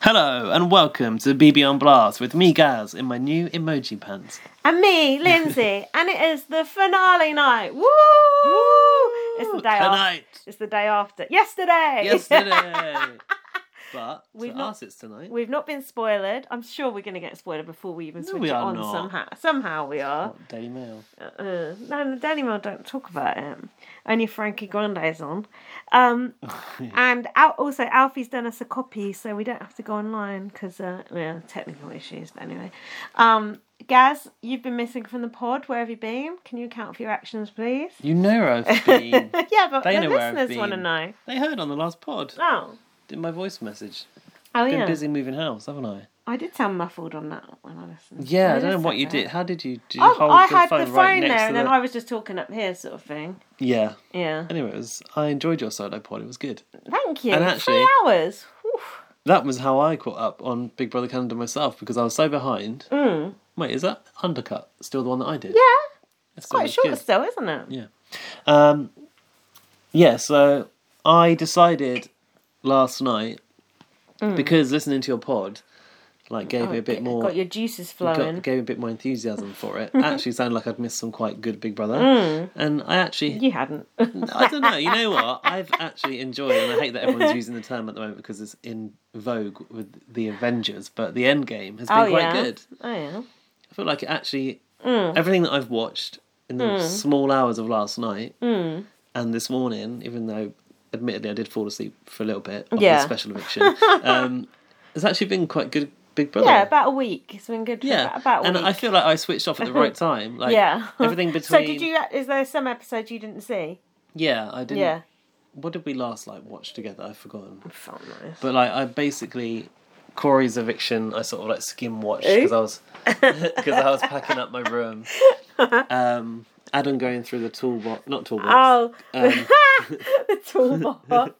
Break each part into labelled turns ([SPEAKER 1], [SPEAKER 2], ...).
[SPEAKER 1] Hello and welcome to BB on Blast with me, Gaz, in my new emoji pants.
[SPEAKER 2] And me, Lindsay, and it is the finale night. Woo! It's the day after.
[SPEAKER 1] tonight,
[SPEAKER 2] It's the day after. Yesterday.
[SPEAKER 1] yesterday. but
[SPEAKER 2] We've
[SPEAKER 1] to
[SPEAKER 2] not-
[SPEAKER 1] us, it's tonight.
[SPEAKER 2] We've not been spoiled. I'm sure we're going to get spoiled before we even
[SPEAKER 1] No,
[SPEAKER 2] switch
[SPEAKER 1] we
[SPEAKER 2] it
[SPEAKER 1] are
[SPEAKER 2] on
[SPEAKER 1] not.
[SPEAKER 2] somehow. Somehow we are.
[SPEAKER 1] What, Daily Mail.
[SPEAKER 2] Uh, no, the Daily Mail don't talk about it. Only Frankie Grande's on. Um, and Al- also, Alfie's done us a copy, so we don't have to go online because, uh, well, technical issues, but anyway. Um, Gaz, you've been missing from the pod. Where have you been? Can you account for your actions, please?
[SPEAKER 1] You know where I've been.
[SPEAKER 2] yeah, but
[SPEAKER 1] They
[SPEAKER 2] the
[SPEAKER 1] know where I've
[SPEAKER 2] listeners want to
[SPEAKER 1] been.
[SPEAKER 2] know.
[SPEAKER 1] they heard on the last pod.
[SPEAKER 2] Oh.
[SPEAKER 1] Did my voice message.
[SPEAKER 2] Oh,
[SPEAKER 1] Been
[SPEAKER 2] yeah. Oh,
[SPEAKER 1] busy moving house, haven't I?
[SPEAKER 2] I did sound muffled on that when I listened.
[SPEAKER 1] Yeah, I
[SPEAKER 2] Notice
[SPEAKER 1] don't know what
[SPEAKER 2] that
[SPEAKER 1] you
[SPEAKER 2] bit.
[SPEAKER 1] did. How did you? Did you
[SPEAKER 2] Oh,
[SPEAKER 1] hold
[SPEAKER 2] I
[SPEAKER 1] the
[SPEAKER 2] had
[SPEAKER 1] phone
[SPEAKER 2] the phone
[SPEAKER 1] right next
[SPEAKER 2] there,
[SPEAKER 1] to
[SPEAKER 2] and
[SPEAKER 1] the...
[SPEAKER 2] then I was just talking up here, sort of thing.
[SPEAKER 1] Yeah.
[SPEAKER 2] Yeah.
[SPEAKER 1] Anyway, it was, I enjoyed your solo pod. It was good.
[SPEAKER 2] Thank you.
[SPEAKER 1] And actually-
[SPEAKER 2] Three hours. Whew.
[SPEAKER 1] That was how I caught up on Big Brother Canada myself because I was so behind.
[SPEAKER 2] Mm.
[SPEAKER 1] Wait, is that undercut still the one that I did?
[SPEAKER 2] Yeah,
[SPEAKER 1] it's
[SPEAKER 2] quite short still, isn't it?
[SPEAKER 1] Yeah. Um, yeah, so I decided last night because listening to your pod like gave me a bit
[SPEAKER 2] Mm. Oh, Got-
[SPEAKER 1] more
[SPEAKER 2] Got your juices
[SPEAKER 1] got-
[SPEAKER 2] flowing.
[SPEAKER 1] gave me a bit more enthusiasm for it. actually sounded like I'd missed some quite good Big Brother.
[SPEAKER 2] Mm.
[SPEAKER 1] And I actually
[SPEAKER 2] You hadn't. Oh,
[SPEAKER 1] I don't know, you know what? I've actually enjoyed and I hate that everyone's using the term at the moment because it's in vogue with the Avengers, but the end game has been
[SPEAKER 2] oh
[SPEAKER 1] quite
[SPEAKER 2] yeah.
[SPEAKER 1] good.
[SPEAKER 2] Oh yeah.
[SPEAKER 1] I feel like it actually
[SPEAKER 2] Mm.
[SPEAKER 1] everything that I've watched in the small hours of last night
[SPEAKER 2] Mm.
[SPEAKER 1] and this morning, even though admittedly I did fall asleep for a little bit of
[SPEAKER 2] Yeah.
[SPEAKER 1] the special eviction, um, it's actually been quite good. Big Brother,
[SPEAKER 2] Yeah, about a week. It's been good. For
[SPEAKER 1] Yeah.
[SPEAKER 2] about- about a
[SPEAKER 1] and
[SPEAKER 2] week.
[SPEAKER 1] I feel like I switched off at the right time. Like
[SPEAKER 2] yeah.
[SPEAKER 1] everything between. Mm.
[SPEAKER 2] So did you? Is there some episode you didn't see?
[SPEAKER 1] Yeah, I didn't.
[SPEAKER 2] Yeah.
[SPEAKER 1] What did we last like watch together? I've forgotten.
[SPEAKER 2] Felt nice.
[SPEAKER 1] But like I basically Corey's eviction, I sort of like skim watched
[SPEAKER 2] Who?
[SPEAKER 1] because I was because I was packing up my room. Um, Adam going through the toolbox, not toolbox.
[SPEAKER 2] Oh,
[SPEAKER 1] Um,
[SPEAKER 2] the toolbar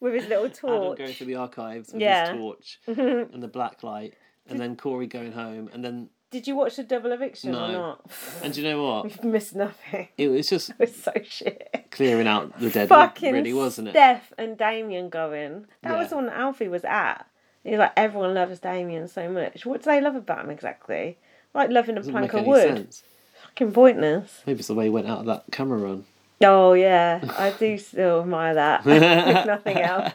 [SPEAKER 2] with his little
[SPEAKER 1] Adam
[SPEAKER 2] torch.
[SPEAKER 1] going through the archives with
[SPEAKER 2] Yeah.
[SPEAKER 1] his torch and the black light, and then Corey going home, and then
[SPEAKER 2] Did you watch the double eviction or
[SPEAKER 1] No.
[SPEAKER 2] not?
[SPEAKER 1] and do you know what?
[SPEAKER 2] You've missed nothing.
[SPEAKER 1] It was just
[SPEAKER 2] It was so shit.
[SPEAKER 1] clearing out the dead.
[SPEAKER 2] Fucking
[SPEAKER 1] really wasn't it?
[SPEAKER 2] Steph and Damien going. That
[SPEAKER 1] Yeah.
[SPEAKER 2] was on Alfie was at. He's like, everyone loves Damien so much. What do they love about him exactly? Like loving a
[SPEAKER 1] Doesn't
[SPEAKER 2] plank
[SPEAKER 1] make
[SPEAKER 2] of
[SPEAKER 1] any
[SPEAKER 2] wood.
[SPEAKER 1] sense.
[SPEAKER 2] Fucking pointless.
[SPEAKER 1] Maybe it's the way he went out of that camera run.
[SPEAKER 2] Oh yeah, I do still admire that. if nothing else.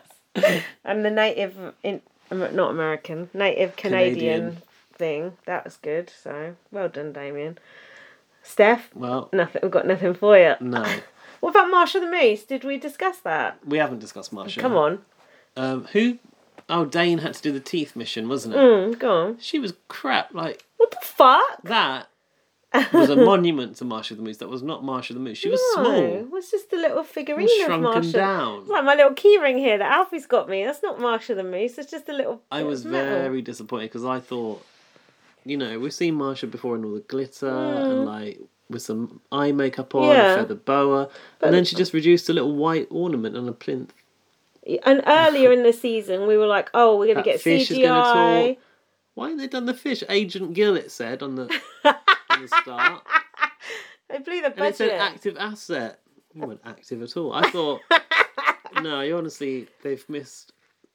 [SPEAKER 2] And the native, in, Am- not American, native Canadian,
[SPEAKER 1] Canadian.
[SPEAKER 2] thing. That was good. So well done, Damien. Steph,
[SPEAKER 1] Well,
[SPEAKER 2] nothing. We've got nothing for you.
[SPEAKER 1] no,
[SPEAKER 2] What about Marsha the Moose? Did we discuss that?
[SPEAKER 1] we haven't discussed Marsha.
[SPEAKER 2] Come on.
[SPEAKER 1] Um, who? Oh, Dane had to do the teeth mission, wasn't it?
[SPEAKER 2] Mm, go on.
[SPEAKER 1] She was crap. Like
[SPEAKER 2] What the fuck?
[SPEAKER 1] that was a monument to Marsha the Moose. That was not Marsha the Moose. She was
[SPEAKER 2] No,
[SPEAKER 1] small.
[SPEAKER 2] what's just the little figurine
[SPEAKER 1] Was
[SPEAKER 2] of
[SPEAKER 1] shrunken
[SPEAKER 2] Marsha?
[SPEAKER 1] down.
[SPEAKER 2] It's like my little keyring here that Alfie's got me. That's not Marsha the Moose. It's just a little.
[SPEAKER 1] I
[SPEAKER 2] bit
[SPEAKER 1] was
[SPEAKER 2] of metal.
[SPEAKER 1] very disappointed because I thought, you know, we've seen Marsha before in all the glitter and like with some eye makeup on,
[SPEAKER 2] Yeah.
[SPEAKER 1] a feather boa, and then she just reduced a little white ornament and a plinth.
[SPEAKER 2] And earlier in the season, we were like, "Oh, we're going
[SPEAKER 1] That
[SPEAKER 2] to get
[SPEAKER 1] fish is gonna
[SPEAKER 2] CGI."
[SPEAKER 1] talk. Why haven't they done the fish? Agent Gillett said on the on the start.
[SPEAKER 2] They blew the
[SPEAKER 1] And it
[SPEAKER 2] budget.
[SPEAKER 1] said active asset. You weren't active at all. I thought, no, you honestly, they've missed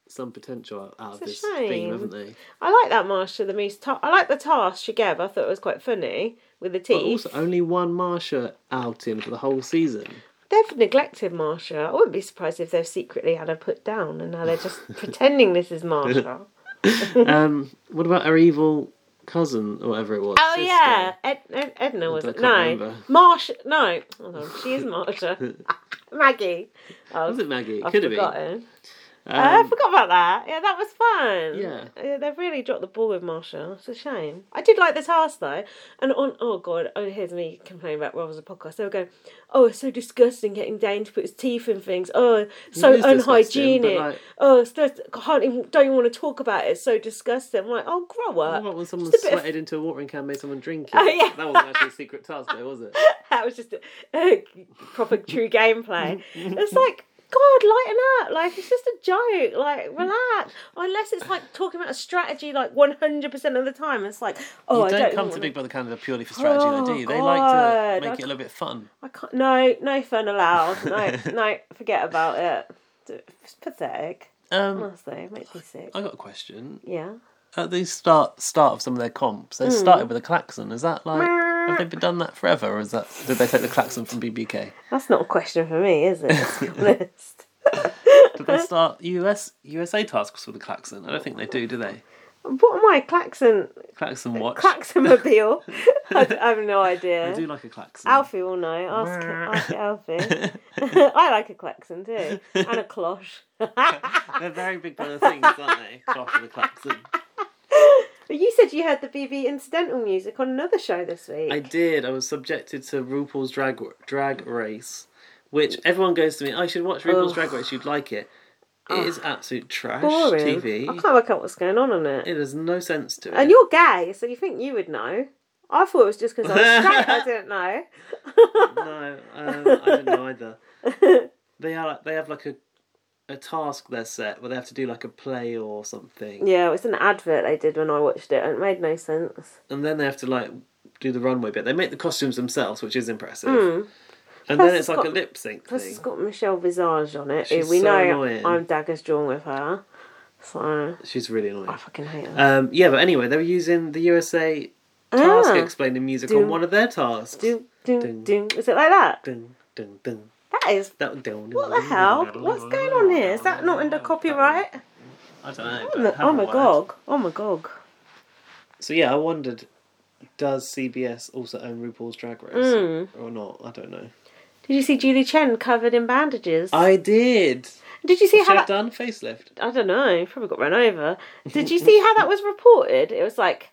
[SPEAKER 1] some potential out of
[SPEAKER 2] It's
[SPEAKER 1] this
[SPEAKER 2] a
[SPEAKER 1] theme,
[SPEAKER 2] shame.
[SPEAKER 1] haven't they?
[SPEAKER 2] I like that Marsha the Moose. Ta- I like the task she gave. I thought it was quite funny with the
[SPEAKER 1] But
[SPEAKER 2] teeth.
[SPEAKER 1] also, only one Marsha outing for the whole season.
[SPEAKER 2] They've neglected Marsha. I wouldn't be surprised if they've secretly had her put down, and now they're just pretending this is Marsha.
[SPEAKER 1] um, what about her evil cousin or whatever it was?
[SPEAKER 2] Oh
[SPEAKER 1] sister?
[SPEAKER 2] yeah, Ed, Ed, Edna was
[SPEAKER 1] I
[SPEAKER 2] it?
[SPEAKER 1] can't
[SPEAKER 2] No,
[SPEAKER 1] remember.
[SPEAKER 2] Marsh. No, Hold on, she is Marsha. Maggie. Oh,
[SPEAKER 1] Was it Maggie?
[SPEAKER 2] I've
[SPEAKER 1] Could have been.
[SPEAKER 2] forgotten. Oh, I
[SPEAKER 1] Um,
[SPEAKER 2] forgot about that. Yeah, that was fun.
[SPEAKER 1] Yeah.
[SPEAKER 2] Uh, they've really dropped the ball with Marsha. It's a shame. I did like the task though. And on, oh god, oh, here's me complaining about Rob's podcast. They were going, oh, it's so disgusting getting Dane to put his teeth in things. Oh, so
[SPEAKER 1] is disgusting, but,
[SPEAKER 2] unhygienic.
[SPEAKER 1] like-
[SPEAKER 2] Oh, it's just, can't even, don't even want to talk about it. It's so disgusting. I'm like, oh, grow up.
[SPEAKER 1] what when someone
[SPEAKER 2] Just a bit of-
[SPEAKER 1] sweated into a watering can, made someone drink it?
[SPEAKER 2] Oh, yeah.
[SPEAKER 1] That wasn't actually a secret task, though, was it?
[SPEAKER 2] that was just a, proper true gameplay. It's like, God, lighten up. Like, it's just a joke. Like, relax. Unless it's like talking about a strategy like 100% of the time. It's like, oh,
[SPEAKER 1] you
[SPEAKER 2] I
[SPEAKER 1] don't,
[SPEAKER 2] don't
[SPEAKER 1] come
[SPEAKER 2] wanna- Oh,
[SPEAKER 1] to Big Brother Canada purely for strategy, though, do you? They
[SPEAKER 2] God,
[SPEAKER 1] like to
[SPEAKER 2] I
[SPEAKER 1] make it a little bit fun.
[SPEAKER 2] I can't. No, no fun allowed. No, no, forget about it. It's pathetic.
[SPEAKER 1] Um,
[SPEAKER 2] Honestly, it makes me sick.
[SPEAKER 1] I got a question.
[SPEAKER 2] Yeah.
[SPEAKER 1] At the start start of some of their comps,
[SPEAKER 2] Hmm.
[SPEAKER 1] they started with a klaxon. Is that like have they been done that forever, or is that did they take the klaxon from BBK?
[SPEAKER 2] That's not a question for me, is it? Let's be honest.
[SPEAKER 1] Did they start US USA tasks with a klaxon? I don't think they do, do they?
[SPEAKER 2] What am I? Klaxon.
[SPEAKER 1] Klaxon watch.
[SPEAKER 2] Klaxonmobile? I, d- I have no
[SPEAKER 1] I
[SPEAKER 2] idea.
[SPEAKER 1] do like a klaxon.
[SPEAKER 2] Alfie will know. Ask, ask Alfie. I like a klaxon too. And a cloche. but
[SPEAKER 1] They're very big kind of things, aren't they? Clock and a klaxon.
[SPEAKER 2] you said you heard the BB incidental music on another show this week.
[SPEAKER 1] I did. I was subjected to RuPaul's Drag Drag Race, which everyone goes to me. I should watch RuPaul's
[SPEAKER 2] Ugh.
[SPEAKER 1] Drag Race. You'd like it. It is absolute trash
[SPEAKER 2] Boring. I
[SPEAKER 1] TV.
[SPEAKER 2] can't work out what's going on on it.
[SPEAKER 1] It has no sense to it.
[SPEAKER 2] And you're gay, so you think you would know. I thought it was just because I was straight, I didn't know.
[SPEAKER 1] no, um, I don't know either. They are. like- They have like a a task they're set where they have to do like a play or something,
[SPEAKER 2] Yeah, it was an advert they did when I watched it, and it made no sense.
[SPEAKER 1] and then they have to like do the runway bit. They make the costumes themselves, which is impressive. And
[SPEAKER 2] Plus
[SPEAKER 1] then
[SPEAKER 2] it's
[SPEAKER 1] it's like a
[SPEAKER 2] Hmm. got-
[SPEAKER 1] lip sync
[SPEAKER 2] Plus,
[SPEAKER 1] thing.
[SPEAKER 2] it's got Michelle Visage on it.
[SPEAKER 1] She's
[SPEAKER 2] who we
[SPEAKER 1] so
[SPEAKER 2] know
[SPEAKER 1] annoying.
[SPEAKER 2] I'm daggers drawn with her, so
[SPEAKER 1] She's really annoying.
[SPEAKER 2] I fucking hate her.
[SPEAKER 1] Um, yeah, but anyway, they were using the USA task
[SPEAKER 2] Ah.
[SPEAKER 1] explaining music
[SPEAKER 2] Dun.
[SPEAKER 1] on one of their tasks.
[SPEAKER 2] do do
[SPEAKER 1] dun.
[SPEAKER 2] do. Is it like that?
[SPEAKER 1] Dun, dun, dun.
[SPEAKER 2] That is.
[SPEAKER 1] That, dun,
[SPEAKER 2] What the hell? What's going on here? Is that not under copyright?
[SPEAKER 1] I don't know.
[SPEAKER 2] Oh my-
[SPEAKER 1] but
[SPEAKER 2] oh my
[SPEAKER 1] have a word.
[SPEAKER 2] gog. Oh my gog.
[SPEAKER 1] So yeah, I wondered, does CBS also own RuPaul's Drag Race or not? I don't know.
[SPEAKER 2] Hmm. Did you see Julie Chen covered in bandages?
[SPEAKER 1] I did.
[SPEAKER 2] Did you see
[SPEAKER 1] Should
[SPEAKER 2] how
[SPEAKER 1] have
[SPEAKER 2] that
[SPEAKER 1] done facelift.
[SPEAKER 2] I don't know, probably got run over. Did you see how that was reported? It was like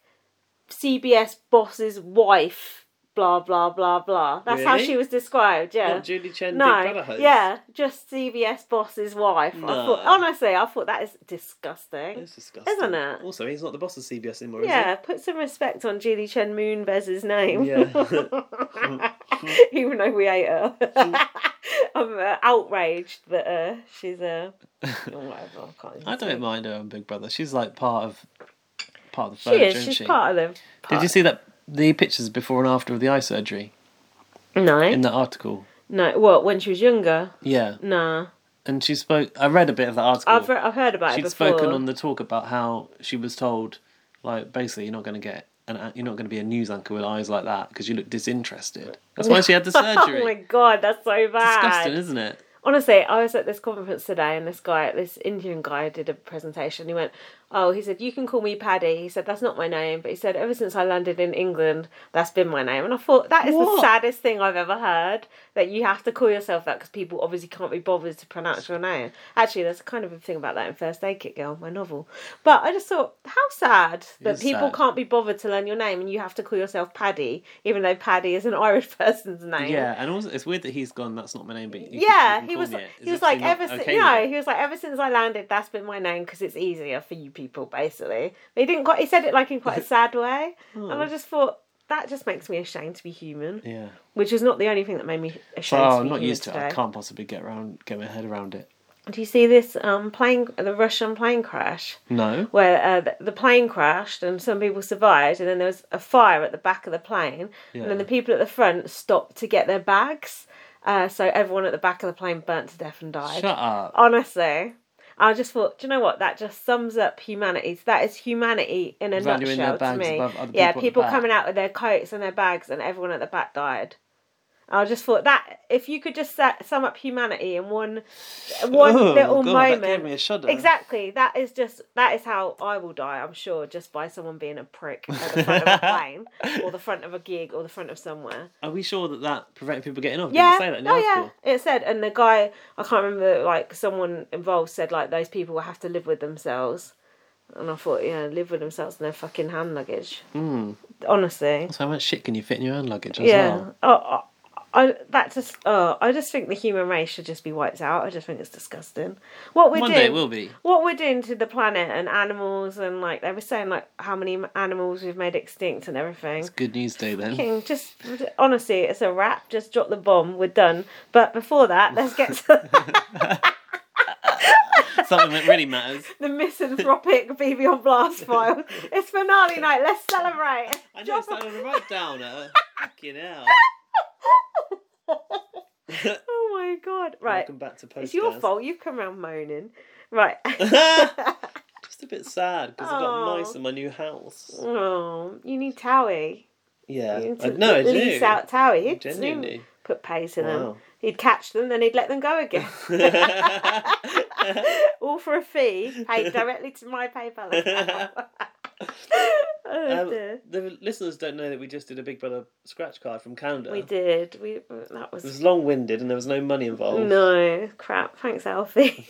[SPEAKER 2] CBS boss's wife, blah blah blah blah. That's how
[SPEAKER 1] Really?
[SPEAKER 2] she was described. Yeah.
[SPEAKER 1] Not Julie Chen Big
[SPEAKER 2] no.
[SPEAKER 1] Brother host.
[SPEAKER 2] Yeah, just CBS boss's wife. I
[SPEAKER 1] No.
[SPEAKER 2] thought, honestly, I thought that is disgusting.
[SPEAKER 1] It's disgusting,
[SPEAKER 2] Isn't it?
[SPEAKER 1] Also, he's not the boss of CBS anymore.
[SPEAKER 2] Yeah,
[SPEAKER 1] Is
[SPEAKER 2] put some respect on Julie Chen Moonves's name.
[SPEAKER 1] Yeah.
[SPEAKER 2] Even though we hate her. I'm uh, outraged that uh, she's a.
[SPEAKER 1] he?
[SPEAKER 2] Uh, whatever, I can't even
[SPEAKER 1] I
[SPEAKER 2] say.
[SPEAKER 1] don't mind her on Big Brother. She's like part of part of the
[SPEAKER 2] She
[SPEAKER 1] furniture,
[SPEAKER 2] is.
[SPEAKER 1] isn't
[SPEAKER 2] She's
[SPEAKER 1] she?
[SPEAKER 2] part of the.
[SPEAKER 1] Did you see that the pictures before and after of the eye surgery
[SPEAKER 2] No.
[SPEAKER 1] in that article?
[SPEAKER 2] No, what when she was younger?
[SPEAKER 1] Yeah,
[SPEAKER 2] Nah,
[SPEAKER 1] and she spoke. I read a bit of that article.
[SPEAKER 2] I've re- I've heard about it
[SPEAKER 1] She'd
[SPEAKER 2] before.
[SPEAKER 1] spoken on the talk about how she was told, like, basically, you're not going to get, and you're not going to be a news anchor with eyes like that because you look disinterested. That's why she had the surgery.
[SPEAKER 2] Oh my god, that's so bad.
[SPEAKER 1] Disgusting, isn't it?
[SPEAKER 2] Honestly, I was at this conference today, and this guy, this Indian guy, did a presentation. He went, "Oh, he said you can call me Paddy." He said that's not my name, but he said ever since I landed in England, that's been my name. And I thought that is the
[SPEAKER 1] What?
[SPEAKER 2] saddest thing I've ever heard. That you have to call yourself that because people obviously can't be bothered to pronounce your name. Actually, there's kind of a thing about that in First Aid Kit Girl, my novel. But I just thought how sad that
[SPEAKER 1] is
[SPEAKER 2] people
[SPEAKER 1] sad.
[SPEAKER 2] can't be bothered to learn your name, and you have to call yourself Paddy, even though Paddy is an Irish person's name.
[SPEAKER 1] Yeah, and also it's weird that he's gone. That's not my name, but you can- you
[SPEAKER 2] Yeah,
[SPEAKER 1] can
[SPEAKER 2] he
[SPEAKER 1] call
[SPEAKER 2] was.
[SPEAKER 1] me it. It's
[SPEAKER 2] He was like
[SPEAKER 1] actually not
[SPEAKER 2] ever since.
[SPEAKER 1] okay
[SPEAKER 2] you
[SPEAKER 1] with
[SPEAKER 2] know,
[SPEAKER 1] it.
[SPEAKER 2] he was like ever since I landed. That's been my name because it's easier for you people, basically. But he didn't quite. He said it like in quite a sad way, and
[SPEAKER 1] Hmm.
[SPEAKER 2] I just thought that just makes me ashamed to be human,
[SPEAKER 1] Yeah.
[SPEAKER 2] which is not the only thing that made me ashamed.
[SPEAKER 1] Oh,
[SPEAKER 2] to
[SPEAKER 1] I'm
[SPEAKER 2] be
[SPEAKER 1] not
[SPEAKER 2] human
[SPEAKER 1] used to it.
[SPEAKER 2] today.
[SPEAKER 1] I can't possibly get around, get my head around it.
[SPEAKER 2] Do you see this um plane? The Russian plane crash.
[SPEAKER 1] No.
[SPEAKER 2] Where uh, th- the plane crashed and some people survived, and then there was a fire at the back of the plane, and
[SPEAKER 1] Yeah.
[SPEAKER 2] then the people at the front stopped to get their bags. Uh, so everyone at the back of the plane burnt to death and died.
[SPEAKER 1] Shut up.
[SPEAKER 2] Honestly. I just thought, do you know what? That just sums up humanity. That is humanity in a
[SPEAKER 1] Valuing their
[SPEAKER 2] nutshell to
[SPEAKER 1] bags
[SPEAKER 2] me.
[SPEAKER 1] above other
[SPEAKER 2] yeah,
[SPEAKER 1] people at the
[SPEAKER 2] people
[SPEAKER 1] back.
[SPEAKER 2] coming out with their coats and their bags, and everyone at the back died. I just thought that if you could just set, sum up humanity in one, one
[SPEAKER 1] Oh,
[SPEAKER 2] little
[SPEAKER 1] God, that
[SPEAKER 2] moment,
[SPEAKER 1] gave me a uh, shudder.
[SPEAKER 2] exactly. That is just that is how I will die. I'm sure just by someone being a prick at the front of a plane, or the front of a gig, or the front of somewhere.
[SPEAKER 1] Are we sure that that prevented people getting off?
[SPEAKER 2] Yeah.
[SPEAKER 1] Did they say that in the
[SPEAKER 2] oh,
[SPEAKER 1] article?
[SPEAKER 2] yeah. It said, and the guy, I can't remember, like, someone involved said, like, those people will have to live with themselves. And I thought, yeah, live with themselves and their fucking hand luggage. Mm.
[SPEAKER 1] Hmm.
[SPEAKER 2] Honestly.
[SPEAKER 1] So how much shit can you fit in your own luggage as
[SPEAKER 2] Yeah.
[SPEAKER 1] well?
[SPEAKER 2] Oh, I, I, that just, oh, I just think the human race should just be wiped out. I just think it's disgusting. What we're
[SPEAKER 1] One
[SPEAKER 2] doing,
[SPEAKER 1] day it will be.
[SPEAKER 2] what we're doing to the planet and animals, and like they were saying, like how many animals we've made extinct and everything.
[SPEAKER 1] Good news day then.
[SPEAKER 2] King, just honestly, it's a wrap. Just drop the bomb. We're done. But before that, let's get to
[SPEAKER 1] Something that really matters.
[SPEAKER 2] the misanthropic BB on Blast file. It's finale night. Let's celebrate.
[SPEAKER 1] I know
[SPEAKER 2] Drop
[SPEAKER 1] it's sounded right down at her. Fucking hell.
[SPEAKER 2] a- Oh my god! Right, Oh,
[SPEAKER 1] Welcome back to Posters.
[SPEAKER 2] it's your fault. You've come round moaning. Right.
[SPEAKER 1] Just a bit sad because it
[SPEAKER 2] Aw.
[SPEAKER 1] got nice in my new house.
[SPEAKER 2] oh, you need Towie.
[SPEAKER 1] Yeah,
[SPEAKER 2] You need
[SPEAKER 1] I,
[SPEAKER 2] to
[SPEAKER 1] Uh, no, I
[SPEAKER 2] lease
[SPEAKER 1] do.
[SPEAKER 2] out Towie. He'd soon
[SPEAKER 1] Genuinely.
[SPEAKER 2] put pay to them.
[SPEAKER 1] Wow.
[SPEAKER 2] He'd catch them, then he'd let them go again. All for a fee, paid directly to my PayPal account. oh
[SPEAKER 1] Um,
[SPEAKER 2] dear.
[SPEAKER 1] the listeners don't know that we just did a Big Brother scratch card from Canada.
[SPEAKER 2] We did. We that
[SPEAKER 1] It
[SPEAKER 2] was
[SPEAKER 1] was long winded and there was no money involved.
[SPEAKER 2] no crap. Thanks, Alfie.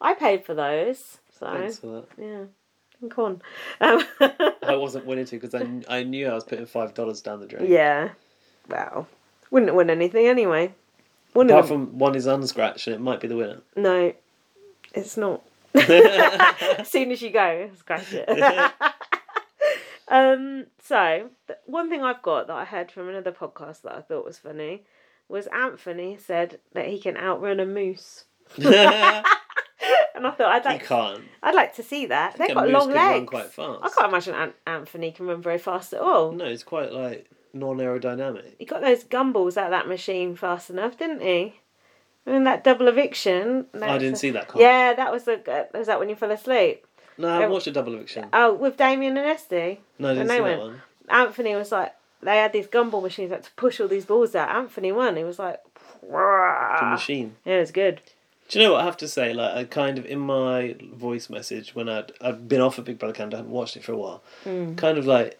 [SPEAKER 2] I paid for those, so
[SPEAKER 1] Thanks for that.
[SPEAKER 2] yeah, and corn. Um,
[SPEAKER 1] I wasn't willing to because I, kn- I knew I was putting five dollars down the drain.
[SPEAKER 2] yeah. Wow. Wouldn't win anything anyway. Wouldn't
[SPEAKER 1] Apart from one is unscratched and it might be the winner.
[SPEAKER 2] No, it's not. as soon as you go, scratch it. um, so, th- one thing I've got that I heard from another podcast that I thought was funny was Anthony said that he can outrun a moose.
[SPEAKER 1] you
[SPEAKER 2] And I thought I'd like
[SPEAKER 1] can't.
[SPEAKER 2] I'd like to see that. They've
[SPEAKER 1] a
[SPEAKER 2] got
[SPEAKER 1] moose
[SPEAKER 2] long
[SPEAKER 1] can run
[SPEAKER 2] legs.
[SPEAKER 1] quite fast.
[SPEAKER 2] I can't imagine An- Anthony can run very fast at all.
[SPEAKER 1] No, it's quite like non aerodynamic.
[SPEAKER 2] He got those gumballs out of that machine fast enough, didn't he? And that double eviction.
[SPEAKER 1] I
[SPEAKER 2] that's
[SPEAKER 1] didn't
[SPEAKER 2] a-
[SPEAKER 1] see that card.
[SPEAKER 2] Yeah, that was the. uh, Was that when you fell asleep?
[SPEAKER 1] No, I
[SPEAKER 2] Um,
[SPEAKER 1] watched a double eviction.
[SPEAKER 2] Oh, with Damien and Esty.
[SPEAKER 1] No, I didn't
[SPEAKER 2] and they
[SPEAKER 1] see
[SPEAKER 2] went-
[SPEAKER 1] that one.
[SPEAKER 2] Anthony was like, they had these gumball machines like to push all these balls out. Anthony won. He was like, "Wah."
[SPEAKER 1] The machine.
[SPEAKER 2] Yeah, it was good.
[SPEAKER 1] Do you know what I have to say? Like, I kind of in my voice message when I'd I'd been off of Big Brother Canada, I hadn't watched it for a while. Kind of like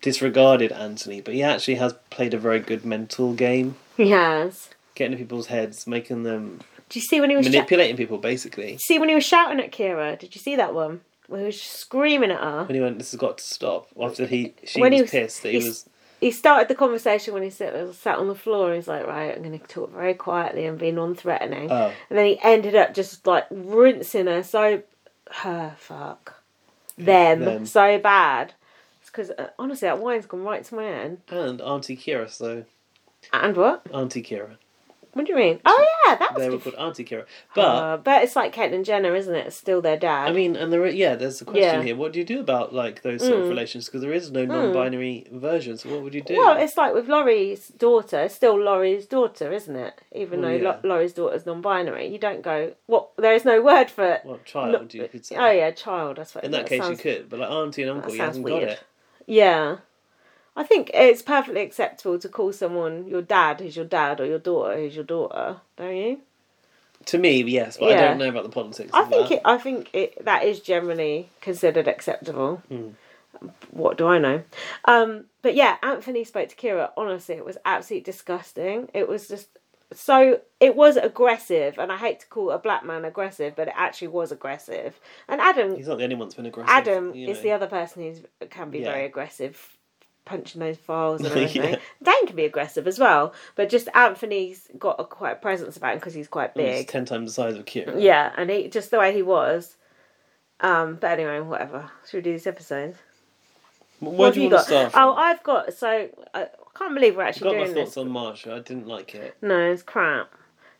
[SPEAKER 1] disregarded Anthony, but he actually has played a very good mental game,
[SPEAKER 2] He has.
[SPEAKER 1] getting into people's heads, making them
[SPEAKER 2] Do you see when he was? shou-
[SPEAKER 1] manipulating people basically.
[SPEAKER 2] see when he was shouting at Kira? Did you see that one? Where he was screaming at her.
[SPEAKER 1] When he went, this has got to stop. After he, she
[SPEAKER 2] When
[SPEAKER 1] was,
[SPEAKER 2] he was-
[SPEAKER 1] pissed that he
[SPEAKER 2] he's-
[SPEAKER 1] was.
[SPEAKER 2] He started the conversation when he sat, sat on the floor. He's like, right, I'm going to talk very quietly and be non-threatening.
[SPEAKER 1] Oh.
[SPEAKER 2] And then he ended up just like rinsing her so her fuck them,
[SPEAKER 1] Them.
[SPEAKER 2] so bad. It's because uh, honestly, that wine's gone right to my end.
[SPEAKER 1] And Auntie Kira, so
[SPEAKER 2] And what?
[SPEAKER 1] Auntie Kira.
[SPEAKER 2] What do you mean? Oh yeah, that was.
[SPEAKER 1] They were
[SPEAKER 2] good.
[SPEAKER 1] called Auntie Kira. But
[SPEAKER 2] Uh, but it's like Caitlyn Jenner, isn't it? It's still their dad.
[SPEAKER 1] I mean, and there, are- yeah, there's a question
[SPEAKER 2] Yeah. Mm.
[SPEAKER 1] here. What do you do about like those sort of relations? Because there is no non-binary version. So what would you do?
[SPEAKER 2] well, it's like with Laurie's daughter. It's still Laurie's daughter, isn't it? Even
[SPEAKER 1] Well,
[SPEAKER 2] though
[SPEAKER 1] yeah.
[SPEAKER 2] Lo- Laurie's daughter's non-binary, you don't go. What? There is no word for it.
[SPEAKER 1] What
[SPEAKER 2] Lo-
[SPEAKER 1] child do you could say?
[SPEAKER 2] Oh yeah, child. That's what.
[SPEAKER 1] In that, case,
[SPEAKER 2] sounds-
[SPEAKER 1] you could, but like auntie and uncle, you
[SPEAKER 2] sounds
[SPEAKER 1] haven't
[SPEAKER 2] weird.
[SPEAKER 1] got it.
[SPEAKER 2] Yeah, I think it's perfectly acceptable to call someone your dad, who's your dad, or your daughter, who's your daughter. Don't you?
[SPEAKER 1] To me, yes, but I
[SPEAKER 2] Yeah.
[SPEAKER 1] don't know about the politics.
[SPEAKER 2] I
[SPEAKER 1] of
[SPEAKER 2] think
[SPEAKER 1] that.
[SPEAKER 2] it. I think it. That is generally considered acceptable.
[SPEAKER 1] Hmm.
[SPEAKER 2] What do I know? Um, but yeah, Anthony spoke to Kira. Honestly, it was absolutely disgusting. It was just so. It was aggressive, and I hate to call a black man aggressive, but it actually was aggressive. And Adam,
[SPEAKER 1] he's not the only one that's been aggressive.
[SPEAKER 2] Adam
[SPEAKER 1] you
[SPEAKER 2] is
[SPEAKER 1] know.
[SPEAKER 2] the other person who can be
[SPEAKER 1] Yeah.
[SPEAKER 2] very aggressive, punching those files and everything.
[SPEAKER 1] Yeah.
[SPEAKER 2] Dan can be aggressive as well, but just Anthony's got a quite a presence about him because he's quite
[SPEAKER 1] He's
[SPEAKER 2] big.
[SPEAKER 1] ten times the size of Kira.
[SPEAKER 2] Yeah, and he just the way he was. Um, but anyway, whatever. Should we do this episode?
[SPEAKER 1] Where
[SPEAKER 2] What
[SPEAKER 1] do you, want to
[SPEAKER 2] got?
[SPEAKER 1] start from?
[SPEAKER 2] Oh, I've got. So I I can't believe we're
[SPEAKER 1] I've
[SPEAKER 2] actually
[SPEAKER 1] got my
[SPEAKER 2] doing this.
[SPEAKER 1] thoughts on Marsha. I didn't like it.
[SPEAKER 2] No, it's crap.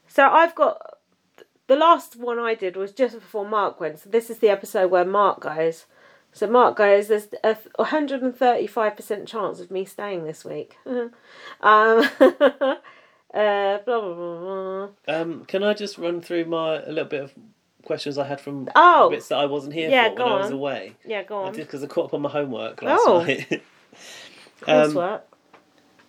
[SPEAKER 2] So I've got the last one I did was just before Mark went. So this is the episode where Mark goes. So Mark goes. There's a 135 percent chance of me staying this week. um, uh, blah blah blah. blah.
[SPEAKER 1] Um, can I just run through my a little bit of questions I had from
[SPEAKER 2] Oh.
[SPEAKER 1] bits that I wasn't here
[SPEAKER 2] Yeah,
[SPEAKER 1] for
[SPEAKER 2] go
[SPEAKER 1] when I was
[SPEAKER 2] on.
[SPEAKER 1] away?
[SPEAKER 2] Yeah, go
[SPEAKER 1] I
[SPEAKER 2] on.
[SPEAKER 1] did because I caught up on my homework last
[SPEAKER 2] Oh.
[SPEAKER 1] night. um,
[SPEAKER 2] Coursework.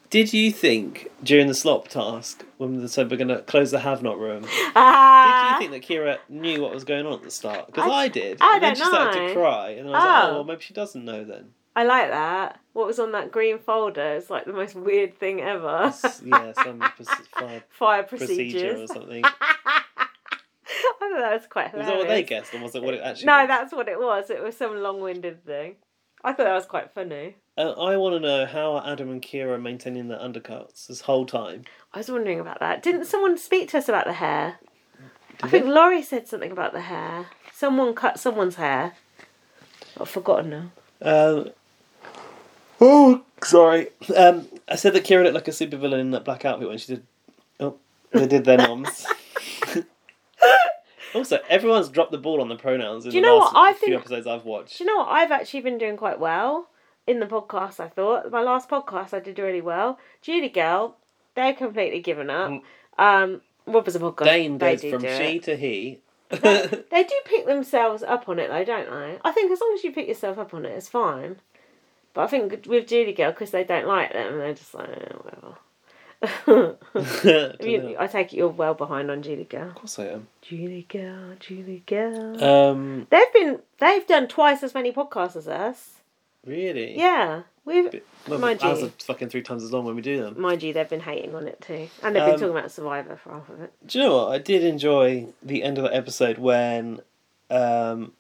[SPEAKER 1] did you think during the slop task when they said we're going to close the have not room?
[SPEAKER 2] ah,
[SPEAKER 1] Did you think that Kira knew what was going on at the start? Because
[SPEAKER 2] I-
[SPEAKER 1] I, did.
[SPEAKER 2] I
[SPEAKER 1] and then
[SPEAKER 2] don't
[SPEAKER 1] she started
[SPEAKER 2] know.
[SPEAKER 1] to cry, and I was like,
[SPEAKER 2] Oh.
[SPEAKER 1] oh, well, maybe she doesn't know then.
[SPEAKER 2] I like that. What was on that green folder? It's like the most weird thing ever.
[SPEAKER 1] S- yeah, some proce- fire
[SPEAKER 2] Fire
[SPEAKER 1] procedure
[SPEAKER 2] procedures.
[SPEAKER 1] or something.
[SPEAKER 2] I thought that was quite
[SPEAKER 1] Was
[SPEAKER 2] hilarious.
[SPEAKER 1] that what they guessed, or was it what it actually
[SPEAKER 2] No,
[SPEAKER 1] was?
[SPEAKER 2] that's what it was. It was some long-winded thing. I thought that was quite funny.
[SPEAKER 1] Uh, I want to know how are Adam and Kira maintaining their undercuts this whole time?
[SPEAKER 2] I was wondering about that. Didn't someone speak to us about the hair? I
[SPEAKER 1] Did
[SPEAKER 2] think Laurie said something about the hair. Someone cut someone's hair. I've forgotten now.
[SPEAKER 1] Um, oh, sorry. Um, I said that Kira looked like a supervillain in that black outfit when she did. Oh, they did their noms. also, everyone's dropped the ball on the pronouns in
[SPEAKER 2] Do you
[SPEAKER 1] the
[SPEAKER 2] know
[SPEAKER 1] last
[SPEAKER 2] what? I
[SPEAKER 1] few
[SPEAKER 2] think-
[SPEAKER 1] episodes I've watched.
[SPEAKER 2] Do you know what? I've actually been doing quite well in the podcast, I thought. My last podcast, I did really well. Judy Girl, they're completely given up. Um, what was the
[SPEAKER 1] Mm.
[SPEAKER 2] podcast?
[SPEAKER 1] Dane
[SPEAKER 2] They
[SPEAKER 1] goes
[SPEAKER 2] do
[SPEAKER 1] from
[SPEAKER 2] do
[SPEAKER 1] she
[SPEAKER 2] it.
[SPEAKER 1] to he,
[SPEAKER 2] They do pick themselves up on it, though, don't they? I think as long as you pick yourself up on it, it's fine. But I think with Julie Girl, because they don't like them, they're just like, "Eh, whatever.
[SPEAKER 1] Dunno.
[SPEAKER 2] you, I take it you're well behind on Julie Girl.
[SPEAKER 1] Of course I am.
[SPEAKER 2] Julie Girl, Julie Girl.
[SPEAKER 1] Um,
[SPEAKER 2] they've been, they've done twice as many podcasts as us.
[SPEAKER 1] really?
[SPEAKER 2] Yeah, we've
[SPEAKER 1] Bit- Well,
[SPEAKER 2] Mind
[SPEAKER 1] ours
[SPEAKER 2] you.
[SPEAKER 1] are fucking three times as long when we do them.
[SPEAKER 2] mind you, they've been hating on it too, and they've been
[SPEAKER 1] Um,
[SPEAKER 2] talking about Survivor for half of it.
[SPEAKER 1] Do you know what? I did enjoy the end of that episode when um,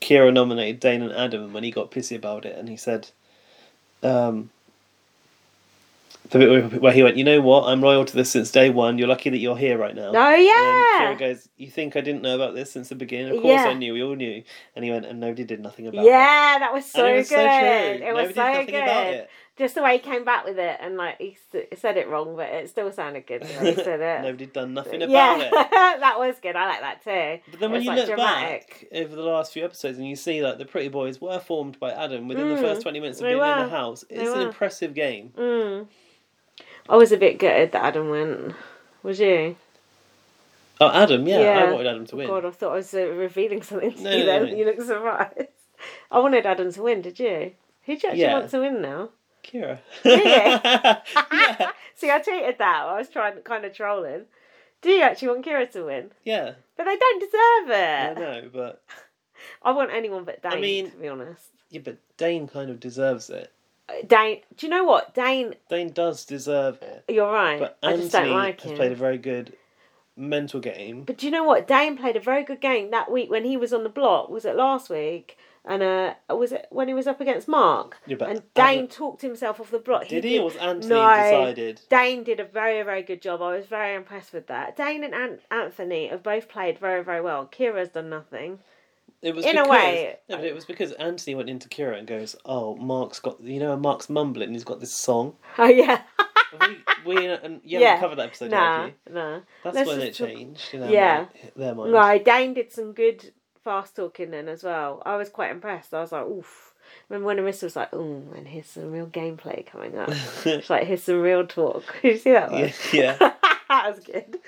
[SPEAKER 1] Kira nominated Dane and Adam when he got pissy about it and he said, um, the bit where- where he went, you know what? I'm loyal to this since day one. You're lucky that you're here right now. And
[SPEAKER 2] Oh
[SPEAKER 1] then Kira
[SPEAKER 2] yeah,
[SPEAKER 1] goes, you think I didn't know about this since the beginning? Of course
[SPEAKER 2] Yeah.
[SPEAKER 1] I knew. We all knew. And he went, and nobody did nothing about it.
[SPEAKER 2] yeah, that was so
[SPEAKER 1] And it
[SPEAKER 2] good.
[SPEAKER 1] was so true.
[SPEAKER 2] It
[SPEAKER 1] Nobody
[SPEAKER 2] was
[SPEAKER 1] did
[SPEAKER 2] so
[SPEAKER 1] nothing about
[SPEAKER 2] good.
[SPEAKER 1] it.
[SPEAKER 2] Just the way he came back with it, and like he s- said it wrong, but it still sounded good. the way He said it.
[SPEAKER 1] Nobody done nothing
[SPEAKER 2] yeah,
[SPEAKER 1] about it.
[SPEAKER 2] that was good. I like that too.
[SPEAKER 1] But then when
[SPEAKER 2] It was,
[SPEAKER 1] you
[SPEAKER 2] like,
[SPEAKER 1] look
[SPEAKER 2] dramatic.
[SPEAKER 1] back over the last few episodes and you see like the Pretty Boys were formed by Adam within the
[SPEAKER 2] Mm,
[SPEAKER 1] first twenty minutes of
[SPEAKER 2] they
[SPEAKER 1] being in
[SPEAKER 2] were.
[SPEAKER 1] the house,
[SPEAKER 2] They
[SPEAKER 1] it's an
[SPEAKER 2] were.
[SPEAKER 1] impressive game.
[SPEAKER 2] Mm. I was a bit gutted that Adam went. Was you?
[SPEAKER 1] Oh, Adam, yeah,
[SPEAKER 2] Yeah.
[SPEAKER 1] I wanted Adam to win.
[SPEAKER 2] God, I thought I was uh, revealing something to
[SPEAKER 1] No,
[SPEAKER 2] you
[SPEAKER 1] no,
[SPEAKER 2] then.
[SPEAKER 1] no.
[SPEAKER 2] You look surprised. I wanted Adam to win, did you? Who do you actually
[SPEAKER 1] Yeah.
[SPEAKER 2] want to win now?
[SPEAKER 1] Kira.
[SPEAKER 2] Really?
[SPEAKER 1] yeah,
[SPEAKER 2] See, I tweeted that. I was trying, kind of trolling. Do you actually want Kira to win?
[SPEAKER 1] yeah,
[SPEAKER 2] But they don't deserve
[SPEAKER 1] I
[SPEAKER 2] it.
[SPEAKER 1] know, but
[SPEAKER 2] I want anyone but Dane,
[SPEAKER 1] I mean-
[SPEAKER 2] to be honest.
[SPEAKER 1] yeah, but Dane kind of deserves it.
[SPEAKER 2] Uh, Dane, do you know what? Dane,
[SPEAKER 1] Dane does deserve it,
[SPEAKER 2] you're right.
[SPEAKER 1] but
[SPEAKER 2] I just don't
[SPEAKER 1] Anthony
[SPEAKER 2] like
[SPEAKER 1] has
[SPEAKER 2] him.
[SPEAKER 1] played a very good mental game.
[SPEAKER 2] But do you know what? Dane played a very good game that week when he was on the block. Was it last week? And uh, was it when he was up against Mark?
[SPEAKER 1] Yeah, but
[SPEAKER 2] and
[SPEAKER 1] Adam-
[SPEAKER 2] Dane talked himself off the block.
[SPEAKER 1] Did he,
[SPEAKER 2] did-
[SPEAKER 1] or was Anthony
[SPEAKER 2] No.
[SPEAKER 1] decided?
[SPEAKER 2] Dane did a very, very good job. I was very impressed with that. Dane and An- Anthony have both played very, very well. Kira's done nothing.
[SPEAKER 1] It was
[SPEAKER 2] In a
[SPEAKER 1] because,
[SPEAKER 2] way-
[SPEAKER 1] No, but it was because Anthony went into Kira and goes, "Oh, Mark's got you know, Mark's mumbling. He's got this song."
[SPEAKER 2] Oh, yeah.
[SPEAKER 1] we, we and you
[SPEAKER 2] Yeah.
[SPEAKER 1] haven't covered that episode, have
[SPEAKER 2] nah,
[SPEAKER 1] you?
[SPEAKER 2] nah.
[SPEAKER 1] That's
[SPEAKER 2] Let's
[SPEAKER 1] when it
[SPEAKER 2] just talk-
[SPEAKER 1] changed. You know,
[SPEAKER 2] Yeah.
[SPEAKER 1] like, their mind.
[SPEAKER 2] No, Dane did some good fast talking then as well. I was quite impressed. I was like, oof. Remember when Arista was like, ooh, and here's some real gameplay coming up. It's like, here's some real talk. Did you see that one?
[SPEAKER 1] yeah, yeah.
[SPEAKER 2] that was good.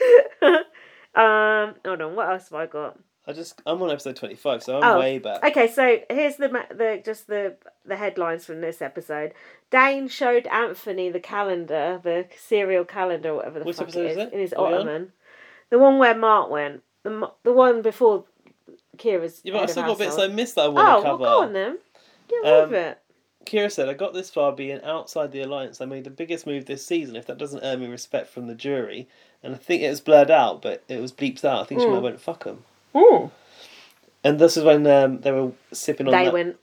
[SPEAKER 2] um, hold on, what else have I got?
[SPEAKER 1] I just I'm on episode 25, so I'm
[SPEAKER 2] Oh,
[SPEAKER 1] way back.
[SPEAKER 2] Okay, so here's the ma- the just the the headlines from this episode. Dane showed Anthony the calendar, the serial calendar, or whatever the
[SPEAKER 1] Which
[SPEAKER 2] fuck
[SPEAKER 1] episode
[SPEAKER 2] it
[SPEAKER 1] is
[SPEAKER 2] is,
[SPEAKER 1] it?
[SPEAKER 2] in his
[SPEAKER 1] Are we on?
[SPEAKER 2] ottoman. The one where Mark went. The m- the one before Kira's.
[SPEAKER 1] yeah, but
[SPEAKER 2] head
[SPEAKER 1] I've
[SPEAKER 2] of
[SPEAKER 1] still got bits I
[SPEAKER 2] household.
[SPEAKER 1] missed that I want
[SPEAKER 2] Oh
[SPEAKER 1] to
[SPEAKER 2] well,
[SPEAKER 1] cover.
[SPEAKER 2] go on then. Get on
[SPEAKER 1] Um,
[SPEAKER 2] with it.
[SPEAKER 1] Kira said, I got this far being outside the alliance. I made the biggest move this season. If that doesn't earn me respect from the jury, and I think it was blurred out, but it was bleeped out. I think she
[SPEAKER 2] Mm.
[SPEAKER 1] might have went fuck them.
[SPEAKER 2] Ooh.
[SPEAKER 1] And this is when um, they were sipping on.
[SPEAKER 2] They
[SPEAKER 1] that...
[SPEAKER 2] went.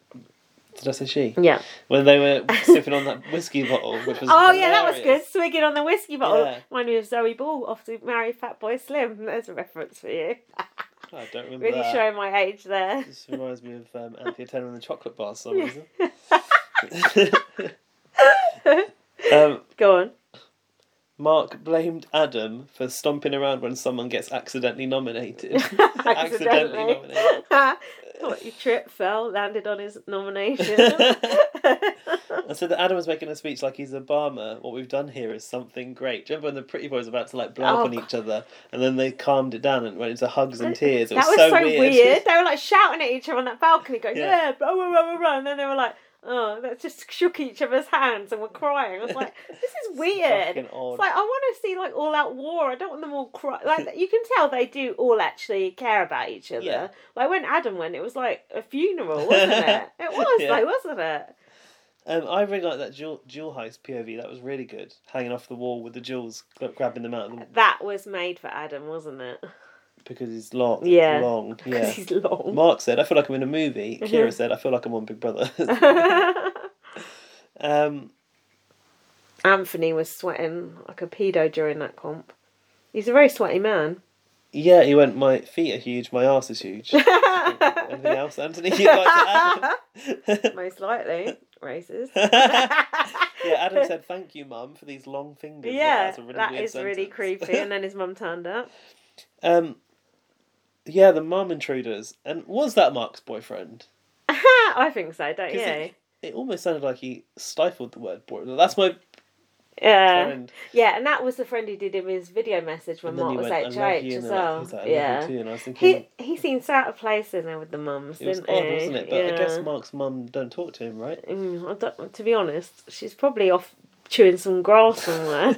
[SPEAKER 1] Did I say she?
[SPEAKER 2] Yeah.
[SPEAKER 1] When they were sipping on that whiskey bottle, which was.
[SPEAKER 2] Oh yeah, that was
[SPEAKER 1] hilarious.
[SPEAKER 2] good. Swigging on the whiskey bottle.
[SPEAKER 1] Yeah.
[SPEAKER 2] Reminded me of Zoe Ball off to marry Fat Boy Slim. There's a reference for you.
[SPEAKER 1] I don't remember
[SPEAKER 2] Really
[SPEAKER 1] that.
[SPEAKER 2] showing my age there.
[SPEAKER 1] This reminds me of um, Anthea Taylor and the Chocolate Bar for some reason. um,
[SPEAKER 2] Go on.
[SPEAKER 1] Mark blamed Adam for stomping around when someone gets accidentally nominated.
[SPEAKER 2] accidentally.
[SPEAKER 1] nominated.
[SPEAKER 2] what, you trip, fell, landed on his nomination.
[SPEAKER 1] I said that Adam was making a speech like he's Obama. What we've done here is something great. Do you remember when the Pretty Boys were about to like blow
[SPEAKER 2] Oh,
[SPEAKER 1] up on each other, and then they calmed it down and went into hugs and tears. It
[SPEAKER 2] that was
[SPEAKER 1] so,
[SPEAKER 2] so, weird. They were like shouting at each other on that balcony, going,
[SPEAKER 1] Yeah.
[SPEAKER 2] yeah, blah, blah, blah, blah, blah. And then they were like, oh, let's just shook each other's hands and were crying. I was like, this is weird.
[SPEAKER 1] Fucking odd.
[SPEAKER 2] It's like I want to see like all out war. I don't want them all cry. Like you can tell they do all actually care about each other.
[SPEAKER 1] Yeah.
[SPEAKER 2] Like when Adam went, it was like a funeral, wasn't it? It was
[SPEAKER 1] Yeah.
[SPEAKER 2] though, wasn't it?
[SPEAKER 1] Um, I really like that jewel, jewel heist POV. That was really good. Hanging off the wall with the jewels, gra- grabbing them out of the,
[SPEAKER 2] That was made for Adam, wasn't it?
[SPEAKER 1] because he's long.
[SPEAKER 2] Yeah.
[SPEAKER 1] Long.
[SPEAKER 2] Because
[SPEAKER 1] Yeah.
[SPEAKER 2] he's long.
[SPEAKER 1] Mark said, "I feel like I'm in a movie." Kira
[SPEAKER 2] Mhm.
[SPEAKER 1] said, "I feel like I'm on Big Brother." um,
[SPEAKER 2] Anthony was sweating like a pedo during that comp. He's a very sweaty man.
[SPEAKER 1] yeah, he went. My feet are huge. My ass is huge. Anything else, Anthony? You'd like to
[SPEAKER 2] Most likely. Racist.
[SPEAKER 1] add? yeah, Adam said, "Thank you, Mum, for these long fingers."
[SPEAKER 2] yeah,
[SPEAKER 1] that's a really
[SPEAKER 2] that
[SPEAKER 1] weird
[SPEAKER 2] is really
[SPEAKER 1] sentence.
[SPEAKER 2] creepy. And then his mum turned up.
[SPEAKER 1] um, yeah, the mum intruders, and was that Mark's boyfriend?
[SPEAKER 2] I think so, don't you?
[SPEAKER 1] Because It almost sounded like he stifled the word boy. That's my
[SPEAKER 2] Yeah.
[SPEAKER 1] friend.
[SPEAKER 2] Yeah, and that was the friend who did him his video message when
[SPEAKER 1] And then he
[SPEAKER 2] Mark was
[SPEAKER 1] went, I love
[SPEAKER 2] HH
[SPEAKER 1] you.
[SPEAKER 2] as
[SPEAKER 1] And I- I
[SPEAKER 2] well.
[SPEAKER 1] was like, I love you
[SPEAKER 2] yeah.
[SPEAKER 1] too. And I was thinking,
[SPEAKER 2] He he seems out of place in there with the mums,
[SPEAKER 1] it was
[SPEAKER 2] didn't
[SPEAKER 1] odd,
[SPEAKER 2] he?
[SPEAKER 1] wasn't it? But I guess Mark's mum don't talk to him, right?
[SPEAKER 2] Mm, I don't, to be honest, she's probably off chewing some grass somewhere.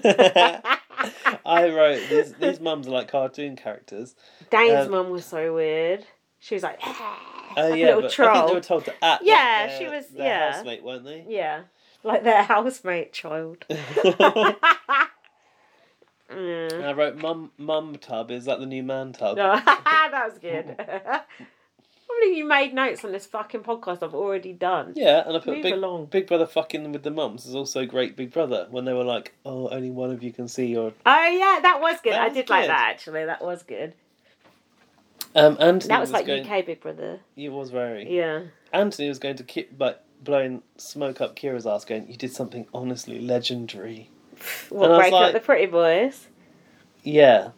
[SPEAKER 1] I wrote these, these mums are like cartoon characters.
[SPEAKER 2] Dane's
[SPEAKER 1] Um,
[SPEAKER 2] mum was so weird. She was like,
[SPEAKER 1] Oh
[SPEAKER 2] like a
[SPEAKER 1] yeah,
[SPEAKER 2] little
[SPEAKER 1] but I think
[SPEAKER 2] troll.
[SPEAKER 1] they were told to act.
[SPEAKER 2] Yeah,
[SPEAKER 1] like their,
[SPEAKER 2] she was-
[SPEAKER 1] their
[SPEAKER 2] yeah.
[SPEAKER 1] housemate, weren't they?
[SPEAKER 2] yeah, like their housemate child. Mm.
[SPEAKER 1] and I wrote mum mum tub is that the new man tub?
[SPEAKER 2] No, that was good. Probably you made notes on this fucking podcast I've already done.
[SPEAKER 1] Yeah, and I put
[SPEAKER 2] Move
[SPEAKER 1] big
[SPEAKER 2] along.
[SPEAKER 1] Big Brother fucking with the mums is also great. Big Brother when they were like, oh, only one of you can see your
[SPEAKER 2] Oh yeah, that was good.
[SPEAKER 1] That
[SPEAKER 2] I
[SPEAKER 1] was
[SPEAKER 2] did like
[SPEAKER 1] good.
[SPEAKER 2] that actually. That was good.
[SPEAKER 1] um Anthony
[SPEAKER 2] That was, like
[SPEAKER 1] going...
[SPEAKER 2] UK Big Brother.
[SPEAKER 1] It was very.
[SPEAKER 2] Yeah.
[SPEAKER 1] Anthony was going to keep like blowing smoke up Kira's ass, going, "You did something honestly legendary."
[SPEAKER 2] What
[SPEAKER 1] And I was
[SPEAKER 2] breaking
[SPEAKER 1] like-
[SPEAKER 2] up the pretty boys?
[SPEAKER 1] Yeah,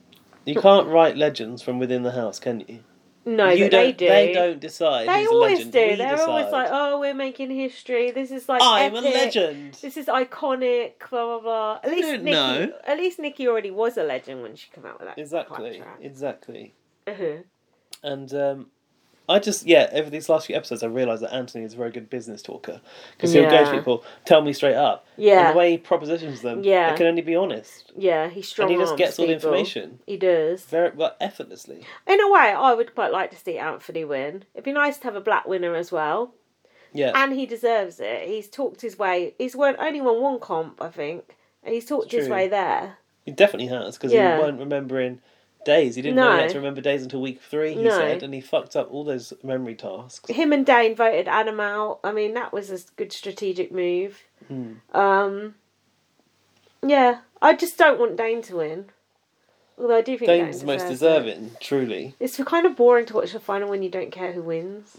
[SPEAKER 1] you can't write legends from within the house, can you?
[SPEAKER 2] No,
[SPEAKER 1] you
[SPEAKER 2] but
[SPEAKER 1] don't,
[SPEAKER 2] they do.
[SPEAKER 1] They don't decide.
[SPEAKER 2] They
[SPEAKER 1] who's a
[SPEAKER 2] always
[SPEAKER 1] legend.
[SPEAKER 2] do.
[SPEAKER 1] We
[SPEAKER 2] They're always
[SPEAKER 1] decide.
[SPEAKER 2] like, "Oh, we're making history. This is like
[SPEAKER 1] I'm
[SPEAKER 2] epic.
[SPEAKER 1] a legend.
[SPEAKER 2] This is iconic." Blah blah blah. At least
[SPEAKER 1] don't
[SPEAKER 2] Nikki,
[SPEAKER 1] know.
[SPEAKER 2] at least Nikki already was a legend when she came out with that.
[SPEAKER 1] Exactly,
[SPEAKER 2] contract.
[SPEAKER 1] exactly.
[SPEAKER 2] Uh-huh.
[SPEAKER 1] And um, I just, yeah, over these last few episodes, I realised that Anthony is a very good business talker because he'll go
[SPEAKER 2] Yeah.
[SPEAKER 1] to people, tell me straight up, and
[SPEAKER 2] Yeah,
[SPEAKER 1] the way he propositions them,
[SPEAKER 2] Yeah.
[SPEAKER 1] I can only be honest,
[SPEAKER 2] yeah. He's strong.
[SPEAKER 1] and he just
[SPEAKER 2] arms
[SPEAKER 1] gets all the
[SPEAKER 2] people.
[SPEAKER 1] information
[SPEAKER 2] He does.
[SPEAKER 1] very well, effortlessly.
[SPEAKER 2] In a way, I would quite like to see Anthony win. It'd be nice to have a black winner as well.
[SPEAKER 1] Yeah,
[SPEAKER 2] And he deserves it. He's talked his way. He's won, only won one comp, I think. And he's talked his
[SPEAKER 1] true.
[SPEAKER 2] way there.
[SPEAKER 1] He definitely has because
[SPEAKER 2] Yeah.
[SPEAKER 1] he won't remembering days. He didn't
[SPEAKER 2] No.
[SPEAKER 1] know he had to remember days until week three. He
[SPEAKER 2] No.
[SPEAKER 1] said, and he fucked up all those memory tasks.
[SPEAKER 2] Him and Dane voted Adam out. I mean, that was a good strategic move.
[SPEAKER 1] Hmm.
[SPEAKER 2] Um, yeah, I just don't want Dane to win. Although I do think
[SPEAKER 1] Dane's
[SPEAKER 2] Dane
[SPEAKER 1] most
[SPEAKER 2] deserves It.
[SPEAKER 1] deserving, truly.
[SPEAKER 2] It's kind of boring to watch the final when you don't care who wins.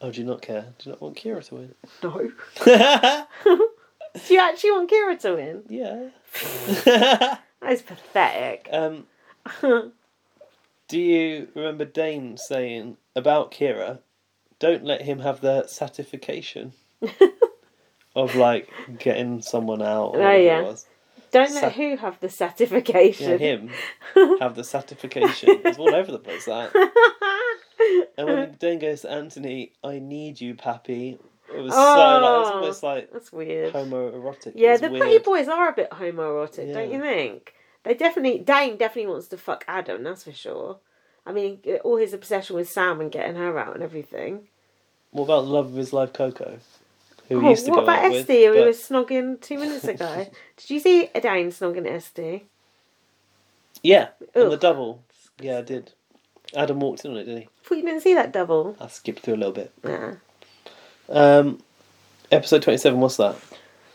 [SPEAKER 1] Oh, do you not care? Do you not want Kira to win?
[SPEAKER 2] No.
[SPEAKER 1] yeah.
[SPEAKER 2] Do you actually want Kira to win? That is pathetic.
[SPEAKER 1] um, do you remember Dane saying about Kira? Don't let him have the satisfaction of like getting someone out. Or
[SPEAKER 2] Oh,
[SPEAKER 1] whatever it
[SPEAKER 2] yeah.
[SPEAKER 1] was.
[SPEAKER 2] Don't let
[SPEAKER 1] Sa-
[SPEAKER 2] who have the
[SPEAKER 1] Yeah,
[SPEAKER 2] certification.
[SPEAKER 1] him have the satisfaction. It's all over the place. That. And when Dane goes to Anthony, I need you, Pappy. It was so like it was
[SPEAKER 2] Oh.
[SPEAKER 1] almost like
[SPEAKER 2] That's weird.
[SPEAKER 1] homoerotic. It
[SPEAKER 2] yeah,
[SPEAKER 1] was
[SPEAKER 2] the
[SPEAKER 1] weird.
[SPEAKER 2] pretty boys are a bit homoerotic, don't
[SPEAKER 1] Yeah.
[SPEAKER 2] you think? They definitely Dane definitely wants to fuck Adam, that's for sure. I mean, uh, all his obsession with Sam and getting her out and everything.
[SPEAKER 1] What about the love of his life, Coco? Who he
[SPEAKER 2] Oh,
[SPEAKER 1] used to
[SPEAKER 2] what
[SPEAKER 1] go
[SPEAKER 2] about
[SPEAKER 1] out
[SPEAKER 2] Esty, who
[SPEAKER 1] with.
[SPEAKER 2] we
[SPEAKER 1] but-
[SPEAKER 2] were snogging two minutes ago? Did you see Dane snogging Esty?
[SPEAKER 1] Yeah, on the
[SPEAKER 2] Ugh.
[SPEAKER 1] double. Yeah, I did. Adam walked in on it, didn't he?
[SPEAKER 2] I thought you didn't see that double.
[SPEAKER 1] I skipped through a little bit.
[SPEAKER 2] Nah,
[SPEAKER 1] Um, episode twenty-seven. What's that?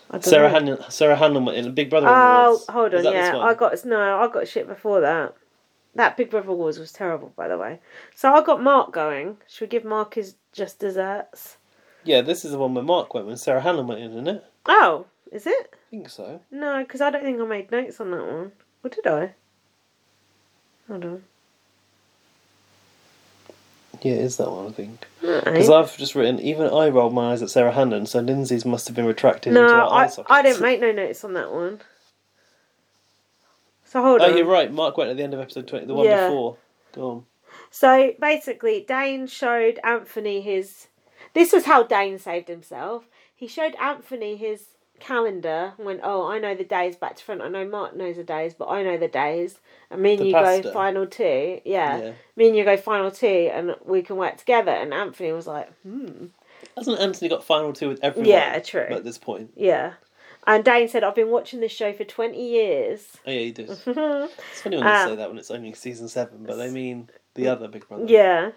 [SPEAKER 2] I don't
[SPEAKER 1] Sarah
[SPEAKER 2] know.
[SPEAKER 1] Hanlon. Sarah Hanlon went in the Big Brother.
[SPEAKER 2] Oh,
[SPEAKER 1] Awards.
[SPEAKER 2] hold
[SPEAKER 1] Is
[SPEAKER 2] on,
[SPEAKER 1] that this
[SPEAKER 2] yeah,
[SPEAKER 1] one?
[SPEAKER 2] I got no, I got shit before that. That Big Brother Wars was terrible, by the way. So I got Mark going. Should we give Mark his just desserts?
[SPEAKER 1] Yeah, this is the one where Mark went when Sarah Hanlon went in, isn't it?
[SPEAKER 2] Oh, is it?
[SPEAKER 1] I think so.
[SPEAKER 2] No, because I don't think I made notes on that one. Or did I? Hold on.
[SPEAKER 1] Yeah, it is that one. I think. Because
[SPEAKER 2] No,
[SPEAKER 1] I've just written, even I rolled my eyes at Sarah Hannon, so Lindsay's must have been retracted into
[SPEAKER 2] no
[SPEAKER 1] our eye
[SPEAKER 2] I,
[SPEAKER 1] sockets.
[SPEAKER 2] I didn't make no notes on that one. So hold
[SPEAKER 1] Oh,
[SPEAKER 2] on.
[SPEAKER 1] you're right. Mark went at the end of episode 20, the one
[SPEAKER 2] Yeah.
[SPEAKER 1] before. Go on.
[SPEAKER 2] So basically, Dane showed Anthony his. This was how Dane saved himself. He showed Anthony his calendar and went, Oh, I know the days back to front. I know Mark knows the days, but I know the days. And me and
[SPEAKER 1] The
[SPEAKER 2] you
[SPEAKER 1] pasta.
[SPEAKER 2] go final two. Yeah.
[SPEAKER 1] Yeah.
[SPEAKER 2] Me and you go final two, and we can work together. And Anthony was like, Hmm.
[SPEAKER 1] Hasn't Anthony got final two with everyone?
[SPEAKER 2] Yeah, true.
[SPEAKER 1] At this point.
[SPEAKER 2] Yeah. And Dane said, I've been watching this show for 20 years.
[SPEAKER 1] Oh, yeah, he did. it's funny when they
[SPEAKER 2] Um,
[SPEAKER 1] say that when it's only season seven, but they mean the other Big Brother.
[SPEAKER 2] yeah.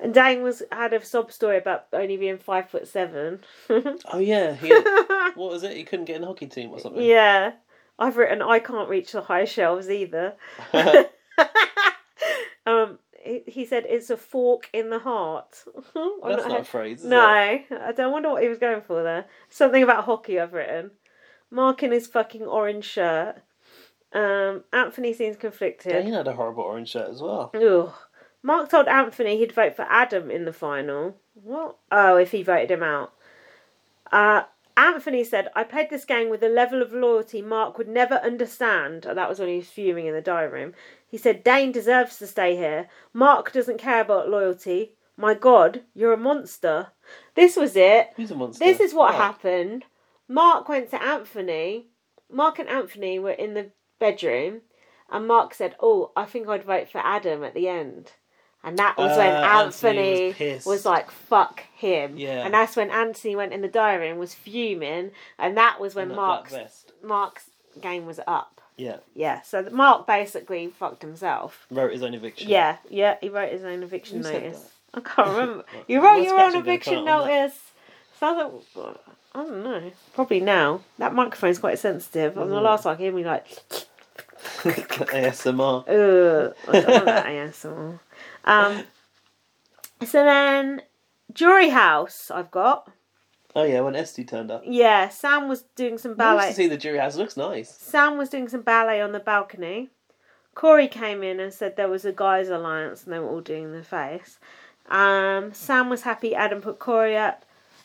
[SPEAKER 2] And Dane was had a sob story about only being five foot seven.
[SPEAKER 1] Oh, yeah. He, what was it? He couldn't get in the hockey team or something.
[SPEAKER 2] Yeah. I've written I can't reach the high shelves either. um he, he said it's a fork in the heart. I'm
[SPEAKER 1] That's
[SPEAKER 2] not-
[SPEAKER 1] not a phrase. Is
[SPEAKER 2] no,
[SPEAKER 1] It?
[SPEAKER 2] I don't wonder what he was going for there. Something about hockey I've written. Mark in his fucking orange shirt. Um Anthony seems conflicted.
[SPEAKER 1] Dane had a horrible orange shirt as well.
[SPEAKER 2] Ugh. Mark told Anthony he'd vote for Adam in the final. What? Oh, if he voted him out. Uh Anthony said, I played this game with a level of loyalty Mark would never understand. And that was when he was fuming in the diary room. He said, Dane deserves to stay here. Mark doesn't care about loyalty. My God, you're a monster. This was it.
[SPEAKER 1] He's a monster.
[SPEAKER 2] This is what
[SPEAKER 1] Right.
[SPEAKER 2] happened. Mark went to Anthony. Mark and Anthony were in the bedroom, and Mark said, "Oh, I think I'd vote for Adam at the end." And that was when
[SPEAKER 1] Uh, Anthony
[SPEAKER 2] Anthony,
[SPEAKER 1] was pissed.
[SPEAKER 2] was, like, "Fuck him!"
[SPEAKER 1] Yeah.
[SPEAKER 2] And that's when Anthony went in the diary and was fuming, and that was
[SPEAKER 1] In
[SPEAKER 2] when
[SPEAKER 1] that
[SPEAKER 2] Mark's
[SPEAKER 1] black vest.
[SPEAKER 2] Mark's game was up.
[SPEAKER 1] Yeah,
[SPEAKER 2] Yeah. So that Mark basically fucked himself.
[SPEAKER 1] wrote his own eviction.
[SPEAKER 2] Yeah. Yeah. He wrote his own eviction
[SPEAKER 1] Who said
[SPEAKER 2] notice.
[SPEAKER 1] that?
[SPEAKER 2] I can't remember.
[SPEAKER 1] Well,
[SPEAKER 2] you wrote
[SPEAKER 1] what's
[SPEAKER 2] your own
[SPEAKER 1] catching their
[SPEAKER 2] eviction
[SPEAKER 1] car on that?
[SPEAKER 2] notice. Sounds like I don't know. Probably now. That microphone's quite sensitive. On
[SPEAKER 1] Mm.
[SPEAKER 2] the last one, he hear me like,
[SPEAKER 1] ASMR.
[SPEAKER 2] ugh. I don't want that ASMR. Um. So then, Jury House. I've got.
[SPEAKER 1] Oh yeah, when Esty turned up.
[SPEAKER 2] Yeah, Sam was doing some ballet.
[SPEAKER 1] Nice to see the jury house. It looks nice.
[SPEAKER 2] Sam was doing some ballet on the balcony. Corey came in and said there was a guys' alliance and they were all doing the face. Um, Sam was happy Adam put Corey up.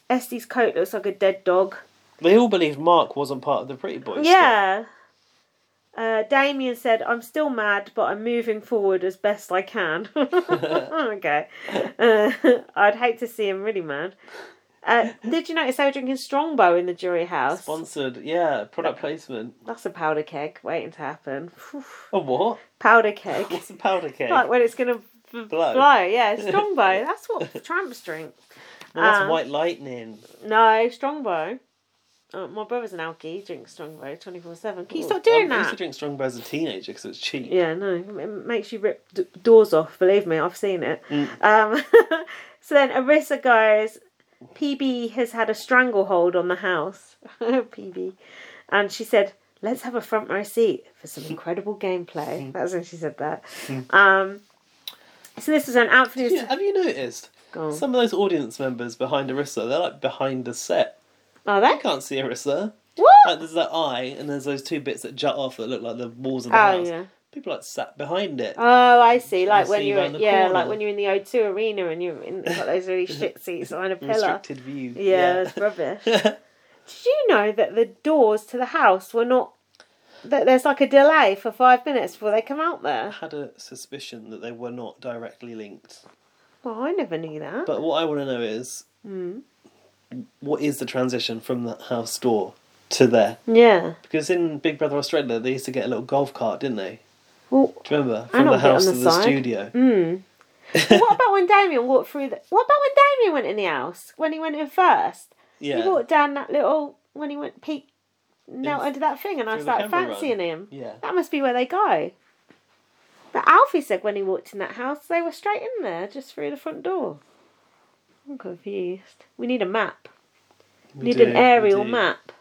[SPEAKER 2] Esty's coat looks like a dead dog.
[SPEAKER 1] They all believed Mark wasn't part of the Pretty Boys.
[SPEAKER 2] Yeah. Uh, Damien said, I'm still mad, but I'm moving forward as best I can. okay. Uh, I'd hate to see him really mad. Uh, did you notice they were drinking Strongbow in the jury house?
[SPEAKER 1] Sponsored. Yeah, product placement.
[SPEAKER 2] That's a powder keg waiting to happen. Phew.
[SPEAKER 1] A what?
[SPEAKER 2] Powder keg.
[SPEAKER 1] What's a powder cake?
[SPEAKER 2] like when it's gonna b- blow.
[SPEAKER 1] Blow.
[SPEAKER 2] Yeah, strongbow. That's what tramps drink.
[SPEAKER 1] No, that's
[SPEAKER 2] um,
[SPEAKER 1] white lightning.
[SPEAKER 2] No, strongbow. Uh, my brother's an alky. He drinks strongbow twenty four seven. Can you stop
[SPEAKER 1] Um,
[SPEAKER 2] doing
[SPEAKER 1] I used to
[SPEAKER 2] that?
[SPEAKER 1] drink Strongbow as a teenager because it was cheap.
[SPEAKER 2] Yeah, no, it makes you rip d- doors off. Believe me, I've seen it.
[SPEAKER 1] Mm.
[SPEAKER 2] Um, so then Arissa goes. PB has had a stranglehold on the house. PB, and she said, "Let's have a front row seat for some incredible gameplay."
[SPEAKER 1] Mm.
[SPEAKER 2] That's when she said that. Um, so this was an Anthony.
[SPEAKER 1] Yeah, have you noticed?
[SPEAKER 2] Go on.
[SPEAKER 1] Some of those audience members behind Arissa, they're like behind the set.
[SPEAKER 2] Are
[SPEAKER 1] I
[SPEAKER 2] they?
[SPEAKER 1] can't see Arissa.
[SPEAKER 2] What?
[SPEAKER 1] Like there's that eye, and there's those two bits that jut off that look like the walls of the
[SPEAKER 2] Oh
[SPEAKER 1] house.
[SPEAKER 2] yeah.
[SPEAKER 1] People like sat behind it.
[SPEAKER 2] Oh, I see. Like
[SPEAKER 1] see
[SPEAKER 2] when you're
[SPEAKER 1] round the
[SPEAKER 2] yeah,
[SPEAKER 1] corner.
[SPEAKER 2] like when you're in the O2 arena and you're in it's got those really shit seats on a pillar.
[SPEAKER 1] Restricted view.
[SPEAKER 2] Yeah, it's rubbish. Did
[SPEAKER 1] Yeah.
[SPEAKER 2] you know that the doors to the house were not? That there's like a delay for five minutes before they come out there.
[SPEAKER 1] had a suspicion that they were not directly linked.
[SPEAKER 2] Well, I never knew that.
[SPEAKER 1] But what I want to know is what is the transition from that house door to there?
[SPEAKER 2] yeah.
[SPEAKER 1] Because in Big Brother Australia, they used to get a little golf cart, didn't they?
[SPEAKER 2] Well,
[SPEAKER 1] Do you remember?
[SPEAKER 2] I
[SPEAKER 1] From
[SPEAKER 2] know
[SPEAKER 1] the
[SPEAKER 2] a bit on
[SPEAKER 1] house
[SPEAKER 2] the
[SPEAKER 1] to the
[SPEAKER 2] side.
[SPEAKER 1] studio.
[SPEAKER 2] what about when Damien walked through the? What about when Damien went in the house? When he went in first, he
[SPEAKER 1] Yeah.
[SPEAKER 2] walked down that little. When he went peek, knelt
[SPEAKER 1] Yes.
[SPEAKER 2] under that thing, and I
[SPEAKER 1] Through the
[SPEAKER 2] started
[SPEAKER 1] camera run.
[SPEAKER 2] fancying him.
[SPEAKER 1] Yeah.
[SPEAKER 2] That must be where they go. But Alfie said when he walked in that house, they were straight in there, just through the front door. I'm confused. We need a map. We need
[SPEAKER 1] do,
[SPEAKER 2] an aerial
[SPEAKER 1] we do.
[SPEAKER 2] map.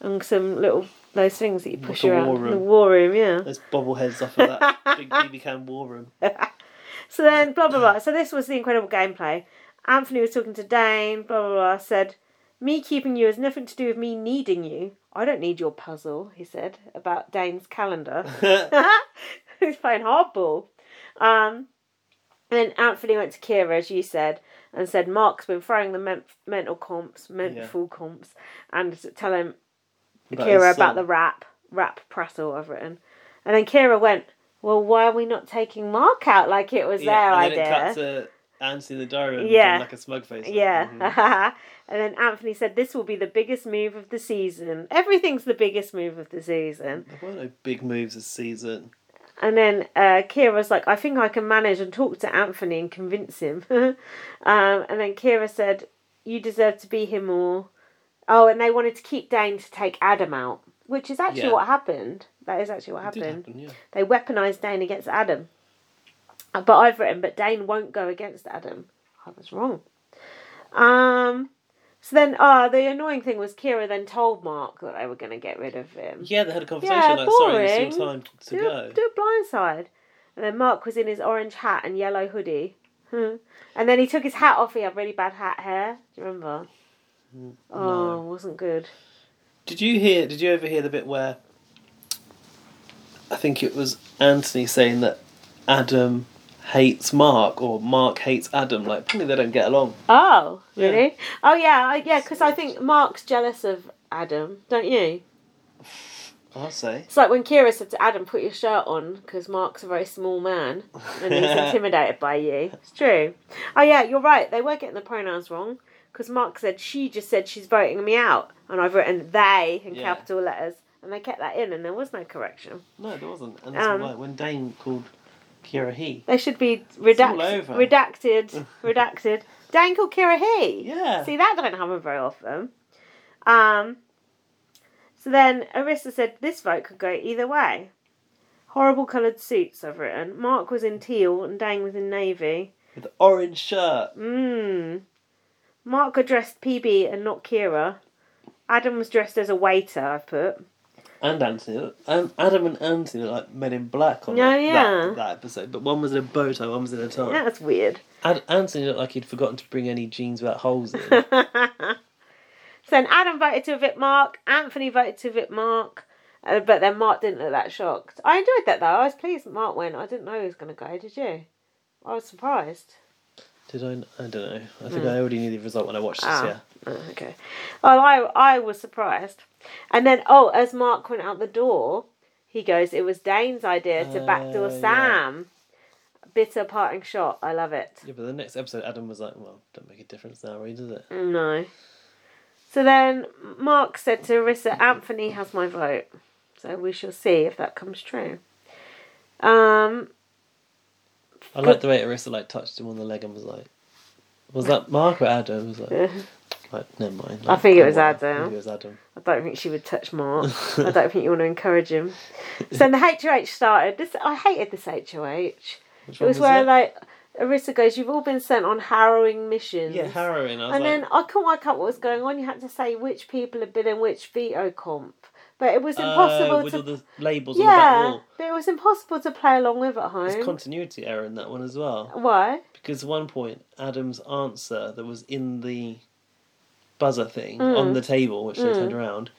[SPEAKER 2] And some little, those things that you push
[SPEAKER 1] the
[SPEAKER 2] around.
[SPEAKER 1] war
[SPEAKER 2] The
[SPEAKER 1] room.
[SPEAKER 2] war room, yeah.
[SPEAKER 1] Those bobbleheads off of that big BB can war room.
[SPEAKER 2] So then, blah, blah, blah. So this was the incredible gameplay. Anthony was talking to Dane, blah, blah, blah. Said, Me keeping you has nothing to do with me needing you. I don't need your puzzle, he said, about Dane's calendar. He's playing hardball. Um, and then Anthony went to Kira, as you said, and said Mark's been throwing the men- mental comps, mental comps, and s- tell him
[SPEAKER 1] About his son.
[SPEAKER 2] Kira about the rap, rap prattle I've written. And then Kira went, "Well, why are we not taking Mark out like it was
[SPEAKER 1] yeah,
[SPEAKER 2] their
[SPEAKER 1] and then
[SPEAKER 2] idea?"
[SPEAKER 1] it cut to Anthony in the diary room
[SPEAKER 2] Yeah.
[SPEAKER 1] doing like a smug face. like,
[SPEAKER 2] Yeah.
[SPEAKER 1] mhm.
[SPEAKER 2] and then Anthony said, This will be the biggest move of the season. Everything's the biggest move of the season.
[SPEAKER 1] There were no big moves this season.
[SPEAKER 2] And then uh, Kira's like, I think I can manage and talk to Anthony and convince him. um, and then Kira said, You deserve to be here more. Oh, and they wanted to keep Dane to take Adam out, which is actually
[SPEAKER 1] Yeah.
[SPEAKER 2] what happened. That is actually what
[SPEAKER 1] It did
[SPEAKER 2] happened.
[SPEAKER 1] happen, yeah.
[SPEAKER 2] They weaponized Dane against Adam. Uh, But I've written, but Dane won't go against Adam. I was wrong. Um, so then, ah, the annoying thing was Kira then told Mark that they were going to get rid of him.
[SPEAKER 1] Yeah, they had a conversation
[SPEAKER 2] Yeah,
[SPEAKER 1] like, sorry,
[SPEAKER 2] boring.
[SPEAKER 1] it's your time to
[SPEAKER 2] Do
[SPEAKER 1] go.
[SPEAKER 2] a, do a blindside. And then Mark was in his orange hat and yellow hoodie. Hmm. and then he took his hat off. He had really bad hat hair. Do you remember?
[SPEAKER 1] Mm,
[SPEAKER 2] Oh, wasn't good.
[SPEAKER 1] Did you hear? Did you ever hear the bit where I think it was Anthony saying that Adam hates Mark or Mark hates Adam. Like probably they don't get along.
[SPEAKER 2] Oh,
[SPEAKER 1] Yeah.
[SPEAKER 2] really? Oh, yeah, I- yeah. Because I think Mark's jealous of Adam, don't you?
[SPEAKER 1] I'll say.
[SPEAKER 2] It's like when Kira said to Adam, "Put your shirt on," because Mark's a very small man and he's intimidated by you. It's true. Oh, yeah, you're right. They were getting the pronouns wrong because Mark said she just said she's voting me out, and I've written they in
[SPEAKER 1] Yeah.
[SPEAKER 2] capital letters, and they kept that in, and there was no correction.
[SPEAKER 1] No, there wasn't. And that's
[SPEAKER 2] Um,
[SPEAKER 1] why when Dane called Kira he.
[SPEAKER 2] They should be
[SPEAKER 1] all
[SPEAKER 2] redact-
[SPEAKER 1] over.
[SPEAKER 2] redacted, redacted. Dan called Kira he.
[SPEAKER 1] Yeah.
[SPEAKER 2] See, that don't happen very often. Um, so then Arista said this vote could go either way. Horrible coloured suits, I've written. Mark was in teal and Dang was in navy.
[SPEAKER 1] With the orange shirt.
[SPEAKER 2] Mmm. Mark addressed PB and not Kira. Adam was dressed as a waiter, I've put.
[SPEAKER 1] And Anthony. Um, Adam and Anthony are like men in black on
[SPEAKER 2] Yeah,
[SPEAKER 1] that,
[SPEAKER 2] yeah.
[SPEAKER 1] that, that episode. But one was in a bow tie, one was in a tie.
[SPEAKER 2] That's weird.
[SPEAKER 1] Ad- Anthony looked like he'd forgotten to bring any jeans without holes in.
[SPEAKER 2] so then Adam voted to evict Mark. Anthony voted to evict Mark. Uh, but then Mark didn't look that shocked. I enjoyed that though. I was pleased that Mark went. I didn't know he was going to go, did you? I was surprised.
[SPEAKER 1] Did I? I don't know. I think I already knew the result when I watched this.
[SPEAKER 2] Hmm. Ah.
[SPEAKER 1] Yeah.
[SPEAKER 2] Oh, okay. Well, I, I was surprised. And then, oh, as Mark went out the door, he goes, it was Dane's idea to
[SPEAKER 1] Uh,
[SPEAKER 2] backdoor
[SPEAKER 1] yeah.
[SPEAKER 2] Sam. Bitter parting shot. I love it.
[SPEAKER 1] Yeah, but the next episode, Adam was like, "Well, don't make a difference now, really, does it?"
[SPEAKER 2] No. So then Mark said to Arissa, Anthony has my vote. So we shall see if that comes true. Um,
[SPEAKER 1] I like the way Arissa like touched him on the leg and was like, "Was that Mark or Adam?" I was like,
[SPEAKER 2] I
[SPEAKER 1] like "Never mind."
[SPEAKER 2] I think it
[SPEAKER 1] like,
[SPEAKER 2] was
[SPEAKER 1] whatever.
[SPEAKER 2] Adam.
[SPEAKER 1] Maybe it was Adam.
[SPEAKER 2] don't think she would touch Mark. I don't think you want to encourage him. So then the HOH started. This I hated this HOH.
[SPEAKER 1] Which
[SPEAKER 2] It
[SPEAKER 1] one
[SPEAKER 2] was where
[SPEAKER 1] it?
[SPEAKER 2] like Arissa goes, You've all been sent on harrowing missions.
[SPEAKER 1] yeah, harrowing. I was like,
[SPEAKER 2] and then I couldn't work out what was going on. You had to say which people had been in which veto comp. But it was impossible
[SPEAKER 1] uh, with
[SPEAKER 2] to
[SPEAKER 1] all the labels on the back
[SPEAKER 2] Yeah,
[SPEAKER 1] wall.
[SPEAKER 2] but it was impossible to play along with at home.
[SPEAKER 1] There's continuity error in that one as well
[SPEAKER 2] Why?
[SPEAKER 1] because at one point Adam's answer that was in the buzzer thing
[SPEAKER 2] Mm.
[SPEAKER 1] on the table, which they turned around.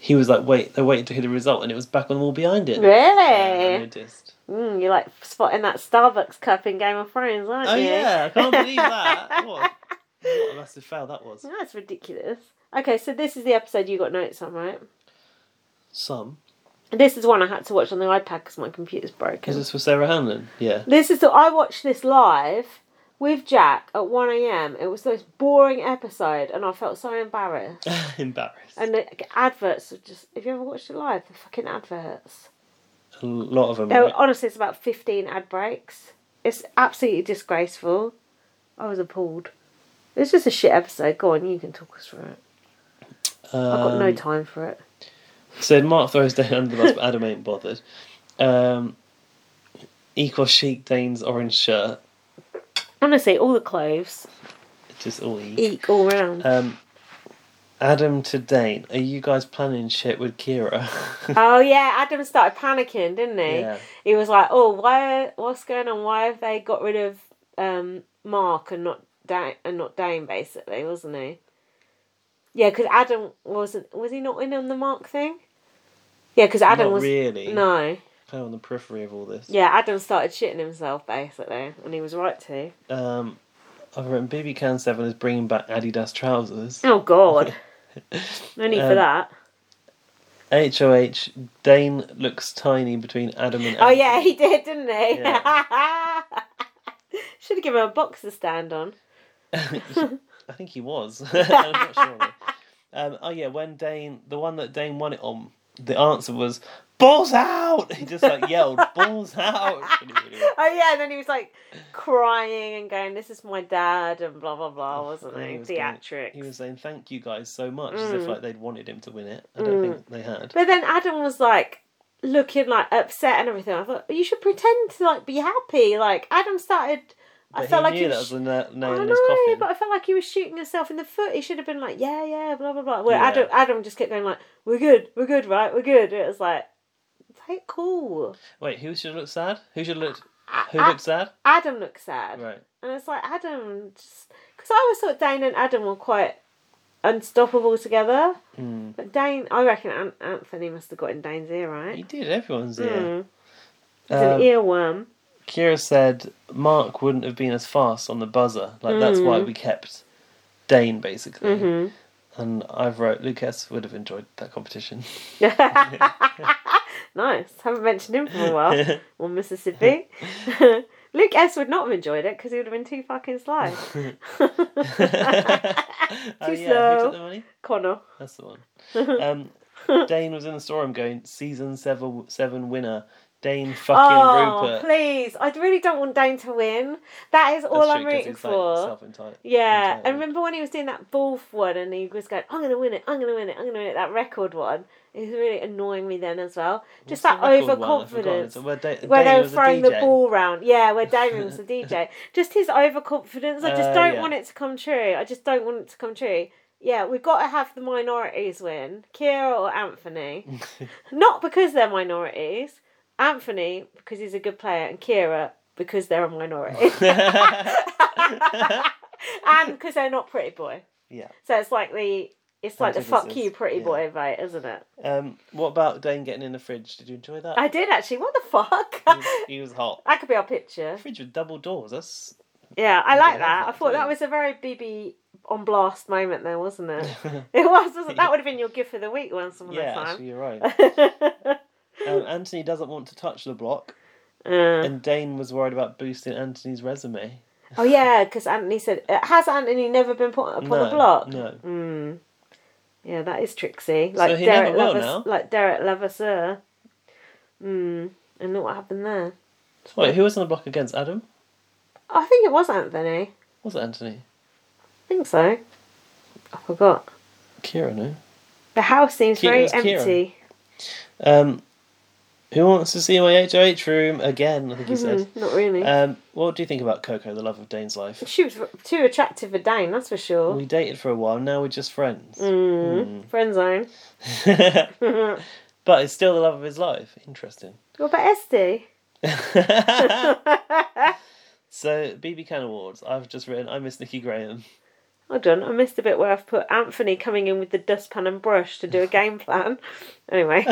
[SPEAKER 1] He was like, "Wait, they're waiting to hear the result," and it was back on the wall behind him. Yeah, I
[SPEAKER 2] Really?
[SPEAKER 1] noticed.
[SPEAKER 2] Mm, you're like spotting that Starbucks cup in Game of Thrones, aren't
[SPEAKER 1] Oh
[SPEAKER 2] you?
[SPEAKER 1] yeah, I can't believe that. What? what a massive fail that was.
[SPEAKER 2] That's ridiculous. Okay, so this is the episode you got notes on, right?
[SPEAKER 1] Some.
[SPEAKER 2] This is one I had to watch on the iPad because my computer's
[SPEAKER 1] Is
[SPEAKER 2] broken.
[SPEAKER 1] this for Sarah Hanlon? Yeah.
[SPEAKER 2] This is the I watched this live with Jack at one a.m. It was the most boring episode, and I felt so embarrassed.
[SPEAKER 1] Embarrassed.
[SPEAKER 2] And the adverts were just. Have you ever watched it live? The fucking adverts.
[SPEAKER 1] a lot of them.
[SPEAKER 2] There were,
[SPEAKER 1] right?
[SPEAKER 2] Oh, honestly, it's about 15 ad breaks. It's absolutely disgraceful. I was appalled. It was just a shit episode. Go on, you can talk us through it. I've got no
[SPEAKER 1] Um,
[SPEAKER 2] time for it.
[SPEAKER 1] So Mark throws Dane under the bus, but Adam ain't bothered. Um, equal chic Dane's orange shirt.
[SPEAKER 2] Honestly, all the clothes
[SPEAKER 1] It's Just oh, all eek.
[SPEAKER 2] eek all round.
[SPEAKER 1] Um, Adam to Dane, are you guys planning shit with Kira?
[SPEAKER 2] oh yeah, Adam started panicking, didn't he?
[SPEAKER 1] Yeah.
[SPEAKER 2] He was like, "Oh, why? What's going on? Why have they got rid of um, Mark and not Dane and not Dane?" Basically, wasn't he? Yeah, because Adam wasn't. Was he not in on the Mark thing? Yeah, because Adam
[SPEAKER 1] Not
[SPEAKER 2] was
[SPEAKER 1] really.
[SPEAKER 2] no.
[SPEAKER 1] Kind of on the periphery of all this.
[SPEAKER 2] Yeah, Adam started shitting himself basically, and he was right to.
[SPEAKER 1] Um, I've written BB Can 7 is bringing back Adidas trousers.
[SPEAKER 2] Oh God, no need for
[SPEAKER 1] Um,
[SPEAKER 2] that.
[SPEAKER 1] HOH, Dane looks tiny between Adam and
[SPEAKER 2] Oh
[SPEAKER 1] Anthony.
[SPEAKER 2] yeah, he did, didn't he? Should have given him a box to stand on.
[SPEAKER 1] I think he was. I'm not sure. Um, oh, yeah, when Dane, the one that Dane won it on, the answer was, Balls out! He just like yelled, Balls out! And it really-
[SPEAKER 2] Oh yeah, and then he was like crying and going, "This is my dad," and blah blah blah, wasn't
[SPEAKER 1] and
[SPEAKER 2] he?
[SPEAKER 1] Oh, was going-
[SPEAKER 2] Theatrics.
[SPEAKER 1] he was saying, Thank you guys so much, as if like they'd wanted him to win it. I don't think they had.
[SPEAKER 2] Mm. But then Adam was like looking like upset and everything. I thought you should pretend to like be happy. Like Adam started. I
[SPEAKER 1] But
[SPEAKER 2] felt
[SPEAKER 1] he
[SPEAKER 2] like
[SPEAKER 1] knew
[SPEAKER 2] he
[SPEAKER 1] that
[SPEAKER 2] was
[SPEAKER 1] was the na- nail
[SPEAKER 2] I
[SPEAKER 1] in
[SPEAKER 2] know,
[SPEAKER 1] his coffin.
[SPEAKER 2] but I felt like he was shooting himself in the foot. He should have been like, yeah, yeah, blah, blah, blah. Where
[SPEAKER 1] Yeah.
[SPEAKER 2] Adam, Adam just kept going like, we're good, we're good, right, we're good. It was like, take cool.
[SPEAKER 1] Wait, who should have looked sad? Who should have looked. Who
[SPEAKER 2] I-
[SPEAKER 1] looked sad?
[SPEAKER 2] Adam looked sad.
[SPEAKER 1] Right.
[SPEAKER 2] And it's like, Adam, just... Because I always thought Dane and Adam were quite unstoppable together.
[SPEAKER 1] Mm.
[SPEAKER 2] But Dane, I reckon An- Anthony must have got in Dane's ear,
[SPEAKER 1] He
[SPEAKER 2] right?
[SPEAKER 1] did, everyone's
[SPEAKER 2] Mm.
[SPEAKER 1] here.
[SPEAKER 2] It's an earworm.
[SPEAKER 1] Um, Kira said Mark wouldn't have been as fast on the buzzer. Like that's
[SPEAKER 2] Mm.
[SPEAKER 1] why we kept Dane basically.
[SPEAKER 2] Mm-hmm.
[SPEAKER 1] And I've wrote Lucas would have enjoyed that competition.
[SPEAKER 2] Nice. Haven't mentioned him for a while. or Mississippi. Luke S would not have enjoyed it because he would have been too fucking sly.
[SPEAKER 1] oh yeah, who
[SPEAKER 2] slow.
[SPEAKER 1] took the money?
[SPEAKER 2] Connor.
[SPEAKER 1] That's the one. Um, Dane was in the store. I'm going season seven seven winner. Dane fucking
[SPEAKER 2] Oh,
[SPEAKER 1] Rupert.
[SPEAKER 2] please. I really don't want Dane to win. That is all
[SPEAKER 1] That's
[SPEAKER 2] I'm
[SPEAKER 1] true, 'cause
[SPEAKER 2] rooting
[SPEAKER 1] he's, like,
[SPEAKER 2] for.
[SPEAKER 1] self-entitled.
[SPEAKER 2] Yeah,
[SPEAKER 1] entitled.
[SPEAKER 2] and remember when he was doing that Wolf one and he was going, I'm going to win it, I'm going to win it, I'm going to win it, that record one. It was really annoying me then as well. Just
[SPEAKER 1] What's
[SPEAKER 2] that
[SPEAKER 1] the record one? I've forgotten.
[SPEAKER 2] overconfidence.
[SPEAKER 1] It's Where, da-
[SPEAKER 2] Where
[SPEAKER 1] Dane
[SPEAKER 2] they were
[SPEAKER 1] was a
[SPEAKER 2] throwing the
[SPEAKER 1] DJ.
[SPEAKER 2] ball round. Yeah, where Damien was the DJ. Just his overconfidence. I just
[SPEAKER 1] Uh,
[SPEAKER 2] don't
[SPEAKER 1] yeah.
[SPEAKER 2] want it to come true. I just don't want it to come true. Yeah, we've got to have the minorities win. Kira or Anthony. Not because they're minorities. Anthony, because he's a good player, and Kira, because they're a minority. and because they're not pretty boy.
[SPEAKER 1] Yeah.
[SPEAKER 2] So it's like the it's like the fuck
[SPEAKER 1] Antithesis,
[SPEAKER 2] you pretty
[SPEAKER 1] yeah.
[SPEAKER 2] boy vote, isn't it?
[SPEAKER 1] Um, what about Dane getting in the fridge? Did you enjoy that?
[SPEAKER 2] I did actually. What the fuck?
[SPEAKER 1] He was- he was hot.
[SPEAKER 2] that could be our picture.
[SPEAKER 1] Fridge with double doors. That's
[SPEAKER 2] Yeah, I
[SPEAKER 1] You
[SPEAKER 2] like
[SPEAKER 1] don't have
[SPEAKER 2] that.
[SPEAKER 1] that,
[SPEAKER 2] I thought
[SPEAKER 1] do
[SPEAKER 2] that
[SPEAKER 1] you?
[SPEAKER 2] was a very BB on blast moment, there, wasn't it? it was. Wasn't, that would have been your gift of the week once upon
[SPEAKER 1] yeah.
[SPEAKER 2] a time.
[SPEAKER 1] Actually, you're right. Um, Anthony doesn't want to touch the block,
[SPEAKER 2] Uh,
[SPEAKER 1] and Dane was worried about boosting Anthony's resume.
[SPEAKER 2] oh yeah, because Anthony said, uh, "Has Anthony never been put upon
[SPEAKER 1] no,
[SPEAKER 2] the block?"
[SPEAKER 1] No.
[SPEAKER 2] Mm. Yeah, that is tricksy. Like
[SPEAKER 1] he never
[SPEAKER 2] Derek
[SPEAKER 1] will
[SPEAKER 2] Levis,
[SPEAKER 1] now?
[SPEAKER 2] like Derek Levasseur. Mm. And look what happened there. Oh,
[SPEAKER 1] Wait, who was on the block against Adam?
[SPEAKER 2] I think it was Anthony.
[SPEAKER 1] Was it Anthony?
[SPEAKER 2] I think so. I forgot.
[SPEAKER 1] Kira, no.
[SPEAKER 2] The house seems
[SPEAKER 1] Kieran-
[SPEAKER 2] very
[SPEAKER 1] it's Kieran.
[SPEAKER 2] empty.
[SPEAKER 1] Um, who wants to see my HOH room again? I think he said.
[SPEAKER 2] Mm, Not really.
[SPEAKER 1] Um, what do you think about Coco, the love of Dane's life?
[SPEAKER 2] she was too attractive for Dane, that's for sure.
[SPEAKER 1] We dated for a while, now we're just friends.
[SPEAKER 2] Mm. Friend zone. Mm.
[SPEAKER 1] but it's still the love of his life. Interesting.
[SPEAKER 2] What about Esty?
[SPEAKER 1] so, BB Can Awards. I've just written, I miss Nikki Graham.
[SPEAKER 2] Hold on, I missed a bit where I've put Anthony coming in with the dustpan and brush to do a game plan. Anyway,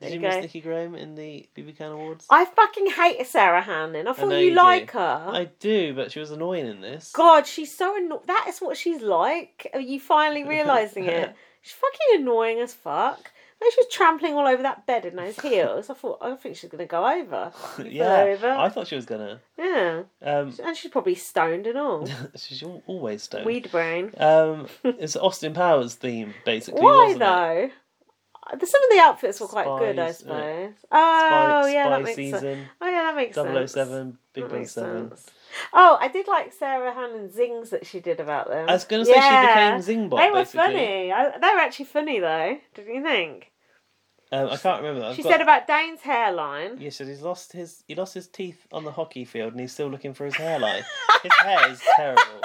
[SPEAKER 1] Did
[SPEAKER 2] you
[SPEAKER 1] you
[SPEAKER 2] go.
[SPEAKER 1] miss Nikki Graham in the BB Can Awards?
[SPEAKER 2] I fucking hate Sarah Hannon. I thought
[SPEAKER 1] know
[SPEAKER 2] you,
[SPEAKER 1] you do.
[SPEAKER 2] like her.
[SPEAKER 1] I do, but she was annoying in this.
[SPEAKER 2] God, she's so annoying. That is what she's like. Are you finally realising it? She's fucking annoying as fuck. Then she was trampling all over that bed in those heels. I thought, I think she's going to go over. You fell
[SPEAKER 1] yeah,
[SPEAKER 2] over.
[SPEAKER 1] I thought she was gonna.
[SPEAKER 2] Yeah.
[SPEAKER 1] Um,
[SPEAKER 2] And she's probably stoned and all.
[SPEAKER 1] she's al- always stoned.
[SPEAKER 2] Weed brain.
[SPEAKER 1] Um, it's Austin Powers theme, basically.
[SPEAKER 2] Why
[SPEAKER 1] wasn't It?
[SPEAKER 2] though? The- Some of the outfits were quite good, I
[SPEAKER 1] Spies, yeah.
[SPEAKER 2] suppose. Oh
[SPEAKER 1] Spy,
[SPEAKER 2] yeah,
[SPEAKER 1] Spy
[SPEAKER 2] that makes sense.
[SPEAKER 1] season,
[SPEAKER 2] Oh yeah, that makes sense.
[SPEAKER 1] 007, Big
[SPEAKER 2] That
[SPEAKER 1] Bang
[SPEAKER 2] makes
[SPEAKER 1] 7.
[SPEAKER 2] sense. Oh, I did like Sarah Hannon's zings that she did about them.
[SPEAKER 1] I was going to say she became Zingbot,
[SPEAKER 2] They were
[SPEAKER 1] basically.
[SPEAKER 2] funny. I, they were actually funny though. Did you think?
[SPEAKER 1] Um, I can't remember. I've
[SPEAKER 2] she
[SPEAKER 1] got-
[SPEAKER 2] said about Dane's hairline.
[SPEAKER 1] Yeah, so he's lost his he lost his teeth on the hockey field, and he's still looking for his hairline. his hair is terrible.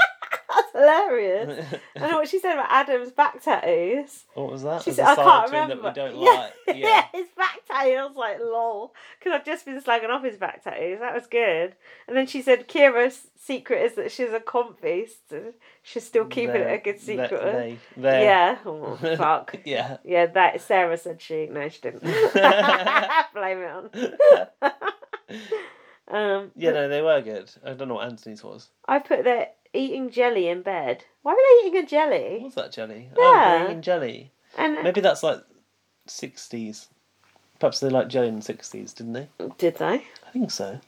[SPEAKER 2] That's hilarious. I know what she said about Adam's back tattoos.
[SPEAKER 1] what was that?
[SPEAKER 2] She
[SPEAKER 1] There's
[SPEAKER 2] said,
[SPEAKER 1] a
[SPEAKER 2] I can't
[SPEAKER 1] side to him
[SPEAKER 2] remember.
[SPEAKER 1] That we don't
[SPEAKER 2] yeah.
[SPEAKER 1] like.
[SPEAKER 2] yeah,
[SPEAKER 1] Yeah.
[SPEAKER 2] his back tattoo. I was like, lol. Because I've just been slagging off his back tattoos. That was good. And then she said, Kira's secret is that she's a comp beast. and She's still keeping
[SPEAKER 1] They're-
[SPEAKER 2] it a good secret.
[SPEAKER 1] They, they,
[SPEAKER 2] yeah. Oh, fuck.
[SPEAKER 1] yeah.
[SPEAKER 2] Yeah, that Sarah said she. No, she didn't. Blame it on. um,
[SPEAKER 1] Yeah, no, they were good. I don't know what Anthony's was.
[SPEAKER 2] I put that eating jelly in bed. Why were they eating a jelly?
[SPEAKER 1] What's that jelly? Oh,
[SPEAKER 2] Yeah.
[SPEAKER 1] they're eating jelly.
[SPEAKER 2] And uh,
[SPEAKER 1] Maybe that's like sixties. Perhaps they liked jelly in the sixties, didn't they?
[SPEAKER 2] did they?
[SPEAKER 1] I think so.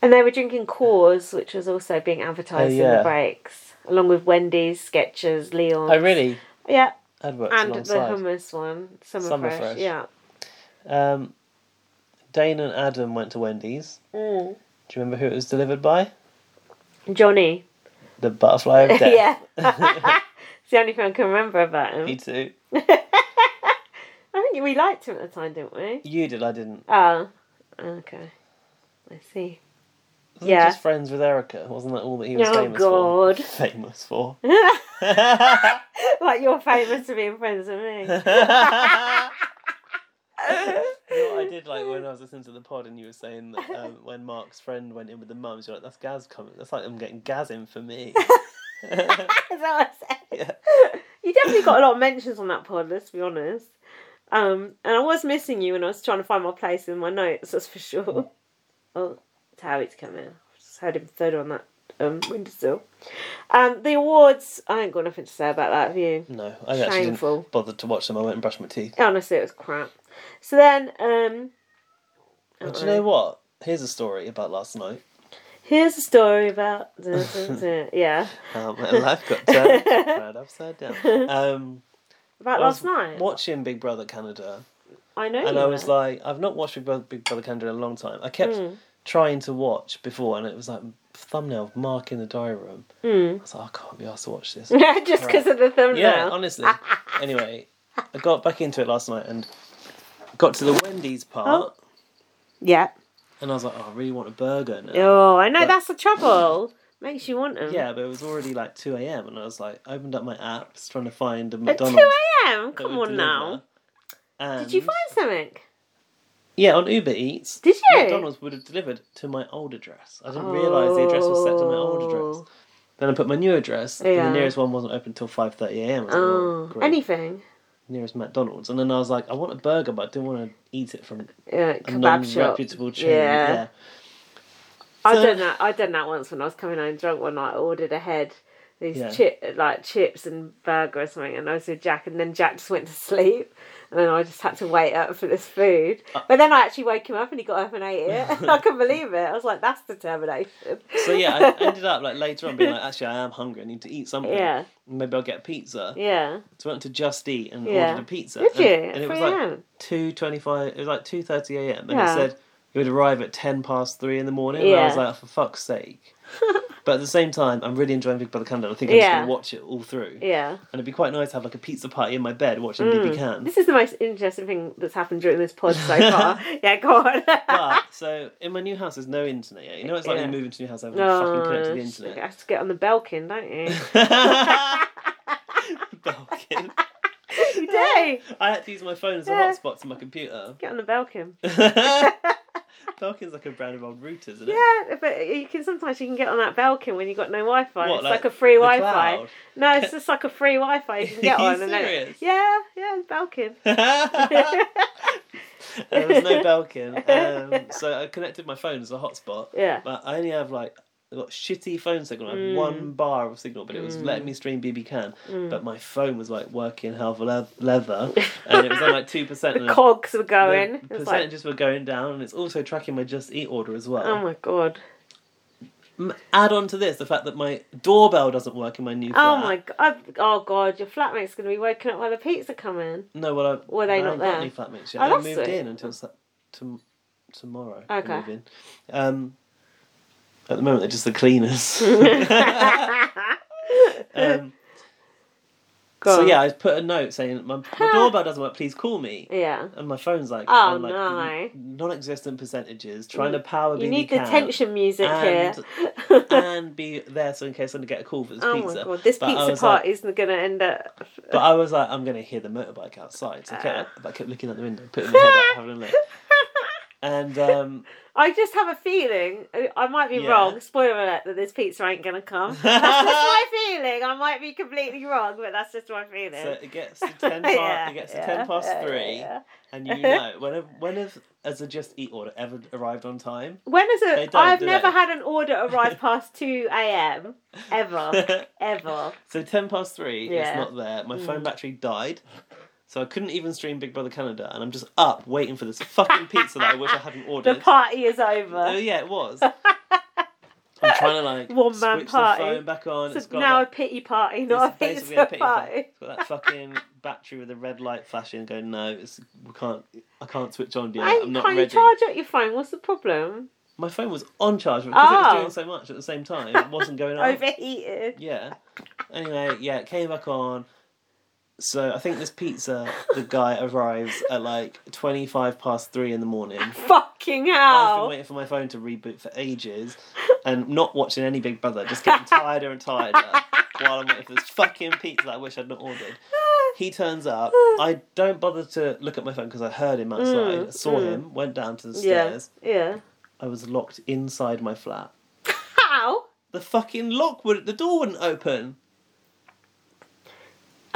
[SPEAKER 2] And they were drinking Coors, which was also being advertised
[SPEAKER 1] Oh,
[SPEAKER 2] in the
[SPEAKER 1] yeah.
[SPEAKER 2] breaks, along with Wendy's, Skechers, Leon.
[SPEAKER 1] I really
[SPEAKER 2] Yeah,
[SPEAKER 1] had worked
[SPEAKER 2] and the
[SPEAKER 1] alongside.
[SPEAKER 2] hummus one, summer,
[SPEAKER 1] Summer
[SPEAKER 2] fresh.
[SPEAKER 1] Fresh.
[SPEAKER 2] Yeah.
[SPEAKER 1] um, Dane and Adam went to Wendy's. Do you remember who it was delivered by?
[SPEAKER 2] Johnny.
[SPEAKER 1] The Butterfly of Death.
[SPEAKER 2] Yeah. it's the only thing I can remember about him.
[SPEAKER 1] Me too.
[SPEAKER 2] I think we liked him at the time, didn't we?
[SPEAKER 1] You did, I didn't.
[SPEAKER 2] Oh, okay. I see.
[SPEAKER 1] Wasn't
[SPEAKER 2] Yeah.
[SPEAKER 1] he just friends with Erica. Wasn't that all that he was
[SPEAKER 2] Oh,
[SPEAKER 1] famous
[SPEAKER 2] God.
[SPEAKER 1] for? Famous for.
[SPEAKER 2] like you're famous for being friends with me.
[SPEAKER 1] You know what I did like when I was listening to the pod and you were saying that um, when Mark's friend went in with the mums, you're like, that's Gaz coming. That's like them getting Gaz in for me.
[SPEAKER 2] That's what I said. You definitely got a lot of mentions on that pod. Let's be honest. Um, and I was missing you when I was trying to find my place in my notes, that's for
[SPEAKER 1] Mm.
[SPEAKER 2] sure. Oh, Towie's coming. I just had him third on that um, windowsill. Um, the awards, I ain't got nothing to say about that, have you?
[SPEAKER 1] No, I actually
[SPEAKER 2] Shameful.
[SPEAKER 1] didn't bother to watch them. I went and brushed my teeth.
[SPEAKER 2] Honestly, it was crap. So then, um,
[SPEAKER 1] But do you know what? Here's a story about last night.
[SPEAKER 2] here's a story about. yeah.
[SPEAKER 1] Um, my life got turned right upside down. Um,
[SPEAKER 2] About
[SPEAKER 1] I was
[SPEAKER 2] last night.
[SPEAKER 1] Watching Big Brother Canada,
[SPEAKER 2] I know.
[SPEAKER 1] and
[SPEAKER 2] you
[SPEAKER 1] I was
[SPEAKER 2] were.
[SPEAKER 1] like, I've not watched Big Brother, Big Brother Canada in a long time. I kept
[SPEAKER 2] Hmm.
[SPEAKER 1] trying to watch before, and it was like thumbnail of Mark in the diary room.
[SPEAKER 2] Hmm.
[SPEAKER 1] I was like, I can't be asked to watch this.
[SPEAKER 2] just because of the thumbnail.
[SPEAKER 1] Yeah, honestly. anyway, I got back into it last night and got to the Wendy's part,
[SPEAKER 2] yeah.
[SPEAKER 1] and I was like, oh, I really want a burger now.
[SPEAKER 2] Oh, I know
[SPEAKER 1] But-
[SPEAKER 2] that's the trouble. Makes you want them.
[SPEAKER 1] Yeah, but it was already like 2 a.m., and I was like, I opened up my apps trying to find a
[SPEAKER 2] At two
[SPEAKER 1] McDonald's.
[SPEAKER 2] a.m.
[SPEAKER 1] that would
[SPEAKER 2] Come on
[SPEAKER 1] deliver,
[SPEAKER 2] now.
[SPEAKER 1] And
[SPEAKER 2] Did you find something?
[SPEAKER 1] Yeah, on Uber Eats.
[SPEAKER 2] Did you?
[SPEAKER 1] McDonald's would have delivered to my old address. I didn't realise the address was set to my old address. Then I put my new address, and
[SPEAKER 2] Oh. Yeah.
[SPEAKER 1] the nearest one wasn't open until 5.30am. I was like,
[SPEAKER 2] Oh,
[SPEAKER 1] great.
[SPEAKER 2] anything?
[SPEAKER 1] Nearest McDonald's. And then I was like, I want a burger, but I didn't want to eat it from
[SPEAKER 2] Yeah,
[SPEAKER 1] a
[SPEAKER 2] Uh, kebab shop.
[SPEAKER 1] non-reputable chain.
[SPEAKER 2] Yeah.
[SPEAKER 1] yeah.
[SPEAKER 2] I
[SPEAKER 1] So-
[SPEAKER 2] done that. I done that once when I was coming home drunk one night. I ordered ahead these
[SPEAKER 1] Yeah.
[SPEAKER 2] chip like chips and burger or something, and I was with Jack, and then Jack just went to sleep, and then I just had to wait up for this food.
[SPEAKER 1] Uh,
[SPEAKER 2] but then I actually woke him up, and he got up and ate it. I couldn't believe it. I was like, "That's determination."
[SPEAKER 1] So yeah, I ended up like later on being like, actually, I am hungry. I need to eat something.
[SPEAKER 2] Yeah.
[SPEAKER 1] Maybe I'll get a pizza.
[SPEAKER 2] yeah.
[SPEAKER 1] So I went to Just Eat and
[SPEAKER 2] Yeah.
[SPEAKER 1] ordered a pizza.
[SPEAKER 2] Did
[SPEAKER 1] and,
[SPEAKER 2] you?
[SPEAKER 1] And it was like
[SPEAKER 2] 3am?
[SPEAKER 1] two twenty-five. It was like two thirty a.m. And
[SPEAKER 2] Yeah.
[SPEAKER 1] it said it would arrive at ten past three in the morning. And
[SPEAKER 2] Yeah.
[SPEAKER 1] I was like, for fuck's sake. but at the same time, I'm really enjoying Big Brother Canada. I think I'm just
[SPEAKER 2] Yeah.
[SPEAKER 1] gonna watch it all through.
[SPEAKER 2] Yeah. Mm.
[SPEAKER 1] And it'd be quite nice to have like a pizza party in my bed watching BB Can.
[SPEAKER 2] This is the most interesting thing that's happened during this pod so far. yeah, go on.
[SPEAKER 1] But so in my new house, there's no internet yet. You know, it's like
[SPEAKER 2] Yeah.
[SPEAKER 1] when you move into a new house, I have
[SPEAKER 2] No,
[SPEAKER 1] fucking connect to the
[SPEAKER 2] Oh, you
[SPEAKER 1] internet.
[SPEAKER 2] have to get on the Belkin, don't you?
[SPEAKER 1] Balkan.
[SPEAKER 2] you do.
[SPEAKER 1] I had to use my phone as a
[SPEAKER 2] Yeah.
[SPEAKER 1] hotspot to my computer.
[SPEAKER 2] Get on the Belkin.
[SPEAKER 1] Balkan's like a brand of old routers, isn't it?
[SPEAKER 2] Yeah, but you can sometimes you can get on that Belkin when you got no Wi-Fi.
[SPEAKER 1] What,
[SPEAKER 2] it's like,
[SPEAKER 1] like
[SPEAKER 2] a free
[SPEAKER 1] the
[SPEAKER 2] Wi-Fi.
[SPEAKER 1] cloud?
[SPEAKER 2] No, it's just like a free Wi-Fi you can
[SPEAKER 1] Are
[SPEAKER 2] get
[SPEAKER 1] you
[SPEAKER 2] on. and then-
[SPEAKER 1] serious?
[SPEAKER 2] yeah, yeah, it's Belkin.
[SPEAKER 1] there was no Belkin. Um, so I connected my phone as a hotspot.
[SPEAKER 2] Yeah. Mm.
[SPEAKER 1] But I only have like I've got shitty phone signal. I have one bar of signal, but it was letting me stream BB Can. But my phone was like working half a le- leather, and it was on like two percent.
[SPEAKER 2] The cogs were going. It was like,
[SPEAKER 1] percentages were going down, and it's also tracking my Just Eat order as well.
[SPEAKER 2] oh my god.
[SPEAKER 1] M- Add on to this the fact that my doorbell doesn't work in my new flat.
[SPEAKER 2] Oh my god. Oh god, your flatmate's gonna be waking up while the pizza come in.
[SPEAKER 1] No, well, I,
[SPEAKER 2] Were they
[SPEAKER 1] I
[SPEAKER 2] not
[SPEAKER 1] ain't got
[SPEAKER 2] there?
[SPEAKER 1] Any flatmates yet.
[SPEAKER 2] Oh,
[SPEAKER 1] they
[SPEAKER 2] that's
[SPEAKER 1] moved
[SPEAKER 2] sweet.
[SPEAKER 1] in until sa- tom tomorrow. they
[SPEAKER 2] Okay.
[SPEAKER 1] move in. Um, at the moment, they're just the cleaners. um,
[SPEAKER 2] Go
[SPEAKER 1] so
[SPEAKER 2] on.
[SPEAKER 1] yeah, I put a note saying my, my doorbell doesn't work. Please call me.
[SPEAKER 2] Yeah.
[SPEAKER 1] And my phone's like,
[SPEAKER 2] Oh,
[SPEAKER 1] on, like
[SPEAKER 2] no.
[SPEAKER 1] non-existent percentages, trying to power
[SPEAKER 2] You
[SPEAKER 1] BB
[SPEAKER 2] need the
[SPEAKER 1] Can
[SPEAKER 2] tension music
[SPEAKER 1] and-
[SPEAKER 2] here.
[SPEAKER 1] and be there so in case I get a call for this
[SPEAKER 2] oh
[SPEAKER 1] pizza.
[SPEAKER 2] my god, this
[SPEAKER 1] But I
[SPEAKER 2] pizza
[SPEAKER 1] was like-
[SPEAKER 2] party's isn't gonna end up.
[SPEAKER 1] But I was like, I'm going to hear the motorbike outside. So I
[SPEAKER 2] Uh.
[SPEAKER 1] kept, I kept looking out the window, putting my head out, having a look. And um,
[SPEAKER 2] I just have a feeling. uh, I might be
[SPEAKER 1] Yeah.
[SPEAKER 2] wrong. Spoiler alert that this pizza ain't gonna come. That's just my feeling. I might be completely wrong, but that's just my feeling.
[SPEAKER 1] so it gets to 10 past,
[SPEAKER 2] Yeah,
[SPEAKER 1] it gets to
[SPEAKER 2] yeah,
[SPEAKER 1] 10 past
[SPEAKER 2] yeah,
[SPEAKER 1] 3.
[SPEAKER 2] yeah, yeah.
[SPEAKER 1] And you know, when, have- when has has a Just Eat order ever arrived on time?
[SPEAKER 2] When is
[SPEAKER 1] They
[SPEAKER 2] it?
[SPEAKER 1] don't,
[SPEAKER 2] I've
[SPEAKER 1] do
[SPEAKER 2] never
[SPEAKER 1] they?
[SPEAKER 2] had an order arrive past two a.m. ever, ever.
[SPEAKER 1] so 10 past 3,
[SPEAKER 2] Yeah. Mm.
[SPEAKER 1] it's not there. My phone battery died. So I couldn't even stream Big Brother Canada. And I'm just up waiting for this fucking pizza that I wish I hadn't
[SPEAKER 2] The
[SPEAKER 1] ordered.
[SPEAKER 2] party is
[SPEAKER 1] Oh
[SPEAKER 2] over.
[SPEAKER 1] yeah, it was. I'm trying to like
[SPEAKER 2] One man
[SPEAKER 1] switch
[SPEAKER 2] party.
[SPEAKER 1] the phone back on.
[SPEAKER 2] It's
[SPEAKER 1] it's got
[SPEAKER 2] now
[SPEAKER 1] that,
[SPEAKER 2] a pity party, not a
[SPEAKER 1] it's
[SPEAKER 2] pizza
[SPEAKER 1] basically a pity
[SPEAKER 2] party.
[SPEAKER 1] phone. It's got that fucking battery with a red light flashing, going no, it's, we can't. I can't switch on. Yet.
[SPEAKER 2] I
[SPEAKER 1] I'm not
[SPEAKER 2] can't you
[SPEAKER 1] ready.
[SPEAKER 2] charge up your phone? What's the problem?
[SPEAKER 1] My phone was on charge because it
[SPEAKER 2] Oh.
[SPEAKER 1] was doing so much at the same time. It wasn't going on.
[SPEAKER 2] Overheated.
[SPEAKER 1] Yeah. Anyway, yeah, it came back on. So I think this pizza, the guy arrives at like twenty five past three in the morning.
[SPEAKER 2] Fucking
[SPEAKER 1] I've been
[SPEAKER 2] hell.
[SPEAKER 1] waiting for my phone to reboot for ages and not watching any Big Brother, just getting tireder and tireder while I'm waiting for this fucking pizza that I wish I'd not ordered. He turns up. I don't bother to look at my phone because I heard him outside, I saw him, went down to the
[SPEAKER 2] Mm, Yeah.
[SPEAKER 1] stairs.
[SPEAKER 2] Yeah.
[SPEAKER 1] I was locked inside my flat.
[SPEAKER 2] How?
[SPEAKER 1] The fucking lock would the door wouldn't open.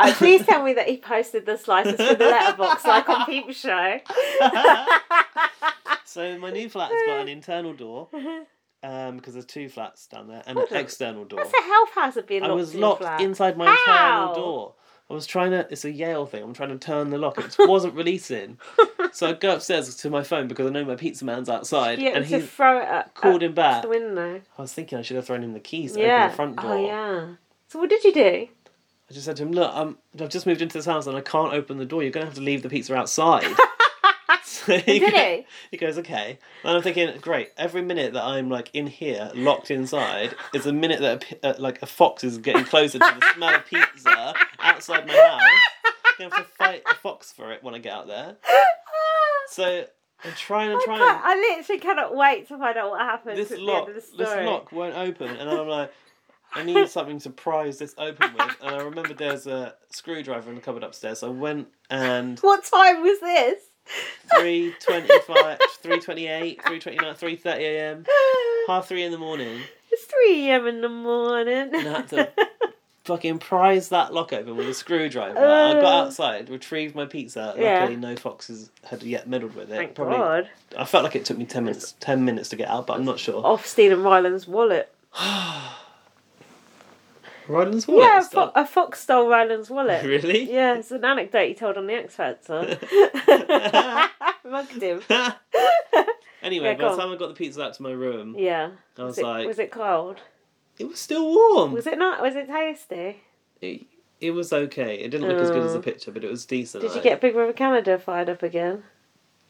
[SPEAKER 2] Uh, please tell me that he posted the slices for the letterbox like on Peep Show.
[SPEAKER 1] So my new flat's got an internal door um, because there's two flats down there and an external door.
[SPEAKER 2] That's a health hazard being
[SPEAKER 1] I
[SPEAKER 2] locked
[SPEAKER 1] was
[SPEAKER 2] in
[SPEAKER 1] locked
[SPEAKER 2] flat.
[SPEAKER 1] inside my
[SPEAKER 2] How?
[SPEAKER 1] internal door. I was trying to. It's a Yale thing. I'm trying to turn the lock. It just wasn't releasing. So I go upstairs to my phone because I know my pizza man's outside,
[SPEAKER 2] Yeah,
[SPEAKER 1] and
[SPEAKER 2] to
[SPEAKER 1] he
[SPEAKER 2] throw it up,
[SPEAKER 1] called
[SPEAKER 2] up
[SPEAKER 1] him back.
[SPEAKER 2] the window.
[SPEAKER 1] I was thinking I should have thrown him the keys to
[SPEAKER 2] Yeah.
[SPEAKER 1] open the front door.
[SPEAKER 2] Oh yeah. So what did you do?
[SPEAKER 1] I just said to him, "Look, i I've just moved into this house and I can't open the door. You're going to have to leave the pizza outside." so he,
[SPEAKER 2] Did
[SPEAKER 1] go-
[SPEAKER 2] he?
[SPEAKER 1] he goes, "Okay." And I'm thinking, "Great! Every minute that I'm like in here, locked inside, is a minute that a, pi- uh, like a fox is getting closer to the smell of pizza outside my house. I'm going to have to fight a fox for it when I get out there." So I'm trying and
[SPEAKER 2] Oh, I,
[SPEAKER 1] trying.
[SPEAKER 2] can't- I literally cannot wait to find out what happens
[SPEAKER 1] this
[SPEAKER 2] at
[SPEAKER 1] lock,
[SPEAKER 2] the end of the
[SPEAKER 1] this
[SPEAKER 2] story.
[SPEAKER 1] lock won't open, and I'm like, I need something to prise this open with. And I remember there's a screwdriver in the cupboard upstairs. So I went and
[SPEAKER 2] What time was this?
[SPEAKER 1] 3.25, 3.28, 3.29, 3.30 a.m., half three in the morning,
[SPEAKER 2] It's 3 a.m. in the morning.
[SPEAKER 1] and I had to fucking prise that lock open with a screwdriver. I
[SPEAKER 2] Uh.
[SPEAKER 1] got outside, retrieved my pizza. Luckily,
[SPEAKER 2] Yeah.
[SPEAKER 1] no foxes had yet meddled with it.
[SPEAKER 2] Thank
[SPEAKER 1] Probably,
[SPEAKER 2] God.
[SPEAKER 1] I felt like it took me 10 minutes, 10 minutes to get out, but I'm not sure.
[SPEAKER 2] Off stealing Ryland's wallet.
[SPEAKER 1] Ryland's wallet.
[SPEAKER 2] Oh. Yeah, a,
[SPEAKER 1] is
[SPEAKER 2] fo-
[SPEAKER 1] up.
[SPEAKER 2] a fox stole Ryland's wallet.
[SPEAKER 1] Really?
[SPEAKER 2] Yeah, it's an anecdote he told on the X Factor. Mugged him.
[SPEAKER 1] anyway,
[SPEAKER 2] Yeah,
[SPEAKER 1] by
[SPEAKER 2] go
[SPEAKER 1] the
[SPEAKER 2] on.
[SPEAKER 1] time I got the pizza out to my room,
[SPEAKER 2] Yeah.
[SPEAKER 1] I was
[SPEAKER 2] it,
[SPEAKER 1] like,
[SPEAKER 2] was it cold?
[SPEAKER 1] it was still warm.
[SPEAKER 2] Was it not? Was it tasty?
[SPEAKER 1] it, it was okay. It didn't look as good as the picture, but it was decent.
[SPEAKER 2] Uh. Did you
[SPEAKER 1] like-
[SPEAKER 2] get Big Brother Canada fired up again?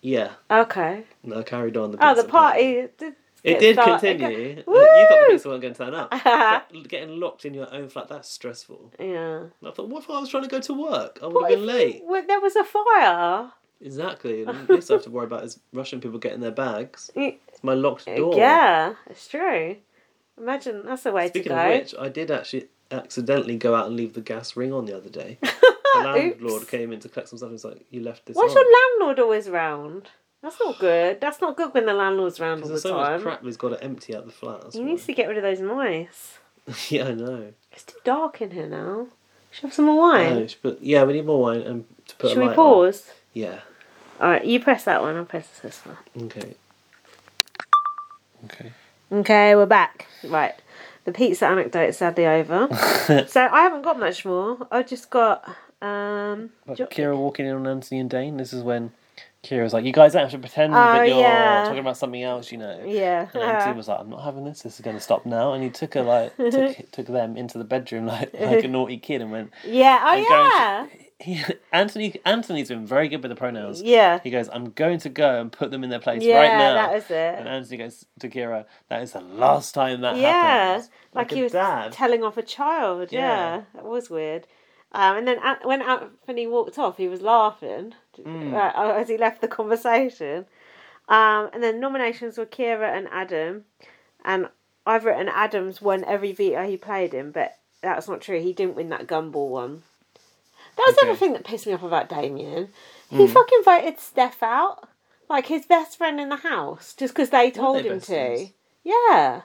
[SPEAKER 1] Yeah,
[SPEAKER 2] Okay.
[SPEAKER 1] and I carried on the.
[SPEAKER 2] Oh, the
[SPEAKER 1] pizza
[SPEAKER 2] party. Did
[SPEAKER 1] It
[SPEAKER 2] get
[SPEAKER 1] did
[SPEAKER 2] started.
[SPEAKER 1] continue. You
[SPEAKER 2] Woo!
[SPEAKER 1] thought the pizza weren't going to turn up. But Getting locked in your own flat—that's stressful.
[SPEAKER 2] Yeah.
[SPEAKER 1] And I thought, what if I was trying to go to work? I would
[SPEAKER 2] What
[SPEAKER 1] have
[SPEAKER 2] if
[SPEAKER 1] been late.
[SPEAKER 2] you- well, there was a fire?
[SPEAKER 1] Exactly. And this I have to worry about is Russian people getting their bags.
[SPEAKER 2] You-
[SPEAKER 1] It's my locked door.
[SPEAKER 2] Yeah, it's true. Imagine that's the way
[SPEAKER 1] Speaking
[SPEAKER 2] to
[SPEAKER 1] of
[SPEAKER 2] go.
[SPEAKER 1] which, I did actually accidentally go out and leave the gas ring on the other day. The landlord
[SPEAKER 2] Oops.
[SPEAKER 1] came in to collect some stuff and was like, You left this
[SPEAKER 2] Why's
[SPEAKER 1] on.
[SPEAKER 2] your landlord always round? That's not good. That's not good when the landlord's round all the
[SPEAKER 1] There's so
[SPEAKER 2] time.
[SPEAKER 1] much crap he's got to empty out the flat. that's
[SPEAKER 2] He
[SPEAKER 1] why.
[SPEAKER 2] needs to get rid of those mice.
[SPEAKER 1] yeah, I know.
[SPEAKER 2] It's too dark in here now. Should we have some more wine?
[SPEAKER 1] No, but yeah, we need more wine and to put a
[SPEAKER 2] Should we
[SPEAKER 1] light on.
[SPEAKER 2] pause?
[SPEAKER 1] Yeah.
[SPEAKER 2] Alright, you press that one, I'll press this one.
[SPEAKER 1] Okay. Okay.
[SPEAKER 2] Okay, we're back. Right. The pizza anecdote is sadly over. so I haven't got much more. I've just got um
[SPEAKER 1] Like
[SPEAKER 2] do-
[SPEAKER 1] Kira walking in on Anthony and Dane. This is when Kira's like, "You guys don't have to pretend
[SPEAKER 2] Oh,
[SPEAKER 1] that you're
[SPEAKER 2] yeah.
[SPEAKER 1] talking about something else, you know."
[SPEAKER 2] Yeah. Uh,
[SPEAKER 1] And Anthony was like, "I'm not having this. This is going to stop now." And he took her like took, took them into the bedroom like like a naughty kid and went.
[SPEAKER 2] yeah, oh
[SPEAKER 1] I'm going
[SPEAKER 2] yeah.
[SPEAKER 1] He, Anthony Anthony's been very good with the pronouns.
[SPEAKER 2] Yeah.
[SPEAKER 1] He goes, "I'm going to go and put them in their place
[SPEAKER 2] Yeah,
[SPEAKER 1] right now."
[SPEAKER 2] that was it.
[SPEAKER 1] And Anthony goes to Kira, "That is the last time that
[SPEAKER 2] yeah.
[SPEAKER 1] happens."
[SPEAKER 2] Like,
[SPEAKER 1] a
[SPEAKER 2] he was
[SPEAKER 1] dad.
[SPEAKER 2] telling off a child. Yeah.
[SPEAKER 1] Yeah.
[SPEAKER 2] That was weird. Um, and then An- when Anthony walked off, he was laughing
[SPEAKER 1] Mm.
[SPEAKER 2] uh, as he left the conversation. Um, and then nominations were Kira and Adam. And I've written Adams won every Vita he played in, but that's not true. He didn't win that gumball one. That was the other
[SPEAKER 1] Okay. Mm.
[SPEAKER 2] thing that pissed me off about Damien. He fucking voted Steph out. Like his best friend in the house, just because they told
[SPEAKER 1] they
[SPEAKER 2] him to.
[SPEAKER 1] best friends?
[SPEAKER 2] Yeah.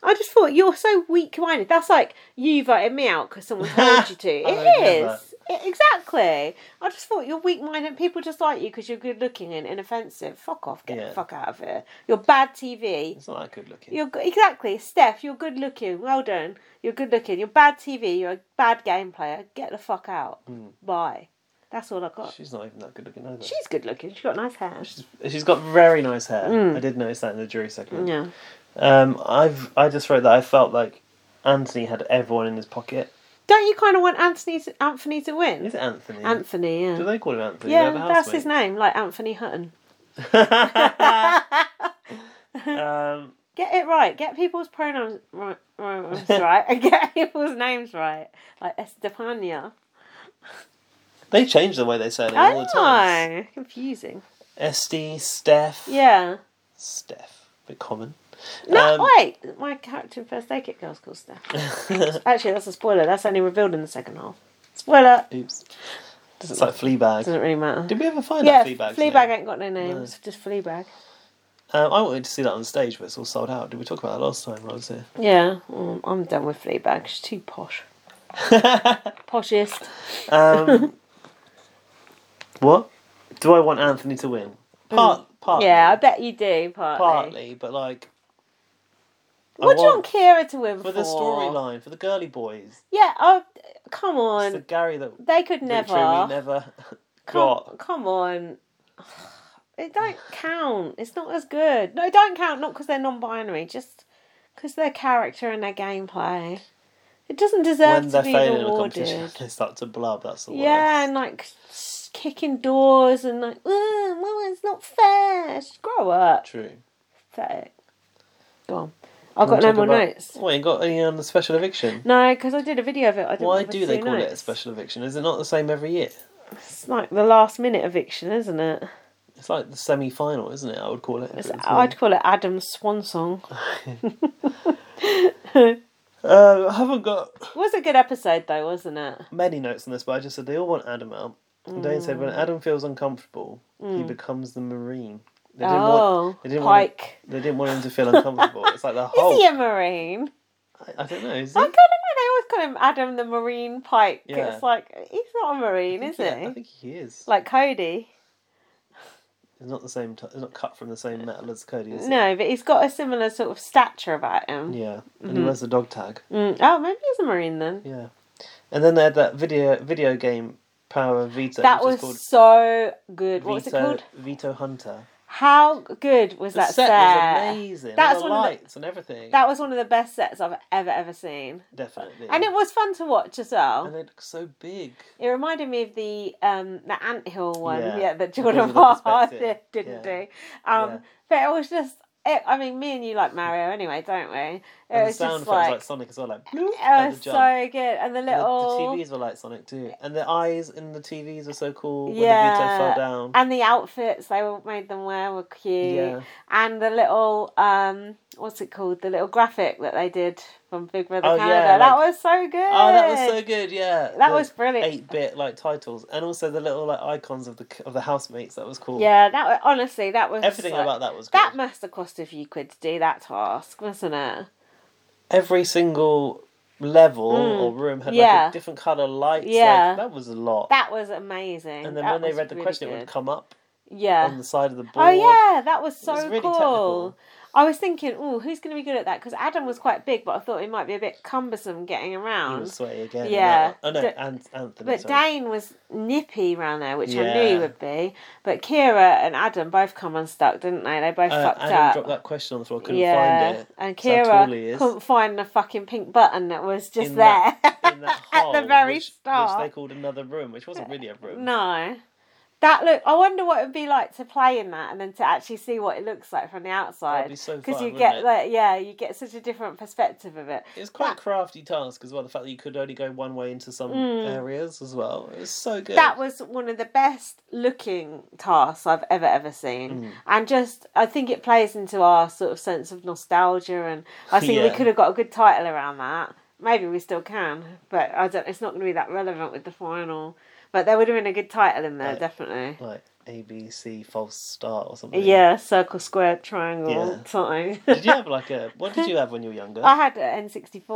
[SPEAKER 2] I just thought you're so weak minded. That's like you voted me out because someone told you to.
[SPEAKER 1] I
[SPEAKER 2] It
[SPEAKER 1] would
[SPEAKER 2] is.
[SPEAKER 1] never.
[SPEAKER 2] E- exactly. I just thought you're weak minded. People just like you because you're good looking and inoffensive. Fuck off. Get
[SPEAKER 1] Yeah.
[SPEAKER 2] the fuck out of here. You're bad TV.
[SPEAKER 1] It's not that good looking.
[SPEAKER 2] You're go- exactly Steph. You're good looking. Well done. You're good looking. You're bad TV. You're a bad game player. Get the fuck out.
[SPEAKER 1] Hmm.
[SPEAKER 2] Bye. That's all I got.
[SPEAKER 1] She's not even that good looking either.
[SPEAKER 2] She's good looking. She's got nice hair.
[SPEAKER 1] She's got very nice hair. I did notice that in the jury segment.
[SPEAKER 2] Mm. Yeah.
[SPEAKER 1] Um, I've I just wrote that I felt like Anthony had everyone in his pocket.
[SPEAKER 2] Don't you kind of want Anthony to, Anthony to win?
[SPEAKER 1] Is it Anthony?
[SPEAKER 2] Anthony. Yeah.
[SPEAKER 1] Do they call him Anthony?
[SPEAKER 2] Yeah,
[SPEAKER 1] They're the
[SPEAKER 2] that's his
[SPEAKER 1] housemate.
[SPEAKER 2] name, like Anthony Hutton.
[SPEAKER 1] Um,
[SPEAKER 2] Get it right. Get people's pronouns right, right, right, and get people's names right, like Estefania.
[SPEAKER 1] they change the way they say it
[SPEAKER 2] I
[SPEAKER 1] all the time.
[SPEAKER 2] know, Ah, confusing.
[SPEAKER 1] Esty, Steph,
[SPEAKER 2] Yeah.
[SPEAKER 1] Steph, a bit common.
[SPEAKER 2] No,
[SPEAKER 1] Um,
[SPEAKER 2] wait. My character in First Aid Kit Girl's called Steph. Actually, that's a spoiler. That's only revealed in the second half. Spoiler.
[SPEAKER 1] Oops. It's like Fleabag.
[SPEAKER 2] Doesn't really matter.
[SPEAKER 1] Did we ever find
[SPEAKER 2] Yeah,
[SPEAKER 1] that Fleabag?
[SPEAKER 2] Fleabag ain't got no name. It's just Fleabag.
[SPEAKER 1] Um, I wanted to see that on stage, but it's all sold out. Did we talk about that last time? when I was here.
[SPEAKER 2] Yeah, mm, I'm done with Fleabag. She's too posh. Poshest.
[SPEAKER 1] Um, what? Do I want Anthony to win? Part, partly.
[SPEAKER 2] Mm. Yeah, I bet you do, partly.
[SPEAKER 1] partly, but like. I
[SPEAKER 2] What do you
[SPEAKER 1] want-
[SPEAKER 2] want Kira to win for?
[SPEAKER 1] for the storyline, for the girly boys,
[SPEAKER 2] Yeah, oh, come
[SPEAKER 1] it's the
[SPEAKER 2] on.
[SPEAKER 1] Gary that
[SPEAKER 2] They could
[SPEAKER 1] never.
[SPEAKER 2] never.
[SPEAKER 1] we never
[SPEAKER 2] Come,
[SPEAKER 1] got.
[SPEAKER 2] come on. It don't count. It's not as good. No, it don't count. Not because they're non-binary, just because their character and their gameplay. It doesn't deserve
[SPEAKER 1] When
[SPEAKER 2] to
[SPEAKER 1] they're
[SPEAKER 2] be
[SPEAKER 1] failing in a competition,
[SPEAKER 2] rewarded.
[SPEAKER 1] they start to blub. That's the worst.
[SPEAKER 2] Yeah, and like s- kicking doors and like, "Ugh, well, it's not fair. Just grow up.
[SPEAKER 1] True.
[SPEAKER 2] Pathetic. Go on. I've got no more notes.
[SPEAKER 1] Well, you got any on the special eviction?
[SPEAKER 2] No, because I did a video of it. I didn't
[SPEAKER 1] Why
[SPEAKER 2] bother
[SPEAKER 1] do
[SPEAKER 2] to
[SPEAKER 1] they
[SPEAKER 2] do
[SPEAKER 1] call it a
[SPEAKER 2] notes.
[SPEAKER 1] special eviction? Is it not the same every year?
[SPEAKER 2] It's like the last minute eviction, isn't it?
[SPEAKER 1] It's like the semi final, isn't it? I would call it. if
[SPEAKER 2] It's-
[SPEAKER 1] it was me.
[SPEAKER 2] I'd call it Adam's swan song.
[SPEAKER 1] Uh, I haven't got
[SPEAKER 2] It was a good episode though, wasn't it?
[SPEAKER 1] many notes on this, but I just said they all want Adam out. And Dane said
[SPEAKER 2] Mm.
[SPEAKER 1] when Adam feels uncomfortable, he becomes the Marine. They didn't want.
[SPEAKER 2] Oh,
[SPEAKER 1] they didn't want-
[SPEAKER 2] Pike.
[SPEAKER 1] They didn't want him to feel uncomfortable. it's like the whole.
[SPEAKER 2] Is he a marine?
[SPEAKER 1] I, I don't know. Is
[SPEAKER 2] I
[SPEAKER 1] he?
[SPEAKER 2] kind of know. They always call him Adam the Marine Pike.
[SPEAKER 1] Yeah.
[SPEAKER 2] It's like he's not a marine,
[SPEAKER 1] I
[SPEAKER 2] is
[SPEAKER 1] think he- I
[SPEAKER 2] he?
[SPEAKER 1] think he is.
[SPEAKER 2] Like Cody.
[SPEAKER 1] It's not the same. T- it's not cut from the same metal as Cody. Is it?
[SPEAKER 2] No, but he's got a similar sort of stature about him.
[SPEAKER 1] Yeah, and
[SPEAKER 2] Mm-hmm.
[SPEAKER 1] he wears the dog tag.
[SPEAKER 2] Mm. Oh, maybe he's a marine then.
[SPEAKER 1] Yeah, and then they had that video video game Power Vita.
[SPEAKER 2] that
[SPEAKER 1] which
[SPEAKER 2] was
[SPEAKER 1] is called
[SPEAKER 2] so good. What was it
[SPEAKER 1] Vito,
[SPEAKER 2] called?
[SPEAKER 1] Vito Hunter.
[SPEAKER 2] How good was
[SPEAKER 1] The
[SPEAKER 2] that
[SPEAKER 1] set
[SPEAKER 2] set?
[SPEAKER 1] was amazing.
[SPEAKER 2] That's
[SPEAKER 1] That's all the
[SPEAKER 2] one of the-
[SPEAKER 1] lights and everything.
[SPEAKER 2] That was one of the best sets I've ever ever seen,
[SPEAKER 1] Definitely.
[SPEAKER 2] and it was fun to watch as well.
[SPEAKER 1] and it looks so big.
[SPEAKER 2] It reminded me of the um the anthill one,
[SPEAKER 1] Yeah,
[SPEAKER 2] yeah, that
[SPEAKER 1] because
[SPEAKER 2] Jordan
[SPEAKER 1] of the
[SPEAKER 2] Farr
[SPEAKER 1] perspective.
[SPEAKER 2] didn't
[SPEAKER 1] Yeah.
[SPEAKER 2] do. Um,
[SPEAKER 1] Yeah.
[SPEAKER 2] but it was just. It, I mean, me and you like Mario anyway, don't we? It
[SPEAKER 1] And the
[SPEAKER 2] was
[SPEAKER 1] sound
[SPEAKER 2] just
[SPEAKER 1] effects like,
[SPEAKER 2] like,
[SPEAKER 1] Sonic as well, like
[SPEAKER 2] it
[SPEAKER 1] at the
[SPEAKER 2] was
[SPEAKER 1] jump.
[SPEAKER 2] so good, and the
[SPEAKER 1] And the, the
[SPEAKER 2] little
[SPEAKER 1] TVs were like Sonic too, and the eyes in the TVs were so cool. When the Vito
[SPEAKER 2] Yeah.
[SPEAKER 1] fell down.
[SPEAKER 2] and the outfits they all made them wear were cute,
[SPEAKER 1] Yeah.
[SPEAKER 2] and the little um what's it called? The little graphic that they did from Big Brother
[SPEAKER 1] Oh, yeah,
[SPEAKER 2] Canada. that
[SPEAKER 1] like-
[SPEAKER 2] was so good.
[SPEAKER 1] Oh, that was so good. Yeah,
[SPEAKER 2] That was brilliant.
[SPEAKER 1] Eight bit like titles, and also the little like icons of the of the housemates. That was cool.
[SPEAKER 2] Yeah, that was, honestly that was
[SPEAKER 1] everything
[SPEAKER 2] like-
[SPEAKER 1] about that was good.
[SPEAKER 2] That must have cost a few quid to do that task, wasn't it?
[SPEAKER 1] Every single level or room had like
[SPEAKER 2] Mm, Yeah.
[SPEAKER 1] a different color lights. like,
[SPEAKER 2] Yeah.
[SPEAKER 1] that was a lot.
[SPEAKER 2] That was amazing.
[SPEAKER 1] and then
[SPEAKER 2] That
[SPEAKER 1] when they
[SPEAKER 2] was
[SPEAKER 1] read the
[SPEAKER 2] really
[SPEAKER 1] question, it would
[SPEAKER 2] good.
[SPEAKER 1] come up
[SPEAKER 2] yeah.
[SPEAKER 1] on the side of the board.
[SPEAKER 2] oh yeah, that was so
[SPEAKER 1] was really
[SPEAKER 2] cool.
[SPEAKER 1] technical.
[SPEAKER 2] I was thinking, oh, who's going to be good at that? Because Adam was quite big, but I thought he might be a bit cumbersome getting
[SPEAKER 1] He
[SPEAKER 2] around.
[SPEAKER 1] was sweaty again. in
[SPEAKER 2] Yeah.
[SPEAKER 1] that one. Oh no,
[SPEAKER 2] D-
[SPEAKER 1] and Anthony.
[SPEAKER 2] but
[SPEAKER 1] sorry.
[SPEAKER 2] Dane was nippy round there, which I knew he
[SPEAKER 1] Yeah.
[SPEAKER 2] would be. But Kira and Adam both come unstuck, didn't they? They both
[SPEAKER 1] Uh,
[SPEAKER 2] fucked
[SPEAKER 1] Adam
[SPEAKER 2] up.
[SPEAKER 1] dropped that question on the floor. Couldn't
[SPEAKER 2] yeah,
[SPEAKER 1] find it.
[SPEAKER 2] and
[SPEAKER 1] That's how tall he
[SPEAKER 2] Kira
[SPEAKER 1] is.
[SPEAKER 2] couldn't find the fucking pink button that was just
[SPEAKER 1] In
[SPEAKER 2] there
[SPEAKER 1] that- in that
[SPEAKER 2] at the
[SPEAKER 1] hole,
[SPEAKER 2] very
[SPEAKER 1] which,
[SPEAKER 2] start.
[SPEAKER 1] which they called another room, which wasn't really a room.
[SPEAKER 2] No. That look. I wonder what it would be like to play in that, and then to actually see what it looks like from the outside.
[SPEAKER 1] be so fun,
[SPEAKER 2] you
[SPEAKER 1] wouldn't
[SPEAKER 2] get
[SPEAKER 1] it?
[SPEAKER 2] like, yeah, you get such a different perspective of it.
[SPEAKER 1] It's quite
[SPEAKER 2] That-
[SPEAKER 1] a crafty task as well. The fact that you could only go one way into some areas as well. It was so good.
[SPEAKER 2] Mm. That was one of the best looking tasks I've ever ever seen,
[SPEAKER 1] Mm.
[SPEAKER 2] and just I think it plays into our sort of sense of nostalgia, and I think we
[SPEAKER 1] Yeah.
[SPEAKER 2] could have got a good title around that. Maybe we still can, but I don't. It's not going to be that relevant with the final. But there would have been a good title in there,
[SPEAKER 1] Right.
[SPEAKER 2] definitely.
[SPEAKER 1] like A B C false start or something.
[SPEAKER 2] Yeah, circle, square, triangle,
[SPEAKER 1] Yeah.
[SPEAKER 2] something.
[SPEAKER 1] Did you have like a what did you have when you were younger?
[SPEAKER 2] I had an N64.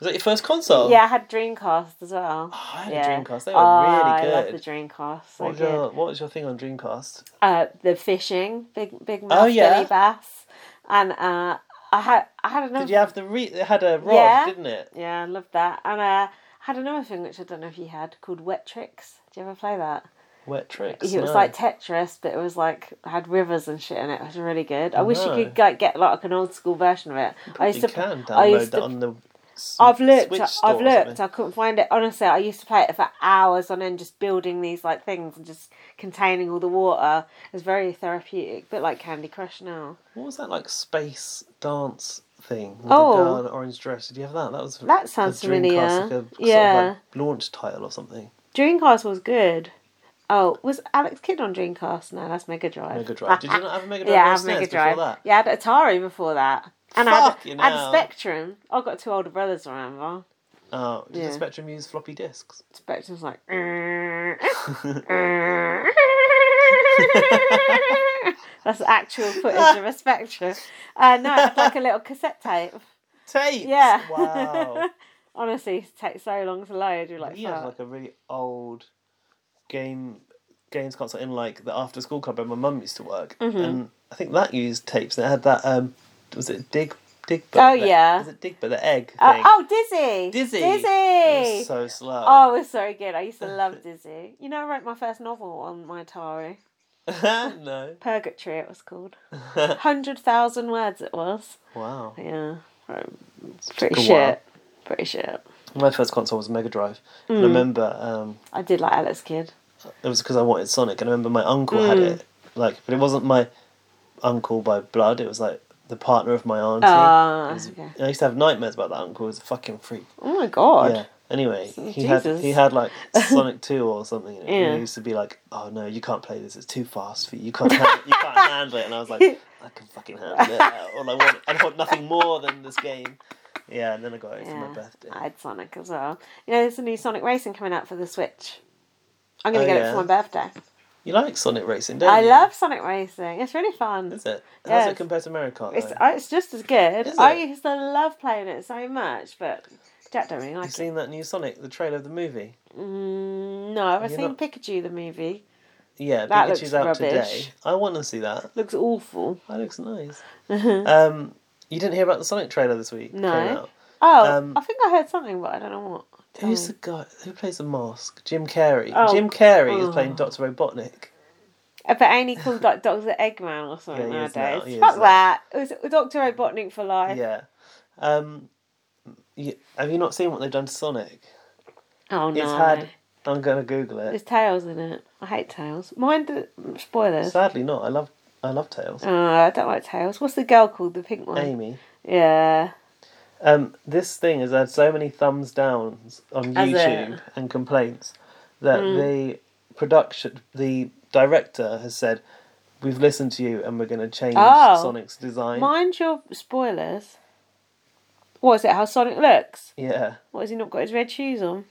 [SPEAKER 1] Was that your first console?
[SPEAKER 2] Yeah, I had Dreamcast as well.
[SPEAKER 1] Oh. I had a
[SPEAKER 2] yeah.
[SPEAKER 1] Dreamcast. They were
[SPEAKER 2] Oh,
[SPEAKER 1] really
[SPEAKER 2] I love
[SPEAKER 1] good.
[SPEAKER 2] the Dreamcast. So
[SPEAKER 1] What was,
[SPEAKER 2] good.
[SPEAKER 1] your, what was your thing on Dreamcast?
[SPEAKER 2] Uh, the fishing, big big mouth
[SPEAKER 1] Oh, yeah.
[SPEAKER 2] Billy Bass, and uh, I had I had another.
[SPEAKER 1] Did you have the re? It had a rod,
[SPEAKER 2] Um, Yeah.
[SPEAKER 1] didn't it?
[SPEAKER 2] Yeah, I loved that, and uh, I had another thing which I don't know if you had called Wet Tricks. Did you ever play that?
[SPEAKER 1] Wet tricks.
[SPEAKER 2] It was
[SPEAKER 1] no.
[SPEAKER 2] like Tetris, but it was like had rivers and shit in it. It was really good. I wish you
[SPEAKER 1] Oh, No.
[SPEAKER 2] could like get like an old school version of it. I used
[SPEAKER 1] you
[SPEAKER 2] to
[SPEAKER 1] can download
[SPEAKER 2] I used
[SPEAKER 1] that
[SPEAKER 2] to
[SPEAKER 1] on the. s-
[SPEAKER 2] I've looked.
[SPEAKER 1] Switch store
[SPEAKER 2] I've
[SPEAKER 1] or
[SPEAKER 2] looked.
[SPEAKER 1] something.
[SPEAKER 2] I couldn't find it. Honestly, I used to play it for hours on end, just building these like things and just containing all the water. It was very therapeutic, bit like Candy Crush now.
[SPEAKER 1] What was that like space dance thing? With
[SPEAKER 2] Oh.
[SPEAKER 1] the girl in orange dress. Did you have that? That was
[SPEAKER 2] That sounds
[SPEAKER 1] a Dreamcast,
[SPEAKER 2] familiar.
[SPEAKER 1] Like a,
[SPEAKER 2] Yeah.
[SPEAKER 1] Sort of like launch title or something.
[SPEAKER 2] Dreamcast was good. Oh, was Alex Kidd on Dreamcast? No, that's Mega Drive.
[SPEAKER 1] Mega Drive. Did you not have a Mega Drive?
[SPEAKER 2] Uh, yeah,
[SPEAKER 1] or
[SPEAKER 2] I
[SPEAKER 1] a
[SPEAKER 2] had
[SPEAKER 1] SNES
[SPEAKER 2] Mega
[SPEAKER 1] before
[SPEAKER 2] Drive.
[SPEAKER 1] That?
[SPEAKER 2] Yeah, I had Atari before that, and
[SPEAKER 1] Fucking
[SPEAKER 2] I had, I
[SPEAKER 1] hell.
[SPEAKER 2] had Spectrum. I got two older brothers. Remember,
[SPEAKER 1] Oh, did
[SPEAKER 2] Yeah.
[SPEAKER 1] the Spectrum use floppy disks?
[SPEAKER 2] Spectrum's like. That's actual footage of a spectrum. Uh, no, it had like a little cassette tape.
[SPEAKER 1] Tapes.
[SPEAKER 2] Yeah.
[SPEAKER 1] Wow.
[SPEAKER 2] Honestly, it takes so long to load. You're like,
[SPEAKER 1] he has
[SPEAKER 2] "Fuck."
[SPEAKER 1] like a really old game games console in like the after school club where my mum used to work,
[SPEAKER 2] Mm-hmm.
[SPEAKER 1] and I think that used tapes. And it had that um, was it dig dig?
[SPEAKER 2] Oh, yeah.
[SPEAKER 1] is it dig? But the egg
[SPEAKER 2] Uh,
[SPEAKER 1] thing.
[SPEAKER 2] oh, Dizzy!
[SPEAKER 1] Dizzy.
[SPEAKER 2] Dizzy!
[SPEAKER 1] It was so slow.
[SPEAKER 2] Oh, it was so good. I used to love Dizzy. You know, I wrote my first novel on my Atari.
[SPEAKER 1] no.
[SPEAKER 2] Purgatory, it was called. 100,000 words it was.
[SPEAKER 1] Wow.
[SPEAKER 2] Yeah. um, It's pretty
[SPEAKER 1] Took a
[SPEAKER 2] shit.
[SPEAKER 1] while.
[SPEAKER 2] Pretty shit.
[SPEAKER 1] My first console was Mega Drive.
[SPEAKER 2] Mm.
[SPEAKER 1] And I remember um,
[SPEAKER 2] I did like Alex Kidd.
[SPEAKER 1] it was because I wanted Sonic, and I remember my uncle
[SPEAKER 2] Mm.
[SPEAKER 1] had it. Like, but it wasn't my uncle by blood. It was like the partner of my auntie.
[SPEAKER 2] Ah,
[SPEAKER 1] It was-
[SPEAKER 2] okay.
[SPEAKER 1] I used to have nightmares about that uncle. He was a fucking freak.
[SPEAKER 2] Oh my god.
[SPEAKER 1] Yeah. Anyway, he had
[SPEAKER 2] Jesus.
[SPEAKER 1] he had like Sonic Two or something. in it, And
[SPEAKER 2] Yeah.
[SPEAKER 1] he used to be like, "Oh no, you can't play this. It's too fast for you. You can't hand, you can't handle it." And I was like, "I can fucking handle it. All I want, I want nothing more than this game." Yeah, and then I got it for my
[SPEAKER 2] Yeah,
[SPEAKER 1] birthday.
[SPEAKER 2] I had Sonic as well. You know, there's a new Sonic Racing coming out for the Switch. I'm going
[SPEAKER 1] Oh,
[SPEAKER 2] to get
[SPEAKER 1] yeah. Oh,
[SPEAKER 2] it for my birthday.
[SPEAKER 1] You like Sonic Racing, don't
[SPEAKER 2] I
[SPEAKER 1] you?
[SPEAKER 2] love Sonic Racing. It's really fun.
[SPEAKER 1] Is it? How's
[SPEAKER 2] Yes.
[SPEAKER 1] it compared to Mario Kart?
[SPEAKER 2] It's
[SPEAKER 1] though?
[SPEAKER 2] uh, it's just as good.
[SPEAKER 1] Is
[SPEAKER 2] I
[SPEAKER 1] it?
[SPEAKER 2] used to love playing it so much, but Jack don't really
[SPEAKER 1] You've
[SPEAKER 2] like it.
[SPEAKER 1] seen that new Sonic, the trailer of the movie?
[SPEAKER 2] Mm, no, I've
[SPEAKER 1] You're
[SPEAKER 2] seen
[SPEAKER 1] not-
[SPEAKER 2] Pikachu the movie.
[SPEAKER 1] Yeah,
[SPEAKER 2] That
[SPEAKER 1] Pikachu's
[SPEAKER 2] looks
[SPEAKER 1] out
[SPEAKER 2] rubbish.
[SPEAKER 1] today. I want to see that.
[SPEAKER 2] Looks awful.
[SPEAKER 1] That looks nice. um, you didn't hear about the Sonic trailer this week?
[SPEAKER 2] No.
[SPEAKER 1] Came out.
[SPEAKER 2] Oh,
[SPEAKER 1] Um,
[SPEAKER 2] I think I heard something, but I don't know what. Tell
[SPEAKER 1] Who's
[SPEAKER 2] me.
[SPEAKER 1] the guy who plays the mask? Jim Carrey.
[SPEAKER 2] Oh.
[SPEAKER 1] Jim Carrey is
[SPEAKER 2] Oh.
[SPEAKER 1] playing Doctor Robotnik.
[SPEAKER 2] Uh, But only called like Doctor Eggman or something
[SPEAKER 1] Yeah, he is now,
[SPEAKER 2] nowadays.
[SPEAKER 1] he
[SPEAKER 2] Fuck
[SPEAKER 1] is now.
[SPEAKER 2] that. It was Doctor Robotnik for life.
[SPEAKER 1] Yeah. Um, y have you not seen what they've done to Sonic?
[SPEAKER 2] Oh no.
[SPEAKER 1] It's had. I'm gonna Google it.
[SPEAKER 2] There's tails in it. I hate tails. Mind the spoilers.
[SPEAKER 1] Sadly, not. I love. I love Tails.
[SPEAKER 2] Oh, I don't like tails. What's the girl called? The pink one.
[SPEAKER 1] Amy.
[SPEAKER 2] Yeah.
[SPEAKER 1] Um, this thing has had so many thumbs downs on
[SPEAKER 2] Has it? Hmm.
[SPEAKER 1] YouTube and complaints that the production, the director has said, "We've listened to you and we're going to change
[SPEAKER 2] Oh.
[SPEAKER 1] Sonic's design."
[SPEAKER 2] Mind your spoilers. What is it? How Sonic looks?
[SPEAKER 1] Yeah,
[SPEAKER 2] What has he not got his red shoes on?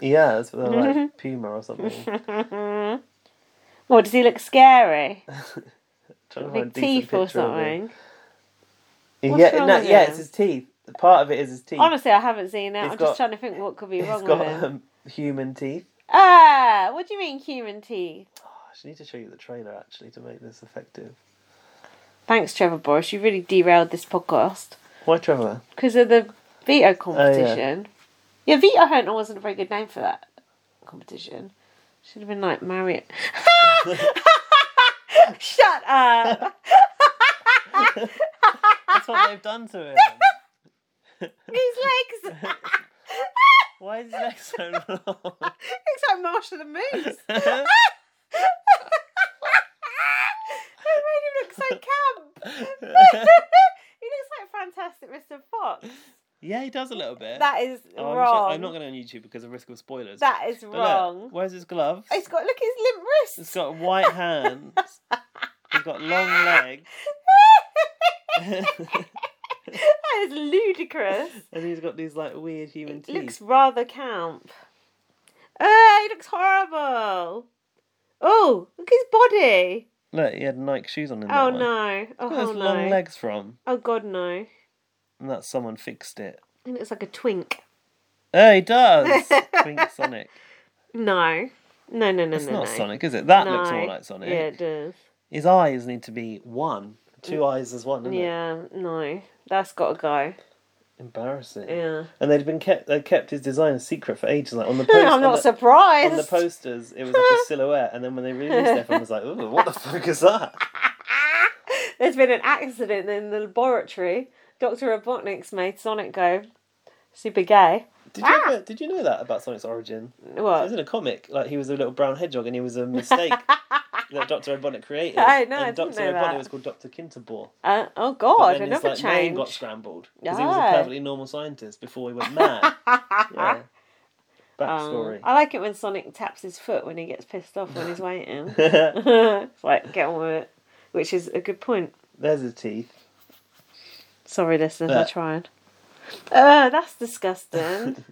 [SPEAKER 1] yeah, it's they're like Puma or something.
[SPEAKER 2] Or does he look scary?
[SPEAKER 1] Trying to find
[SPEAKER 2] Big
[SPEAKER 1] a decent
[SPEAKER 2] teeth or
[SPEAKER 1] picture of him.
[SPEAKER 2] something. What's
[SPEAKER 1] Yeah,
[SPEAKER 2] wrong
[SPEAKER 1] no,
[SPEAKER 2] with
[SPEAKER 1] yeah,
[SPEAKER 2] him?
[SPEAKER 1] it's his teeth. Part of it is his teeth.
[SPEAKER 2] Honestly, I haven't seen it.
[SPEAKER 1] He's
[SPEAKER 2] I'm
[SPEAKER 1] got-
[SPEAKER 2] just trying to think what could be
[SPEAKER 1] He's
[SPEAKER 2] wrong
[SPEAKER 1] got
[SPEAKER 2] with him.
[SPEAKER 1] um, human teeth.
[SPEAKER 2] Ah, what do you mean human teeth?
[SPEAKER 1] Oh, I should need to show you the trailer actually to make this effective.
[SPEAKER 2] Thanks, Trevor Boris. You really derailed this podcast
[SPEAKER 1] Why, Trevor?
[SPEAKER 2] because of the
[SPEAKER 1] Oh,
[SPEAKER 2] veto competition. yeah. veto hunter wasn't a very good name for that competition. Should have been like Marriott. Shut up.
[SPEAKER 1] That's what they've done to him.
[SPEAKER 2] His legs.
[SPEAKER 1] Why is his leg so long?
[SPEAKER 2] Looks like Marsh of the Moose. That made him look so camp. he looks like Fantastic Mr. Fox.
[SPEAKER 1] yeah, he does a little bit.
[SPEAKER 2] That is
[SPEAKER 1] Oh, I'm sure-
[SPEAKER 2] wrong.
[SPEAKER 1] I'm not going to on YouTube because of risk of spoilers.
[SPEAKER 2] That is
[SPEAKER 1] But look,
[SPEAKER 2] wrong. Oh,
[SPEAKER 1] where's his glove?
[SPEAKER 2] It's got look at his limp
[SPEAKER 1] It's
[SPEAKER 2] wrists.
[SPEAKER 1] got white hands. He's got long legs.
[SPEAKER 2] That is ludicrous.
[SPEAKER 1] and he's got these like weird human
[SPEAKER 2] It
[SPEAKER 1] teeth.
[SPEAKER 2] looks rather camp. Oh, he looks horrible. Oh, look at his body.
[SPEAKER 1] Look, he had Nike shoes on in that
[SPEAKER 2] Oh
[SPEAKER 1] one.
[SPEAKER 2] no. Oh
[SPEAKER 1] Where's
[SPEAKER 2] hell no.
[SPEAKER 1] long legs from?
[SPEAKER 2] Oh god no.
[SPEAKER 1] And that's someone fixed it.
[SPEAKER 2] He looks like a twink.
[SPEAKER 1] Oh, he does. Pink Sonic.
[SPEAKER 2] No. No no no
[SPEAKER 1] It's
[SPEAKER 2] no.
[SPEAKER 1] not
[SPEAKER 2] no.
[SPEAKER 1] Sonic, is it? That
[SPEAKER 2] no.
[SPEAKER 1] looks more like Sonic.
[SPEAKER 2] Yeah, it does.
[SPEAKER 1] His eyes need to be one. Two eyes is one, isn't it?
[SPEAKER 2] Mm. Yeah, no. That's gotta go.
[SPEAKER 1] Embarrassing.
[SPEAKER 2] Yeah.
[SPEAKER 1] And they'd been kept they kept his design a secret for ages. Like on the post,
[SPEAKER 2] I'm
[SPEAKER 1] on
[SPEAKER 2] not
[SPEAKER 1] the-
[SPEAKER 2] surprised.
[SPEAKER 1] on the posters, it was like a silhouette, and then when they released it, everyone was like, "Ooh, what the fuck is that?"
[SPEAKER 2] There's been an accident in the laboratory. Dr. Robotnik's made Sonic go super gay.
[SPEAKER 1] Did you ever, did you know that about Sonic's origin? It was
[SPEAKER 2] Ah. What?
[SPEAKER 1] in a comic. Like he was a little brown hedgehog, and he was a mistake that Doctor Robotnik created.
[SPEAKER 2] I know, I
[SPEAKER 1] And
[SPEAKER 2] didn't
[SPEAKER 1] Doctor
[SPEAKER 2] know
[SPEAKER 1] Robotnik
[SPEAKER 2] that.
[SPEAKER 1] was called Doctor Kinterbore.
[SPEAKER 2] Uh, oh
[SPEAKER 1] But
[SPEAKER 2] god,
[SPEAKER 1] then
[SPEAKER 2] another
[SPEAKER 1] his like, name
[SPEAKER 2] change.
[SPEAKER 1] got scrambled because he was a
[SPEAKER 2] Yeah.
[SPEAKER 1] perfectly normal scientist before he went mad. yeah. Backstory.
[SPEAKER 2] Um, I like it when Sonic taps his foot when he gets pissed off when he's waiting. it's like, get on with it. Which is a good point.
[SPEAKER 1] There's his teeth.
[SPEAKER 2] Sorry, listeners,
[SPEAKER 1] Yeah.
[SPEAKER 2] I tried. Uh, that's disgusting.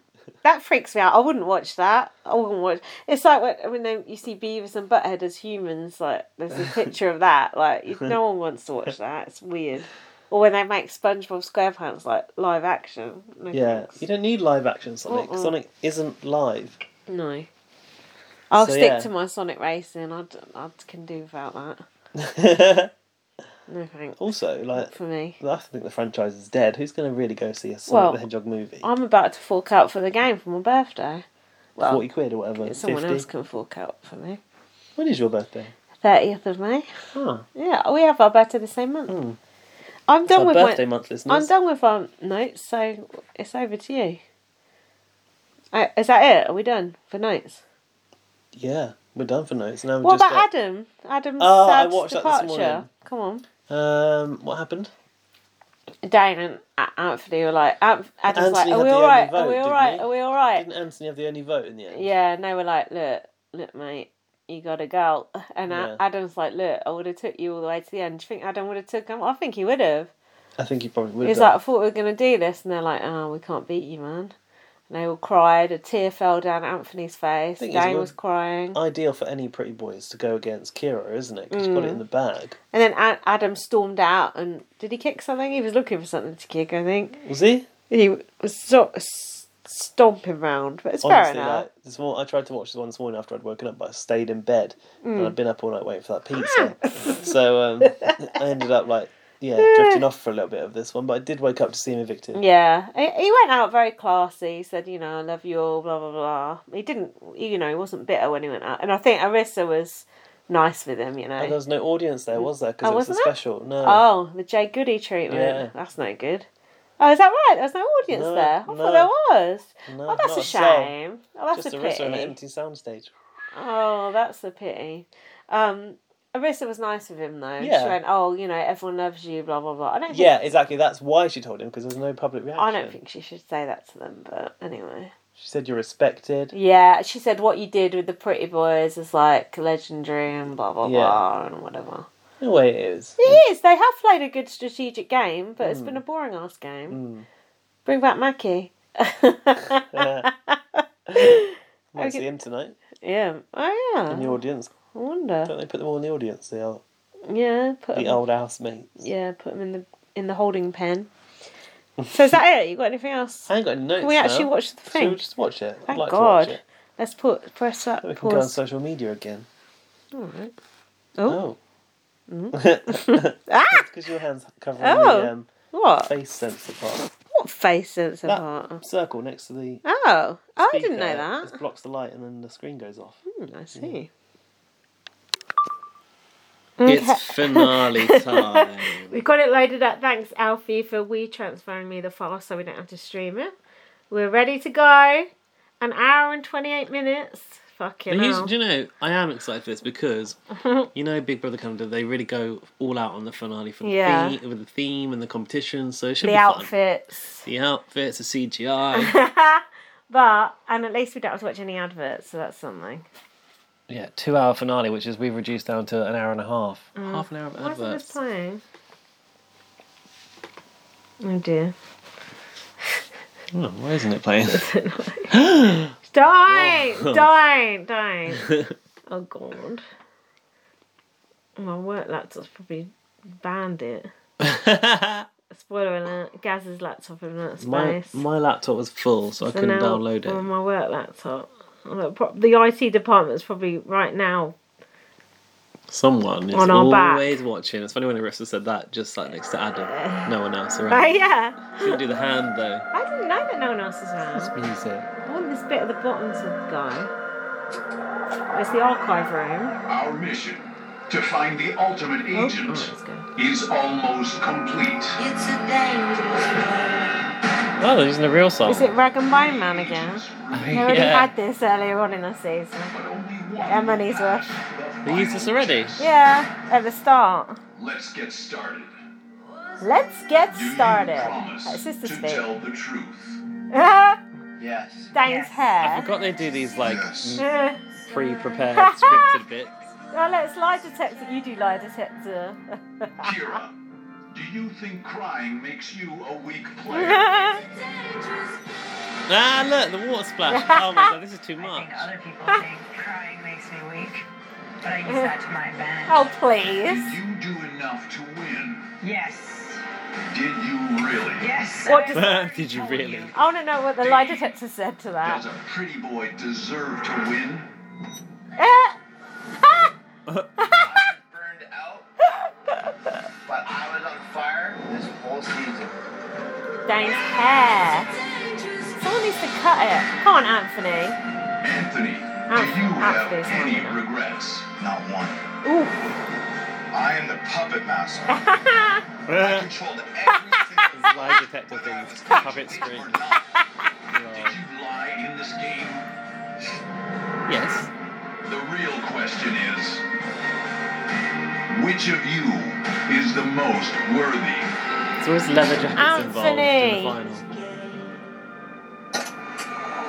[SPEAKER 2] that freaks me out. I wouldn't watch that. I wouldn't watch. It's like when, when they, you see Beavis and Butthead as humans. Like there's a picture of that. Like you, no one wants to watch that. It's weird. Or when they make SpongeBob SquarePants like live action. No
[SPEAKER 1] Yeah,
[SPEAKER 2] thanks.
[SPEAKER 1] you don't need live action Sonic.
[SPEAKER 2] Mm-mm.
[SPEAKER 1] Sonic isn't live.
[SPEAKER 2] No. I'll
[SPEAKER 1] So,
[SPEAKER 2] stick
[SPEAKER 1] yeah.
[SPEAKER 2] to my Sonic Racing. I, d- I can do without that. No thanks.
[SPEAKER 1] also, like,
[SPEAKER 2] For me.
[SPEAKER 1] I think the franchise is dead. Who's going to really go see a Sonic
[SPEAKER 2] Well, uh,
[SPEAKER 1] the Hedgehog movie?
[SPEAKER 2] I'm about to fork out for the game for my birthday. Well,
[SPEAKER 1] Forty quid or whatever.
[SPEAKER 2] someone
[SPEAKER 1] 50.
[SPEAKER 2] else can fork out for me.
[SPEAKER 1] When is your birthday?
[SPEAKER 2] 30th of May.
[SPEAKER 1] Ah,
[SPEAKER 2] Yeah, we have our birthday the same month.
[SPEAKER 1] Hmm.
[SPEAKER 2] I'm
[SPEAKER 1] it's
[SPEAKER 2] done
[SPEAKER 1] our
[SPEAKER 2] with
[SPEAKER 1] birthday
[SPEAKER 2] my.
[SPEAKER 1] month, listeners.
[SPEAKER 2] I'm done with our notes, so it's over to you. I, is that it? Are we done for notes?
[SPEAKER 1] Yeah, we're done for notes now. What
[SPEAKER 2] What
[SPEAKER 1] just
[SPEAKER 2] about
[SPEAKER 1] got-
[SPEAKER 2] Adam? Adam's
[SPEAKER 1] Oh, I
[SPEAKER 2] sad
[SPEAKER 1] watched that this
[SPEAKER 2] departure.
[SPEAKER 1] morning.
[SPEAKER 2] Come on,
[SPEAKER 1] Um, what happened?
[SPEAKER 2] Dane and A- Anthony were like, Am- Adam's
[SPEAKER 1] Anthony
[SPEAKER 2] like, are
[SPEAKER 1] had
[SPEAKER 2] we
[SPEAKER 1] the
[SPEAKER 2] all right?
[SPEAKER 1] only
[SPEAKER 2] Are we
[SPEAKER 1] vote,
[SPEAKER 2] all
[SPEAKER 1] didn't
[SPEAKER 2] right?
[SPEAKER 1] he?
[SPEAKER 2] Are we all right?
[SPEAKER 1] Didn't Anthony have the only vote in the end?
[SPEAKER 2] Yeah, and they were like, look, look, mate, you got a girl. And A
[SPEAKER 1] Yeah.
[SPEAKER 2] Adam's like, look, I would have took you all the way to the end. Do you think Adam would have took him? I think he would have.
[SPEAKER 1] I think he probably would.
[SPEAKER 2] He's
[SPEAKER 1] have
[SPEAKER 2] like, I thought we were going to do this. And they're like, oh, we can't beat you, man. And they all cried. A tear fell down Anthony's face.
[SPEAKER 1] Thing is,
[SPEAKER 2] Dane
[SPEAKER 1] we're-
[SPEAKER 2] was crying.
[SPEAKER 1] ideal for any pretty boys to go against Kira, isn't it? 'Cause you put
[SPEAKER 2] Mm.
[SPEAKER 1] it in the bag.
[SPEAKER 2] And then A- Adam stormed out. And did he kick something? He was looking for something to kick, I think.
[SPEAKER 1] Was he?
[SPEAKER 2] He was so- s- stomping round. But it's fair
[SPEAKER 1] Honestly,
[SPEAKER 2] enough.
[SPEAKER 1] like, this morning, I tried to watch this one this morning after I'd woken up, but I stayed in bed
[SPEAKER 2] Mm.
[SPEAKER 1] and I'd been up all night waiting for that pizza. so um, I ended up like, yeah, drifting off for a little bit of this one, but I did wake up to see him evicted.
[SPEAKER 2] Yeah, he he went out very classy. He said, you know, I love you all, blah blah blah. He didn't, you know, he wasn't bitter when he went out, and I think Arissa was nice with him, you know.
[SPEAKER 1] And there was no audience there, was there? Because
[SPEAKER 2] Oh,
[SPEAKER 1] it was a
[SPEAKER 2] wasn't there?
[SPEAKER 1] special. No.
[SPEAKER 2] Oh, the Jay Goody treatment.
[SPEAKER 1] Yeah.
[SPEAKER 2] That's no good. Oh, is that right? There was no audience
[SPEAKER 1] No,
[SPEAKER 2] there. I
[SPEAKER 1] no.
[SPEAKER 2] thought there was.
[SPEAKER 1] no,
[SPEAKER 2] Oh, that's
[SPEAKER 1] not
[SPEAKER 2] a
[SPEAKER 1] soul.
[SPEAKER 2] shame. Oh, that's
[SPEAKER 1] Just
[SPEAKER 2] a
[SPEAKER 1] a whistle
[SPEAKER 2] pity.
[SPEAKER 1] and an empty soundstage.
[SPEAKER 2] Oh, that's a pity. Um, Arissa was nice with him though.
[SPEAKER 1] Yeah.
[SPEAKER 2] She went, oh, you know, everyone loves you, blah blah blah. I don't. Think,
[SPEAKER 1] Yeah, exactly. That's why she told him because there was no public reaction.
[SPEAKER 2] I don't think she should say that to them, but anyway.
[SPEAKER 1] she said you're respected.
[SPEAKER 2] Yeah, she said what you did with the Pretty Boys is like legendary and blah blah
[SPEAKER 1] Yeah.
[SPEAKER 2] blah and whatever.
[SPEAKER 1] No way it is.
[SPEAKER 2] It is. They have played a good strategic game, but
[SPEAKER 1] Hmm.
[SPEAKER 2] it's been a boring ass game.
[SPEAKER 1] Mm.
[SPEAKER 2] Bring back Mackie.
[SPEAKER 1] Yeah. Might
[SPEAKER 2] Okay.
[SPEAKER 1] see him tonight
[SPEAKER 2] yeah. Oh yeah.
[SPEAKER 1] in the audience.
[SPEAKER 2] I wonder.
[SPEAKER 1] Don't they put them all in the audience? The old,
[SPEAKER 2] Yeah. Put
[SPEAKER 1] the
[SPEAKER 2] him,
[SPEAKER 1] old housemates.
[SPEAKER 2] Um, yeah. Put him in the in the holding pen. So is that it? You got anything else?
[SPEAKER 1] I ain't got any notes.
[SPEAKER 2] Can we actually
[SPEAKER 1] now.
[SPEAKER 2] watch the
[SPEAKER 1] Should we
[SPEAKER 2] thing?
[SPEAKER 1] just watch it?
[SPEAKER 2] Thank
[SPEAKER 1] I'd like
[SPEAKER 2] God.
[SPEAKER 1] to watch it.
[SPEAKER 2] Let's put press that
[SPEAKER 1] We can go on
[SPEAKER 2] pause.
[SPEAKER 1] social media again.
[SPEAKER 2] Alright.
[SPEAKER 1] Oh.
[SPEAKER 2] Ah!
[SPEAKER 1] Because your hand's covering
[SPEAKER 2] Oh.
[SPEAKER 1] the um,
[SPEAKER 2] What?
[SPEAKER 1] face sensor part.
[SPEAKER 2] What face sensor
[SPEAKER 1] That
[SPEAKER 2] part?
[SPEAKER 1] circle next to the.
[SPEAKER 2] Oh, oh I didn't
[SPEAKER 1] speaker,
[SPEAKER 2] know
[SPEAKER 1] it
[SPEAKER 2] that.
[SPEAKER 1] Just blocks the light and then the screen goes off.
[SPEAKER 2] Hmm, I see. Mm-hmm.
[SPEAKER 1] It's finale time.
[SPEAKER 2] We've got it loaded up. Thanks, Alfie, for we transferring me the file so we don't have to stream it. We're ready to go. An hour and 28 minutes. Fucking
[SPEAKER 1] But here's-
[SPEAKER 2] hell.
[SPEAKER 1] do you know, I am excited for this because you know Big Brother Canada. They really go all out on the finale for the
[SPEAKER 2] Yeah.
[SPEAKER 1] theme, with the theme and the competition. So it should
[SPEAKER 2] The
[SPEAKER 1] be fun.
[SPEAKER 2] outfits.
[SPEAKER 1] The outfits, the CGI.
[SPEAKER 2] but, and at least we don't have to watch any adverts, so that's something.
[SPEAKER 1] yeah, two-hour finale, which is we've reduced down to an hour and a half. Half an hour of
[SPEAKER 2] Mm. Why isn't this
[SPEAKER 1] adverts.
[SPEAKER 2] playing? Oh dear.
[SPEAKER 1] Oh, why isn't it playing? Oh.
[SPEAKER 2] Don't! Don't! Don't! Oh god. My work laptop's probably banned it. Spoiler alert, Gaz's laptop in that
[SPEAKER 1] my
[SPEAKER 2] space.
[SPEAKER 1] my laptop was full, so, I
[SPEAKER 2] So
[SPEAKER 1] couldn't
[SPEAKER 2] now
[SPEAKER 1] download
[SPEAKER 2] I'm On
[SPEAKER 1] it.
[SPEAKER 2] my work laptop. Look, pro- The IT department's probably right now.
[SPEAKER 1] Someone is
[SPEAKER 2] On our back.
[SPEAKER 1] always watching. It's funny when Arista said that, just sat next to Adam. No one else
[SPEAKER 2] Oh
[SPEAKER 1] around.
[SPEAKER 2] yeah,
[SPEAKER 1] Couldn't do the hand though.
[SPEAKER 2] I didn't know that no one else is around.
[SPEAKER 1] Music.
[SPEAKER 2] I want this bit at the bottom to go. It's the archive room.
[SPEAKER 3] Our mission to find the ultimate
[SPEAKER 2] Oh,
[SPEAKER 3] agent
[SPEAKER 2] oh, that's good.
[SPEAKER 3] is almost complete.
[SPEAKER 4] It's a dangerous
[SPEAKER 1] Oh, they're using a real song.
[SPEAKER 2] Is it Rag and Bone Man again? They already
[SPEAKER 1] Yeah.
[SPEAKER 2] had this earlier on in the season.
[SPEAKER 3] But only one.
[SPEAKER 2] Their money's worth.
[SPEAKER 1] They used this already.
[SPEAKER 2] Yeah, at the start.
[SPEAKER 3] Let's get started.
[SPEAKER 2] Let's get
[SPEAKER 3] Do you
[SPEAKER 2] started.
[SPEAKER 3] promise
[SPEAKER 2] That's sister
[SPEAKER 3] to
[SPEAKER 2] speak.
[SPEAKER 3] tell the truth.
[SPEAKER 2] Dane's
[SPEAKER 3] Yes.
[SPEAKER 1] I
[SPEAKER 2] hair.
[SPEAKER 1] forgot they do these like
[SPEAKER 3] Yes.
[SPEAKER 2] Uh,
[SPEAKER 1] pre-prepared scripted bits.
[SPEAKER 2] well, let's lie detector. You do lie detector.
[SPEAKER 3] Kira, do you think crying makes you a weak player?
[SPEAKER 1] Ah, look, the water splash. Oh my god, this is too
[SPEAKER 4] I
[SPEAKER 1] much.
[SPEAKER 4] think other people think crying makes me weak, but I use that to my advantage.
[SPEAKER 2] oh
[SPEAKER 3] Did
[SPEAKER 2] please.
[SPEAKER 3] you do enough to win?
[SPEAKER 4] Yes.
[SPEAKER 5] Did you really?
[SPEAKER 6] Yes.
[SPEAKER 2] What does-
[SPEAKER 6] I
[SPEAKER 1] Did you
[SPEAKER 6] told
[SPEAKER 1] really?
[SPEAKER 2] I want to know what the lie detector said to that.
[SPEAKER 5] Does a pretty boy deserve to win?
[SPEAKER 2] Eh?
[SPEAKER 7] burned out, but I was on fire this whole season.
[SPEAKER 2] Dane's hair. Someone needs to cut it. Come on, Anthony.
[SPEAKER 5] Anthony, do
[SPEAKER 2] Anthony,
[SPEAKER 5] you have
[SPEAKER 2] Anthony's
[SPEAKER 5] any
[SPEAKER 2] hungry.
[SPEAKER 5] regrets?
[SPEAKER 7] Not one.
[SPEAKER 2] Ooh.
[SPEAKER 7] I am the puppet master. I
[SPEAKER 1] Lie
[SPEAKER 7] controlled everything.
[SPEAKER 1] detector
[SPEAKER 7] whether I was
[SPEAKER 1] things. Puppet
[SPEAKER 7] conscious
[SPEAKER 1] screen.
[SPEAKER 7] or not.
[SPEAKER 5] Did you lie in this game?
[SPEAKER 1] Yes.
[SPEAKER 5] The real question is which of you is the most worthy?
[SPEAKER 1] It's always leather jackets
[SPEAKER 2] Anthony.
[SPEAKER 1] involved in the final.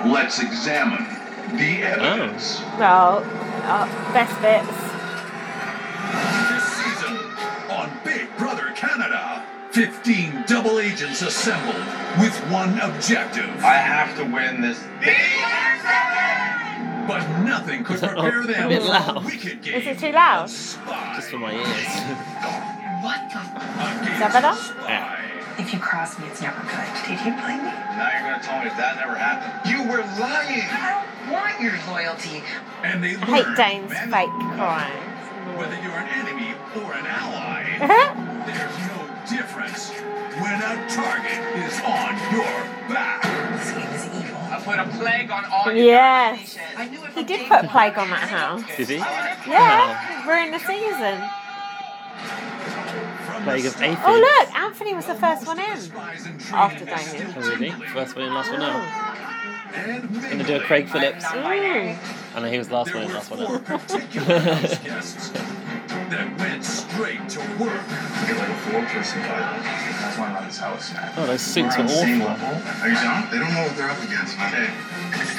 [SPEAKER 5] Let's examine the
[SPEAKER 1] Oh.
[SPEAKER 5] evidence.
[SPEAKER 2] No. Oh, best bits.
[SPEAKER 5] This season on Big Brother Canada, 15 double agents assembled with one objective.
[SPEAKER 7] I have to win this.
[SPEAKER 5] But nothing could prepare
[SPEAKER 1] a
[SPEAKER 5] them
[SPEAKER 1] bit
[SPEAKER 5] for
[SPEAKER 1] loud.
[SPEAKER 5] a wicked game.
[SPEAKER 2] Is it too loud?
[SPEAKER 5] Spy.
[SPEAKER 1] Just for my ears.
[SPEAKER 6] What the?
[SPEAKER 5] Against
[SPEAKER 2] that better?
[SPEAKER 5] spy.
[SPEAKER 6] If you cross me, it's never good. Did you blame me?
[SPEAKER 7] Now you're gonna tell me that never happened. You were lying.
[SPEAKER 6] I don't want your loyalty.
[SPEAKER 5] And they
[SPEAKER 2] I hate
[SPEAKER 5] learn
[SPEAKER 2] Dane's
[SPEAKER 5] men-
[SPEAKER 2] fake crimes.
[SPEAKER 5] Whether you're an enemy or an ally,
[SPEAKER 2] Eh?
[SPEAKER 5] there's no difference when a target is on your back.
[SPEAKER 6] This game is evil.
[SPEAKER 7] I put a plague on all your
[SPEAKER 2] yes.
[SPEAKER 6] I knew it
[SPEAKER 2] He
[SPEAKER 6] from
[SPEAKER 2] did
[SPEAKER 6] day
[SPEAKER 2] put
[SPEAKER 6] one.
[SPEAKER 2] plague on that house.
[SPEAKER 1] Did he?
[SPEAKER 2] Yeah. Ruined the season.
[SPEAKER 5] From
[SPEAKER 1] Plague
[SPEAKER 5] the
[SPEAKER 1] of aphids.
[SPEAKER 2] Oh look, Anthony was the first one
[SPEAKER 5] Most of
[SPEAKER 2] in.
[SPEAKER 5] the spies and
[SPEAKER 2] After Damien.
[SPEAKER 5] trained men
[SPEAKER 1] Oh,
[SPEAKER 5] still
[SPEAKER 1] really?
[SPEAKER 5] trembling
[SPEAKER 1] First one in, last one out.
[SPEAKER 5] and
[SPEAKER 1] Gonna do a
[SPEAKER 5] mingling.
[SPEAKER 1] Craig Phillips.
[SPEAKER 6] I'm not
[SPEAKER 2] Mm.
[SPEAKER 6] binary.
[SPEAKER 1] And he was last
[SPEAKER 5] There
[SPEAKER 1] one in,
[SPEAKER 5] were
[SPEAKER 1] last one
[SPEAKER 5] four
[SPEAKER 1] out.
[SPEAKER 5] particular house guests that went straight to work.
[SPEAKER 7] You're like a four person violent. That's why I'm on this house now.
[SPEAKER 1] Oh, those suits were awful.
[SPEAKER 7] Are you down? They don't know what they're up against. Okay.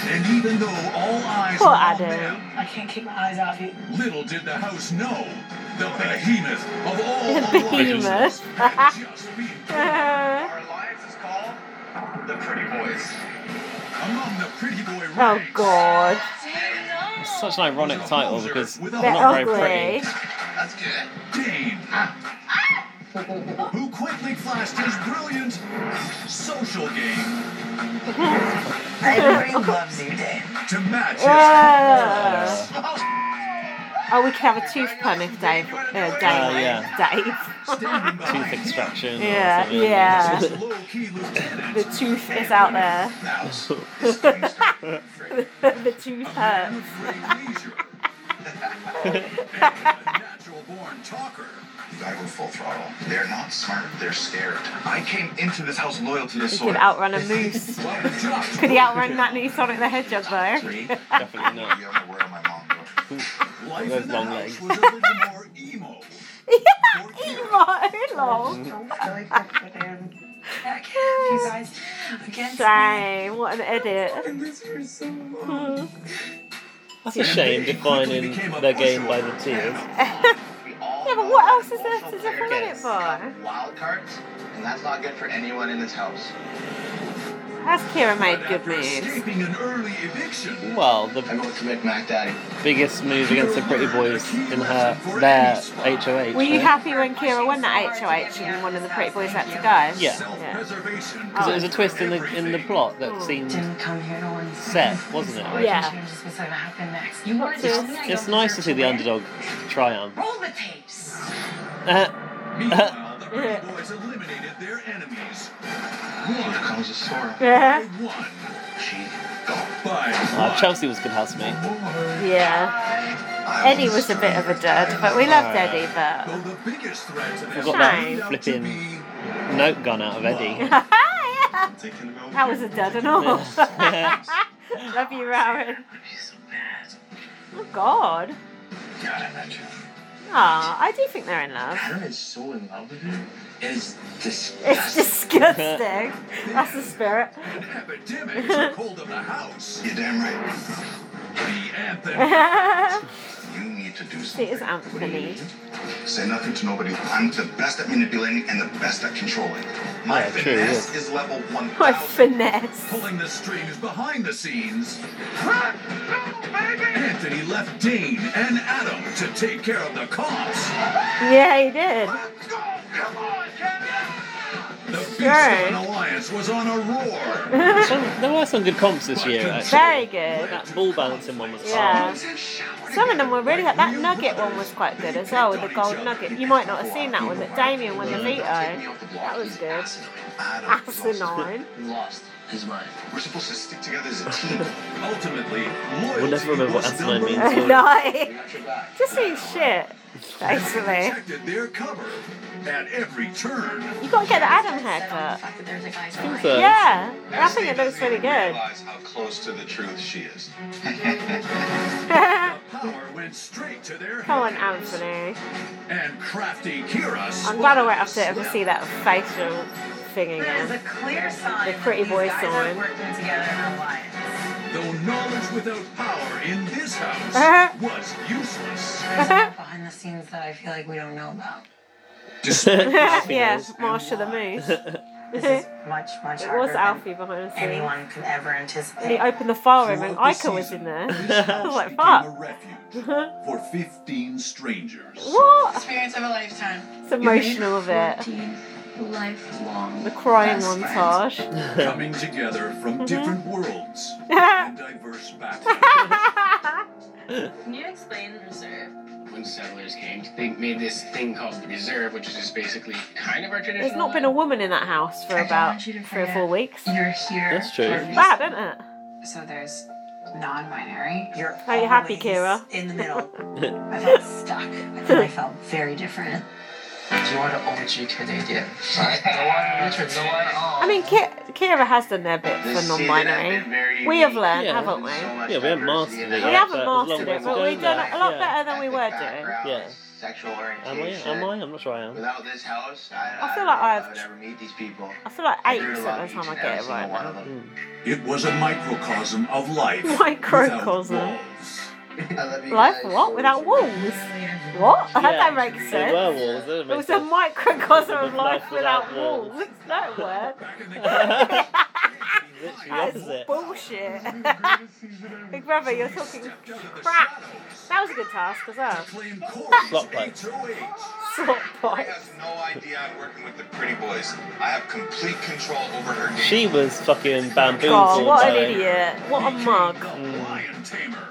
[SPEAKER 5] And even though all eyes
[SPEAKER 2] Poor
[SPEAKER 5] were on
[SPEAKER 2] Adam.
[SPEAKER 5] them,
[SPEAKER 6] I can't keep my eyes off you.
[SPEAKER 5] little did the house know the behemoth of all
[SPEAKER 2] Behemoth.
[SPEAKER 5] alliances had just been born.
[SPEAKER 2] Uh,
[SPEAKER 7] Our alliance is called the Pretty Boys.
[SPEAKER 5] among the pretty boy
[SPEAKER 2] oh
[SPEAKER 5] ranks.
[SPEAKER 2] god.
[SPEAKER 1] It's such an ironic title because they're not
[SPEAKER 2] They're
[SPEAKER 1] very pretty.
[SPEAKER 2] ugly.
[SPEAKER 7] That's good.
[SPEAKER 5] Dane, who quickly flashed his brilliant social game
[SPEAKER 6] Everybody loves you, Dave.
[SPEAKER 5] to match his
[SPEAKER 2] Uh,
[SPEAKER 7] Oh,
[SPEAKER 2] oh, we could have a tooth pun if Dave, uh, Dave,
[SPEAKER 1] yeah.
[SPEAKER 2] Dave.
[SPEAKER 5] standing behind
[SPEAKER 1] Tooth
[SPEAKER 5] him
[SPEAKER 1] extraction. or
[SPEAKER 2] Yeah,
[SPEAKER 1] something like
[SPEAKER 2] yeah.
[SPEAKER 1] that.
[SPEAKER 5] as low-key lieutenant.
[SPEAKER 2] The tooth is out there.
[SPEAKER 5] Mouse,
[SPEAKER 2] the tooth
[SPEAKER 5] a man
[SPEAKER 2] hurts.
[SPEAKER 5] of great leisure, and a natural-born talker.
[SPEAKER 7] You gotta go full throttle. They're not smart. They're scared. I came into this house loyal to this
[SPEAKER 2] He
[SPEAKER 7] soil.
[SPEAKER 2] could outrun a moose.
[SPEAKER 5] Well, just
[SPEAKER 2] Could he outrun that new Sonic the Hedgehog though?
[SPEAKER 7] Three.
[SPEAKER 1] Definitely not.
[SPEAKER 7] You ever wear my mom? bro.
[SPEAKER 5] life
[SPEAKER 1] Those
[SPEAKER 5] in the
[SPEAKER 1] long
[SPEAKER 5] house
[SPEAKER 1] legs.
[SPEAKER 5] was a little more emo.
[SPEAKER 2] Emo, lol.
[SPEAKER 6] I can't. You guys, against
[SPEAKER 2] Dang, what an edit. That's a shame defining their game by the tears.
[SPEAKER 7] We all
[SPEAKER 2] Yeah, but
[SPEAKER 7] know
[SPEAKER 2] what
[SPEAKER 7] that
[SPEAKER 2] else is there
[SPEAKER 7] also
[SPEAKER 2] to define it
[SPEAKER 7] players
[SPEAKER 2] for?
[SPEAKER 7] got Wild cards, and that's not good for anyone in this house.
[SPEAKER 2] How's Kira made
[SPEAKER 5] But
[SPEAKER 2] good
[SPEAKER 5] after
[SPEAKER 2] moves?
[SPEAKER 5] escaping an early eviction,
[SPEAKER 1] Well,
[SPEAKER 7] I
[SPEAKER 1] the
[SPEAKER 7] vote to make Mac Daddy.
[SPEAKER 1] biggest move against the Pretty Boys in her their HOH.
[SPEAKER 2] Were you
[SPEAKER 1] right?
[SPEAKER 2] happy when Kira won that HOH and one of the pretty boys had to go?
[SPEAKER 1] Yeah.
[SPEAKER 5] self-preservation.
[SPEAKER 1] Because it was a twist in the in the plot that seemed.
[SPEAKER 6] Didn't come here to warn you.
[SPEAKER 1] Set, wasn't it, really?
[SPEAKER 2] Yeah.
[SPEAKER 6] Just what's gonna happen next. You wanted to
[SPEAKER 2] It's-
[SPEAKER 6] tell me I
[SPEAKER 1] It's
[SPEAKER 6] don't
[SPEAKER 1] nice to
[SPEAKER 6] deserve
[SPEAKER 1] see the
[SPEAKER 6] win?
[SPEAKER 1] underdog triumph.
[SPEAKER 6] Roll the tapes.
[SPEAKER 1] Uh,
[SPEAKER 5] Meanwhile, the Pretty Boys eliminated their enemies.
[SPEAKER 7] Here comes the store.
[SPEAKER 2] Yeah.
[SPEAKER 5] One
[SPEAKER 7] She
[SPEAKER 5] by
[SPEAKER 1] uh,
[SPEAKER 5] one.
[SPEAKER 1] Chelsea was a good housemate.
[SPEAKER 2] Yeah. Eddie was a bit of a dud, but we loved Eddie, but.
[SPEAKER 5] Though the biggest threat to them
[SPEAKER 1] Forgot
[SPEAKER 2] that
[SPEAKER 5] turned out to
[SPEAKER 1] flipping-
[SPEAKER 5] be
[SPEAKER 1] Note gone out of Eddie.
[SPEAKER 2] Yeah,
[SPEAKER 7] thinking about.
[SPEAKER 2] that was a dud and all. Love you, Rowan. Oh, God.
[SPEAKER 7] God, I bet you.
[SPEAKER 2] Aw, I do think they're in love.
[SPEAKER 7] Adam is so in love with you. It is
[SPEAKER 2] It's
[SPEAKER 7] disgusting.
[SPEAKER 2] disgusting. That's the spirit.
[SPEAKER 5] an epidemic took hold of the house.
[SPEAKER 7] You're damn right.
[SPEAKER 5] The anthem.
[SPEAKER 2] it
[SPEAKER 7] You need to do something.
[SPEAKER 2] is Anthony.
[SPEAKER 7] Say nothing to nobody. I'm the best at manipulating and the best at controlling. My
[SPEAKER 1] Yeah, true, yes.
[SPEAKER 7] finesse is level one.
[SPEAKER 2] My finesse.
[SPEAKER 5] Pulling the strings behind the scenes, Anthony left Dane and Adam to take care of the cops.
[SPEAKER 2] Yeah, he did.
[SPEAKER 5] Let's go! Come on, Kevin!
[SPEAKER 2] True.
[SPEAKER 5] Beastman Alliance was on a roar.
[SPEAKER 1] Some, there were some good comps this year, actually.
[SPEAKER 2] Very good.
[SPEAKER 1] That ball balancing one was
[SPEAKER 2] Yeah.
[SPEAKER 1] hard.
[SPEAKER 2] Some of them were really good. That nugget one was quite good as well with the gold nugget. You might not have seen that one that Damien won the veto. That was good. Asinine.
[SPEAKER 8] lost his mind.
[SPEAKER 7] We're supposed to stick together as a team.
[SPEAKER 5] Ultimately, loyalty
[SPEAKER 1] We'll never remember what
[SPEAKER 5] was
[SPEAKER 1] asinine
[SPEAKER 5] number
[SPEAKER 1] means.
[SPEAKER 5] one.
[SPEAKER 2] no.
[SPEAKER 8] We got your back.
[SPEAKER 2] Just eat shit, basically.
[SPEAKER 5] Protected their cover at every turn.
[SPEAKER 2] You gotta get the uh, Adam haircut.
[SPEAKER 1] Think
[SPEAKER 6] haircut.
[SPEAKER 1] so.
[SPEAKER 2] Yeah. I think it looks really good.
[SPEAKER 7] Realize how close to the truth she is.
[SPEAKER 2] Come
[SPEAKER 5] Power went straight to their
[SPEAKER 2] on,
[SPEAKER 5] hands.
[SPEAKER 2] Anthony.
[SPEAKER 5] And crafty Kira.
[SPEAKER 2] I'm
[SPEAKER 5] spotted
[SPEAKER 2] glad I won't have to
[SPEAKER 5] the
[SPEAKER 2] ever
[SPEAKER 5] slip.
[SPEAKER 2] see that facial thing
[SPEAKER 6] That is a
[SPEAKER 2] again.
[SPEAKER 6] clear sign.
[SPEAKER 2] The pretty
[SPEAKER 6] that these
[SPEAKER 2] boy
[SPEAKER 6] guys
[SPEAKER 2] sign.
[SPEAKER 6] are working together in alliance.
[SPEAKER 5] Though knowledge without power in this house
[SPEAKER 2] Uh-huh.
[SPEAKER 5] was useless.
[SPEAKER 6] There's stuff behind the scenes that I feel like we don't know about.
[SPEAKER 2] yeah, Marsha the Moose.
[SPEAKER 6] This is much, much
[SPEAKER 2] It
[SPEAKER 6] harder
[SPEAKER 2] was
[SPEAKER 6] than
[SPEAKER 2] Alfie behind the scenes.
[SPEAKER 6] anyone could ever
[SPEAKER 2] And he
[SPEAKER 6] anticipate.
[SPEAKER 2] opened the file room and Ica was in there. I was like, fuck.
[SPEAKER 5] fuck. For 15 strangers.
[SPEAKER 2] What?
[SPEAKER 6] Experience of a lifetime.
[SPEAKER 2] It's emotional of it.
[SPEAKER 8] Lifelong.
[SPEAKER 2] The crying
[SPEAKER 8] best
[SPEAKER 2] montage.
[SPEAKER 5] Coming together
[SPEAKER 2] Mm-hmm.
[SPEAKER 5] from different worlds and diverse backgrounds.
[SPEAKER 9] Can you explain the reserve?
[SPEAKER 8] friends. When settlers came, they made this thing called the Reserve, which is just basically kind of our traditional.
[SPEAKER 2] There's not been a woman in that house for
[SPEAKER 6] I don't
[SPEAKER 2] about
[SPEAKER 6] want you to
[SPEAKER 2] three or
[SPEAKER 6] forget.
[SPEAKER 2] four weeks.
[SPEAKER 6] You're here.
[SPEAKER 1] That's true.
[SPEAKER 6] for a
[SPEAKER 2] Bad, isn't it?
[SPEAKER 6] reason. So there's non-binary. You're
[SPEAKER 2] Are you happy,
[SPEAKER 6] always
[SPEAKER 2] Kira?
[SPEAKER 6] In the middle. I felt stuck. I think I felt very different.
[SPEAKER 8] Do you want to OG Canadian? Right? the one Richard, the one all.
[SPEAKER 2] I mean, Ki- Kira has done their bit for
[SPEAKER 8] This
[SPEAKER 2] non
[SPEAKER 8] season has been
[SPEAKER 2] binary.
[SPEAKER 8] very
[SPEAKER 2] We have
[SPEAKER 8] unique.
[SPEAKER 2] learned,
[SPEAKER 1] Yeah.
[SPEAKER 2] haven't we?
[SPEAKER 8] So much
[SPEAKER 1] Yeah, we haven't
[SPEAKER 8] diversity
[SPEAKER 1] mastered
[SPEAKER 8] in
[SPEAKER 1] it.
[SPEAKER 2] We
[SPEAKER 8] our
[SPEAKER 1] That
[SPEAKER 2] haven't
[SPEAKER 1] was a long
[SPEAKER 2] mastered
[SPEAKER 1] way
[SPEAKER 2] it,
[SPEAKER 1] to
[SPEAKER 2] but
[SPEAKER 1] go
[SPEAKER 2] we've done
[SPEAKER 1] there.
[SPEAKER 2] a lot
[SPEAKER 1] Yeah.
[SPEAKER 2] better than we were doing.
[SPEAKER 8] background,
[SPEAKER 1] Yeah.
[SPEAKER 8] Sexual
[SPEAKER 1] Am I?
[SPEAKER 8] orientation.
[SPEAKER 1] Am I? I'm not sure I am.
[SPEAKER 8] Without this house, I,
[SPEAKER 2] I
[SPEAKER 8] I
[SPEAKER 2] feel
[SPEAKER 8] don't
[SPEAKER 2] like
[SPEAKER 8] know if
[SPEAKER 2] I've-
[SPEAKER 8] I would ever meet these people.
[SPEAKER 2] I feel like
[SPEAKER 8] I
[SPEAKER 2] eight
[SPEAKER 8] do
[SPEAKER 2] every
[SPEAKER 8] love
[SPEAKER 2] time
[SPEAKER 8] each
[SPEAKER 2] I
[SPEAKER 8] and
[SPEAKER 2] get it
[SPEAKER 8] every single
[SPEAKER 2] right
[SPEAKER 8] one
[SPEAKER 2] now.
[SPEAKER 8] of them.
[SPEAKER 5] It was a microcosm of life.
[SPEAKER 2] Microcosm.
[SPEAKER 5] without walls.
[SPEAKER 8] I love you
[SPEAKER 2] Life
[SPEAKER 8] guys
[SPEAKER 2] what?
[SPEAKER 8] so
[SPEAKER 2] Without
[SPEAKER 8] much.
[SPEAKER 2] walls? What?
[SPEAKER 1] Yeah.
[SPEAKER 2] That makes
[SPEAKER 1] They were
[SPEAKER 2] sense.
[SPEAKER 1] walls, didn't
[SPEAKER 2] It
[SPEAKER 1] make
[SPEAKER 2] was a
[SPEAKER 1] sense.
[SPEAKER 2] microcosm of life without walls. It's no word.
[SPEAKER 5] Back in the day,
[SPEAKER 1] Literally
[SPEAKER 2] That is
[SPEAKER 1] opposite.
[SPEAKER 2] bullshit. Big brother, you're talking
[SPEAKER 5] stepped out of the
[SPEAKER 2] crap.
[SPEAKER 5] shadows
[SPEAKER 2] That was a good task as well.
[SPEAKER 5] to claim
[SPEAKER 1] Flop pipe.
[SPEAKER 5] Corey's 808.
[SPEAKER 2] Sort
[SPEAKER 7] I
[SPEAKER 2] by.
[SPEAKER 7] have no idea I'm working with the pretty boys. I have complete control over her game.
[SPEAKER 1] She was fucking bamboozled.
[SPEAKER 2] God, what
[SPEAKER 1] by-
[SPEAKER 2] an idiot. What a mug.
[SPEAKER 5] Lion tamer.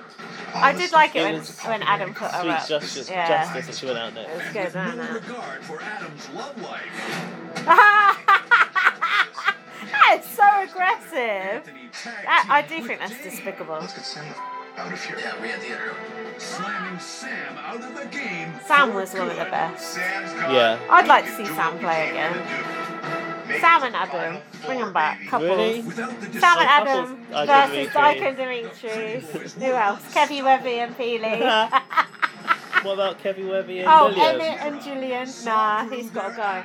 [SPEAKER 2] Oh, I did like it when,
[SPEAKER 1] It was-
[SPEAKER 2] when Adam put her
[SPEAKER 1] Sweet
[SPEAKER 2] up.
[SPEAKER 1] justice,
[SPEAKER 2] Yeah.
[SPEAKER 1] justice that she went out there.
[SPEAKER 2] It was
[SPEAKER 5] And
[SPEAKER 2] good,
[SPEAKER 5] with no
[SPEAKER 2] wasn't it?
[SPEAKER 5] regard for Adam's love life,
[SPEAKER 2] that is so aggressive.
[SPEAKER 5] Anthony tagged
[SPEAKER 2] That, I
[SPEAKER 5] team
[SPEAKER 2] do think
[SPEAKER 5] with
[SPEAKER 2] that's
[SPEAKER 5] Dave,
[SPEAKER 2] despicable.
[SPEAKER 7] Let's get Sam the f- out of here.
[SPEAKER 8] Yeah, we had the other.
[SPEAKER 5] Slamming Sam out of the game.
[SPEAKER 2] Sam
[SPEAKER 5] for
[SPEAKER 2] was one of the
[SPEAKER 5] good.
[SPEAKER 2] best.
[SPEAKER 7] Sam's gone.
[SPEAKER 1] Yeah.
[SPEAKER 2] I'd like to
[SPEAKER 7] You
[SPEAKER 2] see
[SPEAKER 7] do
[SPEAKER 2] Sam
[SPEAKER 7] what
[SPEAKER 2] play
[SPEAKER 7] you came
[SPEAKER 2] again.
[SPEAKER 7] here to do. Make
[SPEAKER 2] Sam
[SPEAKER 7] it
[SPEAKER 2] and
[SPEAKER 7] to the
[SPEAKER 2] Adam,
[SPEAKER 7] final
[SPEAKER 2] bring
[SPEAKER 7] four,
[SPEAKER 2] them back.
[SPEAKER 7] baby.
[SPEAKER 2] Couples.
[SPEAKER 1] Really?
[SPEAKER 5] Without the
[SPEAKER 2] Sam and
[SPEAKER 5] disciple,
[SPEAKER 2] Adam
[SPEAKER 1] Couples, Ike
[SPEAKER 2] versus Dyke and
[SPEAKER 1] and
[SPEAKER 2] Demetrius. Who else? Kevin Webby and Feely.
[SPEAKER 1] what about Kevin Webby and
[SPEAKER 2] Oh,
[SPEAKER 1] William?
[SPEAKER 2] Emmett and Julian. Nah, he's got to go.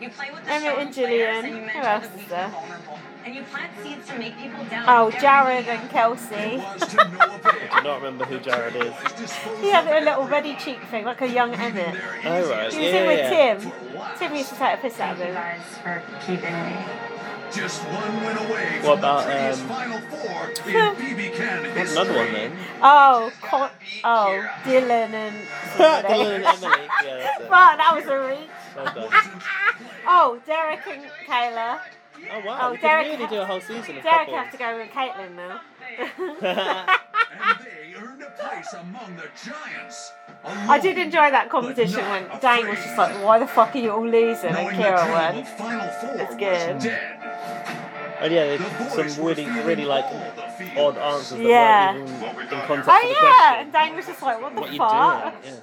[SPEAKER 9] You play with the
[SPEAKER 2] Emmett
[SPEAKER 9] strong
[SPEAKER 2] and Gillian.
[SPEAKER 9] players and you
[SPEAKER 2] Who
[SPEAKER 9] mentor the
[SPEAKER 2] else is
[SPEAKER 9] weak and
[SPEAKER 2] there?
[SPEAKER 9] vulnerable. And you plant seeds to make people down.
[SPEAKER 2] Oh,
[SPEAKER 9] every
[SPEAKER 2] Jared
[SPEAKER 9] day.
[SPEAKER 2] and Kelsey.
[SPEAKER 5] was to no avail.
[SPEAKER 1] I don't remember who Jared is.
[SPEAKER 2] He had a little ready cheek thing, like a young Emmett.
[SPEAKER 1] Oh, right.
[SPEAKER 2] He was in with
[SPEAKER 1] Yeah.
[SPEAKER 2] Tim. Tim used to take a piss out of
[SPEAKER 6] Thank
[SPEAKER 2] him.
[SPEAKER 6] you guys for keeping me.
[SPEAKER 5] Just one win away
[SPEAKER 1] What
[SPEAKER 5] from
[SPEAKER 1] about,
[SPEAKER 5] the previous
[SPEAKER 1] um,
[SPEAKER 5] final four in BB Can history.
[SPEAKER 1] Another one then.
[SPEAKER 2] Oh, Con- oh, Dylan and
[SPEAKER 1] Dylan and
[SPEAKER 2] somebody.
[SPEAKER 1] Emily. Yeah, that's it.
[SPEAKER 2] Wow, that was a reach.
[SPEAKER 1] Well done.
[SPEAKER 2] Oh, Derek and Kayla.
[SPEAKER 1] Oh wow,
[SPEAKER 2] Oh,
[SPEAKER 1] we
[SPEAKER 2] Derek-
[SPEAKER 1] could really do a whole season of
[SPEAKER 2] Derek
[SPEAKER 1] couples.
[SPEAKER 2] has to go with Caitlin now.
[SPEAKER 5] And they earned a place among the giants.
[SPEAKER 2] I did enjoy that competition when Dane was just like, why the fuck are you all losing? And
[SPEAKER 5] Knowing the dream
[SPEAKER 2] Kira won.
[SPEAKER 5] of Final Four
[SPEAKER 2] It's
[SPEAKER 5] was
[SPEAKER 2] good.
[SPEAKER 5] dead.
[SPEAKER 1] and yeah,
[SPEAKER 5] The
[SPEAKER 1] there's
[SPEAKER 5] boys
[SPEAKER 1] some
[SPEAKER 5] were
[SPEAKER 1] really,
[SPEAKER 5] feeling
[SPEAKER 1] really like
[SPEAKER 5] all the feelings.
[SPEAKER 1] odd answers that
[SPEAKER 2] Yeah.
[SPEAKER 1] weren't even
[SPEAKER 7] What we
[SPEAKER 1] in
[SPEAKER 7] got
[SPEAKER 1] context
[SPEAKER 7] here.
[SPEAKER 1] for the
[SPEAKER 2] Oh yeah,
[SPEAKER 1] question.
[SPEAKER 2] and Dane was just like, what the
[SPEAKER 1] What you
[SPEAKER 2] fuck?
[SPEAKER 1] doing?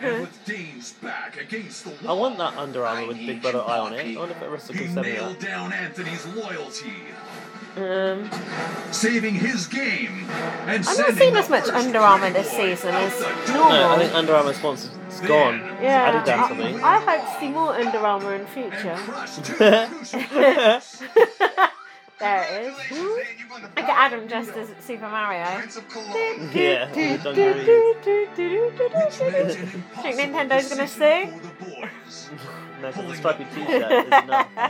[SPEAKER 5] And with Dane's back against the
[SPEAKER 1] Yeah. I
[SPEAKER 5] wall,
[SPEAKER 1] want that Under Armour with Big Brother Eye on it. I wonder if Arista
[SPEAKER 5] he
[SPEAKER 1] can send me
[SPEAKER 5] nailed
[SPEAKER 1] that.
[SPEAKER 5] down Anthony's loyalty,
[SPEAKER 2] Um,
[SPEAKER 5] saving his game. And
[SPEAKER 2] I've not seen as much Under Armour this season as
[SPEAKER 1] No, I
[SPEAKER 2] normal.
[SPEAKER 1] think Under Armour sponsors is gone.
[SPEAKER 2] Yeah,
[SPEAKER 1] Adidas or
[SPEAKER 2] I,
[SPEAKER 1] something.
[SPEAKER 2] I hope to see more Under Armour in future.
[SPEAKER 5] Future.
[SPEAKER 2] There it is. I get Adam dressed as Super Mario.
[SPEAKER 7] Prince of Cologne.
[SPEAKER 1] Yeah, all the dungarees.
[SPEAKER 2] Do-do-do-do-do-do-do-do.
[SPEAKER 5] Think
[SPEAKER 2] Nintendo's gonna sue?
[SPEAKER 1] No, 'cause the stripy t-shirt is enough.
[SPEAKER 7] What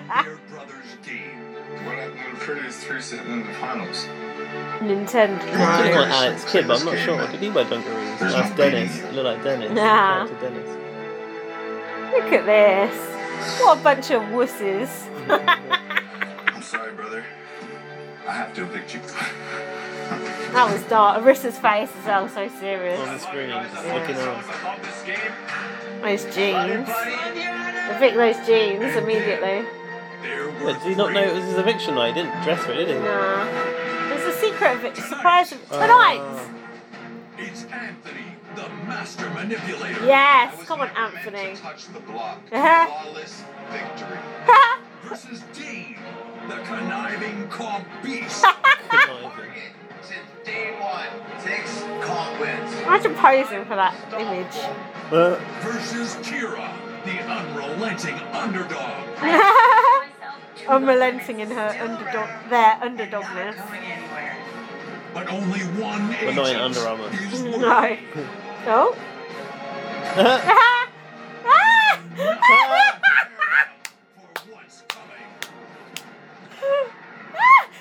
[SPEAKER 7] happened to prettiest three sitting in the finals?
[SPEAKER 1] I
[SPEAKER 2] Nintendo.
[SPEAKER 1] think like Alex Kidd, but I'm not sure. Did he wear dungarees?
[SPEAKER 7] There's
[SPEAKER 1] That's
[SPEAKER 7] no
[SPEAKER 1] Dennis.
[SPEAKER 7] beating you.
[SPEAKER 1] Look like Dennis.
[SPEAKER 2] Nah.
[SPEAKER 1] Back to Dennis.
[SPEAKER 2] Look at this. What a bunch of wusses.
[SPEAKER 5] I'm sorry, brother. I have to evict you.
[SPEAKER 2] That was dark. Arissa's face is all so serious.
[SPEAKER 1] On the screen, just looking on.
[SPEAKER 2] Those jeans.
[SPEAKER 6] Indiana!
[SPEAKER 2] Evict those jeans immediately.
[SPEAKER 1] Wait, did he not know it was his eviction night? He didn't dress for it, did he? Uh,
[SPEAKER 2] Nah. There's a secret evic- surprise ev- tonight.
[SPEAKER 3] It's Anthony, the master manipulator.
[SPEAKER 5] I
[SPEAKER 2] yes,
[SPEAKER 5] was
[SPEAKER 2] come on,
[SPEAKER 5] never meant to
[SPEAKER 2] Anthony.
[SPEAKER 5] touch the block.
[SPEAKER 2] Uh-huh.
[SPEAKER 5] Flawless victory.
[SPEAKER 3] Versus Dean, the conniving cop beast.
[SPEAKER 1] Couldn't
[SPEAKER 5] Bring it to day one. Six comp wins.
[SPEAKER 2] Imagine posing for that image.
[SPEAKER 1] I? Uh,
[SPEAKER 3] versus Kira, the unrelenting underdog.
[SPEAKER 2] Unrelenting in her underdog, their underdogness.
[SPEAKER 4] Going anywhere.
[SPEAKER 3] But only one
[SPEAKER 1] We're
[SPEAKER 3] agent
[SPEAKER 1] not in Under Armour.
[SPEAKER 3] is worth
[SPEAKER 2] No. Oh.
[SPEAKER 3] for what's coming.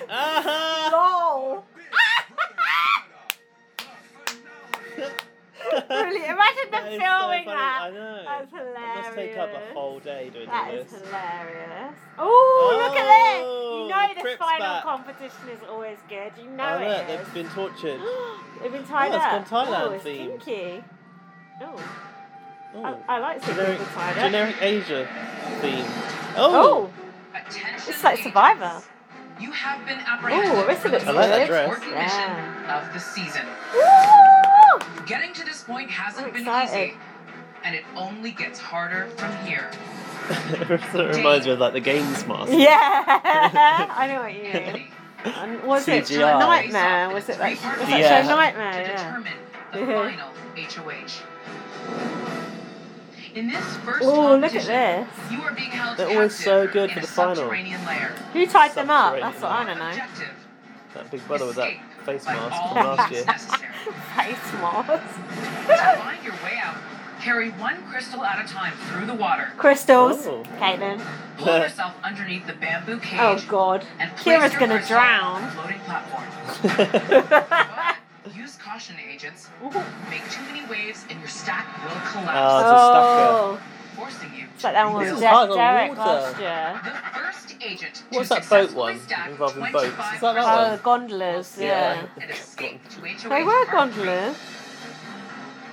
[SPEAKER 1] uh-huh.
[SPEAKER 2] Lol.
[SPEAKER 3] Big Brother Canada, the finale.
[SPEAKER 2] Really, imagine
[SPEAKER 1] That
[SPEAKER 2] them
[SPEAKER 1] is so
[SPEAKER 2] filming
[SPEAKER 1] funny. I
[SPEAKER 2] that.
[SPEAKER 1] know.
[SPEAKER 2] That's
[SPEAKER 1] That must take up a
[SPEAKER 2] hilarious.
[SPEAKER 1] whole day doing
[SPEAKER 2] That
[SPEAKER 1] this.
[SPEAKER 2] is hilarious. Oh, look at this!
[SPEAKER 1] Oh,
[SPEAKER 2] You know the
[SPEAKER 1] Crip's
[SPEAKER 2] final
[SPEAKER 1] back.
[SPEAKER 2] competition is always good. You know
[SPEAKER 1] I know,
[SPEAKER 2] it is.
[SPEAKER 1] Oh, they've been tortured.
[SPEAKER 2] They've been tied
[SPEAKER 1] Oh, it's
[SPEAKER 2] up.
[SPEAKER 1] gone Thailand
[SPEAKER 2] oh, it's
[SPEAKER 1] themed.
[SPEAKER 2] kinky. Oh, I,
[SPEAKER 1] Oh.
[SPEAKER 2] I like seeing
[SPEAKER 1] Generic,
[SPEAKER 2] people tied up.
[SPEAKER 1] generic Asia theme. Oh!
[SPEAKER 2] Oh,
[SPEAKER 10] Attention
[SPEAKER 2] it's like Survivor.
[SPEAKER 10] agents. You have been
[SPEAKER 2] Oh,
[SPEAKER 10] apprehended
[SPEAKER 2] Arissa looks
[SPEAKER 1] I like that
[SPEAKER 2] good.
[SPEAKER 1] dress.
[SPEAKER 10] for recognition
[SPEAKER 2] Yeah.
[SPEAKER 10] of the season.
[SPEAKER 2] Woo!
[SPEAKER 10] Getting to this point hasn't
[SPEAKER 2] I'm
[SPEAKER 10] been
[SPEAKER 2] excited.
[SPEAKER 10] easy, and it only gets harder from here.
[SPEAKER 1] it reminds me of like the Games Master.
[SPEAKER 2] Yeah, I know what you mean.
[SPEAKER 10] Anthony,
[SPEAKER 2] And was it a
[SPEAKER 1] CGI.
[SPEAKER 2] nightmare? Was it like, was that
[SPEAKER 1] Yeah.
[SPEAKER 2] show nightmare?
[SPEAKER 10] to
[SPEAKER 2] Yeah.
[SPEAKER 10] determine the
[SPEAKER 2] Yeah.
[SPEAKER 10] final HOH. In this first
[SPEAKER 2] Oh, look at
[SPEAKER 10] competition,
[SPEAKER 2] this.
[SPEAKER 10] You are being held
[SPEAKER 1] They're always
[SPEAKER 10] captive
[SPEAKER 1] so good
[SPEAKER 10] in
[SPEAKER 1] for the
[SPEAKER 10] a
[SPEAKER 1] final.
[SPEAKER 10] subterranean lair.
[SPEAKER 2] Who tied them up? That's what
[SPEAKER 1] Subterranean.
[SPEAKER 2] I don't know.
[SPEAKER 10] Objective,
[SPEAKER 1] That big brother with that
[SPEAKER 10] escape
[SPEAKER 1] face
[SPEAKER 10] by
[SPEAKER 1] mask
[SPEAKER 10] all
[SPEAKER 1] from last year.
[SPEAKER 10] means necessary.
[SPEAKER 2] Face mask.
[SPEAKER 10] to find your way out, carry one crystal at a time through the water.
[SPEAKER 2] Crystals.
[SPEAKER 1] Oh.
[SPEAKER 2] Caitlin.
[SPEAKER 10] Pull yourself underneath the bamboo cage.
[SPEAKER 2] Oh god.
[SPEAKER 10] And place
[SPEAKER 2] Kira's
[SPEAKER 10] your
[SPEAKER 2] gonna
[SPEAKER 10] person on a
[SPEAKER 2] drown.
[SPEAKER 10] Floating platform. But use caution, agents. Make too many waves and your stack will collapse,
[SPEAKER 1] Oh,
[SPEAKER 2] oh,
[SPEAKER 10] forcing you.
[SPEAKER 2] it's
[SPEAKER 10] to
[SPEAKER 2] like that one
[SPEAKER 1] This
[SPEAKER 2] with
[SPEAKER 10] rebuild.
[SPEAKER 1] is
[SPEAKER 2] De-
[SPEAKER 1] hard on
[SPEAKER 2] Derek
[SPEAKER 1] water.
[SPEAKER 2] last year.
[SPEAKER 10] The first agent
[SPEAKER 1] What's
[SPEAKER 10] to
[SPEAKER 1] that boat
[SPEAKER 10] successfully
[SPEAKER 1] one
[SPEAKER 10] stack
[SPEAKER 1] involving boats? Is that that
[SPEAKER 10] 25
[SPEAKER 1] one?
[SPEAKER 2] Oh, gondolas, yeah.
[SPEAKER 10] and escape to HOH
[SPEAKER 2] They were
[SPEAKER 10] Part Three.
[SPEAKER 2] gondolas.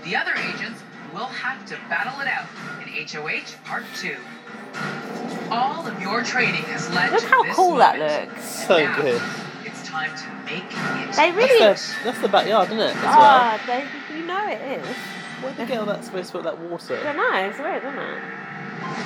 [SPEAKER 10] The other agents will have to battle it out in HOH Part 2. All of your training has led
[SPEAKER 2] Look
[SPEAKER 10] to
[SPEAKER 2] how
[SPEAKER 10] this
[SPEAKER 2] cool that
[SPEAKER 10] moment.
[SPEAKER 2] looks.
[SPEAKER 1] so
[SPEAKER 10] Now,
[SPEAKER 1] good.
[SPEAKER 10] It's time to make it.
[SPEAKER 2] They really-
[SPEAKER 1] That's the, that's the backyard, isn't it? As well.
[SPEAKER 2] Ah, they, you know it is.
[SPEAKER 1] Why the girl that's supposed to put that
[SPEAKER 2] I
[SPEAKER 1] water?
[SPEAKER 2] don't know, it's weird, isn't it?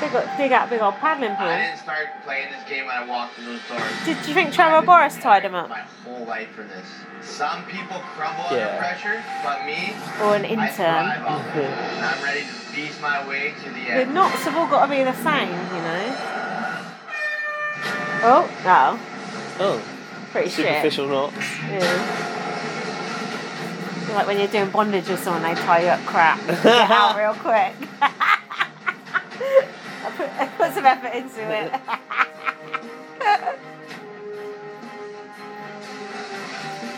[SPEAKER 2] They got dig out a big old paddling
[SPEAKER 5] I
[SPEAKER 2] pool.
[SPEAKER 5] didn't start playing this game when I walked through those doors.
[SPEAKER 2] Did you think Trevor Boris tied him up?
[SPEAKER 5] My whole life for this. Some people crumble
[SPEAKER 1] Yeah.
[SPEAKER 5] under pressure, but me,
[SPEAKER 2] Or an
[SPEAKER 5] I
[SPEAKER 2] intern?
[SPEAKER 5] thrive on it. And I'm ready to beat my way to the
[SPEAKER 2] The
[SPEAKER 5] end.
[SPEAKER 2] knots have all got to be the same, you know? Oh, no.
[SPEAKER 1] Oh,
[SPEAKER 2] Pretty shit.
[SPEAKER 1] superficial knot.
[SPEAKER 2] Yeah. Like when you're doing bondage with someone, they tie you up crap. Get out real quick. I put, I put some effort into it.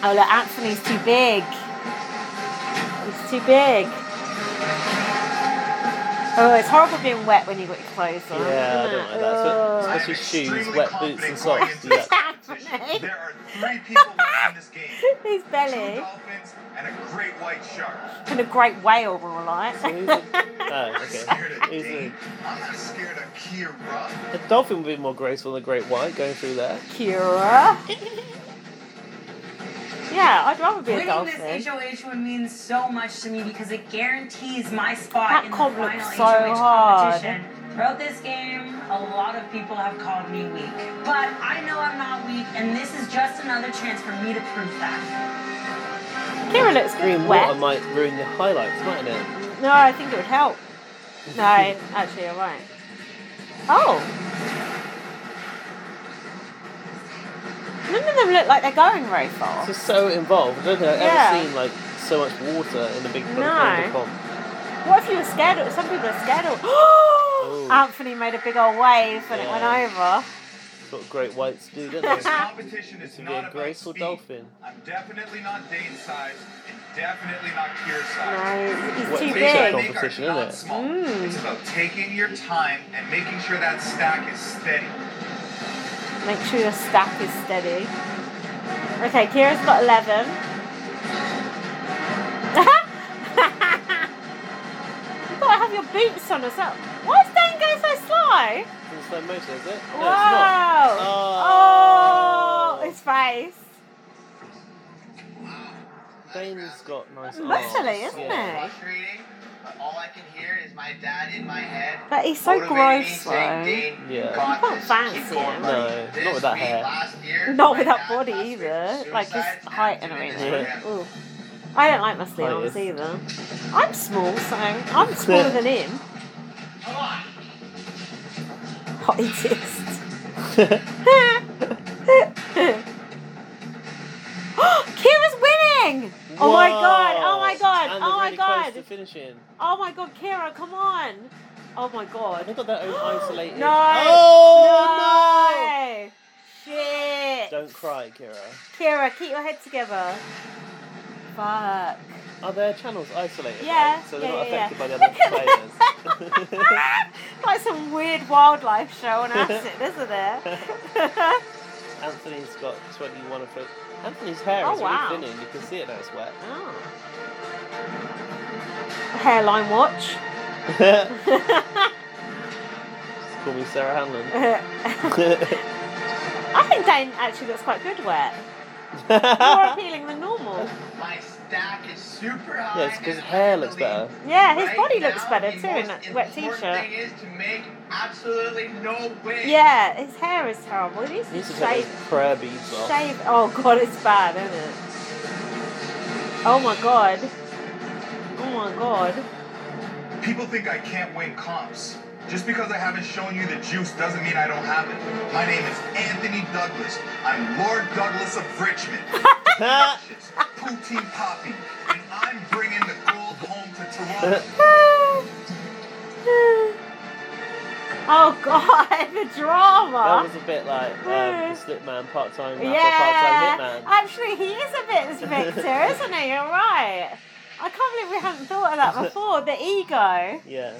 [SPEAKER 2] oh look, Anthony's too big. He's too big. Oh, it's horrible being wet when you've got your clothes on.
[SPEAKER 1] Yeah, I
[SPEAKER 2] isn't
[SPEAKER 1] don't
[SPEAKER 2] it?
[SPEAKER 1] like that. So-
[SPEAKER 2] Ugh.
[SPEAKER 1] Especially shoes,
[SPEAKER 5] extremely
[SPEAKER 1] wet boots, and
[SPEAKER 5] confident going
[SPEAKER 1] socks. do
[SPEAKER 5] into
[SPEAKER 1] that.
[SPEAKER 2] Anthony.
[SPEAKER 5] There are three people left in this game.
[SPEAKER 2] His
[SPEAKER 5] Two
[SPEAKER 2] belly
[SPEAKER 5] dolphins and a great white shark.
[SPEAKER 2] and a great whale were like.
[SPEAKER 1] So who's it- oh,
[SPEAKER 5] Scared of
[SPEAKER 1] okay. Who's
[SPEAKER 5] Dane.
[SPEAKER 1] it?
[SPEAKER 5] I'm not scared of Kira.
[SPEAKER 1] A dolphin would be more graceful than a great white going through there.
[SPEAKER 2] Kira. yeah, I'd rather be a
[SPEAKER 6] Winning
[SPEAKER 2] dolphin.
[SPEAKER 6] this HOH would mean so much to me because it guarantees my spot
[SPEAKER 2] That
[SPEAKER 6] in the
[SPEAKER 2] comp
[SPEAKER 6] final
[SPEAKER 2] looks so
[SPEAKER 6] HOH
[SPEAKER 2] hard.
[SPEAKER 6] competition. Throughout this game, a lot of people have called me weak, but I know I'm not weak, and this is just another chance for me to prove that.
[SPEAKER 2] Kira looks
[SPEAKER 1] Green
[SPEAKER 2] green
[SPEAKER 1] water
[SPEAKER 2] wet.
[SPEAKER 1] might ruin your highlights, mightn't it?
[SPEAKER 2] No, I think it would help. No, actually, you're right. Oh. None of them look like they're going very
[SPEAKER 1] It's
[SPEAKER 2] far.
[SPEAKER 1] just so involved. I don't think I've
[SPEAKER 2] Yeah.
[SPEAKER 1] ever seen like so much water in a big
[SPEAKER 2] No.
[SPEAKER 1] volcano pond.
[SPEAKER 2] What if you were scared? Of, some people are scared of. Anthony made a big old wave and it went
[SPEAKER 1] Oh. Yeah.
[SPEAKER 2] over.
[SPEAKER 1] what great whites do, don't they?
[SPEAKER 5] This competition
[SPEAKER 1] This
[SPEAKER 5] is
[SPEAKER 1] would
[SPEAKER 5] not
[SPEAKER 1] be a
[SPEAKER 5] about
[SPEAKER 1] graceful
[SPEAKER 5] speed.
[SPEAKER 1] dolphin.
[SPEAKER 5] I'm definitely not Dane size and definitely not pure size.
[SPEAKER 2] No, he's,
[SPEAKER 1] What
[SPEAKER 2] he's too
[SPEAKER 1] is that
[SPEAKER 2] big.
[SPEAKER 1] called?
[SPEAKER 5] Big
[SPEAKER 1] competition,
[SPEAKER 5] are
[SPEAKER 1] isn't
[SPEAKER 5] not
[SPEAKER 1] it?
[SPEAKER 5] small. It's about taking your time and making sure that stack is steady.
[SPEAKER 2] Make sure your stack is steady. Okay, Kira's got 11. you gotta have your boots on as well. Why is Dan going so slow?
[SPEAKER 1] It's in slow motion, is it? No, it's
[SPEAKER 2] Whoa!
[SPEAKER 1] not.
[SPEAKER 2] Oh. his face.
[SPEAKER 1] Dane's got nice arms.
[SPEAKER 2] Muscly, isn't
[SPEAKER 1] yeah.
[SPEAKER 2] he?
[SPEAKER 5] Frustrating, but all I can hear is my dad in my head.
[SPEAKER 2] But he's so
[SPEAKER 5] motivating me,
[SPEAKER 2] gross,
[SPEAKER 5] saying,
[SPEAKER 2] though.
[SPEAKER 5] "Dane,
[SPEAKER 1] Yeah.
[SPEAKER 5] you got
[SPEAKER 2] Not
[SPEAKER 5] this. Keep
[SPEAKER 2] fancy,
[SPEAKER 5] going,
[SPEAKER 2] him.
[SPEAKER 5] buddy."
[SPEAKER 1] No,
[SPEAKER 5] This
[SPEAKER 1] not with that
[SPEAKER 5] week
[SPEAKER 1] hair.
[SPEAKER 5] last year,
[SPEAKER 2] Not
[SPEAKER 5] my
[SPEAKER 2] with that
[SPEAKER 5] dad
[SPEAKER 2] body
[SPEAKER 5] lost
[SPEAKER 2] either.
[SPEAKER 5] his
[SPEAKER 2] Like his
[SPEAKER 5] suicide
[SPEAKER 2] height and
[SPEAKER 5] attempt
[SPEAKER 2] everything.
[SPEAKER 5] in his
[SPEAKER 2] Ooh. I don't like muscly
[SPEAKER 1] Height
[SPEAKER 2] arms
[SPEAKER 1] is-
[SPEAKER 2] either. I'm small, so I'm smaller than him.
[SPEAKER 5] Come on.
[SPEAKER 2] Hot exist. Kira's winning! Oh my god! Oh my
[SPEAKER 1] Whoa.
[SPEAKER 2] god!
[SPEAKER 1] And they're
[SPEAKER 2] Oh my
[SPEAKER 1] really
[SPEAKER 2] god!
[SPEAKER 1] Close to finishing.
[SPEAKER 2] Oh my god, Kira, come on! Oh my god!
[SPEAKER 1] They got their own isolated.
[SPEAKER 2] No!
[SPEAKER 1] Oh
[SPEAKER 2] no! Shit!
[SPEAKER 1] Don't cry, Kira.
[SPEAKER 2] Kira, keep your head together. Fuck.
[SPEAKER 1] Are their channels isolated?
[SPEAKER 2] Yeah,
[SPEAKER 1] Right? So they're
[SPEAKER 2] yeah,
[SPEAKER 1] not
[SPEAKER 2] yeah, yeah.
[SPEAKER 1] affected by the other players.
[SPEAKER 2] like some weird wildlife show on acid, isn't it?
[SPEAKER 1] Anthony's got 21 of it. Anthony's hair
[SPEAKER 2] Oh,
[SPEAKER 1] is
[SPEAKER 2] wow.
[SPEAKER 1] really thinning. You can see it now. It's wet.
[SPEAKER 2] oh. Hairline watch.
[SPEAKER 1] Call me Sarah Hanlon. That's
[SPEAKER 2] I think Dane actually looks quite good wet. More appealing than normal.
[SPEAKER 5] My stack is super high.
[SPEAKER 1] yeah, it's because hair looks better.
[SPEAKER 2] Yeah, his
[SPEAKER 5] Right
[SPEAKER 2] body looks
[SPEAKER 5] now,
[SPEAKER 2] better
[SPEAKER 5] the
[SPEAKER 2] too in
[SPEAKER 5] most
[SPEAKER 2] that wet
[SPEAKER 5] important
[SPEAKER 2] t-shirt.
[SPEAKER 5] thing is to make absolutely no way.
[SPEAKER 2] Yeah, his hair is terrible. He needs
[SPEAKER 1] He needs
[SPEAKER 2] to
[SPEAKER 1] to take
[SPEAKER 2] shave.
[SPEAKER 1] those prayer beads off.
[SPEAKER 2] Shave. Oh god, it's bad, isn't it? Oh my god. Oh my god.
[SPEAKER 5] People think I can't win comps. Just because I haven't shown you the juice doesn't mean I don't have it. My name is Anthony Douglas. I'm Lord Douglas of Richmond. It's Poutine Poppy. And I'm bringing the gold home to Toronto.
[SPEAKER 2] Oh god, the
[SPEAKER 1] That
[SPEAKER 2] drama.
[SPEAKER 1] was a bit like
[SPEAKER 2] Yeah.
[SPEAKER 1] um, Slipman, part-time rapper,
[SPEAKER 2] Yeah.
[SPEAKER 1] part-time hitman.
[SPEAKER 2] Actually, he is a bit Victor, isn't he? You're right. I can't believe we haven't thought of that before. The ego.
[SPEAKER 1] Yeah.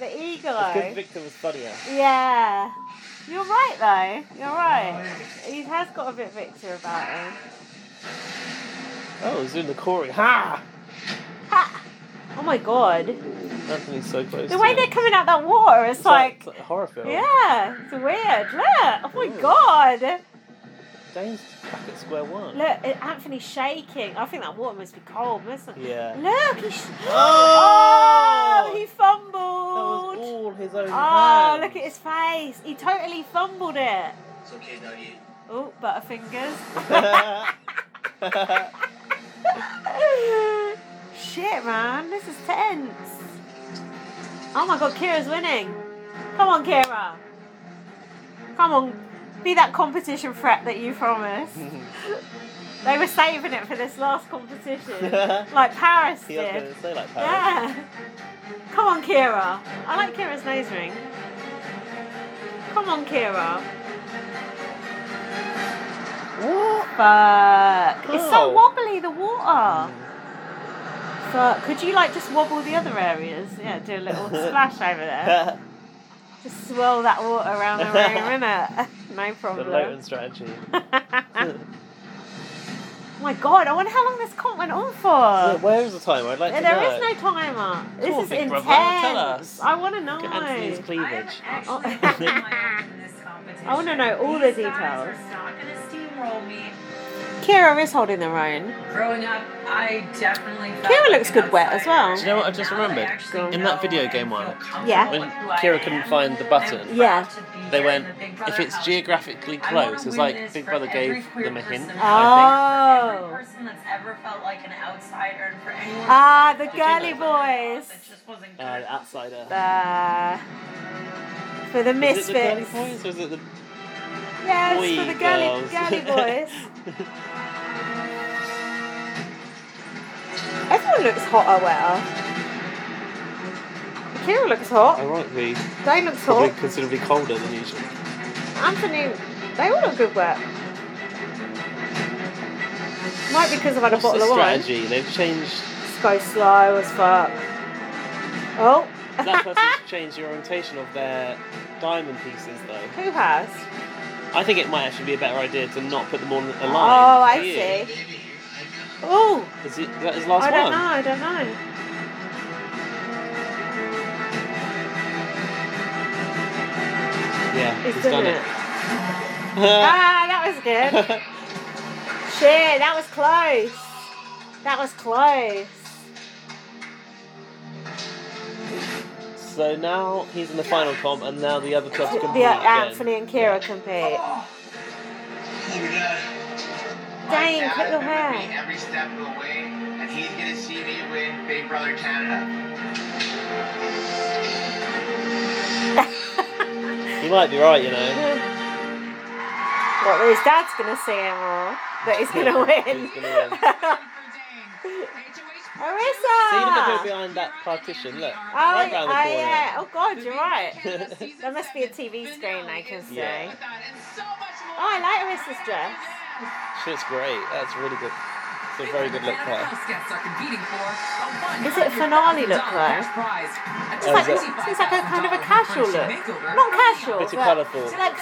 [SPEAKER 2] The
[SPEAKER 1] Because
[SPEAKER 2] ego.
[SPEAKER 1] Victor was funnier.
[SPEAKER 2] Yeah. You're right though. You're right. He has got a bit Victor about him.
[SPEAKER 1] Oh, he's doing the Corey. Ha!
[SPEAKER 2] Ha! Oh my god.
[SPEAKER 1] Anthony's so close.
[SPEAKER 2] The
[SPEAKER 1] to
[SPEAKER 2] way
[SPEAKER 1] him.
[SPEAKER 2] they're coming out that water, it's,
[SPEAKER 1] It's
[SPEAKER 2] like,
[SPEAKER 1] it's a horror film.
[SPEAKER 2] yeah, it's weird. Look, oh my
[SPEAKER 1] Ooh.
[SPEAKER 2] god.
[SPEAKER 1] Dane's back at square one.
[SPEAKER 2] Look, uh, Anthony's shaking. I think that water must be cold, mustn't it?
[SPEAKER 1] Yeah.
[SPEAKER 2] Look, he's.
[SPEAKER 1] Oh!
[SPEAKER 2] Oh, he
[SPEAKER 1] That was
[SPEAKER 2] fumbled.
[SPEAKER 1] all his own
[SPEAKER 2] Oh,
[SPEAKER 1] hands.
[SPEAKER 2] look at his face. He totally fumbled it.
[SPEAKER 5] It's okay, Dougie.
[SPEAKER 2] Oh, butterfingers. Shit, man, this is tense. Oh my god, Kira's winning. Come on, Kira. Come on, be that competition threat that you promised. they were saving it for this last competition, like Paris
[SPEAKER 1] he was going
[SPEAKER 2] did.
[SPEAKER 1] to say like that.
[SPEAKER 2] Yeah. Come on, Kira. I like Kira's nose ring. Come on, Kira.
[SPEAKER 1] What?
[SPEAKER 2] Fuck. It's so
[SPEAKER 1] Oh.
[SPEAKER 2] wobbly, the water. Fuck. Could you, like, just wobble the other areas? Yeah, do a little splash over there. Just swirl that water around the room, innit? No
[SPEAKER 1] the
[SPEAKER 2] problem.
[SPEAKER 1] Loton strategy.
[SPEAKER 2] oh my god, I wonder how long this comp went on for.
[SPEAKER 1] Yeah, where is the timer? I'd like
[SPEAKER 2] There
[SPEAKER 1] to
[SPEAKER 2] is
[SPEAKER 1] know.
[SPEAKER 2] no timer. This
[SPEAKER 1] on,
[SPEAKER 2] is
[SPEAKER 1] Big
[SPEAKER 2] intense.
[SPEAKER 1] Brother, tell us.
[SPEAKER 2] I want to know.
[SPEAKER 1] Look at Anthony's cleavage.
[SPEAKER 6] I am
[SPEAKER 2] Oh.
[SPEAKER 6] actually holding my own in this competition.
[SPEAKER 2] I wanna know all the
[SPEAKER 6] These guys
[SPEAKER 2] details.
[SPEAKER 6] are not gonna steamroll me.
[SPEAKER 2] Kira is holding her own.
[SPEAKER 6] Growing up, I definitely. felt
[SPEAKER 2] Kira
[SPEAKER 6] like
[SPEAKER 2] looks
[SPEAKER 6] an
[SPEAKER 2] good wet as
[SPEAKER 6] outsider.
[SPEAKER 2] well.
[SPEAKER 1] Do you know what I've just
[SPEAKER 6] Now that I
[SPEAKER 1] remembered?
[SPEAKER 6] actually
[SPEAKER 1] In that
[SPEAKER 6] know
[SPEAKER 1] video
[SPEAKER 6] and
[SPEAKER 1] game
[SPEAKER 6] feel
[SPEAKER 1] one,
[SPEAKER 6] comfortable
[SPEAKER 2] Yeah.
[SPEAKER 1] when
[SPEAKER 6] with who I
[SPEAKER 1] Kira
[SPEAKER 6] am,
[SPEAKER 1] couldn't find the
[SPEAKER 6] I'm
[SPEAKER 1] button,
[SPEAKER 2] Yeah.
[SPEAKER 6] proud to be
[SPEAKER 1] They
[SPEAKER 6] here in
[SPEAKER 1] went,
[SPEAKER 6] the Big
[SPEAKER 1] if
[SPEAKER 6] Brother
[SPEAKER 1] it's
[SPEAKER 6] house.
[SPEAKER 1] geographically
[SPEAKER 6] I wanna
[SPEAKER 1] close, it's
[SPEAKER 6] win
[SPEAKER 1] like
[SPEAKER 6] this
[SPEAKER 1] Big
[SPEAKER 6] for
[SPEAKER 1] Brother
[SPEAKER 6] every
[SPEAKER 1] gave
[SPEAKER 6] queer
[SPEAKER 1] them a hint.
[SPEAKER 6] person
[SPEAKER 1] I
[SPEAKER 6] out there,
[SPEAKER 2] Oh.
[SPEAKER 6] for Every person that's ever felt like an outsider and for anyone.
[SPEAKER 2] Ah, the
[SPEAKER 6] who
[SPEAKER 2] girly
[SPEAKER 6] didn't know
[SPEAKER 2] boys.
[SPEAKER 6] that just wasn't
[SPEAKER 1] think.
[SPEAKER 2] Oh.
[SPEAKER 1] Uh,
[SPEAKER 6] good.
[SPEAKER 1] the outsider.
[SPEAKER 2] Uh, for
[SPEAKER 1] Is
[SPEAKER 2] the
[SPEAKER 1] it the girly
[SPEAKER 2] misfits.
[SPEAKER 1] boys or is it the
[SPEAKER 2] Yes,
[SPEAKER 1] boy
[SPEAKER 2] for the girly,
[SPEAKER 1] girls?
[SPEAKER 2] girly boys. Everyone looks hotter, wetter. Kira looks hot.
[SPEAKER 1] Ironically,
[SPEAKER 2] Dane looks
[SPEAKER 1] probably
[SPEAKER 2] hot.
[SPEAKER 1] considerably colder than usual.
[SPEAKER 2] Anthony They all look good work. Might be because I've had a
[SPEAKER 1] What's
[SPEAKER 2] bottle
[SPEAKER 1] the
[SPEAKER 2] of wine.
[SPEAKER 1] strategy? They've changed.
[SPEAKER 2] Just go slow as fuck. Oh,
[SPEAKER 1] That person's changed the orientation of their diamond pieces, though.
[SPEAKER 2] who has?
[SPEAKER 1] I think it might actually be a better idea to not put them on a line.
[SPEAKER 2] Oh, I
[SPEAKER 1] Do you?
[SPEAKER 2] see. Oh,
[SPEAKER 1] Is it is that his last
[SPEAKER 2] I don't
[SPEAKER 1] one?
[SPEAKER 2] know. I don't know.
[SPEAKER 1] Yeah,
[SPEAKER 2] It's
[SPEAKER 1] he's
[SPEAKER 2] done,
[SPEAKER 1] done
[SPEAKER 2] it.
[SPEAKER 1] it.
[SPEAKER 2] ah, that was good. Shit, that was close. That was close.
[SPEAKER 1] so now he's in the final comp, and now the other clubs compete
[SPEAKER 2] The
[SPEAKER 1] again.
[SPEAKER 2] Anthony and Kira compete. Dang, cut your hair.
[SPEAKER 11] Every step of the way, and he's gonna see me win Big Brother Canada.
[SPEAKER 1] You might be right, you know.
[SPEAKER 2] Well, his dad's gonna see him all, but he's gonna win.
[SPEAKER 1] He's gonna win. See, look at her
[SPEAKER 2] Marissa!
[SPEAKER 1] behind that partition. Look,
[SPEAKER 2] Oh,
[SPEAKER 1] right round the
[SPEAKER 2] oh,
[SPEAKER 1] corner.
[SPEAKER 2] yeah. Oh, God, you're right.
[SPEAKER 10] there
[SPEAKER 2] There must be a TV screen I can see.
[SPEAKER 1] Yeah.
[SPEAKER 2] Oh, I like Marissa's dress.
[SPEAKER 1] She looks great. That's really good. It's a very good look part.
[SPEAKER 2] Is it finale look, though?
[SPEAKER 10] It's
[SPEAKER 1] Oh,
[SPEAKER 2] It's like,
[SPEAKER 1] is it?
[SPEAKER 2] it's like a kind of a casual look. Not casual.
[SPEAKER 1] Bit of
[SPEAKER 2] but
[SPEAKER 1] colourful.
[SPEAKER 2] It's like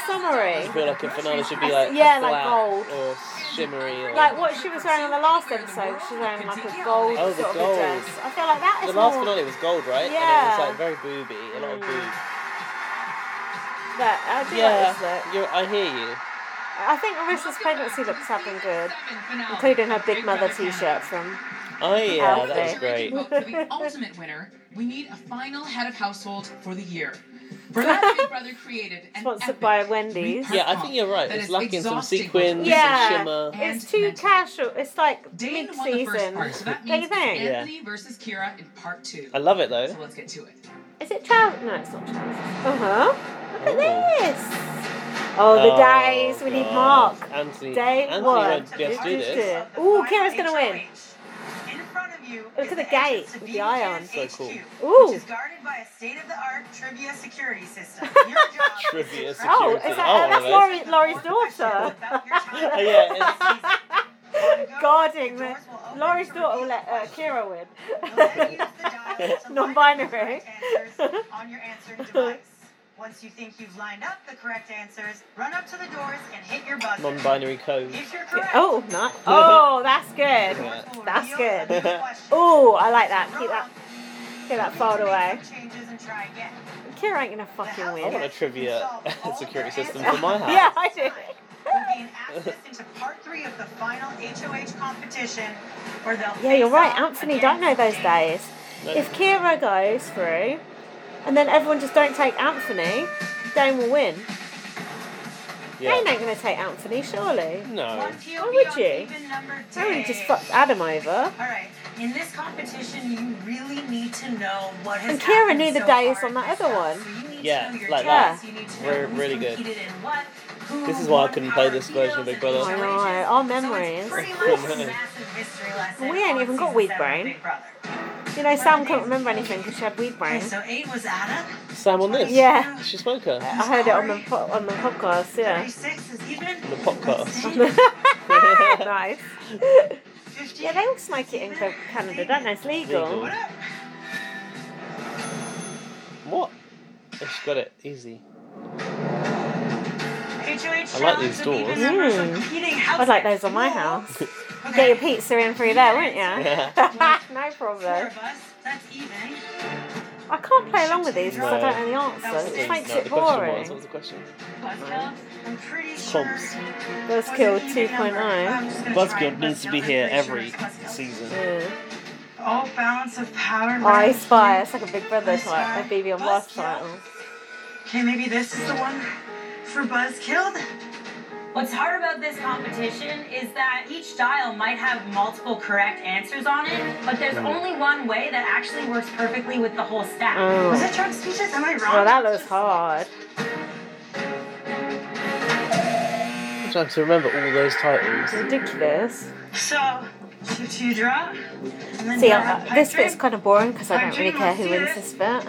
[SPEAKER 1] I
[SPEAKER 2] summery.
[SPEAKER 1] feel like a finale should be like
[SPEAKER 2] Yeah, like
[SPEAKER 1] flat
[SPEAKER 2] gold.
[SPEAKER 1] or shimmery. Or...
[SPEAKER 2] Like what she was wearing on the last episode, she was wearing like a gold
[SPEAKER 1] Oh, the
[SPEAKER 2] sort of a
[SPEAKER 1] gold.
[SPEAKER 2] dress. I feel like that
[SPEAKER 1] the
[SPEAKER 2] is
[SPEAKER 1] last
[SPEAKER 2] more
[SPEAKER 1] finale was gold, right?
[SPEAKER 2] Yeah. Mm.
[SPEAKER 1] And it was like very booby, a lot of boob.
[SPEAKER 2] that. I do like this
[SPEAKER 1] Yeah,
[SPEAKER 2] look.
[SPEAKER 1] you're, I hear you.
[SPEAKER 2] I think Marissa's pregnancy looks up and good, including her Big Mother T-shirt from.
[SPEAKER 1] Oh yeah, that was
[SPEAKER 2] Outfit.
[SPEAKER 1] great.
[SPEAKER 10] For the ultimate winner, we need a final head of household for the year. Bernard Big Brother created an
[SPEAKER 2] Sponsored
[SPEAKER 10] epic
[SPEAKER 2] by Wendy's.
[SPEAKER 10] three-part
[SPEAKER 1] Yeah, I think you're right.
[SPEAKER 10] that
[SPEAKER 1] It's
[SPEAKER 10] is
[SPEAKER 1] lacking some
[SPEAKER 10] exhausting.
[SPEAKER 1] sequins, some
[SPEAKER 2] Yeah,
[SPEAKER 1] shimmer.
[SPEAKER 2] it's too casual. It's like
[SPEAKER 10] Dane
[SPEAKER 2] mid
[SPEAKER 10] won the first
[SPEAKER 2] season.
[SPEAKER 10] part, so that
[SPEAKER 2] Don't
[SPEAKER 10] means
[SPEAKER 2] you
[SPEAKER 10] it's
[SPEAKER 2] think?
[SPEAKER 1] Yeah.
[SPEAKER 10] Anthony versus Kira in part two.
[SPEAKER 1] I love it
[SPEAKER 10] So
[SPEAKER 1] though.
[SPEAKER 10] let's get to it.
[SPEAKER 2] Is it trousers? No, it's not trousers. Uh huh. Look at
[SPEAKER 1] Ooh.
[SPEAKER 2] this. Oh, the days we need Mark.
[SPEAKER 1] Anthony,
[SPEAKER 2] Day
[SPEAKER 1] Anthony
[SPEAKER 2] one.
[SPEAKER 1] won't be able to do
[SPEAKER 2] Who's
[SPEAKER 1] this.
[SPEAKER 2] it? Ooh, Kira's gonna win.
[SPEAKER 4] In front of you.
[SPEAKER 2] Look
[SPEAKER 4] is
[SPEAKER 2] at the
[SPEAKER 4] entrance
[SPEAKER 2] gate
[SPEAKER 4] to
[SPEAKER 2] with the
[SPEAKER 4] BBQ's
[SPEAKER 2] eye on.
[SPEAKER 1] So cool.
[SPEAKER 4] HQ,
[SPEAKER 2] Ooh.
[SPEAKER 4] Which is guarded by a state-of-the-art trivia security system. Your job is
[SPEAKER 1] Trivia security.
[SPEAKER 4] to crack
[SPEAKER 2] Oh,
[SPEAKER 1] Security.
[SPEAKER 2] is that,
[SPEAKER 1] Oh,
[SPEAKER 2] that's
[SPEAKER 1] one
[SPEAKER 2] Laurie, Laurie's daughter.
[SPEAKER 4] about your child.
[SPEAKER 1] yeah,
[SPEAKER 2] Guarding the Laurie's daughter will let uh, Kira win. Non-binary.
[SPEAKER 4] on your answering device. Once you think you've lined up the correct answers, run up to the doors and hit your buzzer.
[SPEAKER 1] non-binary code.
[SPEAKER 4] If you're correct,
[SPEAKER 2] Oh, nice. Oh, that's good.
[SPEAKER 1] Yeah.
[SPEAKER 4] we'll
[SPEAKER 2] That's
[SPEAKER 4] reveal
[SPEAKER 2] good.
[SPEAKER 4] a new question.
[SPEAKER 2] Oh, I like that. Keep
[SPEAKER 4] Wrong.
[SPEAKER 2] that, keep that eh?
[SPEAKER 4] You
[SPEAKER 2] filed
[SPEAKER 4] can
[SPEAKER 2] away.
[SPEAKER 4] make some Changes and try again.
[SPEAKER 2] Kira ain't gonna
[SPEAKER 4] The
[SPEAKER 2] fucking
[SPEAKER 4] house
[SPEAKER 1] I want
[SPEAKER 2] win.
[SPEAKER 1] a trivia
[SPEAKER 4] can solve all
[SPEAKER 1] security
[SPEAKER 4] their
[SPEAKER 1] system
[SPEAKER 4] answers
[SPEAKER 1] for my house.
[SPEAKER 2] Yeah, I do.
[SPEAKER 4] will gain access into part three of the final HOH competition, where they'll
[SPEAKER 2] Yeah, you're
[SPEAKER 4] face
[SPEAKER 2] right.
[SPEAKER 4] off
[SPEAKER 2] Anthony don't know those
[SPEAKER 4] against
[SPEAKER 2] days.
[SPEAKER 1] No.
[SPEAKER 2] If Kira goes through, and then everyone just don't take Anthony, Dane will win. Dane
[SPEAKER 1] Yeah.
[SPEAKER 2] ain't gonna take Anthony, surely.
[SPEAKER 1] No.
[SPEAKER 4] One
[SPEAKER 2] Why
[SPEAKER 4] POV
[SPEAKER 2] Oh, would
[SPEAKER 4] on
[SPEAKER 2] you?
[SPEAKER 4] even number
[SPEAKER 2] Dane just
[SPEAKER 4] day.
[SPEAKER 2] fucked Adam over.
[SPEAKER 4] All right. In this competition, you really need to know what has
[SPEAKER 2] And Kira
[SPEAKER 4] happened
[SPEAKER 2] knew the
[SPEAKER 4] so
[SPEAKER 2] days
[SPEAKER 4] far
[SPEAKER 2] on that
[SPEAKER 4] in this
[SPEAKER 2] other
[SPEAKER 4] house.
[SPEAKER 2] one.
[SPEAKER 4] So you need
[SPEAKER 1] Yeah,
[SPEAKER 4] to know your
[SPEAKER 1] like
[SPEAKER 2] that.
[SPEAKER 4] tasks, You need to know
[SPEAKER 1] We're
[SPEAKER 4] who's
[SPEAKER 1] really good.
[SPEAKER 4] competed in what, who
[SPEAKER 1] This is why I
[SPEAKER 4] won
[SPEAKER 1] couldn't
[SPEAKER 4] power
[SPEAKER 1] play this version of
[SPEAKER 4] videos
[SPEAKER 1] Big
[SPEAKER 4] and
[SPEAKER 1] Brother.
[SPEAKER 2] I
[SPEAKER 4] which
[SPEAKER 2] know,
[SPEAKER 4] regions.
[SPEAKER 2] our
[SPEAKER 4] So
[SPEAKER 2] memories.
[SPEAKER 4] it's pretty much a massive history lesson
[SPEAKER 2] We ain't
[SPEAKER 4] on
[SPEAKER 2] even got
[SPEAKER 4] season
[SPEAKER 2] weed
[SPEAKER 4] seven of
[SPEAKER 2] brain.
[SPEAKER 4] Big Brother.
[SPEAKER 2] You know, Sam couldn't remember anything because she had weed
[SPEAKER 4] Okay,
[SPEAKER 2] brain.
[SPEAKER 4] so eight was Adam.
[SPEAKER 1] Sam on this.
[SPEAKER 2] Yeah.
[SPEAKER 1] She's a smoker.
[SPEAKER 2] I heard it on the po- on the podcast. Yeah.
[SPEAKER 4] Thirty-six is even.
[SPEAKER 1] The podcast.
[SPEAKER 2] nice.
[SPEAKER 4] Fifty.
[SPEAKER 2] Yeah, they all smoke it in Co- Canada, don't they? It's legal.
[SPEAKER 1] Legal. What? Oh, She got it easy.
[SPEAKER 4] HOH
[SPEAKER 1] I like these
[SPEAKER 4] challenges of even
[SPEAKER 1] doors.
[SPEAKER 4] numbers of
[SPEAKER 2] Mm.
[SPEAKER 4] competing
[SPEAKER 2] I'd like those
[SPEAKER 4] housewives.
[SPEAKER 2] on my house.
[SPEAKER 4] Okay.
[SPEAKER 2] Get your pizza in through there, wouldn't you?
[SPEAKER 1] Yeah.
[SPEAKER 2] no
[SPEAKER 4] Four
[SPEAKER 2] problem.
[SPEAKER 4] of us. That's even.
[SPEAKER 2] I can't play along with these because I
[SPEAKER 1] No.
[SPEAKER 2] don't know the answers. It just
[SPEAKER 1] Please,
[SPEAKER 2] makes
[SPEAKER 1] no,
[SPEAKER 2] it
[SPEAKER 1] the question was. What
[SPEAKER 2] boring.
[SPEAKER 1] was the question?
[SPEAKER 4] Buzzkill. I'm pretty sure.
[SPEAKER 1] Comps.
[SPEAKER 2] Buzzkill 2.0.
[SPEAKER 1] Buzzkill needs to be here every season.
[SPEAKER 2] Yeah.
[SPEAKER 4] All balance of power.
[SPEAKER 2] I
[SPEAKER 4] right?
[SPEAKER 2] spy. It's like a Big Brother
[SPEAKER 4] I
[SPEAKER 2] type, a
[SPEAKER 4] Spy,
[SPEAKER 2] BB on Boss
[SPEAKER 4] Buzzkill.
[SPEAKER 2] title.
[SPEAKER 4] Okay, maybe this is the one for Buzzkilled.
[SPEAKER 6] What's hard about this competition is that each dial might have multiple correct answers on it, but there's
[SPEAKER 1] Hmm.
[SPEAKER 6] only one way that actually works perfectly with the whole stack.
[SPEAKER 4] Was
[SPEAKER 2] Oh,
[SPEAKER 4] that drunk speeches? Am I wrong?
[SPEAKER 2] well, that looks hard.
[SPEAKER 1] I'm trying to remember all those titles.
[SPEAKER 2] Ridiculous.
[SPEAKER 4] So, two, two drop. And then
[SPEAKER 2] See,
[SPEAKER 4] down
[SPEAKER 2] I-
[SPEAKER 4] that pipe
[SPEAKER 2] this
[SPEAKER 4] dream.
[SPEAKER 2] bit's kind of boring because I don't really care who wins this bit.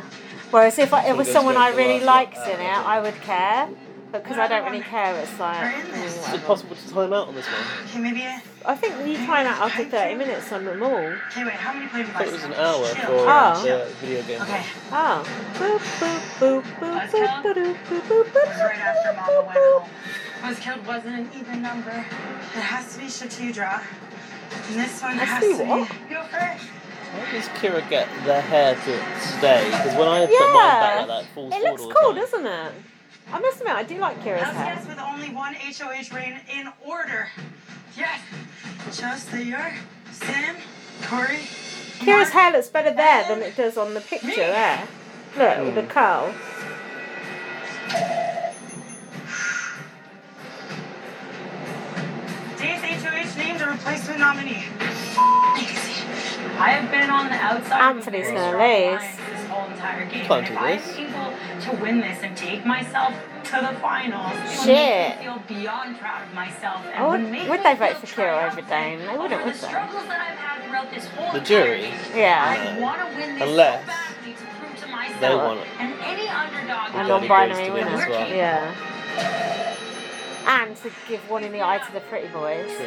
[SPEAKER 2] Whereas if I, it was
[SPEAKER 1] Fingers
[SPEAKER 2] someone
[SPEAKER 1] go
[SPEAKER 2] I
[SPEAKER 1] for
[SPEAKER 2] really
[SPEAKER 1] that.
[SPEAKER 2] likes
[SPEAKER 1] Uh,
[SPEAKER 2] in it, I would care. but because I don't really care, it's like. mm,
[SPEAKER 1] Is it
[SPEAKER 2] whatever.
[SPEAKER 1] possible to time out on this one?
[SPEAKER 4] Okay, maybe. I-
[SPEAKER 2] I think we time out after 30 minutes on them all.
[SPEAKER 4] Okay, wait. How many played with
[SPEAKER 1] I thought it was an hour
[SPEAKER 4] Chill.
[SPEAKER 1] for
[SPEAKER 2] Oh.
[SPEAKER 1] the video game.
[SPEAKER 4] Okay.
[SPEAKER 2] Oh. Boop, boop, boop, boop, boop, boop, boop, boop, boop,
[SPEAKER 4] It was right after Mama went home.
[SPEAKER 6] Was killed wasn't an even number.
[SPEAKER 4] It has to be Shatudra. And this one
[SPEAKER 2] Has
[SPEAKER 4] has
[SPEAKER 2] to be
[SPEAKER 4] to be.
[SPEAKER 2] what?
[SPEAKER 4] You go first.
[SPEAKER 1] Why does Kira get their hair to stay? Because when I put mine back like that, it falls
[SPEAKER 2] It
[SPEAKER 1] forward
[SPEAKER 2] looks
[SPEAKER 1] all the
[SPEAKER 2] cool,
[SPEAKER 1] time.
[SPEAKER 2] doesn't it? I must admit, I do like Kira's
[SPEAKER 4] House
[SPEAKER 2] hair.
[SPEAKER 4] guests with only one HOH ring in order. Yes. Just the year. Sam, Corey.
[SPEAKER 2] Kira's hair looks better there than it does on the picture there. Look, with
[SPEAKER 1] Mm.
[SPEAKER 2] the curl.
[SPEAKER 4] Dave's HOH named a replacement nominee.
[SPEAKER 6] I have been on the outside with
[SPEAKER 2] Anthony's
[SPEAKER 6] very
[SPEAKER 2] gonna
[SPEAKER 6] strong
[SPEAKER 2] lose.
[SPEAKER 6] lines this whole entire game.
[SPEAKER 1] Can't
[SPEAKER 6] and
[SPEAKER 1] do
[SPEAKER 6] if I'm
[SPEAKER 1] this.
[SPEAKER 6] able to win this and take myself to the finals, it would
[SPEAKER 2] Shit.
[SPEAKER 6] make me feel beyond proud of myself. And
[SPEAKER 2] I would-
[SPEAKER 6] would, make
[SPEAKER 2] would
[SPEAKER 6] me
[SPEAKER 2] they vote for
[SPEAKER 6] feel
[SPEAKER 2] Kira over
[SPEAKER 6] triumphant
[SPEAKER 2] Dane? They wouldn't,
[SPEAKER 6] over
[SPEAKER 2] would
[SPEAKER 6] the
[SPEAKER 2] they?
[SPEAKER 6] struggles that I've had throughout this whole
[SPEAKER 1] The jury.
[SPEAKER 6] entire game.
[SPEAKER 2] Yeah.
[SPEAKER 6] I want to win this
[SPEAKER 1] Unless
[SPEAKER 6] so badly to prove to myself
[SPEAKER 1] They want it.
[SPEAKER 6] and any underdog
[SPEAKER 1] Daddy
[SPEAKER 2] And non
[SPEAKER 6] out
[SPEAKER 1] goes
[SPEAKER 6] there
[SPEAKER 2] binary
[SPEAKER 1] to win
[SPEAKER 2] winner.
[SPEAKER 1] as well.
[SPEAKER 2] Yeah. And to give one in the eye to the pretty boys.
[SPEAKER 1] True.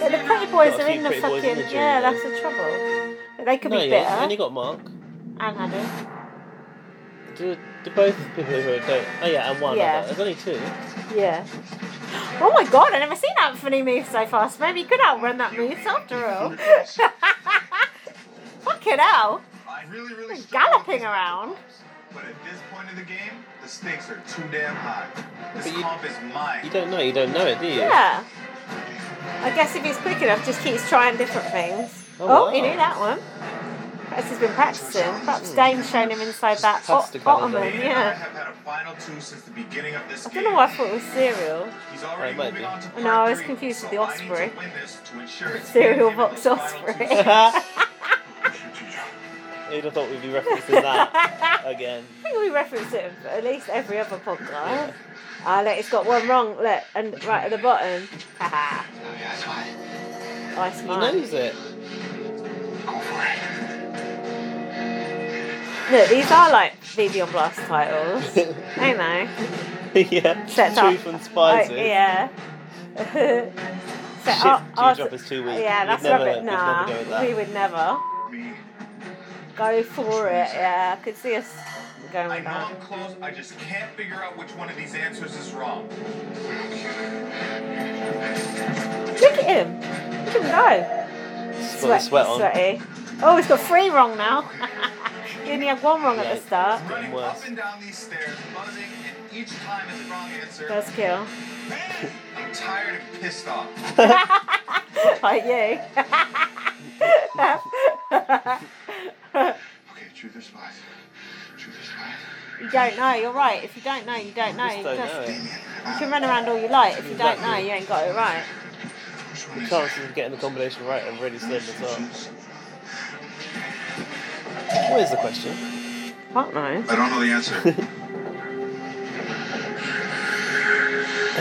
[SPEAKER 2] But the pretty boys
[SPEAKER 1] Got a
[SPEAKER 2] are
[SPEAKER 1] few
[SPEAKER 2] in the
[SPEAKER 1] pretty boys in the
[SPEAKER 2] fucking.
[SPEAKER 1] jury,
[SPEAKER 2] Yeah,
[SPEAKER 1] though.
[SPEAKER 2] that's the trouble. But they could
[SPEAKER 1] No,
[SPEAKER 2] be
[SPEAKER 1] you
[SPEAKER 2] bitter.
[SPEAKER 1] haven't. Then you got Mark.
[SPEAKER 2] And Adam.
[SPEAKER 1] Do, do both people who are don't. Oh yeah, and one.
[SPEAKER 2] Yeah.
[SPEAKER 1] Yeah. There's only two.
[SPEAKER 2] Yeah. Oh my god, I've never seen Anthony move so fast. Maybe he could outrun that move after all. Fucking hell.
[SPEAKER 5] I really, really
[SPEAKER 2] He's
[SPEAKER 5] struggle with
[SPEAKER 2] galloping
[SPEAKER 5] these
[SPEAKER 2] around.
[SPEAKER 5] comps, But at this point in the game, the stakes are too damn high. This
[SPEAKER 1] But you-
[SPEAKER 5] comp is
[SPEAKER 1] You
[SPEAKER 5] mine.
[SPEAKER 1] don't know. You don't know it, do you?
[SPEAKER 2] Yeah. I guess if he's quick enough, just keeps trying different things.
[SPEAKER 1] Oh,
[SPEAKER 2] Oh,
[SPEAKER 1] wow.
[SPEAKER 2] he
[SPEAKER 1] Hmm.
[SPEAKER 2] knew that one. Perhaps he's been practicing. Perhaps Dane's shown him inside that ot-
[SPEAKER 1] Fantastic
[SPEAKER 2] ottoman.
[SPEAKER 1] holiday.
[SPEAKER 5] Dane and I
[SPEAKER 2] Yeah.
[SPEAKER 5] have had a final two since the beginning of this
[SPEAKER 2] I
[SPEAKER 5] game.
[SPEAKER 2] don't know why I thought it was cereal.
[SPEAKER 5] He's already
[SPEAKER 1] It might
[SPEAKER 5] moving
[SPEAKER 1] be.
[SPEAKER 5] on to part
[SPEAKER 2] No, I was
[SPEAKER 5] three,
[SPEAKER 2] confused with
[SPEAKER 5] so
[SPEAKER 2] the
[SPEAKER 5] I need to
[SPEAKER 2] Osprey.
[SPEAKER 5] win this to ensure it's
[SPEAKER 2] Cereal
[SPEAKER 5] in the
[SPEAKER 2] box
[SPEAKER 5] final two
[SPEAKER 2] Osprey.
[SPEAKER 5] seasons.
[SPEAKER 1] Who'd have thought we'd be referencing that again?
[SPEAKER 2] I think we reference it at least every other podcast. Ah, look, it's got one wrong. Look, and right at the bottom. Haha.
[SPEAKER 1] Oh,
[SPEAKER 2] Nice
[SPEAKER 1] He
[SPEAKER 2] one.
[SPEAKER 1] knows it.
[SPEAKER 2] Look, these are like Vivian Blast titles. I know.
[SPEAKER 1] yeah.
[SPEAKER 2] Set up.
[SPEAKER 1] Truth and spices.
[SPEAKER 2] Oh, yeah. Set
[SPEAKER 1] Shit,
[SPEAKER 2] up- oh,
[SPEAKER 1] Dewdrop is too weak.
[SPEAKER 2] Yeah,
[SPEAKER 1] We'd
[SPEAKER 2] that's
[SPEAKER 1] never-
[SPEAKER 2] rubbish.
[SPEAKER 1] we'd
[SPEAKER 2] Nah,
[SPEAKER 1] never go with that.
[SPEAKER 2] we would never
[SPEAKER 5] Me.
[SPEAKER 2] go for it. Yeah, I could see us going
[SPEAKER 5] I
[SPEAKER 2] with
[SPEAKER 5] know
[SPEAKER 2] that.
[SPEAKER 5] I'm close. I just can't figure out which one of these answers is wrong.
[SPEAKER 2] Look at him. Look at him go.
[SPEAKER 1] Just got the
[SPEAKER 2] Sweat,
[SPEAKER 1] sweat on.
[SPEAKER 2] Sweaty. Oh, he's got three wrong now. he only had one wrong
[SPEAKER 1] Yeah.
[SPEAKER 2] at the start.
[SPEAKER 5] Running
[SPEAKER 1] worse.
[SPEAKER 5] up and down these stairs, buzzing, and each time is the wrong answer.
[SPEAKER 2] Does kill.
[SPEAKER 5] Man, I'm tired and pissed off.
[SPEAKER 2] like you.
[SPEAKER 5] Okay, truth or spies. Truth or spies.
[SPEAKER 2] you don't know. You're right. If you don't know, you don't know.
[SPEAKER 1] Just
[SPEAKER 2] you,
[SPEAKER 1] don't
[SPEAKER 2] just-
[SPEAKER 1] know it.
[SPEAKER 2] you can run around all you like. If you don't know,
[SPEAKER 1] Exactly.
[SPEAKER 2] you ain't got it right.
[SPEAKER 5] Which one
[SPEAKER 1] The
[SPEAKER 5] is
[SPEAKER 1] chances of getting the combination right are really slim as well.
[SPEAKER 5] it?
[SPEAKER 1] What is the question?
[SPEAKER 2] Fuck no.
[SPEAKER 5] I don't know the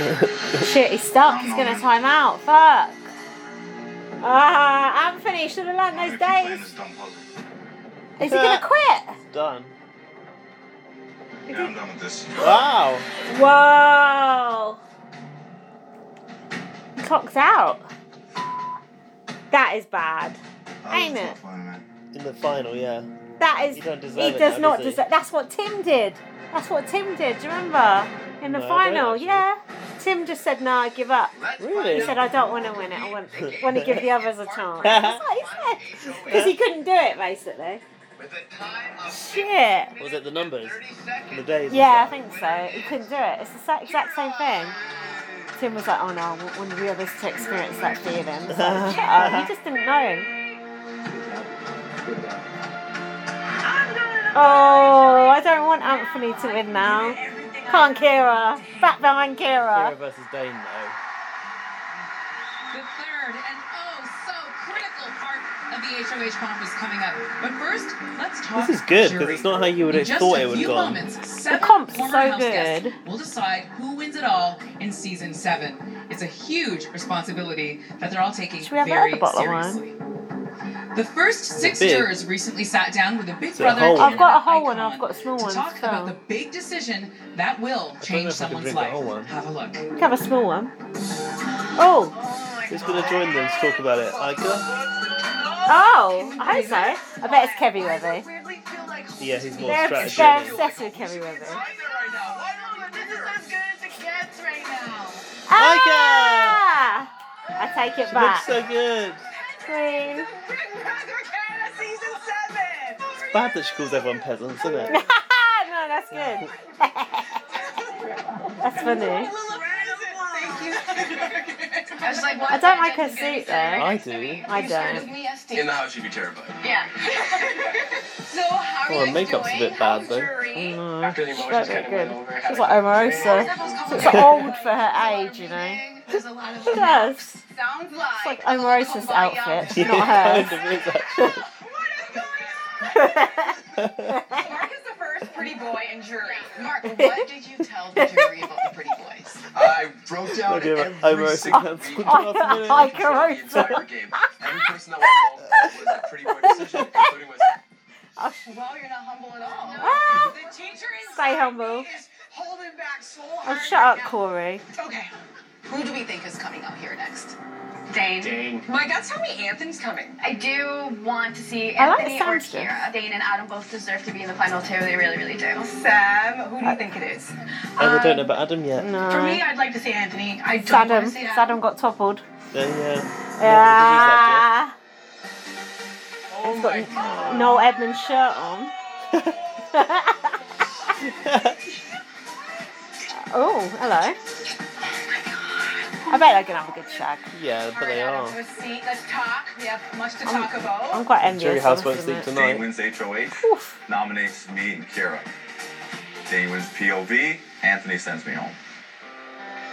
[SPEAKER 5] answer.
[SPEAKER 2] Shit, he's stuck. He's gonna time out. Fuck. Ah, Anthony should have learned those days. Is he gonna quit?
[SPEAKER 1] Done.
[SPEAKER 5] Yeah, I'm done with this.
[SPEAKER 1] Wow.
[SPEAKER 2] Whoa! He clocks out. That is bad. Ain't it?
[SPEAKER 1] In the final, yeah.
[SPEAKER 2] That is.
[SPEAKER 1] He don't deserve
[SPEAKER 2] he
[SPEAKER 1] it
[SPEAKER 2] does
[SPEAKER 1] now,
[SPEAKER 2] not
[SPEAKER 1] does he?
[SPEAKER 2] deserve. That's what Tim did. That's what Tim did. Do you remember? In the
[SPEAKER 1] No, I don't
[SPEAKER 2] final,
[SPEAKER 1] actually.
[SPEAKER 2] yeah. Tim just said, "No, I give up."
[SPEAKER 1] Really?
[SPEAKER 2] He said, "I don't want to win it. I want, want to give the others a chance." That's what he said. Because he couldn't do it, basically.
[SPEAKER 5] With a time of
[SPEAKER 2] Shit.
[SPEAKER 1] Was it the numbers? The
[SPEAKER 5] seconds.
[SPEAKER 1] days? and
[SPEAKER 2] Yeah, I
[SPEAKER 1] stuff?
[SPEAKER 2] think so. He couldn't do it. It's the sa- exact same thing. Tim was like, "Oh no, I want one of the others to experience that feeling." It's like, yeah, you just didn't know. Oh, I don't want Anthony to win now. Come on, Kira. Back behind
[SPEAKER 1] Kira
[SPEAKER 2] Kira.
[SPEAKER 1] versus Dane, though.
[SPEAKER 10] The third and oh so critical part of the HOH comp is coming up. But first, let's talk.
[SPEAKER 1] This is good because
[SPEAKER 10] jury.
[SPEAKER 1] it's not how you would
[SPEAKER 10] In
[SPEAKER 1] have
[SPEAKER 10] just
[SPEAKER 1] thought
[SPEAKER 10] a
[SPEAKER 1] it would
[SPEAKER 10] few
[SPEAKER 1] have gone.
[SPEAKER 10] moments, seven
[SPEAKER 2] comp's
[SPEAKER 10] former
[SPEAKER 2] so
[SPEAKER 10] house guests
[SPEAKER 2] good.
[SPEAKER 10] will decide who wins it all in season seven. It's a huge responsibility that they're all taking
[SPEAKER 2] Should we have that
[SPEAKER 10] very
[SPEAKER 2] other bottle of wine?
[SPEAKER 10] seriously.
[SPEAKER 12] The first six
[SPEAKER 1] Big.
[SPEAKER 12] jurors recently sat down with a Big
[SPEAKER 1] So
[SPEAKER 12] Brother
[SPEAKER 1] whole one.
[SPEAKER 12] Canada
[SPEAKER 2] I've got a whole one,
[SPEAKER 12] icon
[SPEAKER 2] I've got a small
[SPEAKER 12] to
[SPEAKER 2] one.
[SPEAKER 12] talk about the
[SPEAKER 2] so-
[SPEAKER 12] big decision that will
[SPEAKER 1] know
[SPEAKER 12] change
[SPEAKER 1] if I can
[SPEAKER 12] someone's
[SPEAKER 1] drink the
[SPEAKER 12] life.
[SPEAKER 1] whole one.
[SPEAKER 12] Have a look.
[SPEAKER 2] Can I have a small one. Oh,
[SPEAKER 1] Who's going to join them to talk about it? Ica?
[SPEAKER 2] oh, I hope so. I bet it's Kevin Webby.
[SPEAKER 1] Yeah, he's more
[SPEAKER 2] They're,
[SPEAKER 1] strategy.
[SPEAKER 2] they're
[SPEAKER 1] isn't
[SPEAKER 2] obsessed with Kevin Webby. Ah! I take it
[SPEAKER 1] he? Looks
[SPEAKER 2] back.
[SPEAKER 1] so good.
[SPEAKER 2] Queen.
[SPEAKER 1] It's bad that she calls everyone peasants, isn't it?
[SPEAKER 2] no, that's good. that's funny.
[SPEAKER 12] I was like,
[SPEAKER 2] I don't like her suit though.
[SPEAKER 1] I do.
[SPEAKER 2] I don't.
[SPEAKER 5] In the house, you'd be terrified.
[SPEAKER 12] Yeah. so how
[SPEAKER 1] Oh, her makeup's a bit bad though.
[SPEAKER 2] No,
[SPEAKER 8] After the
[SPEAKER 2] she don't
[SPEAKER 8] emotions kind
[SPEAKER 2] look
[SPEAKER 8] of
[SPEAKER 2] good.
[SPEAKER 8] went over, had
[SPEAKER 2] She's
[SPEAKER 8] a
[SPEAKER 2] like Omarosa. She's like old for her age, you know. She does. It's
[SPEAKER 12] Sounds like,
[SPEAKER 2] like Omarosa's outfit,
[SPEAKER 1] Yeah, kind
[SPEAKER 2] not hers.
[SPEAKER 1] of is actually.
[SPEAKER 12] Mark is the first pretty boy in jury. Mark, what did you tell the jury about the pretty boys?
[SPEAKER 5] I wrote down
[SPEAKER 1] Look at
[SPEAKER 5] every
[SPEAKER 1] her, Omarosa
[SPEAKER 5] single
[SPEAKER 1] can't
[SPEAKER 5] detail
[SPEAKER 1] squint
[SPEAKER 5] of
[SPEAKER 1] last
[SPEAKER 2] I,
[SPEAKER 1] minute.
[SPEAKER 2] I
[SPEAKER 5] the entire
[SPEAKER 2] correct.
[SPEAKER 5] game. Every person that went home was a pretty good decision, including myself.
[SPEAKER 12] Well, you're not humble at all.
[SPEAKER 2] Ah,
[SPEAKER 12] The teacher is
[SPEAKER 2] Stay humble.
[SPEAKER 12] is holding back so
[SPEAKER 2] Oh,
[SPEAKER 12] hard.
[SPEAKER 2] shut up, Corey.
[SPEAKER 12] Okay. Who do we think is coming out here next? Dane.
[SPEAKER 8] Dane.
[SPEAKER 12] My guts tell me Anthony's coming.
[SPEAKER 6] I do want to see
[SPEAKER 2] I like
[SPEAKER 6] Anthony
[SPEAKER 2] the
[SPEAKER 6] or
[SPEAKER 2] sound stuff.
[SPEAKER 6] Kira. Dane and Adam both deserve to be in the final two. They really, really do.
[SPEAKER 12] Sam, who do
[SPEAKER 2] Uh,
[SPEAKER 12] you think it is?
[SPEAKER 1] And we don't know about Adam yet.
[SPEAKER 12] For
[SPEAKER 2] No.
[SPEAKER 12] me, I'd like to see Anthony. I don't want
[SPEAKER 2] Saddam.
[SPEAKER 12] to see Adam.
[SPEAKER 2] Saddam got toppled.
[SPEAKER 1] Then, yeah. Yeah.
[SPEAKER 2] Yeah.
[SPEAKER 5] Oh
[SPEAKER 2] Ah. got-
[SPEAKER 5] my god.
[SPEAKER 2] Noel Edmonds shirt on. oh, hello. I bet they're gonna have a good shag.
[SPEAKER 1] yeah, but they
[SPEAKER 12] Adam,
[SPEAKER 1] are.
[SPEAKER 12] have a seat. Let's talk. We have much to talk about.
[SPEAKER 2] I'm quite envious.
[SPEAKER 1] Jerry House
[SPEAKER 2] I
[SPEAKER 1] won't
[SPEAKER 2] must
[SPEAKER 1] sleep
[SPEAKER 2] admit.
[SPEAKER 5] Dane
[SPEAKER 1] tonight.
[SPEAKER 5] wins HOH,
[SPEAKER 2] Oof.
[SPEAKER 5] nominates me and Kira. Dane wins POV, Anthony sends me home.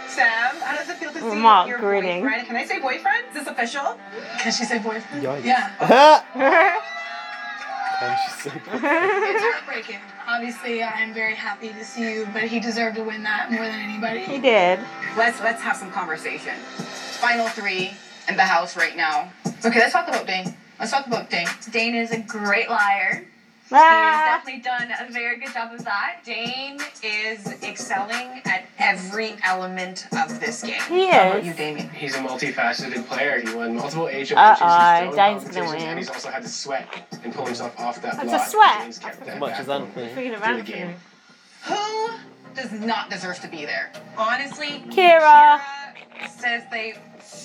[SPEAKER 12] Sam, how does it feel to see
[SPEAKER 2] Mark
[SPEAKER 12] your
[SPEAKER 2] grinning.
[SPEAKER 12] boyfriend? Can I say boyfriend? Is this official? Can she say boyfriend?
[SPEAKER 1] Yikes.
[SPEAKER 12] Yeah.
[SPEAKER 1] And she's so good.
[SPEAKER 12] It's heartbreaking.
[SPEAKER 6] Obviously, I'm very happy to see you, but he deserved to win that more than
[SPEAKER 2] he
[SPEAKER 6] anybody.
[SPEAKER 2] did.
[SPEAKER 12] Let's let's have some conversation. Final three in the house right now. Okay, let's talk about Dane. Let's talk about Dane.
[SPEAKER 6] Dane is a great liar.
[SPEAKER 2] Ah,
[SPEAKER 6] He's definitely done a very good job of that.
[SPEAKER 12] Dane is excelling at every element of this game.
[SPEAKER 2] he
[SPEAKER 12] How about you,
[SPEAKER 2] is.
[SPEAKER 12] Damien?
[SPEAKER 8] He's a multifaceted player. He won multiple HOHs.
[SPEAKER 2] Uh-oh,
[SPEAKER 8] he's
[SPEAKER 2] Dane's
[SPEAKER 8] Dane's
[SPEAKER 2] Uh-uh, gonna
[SPEAKER 8] gonna win.
[SPEAKER 2] win.
[SPEAKER 8] And he's also had to sweat and pull himself off that
[SPEAKER 2] That's a
[SPEAKER 8] block.
[SPEAKER 2] sweat.
[SPEAKER 8] Dane's kept that
[SPEAKER 1] As much
[SPEAKER 8] back
[SPEAKER 1] as
[SPEAKER 8] going
[SPEAKER 1] Anthony.
[SPEAKER 2] Speaking of
[SPEAKER 8] through the
[SPEAKER 2] Anthony.
[SPEAKER 8] game.
[SPEAKER 12] Who does not deserve to be there? Honestly,
[SPEAKER 2] Kira.
[SPEAKER 12] Kira says they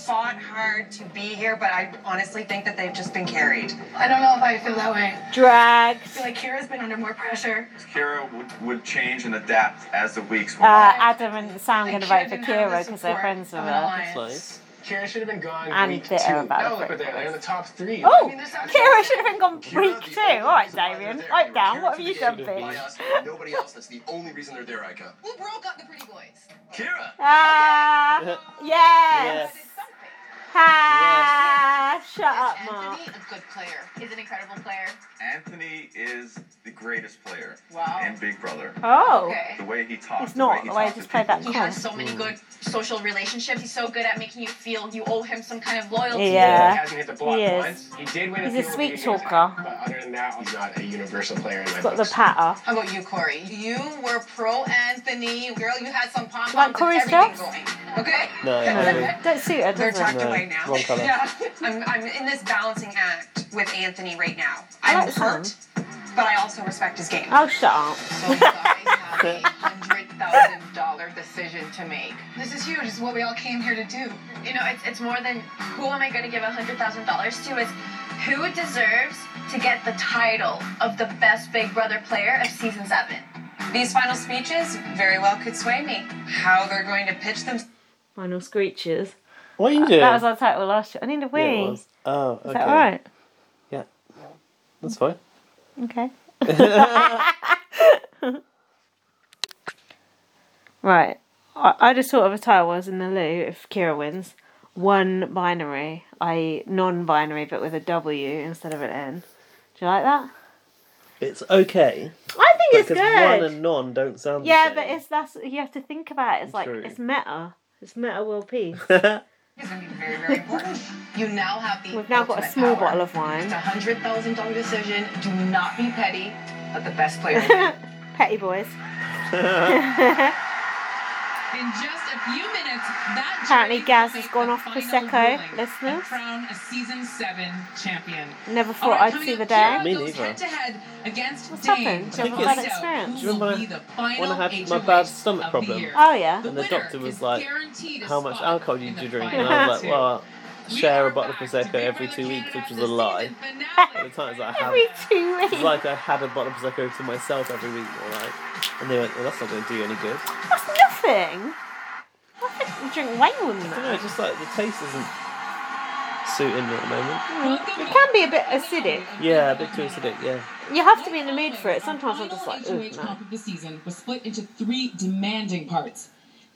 [SPEAKER 12] fought hard to be here, but I honestly think that they've just been carried.
[SPEAKER 6] I don't know if I feel that way.
[SPEAKER 2] Dragged.
[SPEAKER 6] I feel like Kira's been under more pressure.
[SPEAKER 5] Kira would, would change and adapt as the weeks went on.
[SPEAKER 2] Uh, Adam and Sam are
[SPEAKER 12] Like,
[SPEAKER 2] gonna vote for
[SPEAKER 12] didn't have the
[SPEAKER 2] Kira because they're
[SPEAKER 12] support
[SPEAKER 2] friends with
[SPEAKER 12] of an
[SPEAKER 2] her.
[SPEAKER 12] alliance.
[SPEAKER 1] Nice.
[SPEAKER 8] Kira should have been gone.
[SPEAKER 2] And
[SPEAKER 8] week
[SPEAKER 2] they're
[SPEAKER 8] two.
[SPEAKER 2] about
[SPEAKER 8] Now
[SPEAKER 2] to
[SPEAKER 8] look
[SPEAKER 2] break
[SPEAKER 8] what they're, they're in the top three. I
[SPEAKER 2] Oh,
[SPEAKER 8] mean, there's not-
[SPEAKER 2] Kira should have been gone week
[SPEAKER 5] the
[SPEAKER 2] two.
[SPEAKER 5] only
[SPEAKER 2] All right,
[SPEAKER 5] reason why
[SPEAKER 2] Damien.
[SPEAKER 5] they're there.
[SPEAKER 2] Wipe down.
[SPEAKER 5] Kira
[SPEAKER 2] What have
[SPEAKER 5] to
[SPEAKER 2] you
[SPEAKER 5] be
[SPEAKER 2] done,
[SPEAKER 1] should've
[SPEAKER 5] By
[SPEAKER 1] been.
[SPEAKER 2] bitch?
[SPEAKER 5] us, nobody else. That's the only reason they're there, Ica.
[SPEAKER 12] Who broke up the pretty boys?
[SPEAKER 5] Kira!
[SPEAKER 2] Ah,
[SPEAKER 1] Okay.
[SPEAKER 2] yes.
[SPEAKER 1] Yes.
[SPEAKER 2] Ha! Shut up, Mark.
[SPEAKER 12] Anthony, a good player.
[SPEAKER 6] He's an incredible player.
[SPEAKER 5] Anthony is the greatest player
[SPEAKER 12] Wow.
[SPEAKER 5] in Big Brother.
[SPEAKER 2] Oh.
[SPEAKER 6] Okay.
[SPEAKER 5] The way he talks.
[SPEAKER 2] It's not the way I
[SPEAKER 5] talks
[SPEAKER 2] just
[SPEAKER 5] to
[SPEAKER 2] played that
[SPEAKER 6] He
[SPEAKER 5] people.
[SPEAKER 6] has so many good social relationships. He's so good at making you feel you owe him some kind of loyalty.
[SPEAKER 8] He
[SPEAKER 2] Oh, Yeah.
[SPEAKER 8] hasn't hit the block
[SPEAKER 2] He is.
[SPEAKER 8] once. He did win
[SPEAKER 2] He's a
[SPEAKER 8] a few
[SPEAKER 2] sweet
[SPEAKER 8] games, but
[SPEAKER 2] talker.
[SPEAKER 8] Other than that, he's not a universal player in my
[SPEAKER 2] It's got the
[SPEAKER 8] books.
[SPEAKER 2] patter.
[SPEAKER 12] How about you, Corey? You were pro Anthony. Girl, you had some pom
[SPEAKER 2] Like
[SPEAKER 12] poms and
[SPEAKER 2] Corey's
[SPEAKER 12] everything
[SPEAKER 2] dress?
[SPEAKER 12] going. Okay?
[SPEAKER 1] No, I do.
[SPEAKER 2] Don't suit her,
[SPEAKER 12] They're
[SPEAKER 2] does
[SPEAKER 12] tucked
[SPEAKER 2] it?
[SPEAKER 1] No,
[SPEAKER 12] away now.
[SPEAKER 1] wrong colour.
[SPEAKER 12] Yeah. I'm, I'm in this balancing act with Anthony right now.
[SPEAKER 2] I
[SPEAKER 12] I'm
[SPEAKER 2] like
[SPEAKER 12] hurt, but I also respect his game.
[SPEAKER 2] Oh, shut up.
[SPEAKER 12] So you guys have a hundred thousand dollar decision to make. This is huge. This is what we all came here to do.
[SPEAKER 6] You know, it's, it's more than who am I going to give $100,000 to. It's who deserves to get the title of the best Big Brother player of season seven.
[SPEAKER 12] These final speeches very well could sway me. How they're going to pitch them.
[SPEAKER 2] Final screeches.
[SPEAKER 1] What are you doing?
[SPEAKER 2] That was our title last year. I need a
[SPEAKER 1] Yeah, it
[SPEAKER 2] wee. Is
[SPEAKER 1] was. Oh, okay.
[SPEAKER 2] that alright?
[SPEAKER 1] Yeah. That's fine.
[SPEAKER 2] Okay. right. I, I just thought of a title was in the loo if Kira wins. One binary, i.e., non binary, but with a W instead of an N. Do you like that?
[SPEAKER 1] It's okay.
[SPEAKER 2] I think it's
[SPEAKER 1] Because
[SPEAKER 2] good.
[SPEAKER 1] one and non don't sound the
[SPEAKER 2] Yeah,
[SPEAKER 1] same.
[SPEAKER 2] but it's that's you have to think about it. It's like
[SPEAKER 1] True.
[SPEAKER 2] it's meta. It's meta world peace.
[SPEAKER 1] but it's.
[SPEAKER 12] is going to be very, very important. you now have the
[SPEAKER 2] We've now got a
[SPEAKER 12] ultimate
[SPEAKER 2] small
[SPEAKER 12] power.
[SPEAKER 2] bottle of wine.
[SPEAKER 12] It's a hundred thousand dollar decision. Do not be petty. Let the best player win.
[SPEAKER 2] Petty boys.
[SPEAKER 12] In just a few minutes, that
[SPEAKER 2] Apparently
[SPEAKER 12] jury
[SPEAKER 2] Gaz
[SPEAKER 12] will
[SPEAKER 2] has
[SPEAKER 12] make
[SPEAKER 2] gone
[SPEAKER 12] the
[SPEAKER 2] off
[SPEAKER 12] final
[SPEAKER 2] Prosecco,
[SPEAKER 12] ruling
[SPEAKER 2] listeners.
[SPEAKER 12] and crown a season seven champion.
[SPEAKER 2] Never
[SPEAKER 12] All
[SPEAKER 2] thought
[SPEAKER 12] right,
[SPEAKER 2] I'd
[SPEAKER 12] coming
[SPEAKER 2] see
[SPEAKER 12] up,
[SPEAKER 2] the day.
[SPEAKER 12] Kira
[SPEAKER 1] Me
[SPEAKER 12] goes
[SPEAKER 1] neither.
[SPEAKER 12] head-to-head against
[SPEAKER 2] What's
[SPEAKER 12] Dave
[SPEAKER 2] happened?
[SPEAKER 12] to
[SPEAKER 1] I think
[SPEAKER 12] find
[SPEAKER 1] it's-
[SPEAKER 12] out
[SPEAKER 2] Do
[SPEAKER 1] you remember
[SPEAKER 12] who will be the final
[SPEAKER 1] when I had my
[SPEAKER 12] HOH
[SPEAKER 1] bad stomach
[SPEAKER 12] of the
[SPEAKER 1] problem?
[SPEAKER 12] year?
[SPEAKER 2] Oh yeah.
[SPEAKER 1] And the doctor
[SPEAKER 12] winner
[SPEAKER 1] was
[SPEAKER 12] is
[SPEAKER 1] like,
[SPEAKER 12] guaranteed a
[SPEAKER 1] How much
[SPEAKER 12] spot
[SPEAKER 1] alcohol do you
[SPEAKER 12] in the
[SPEAKER 1] drink?
[SPEAKER 12] final
[SPEAKER 1] And I was
[SPEAKER 12] two.
[SPEAKER 1] like, Well, I
[SPEAKER 12] We
[SPEAKER 1] share
[SPEAKER 12] are
[SPEAKER 1] a bottle of
[SPEAKER 12] back to
[SPEAKER 1] Prosecco
[SPEAKER 12] Big
[SPEAKER 1] every
[SPEAKER 12] Brother
[SPEAKER 1] two weeks,
[SPEAKER 12] Canada
[SPEAKER 1] which was
[SPEAKER 12] the
[SPEAKER 1] a lie.
[SPEAKER 12] season finale.
[SPEAKER 1] At the time, it's like, I had,
[SPEAKER 2] Every two
[SPEAKER 1] it was
[SPEAKER 2] weeks.
[SPEAKER 1] like I had a bottle of Prosecco to myself every week, all right? And they went, Well, that's not going to do you any good.
[SPEAKER 2] That's nothing. Nothing. You drink wine with
[SPEAKER 1] I don't know,
[SPEAKER 2] that.
[SPEAKER 1] just like the taste isn't suiting me at the moment.
[SPEAKER 2] It can be a bit acidic.
[SPEAKER 1] Yeah, a bit too acidic, yeah.
[SPEAKER 2] You have to be in the mood for it. Sometimes I'm just like,
[SPEAKER 12] The
[SPEAKER 2] ooh,
[SPEAKER 12] final HOH
[SPEAKER 2] no.
[SPEAKER 12] comp of the season was split into three demanding parts.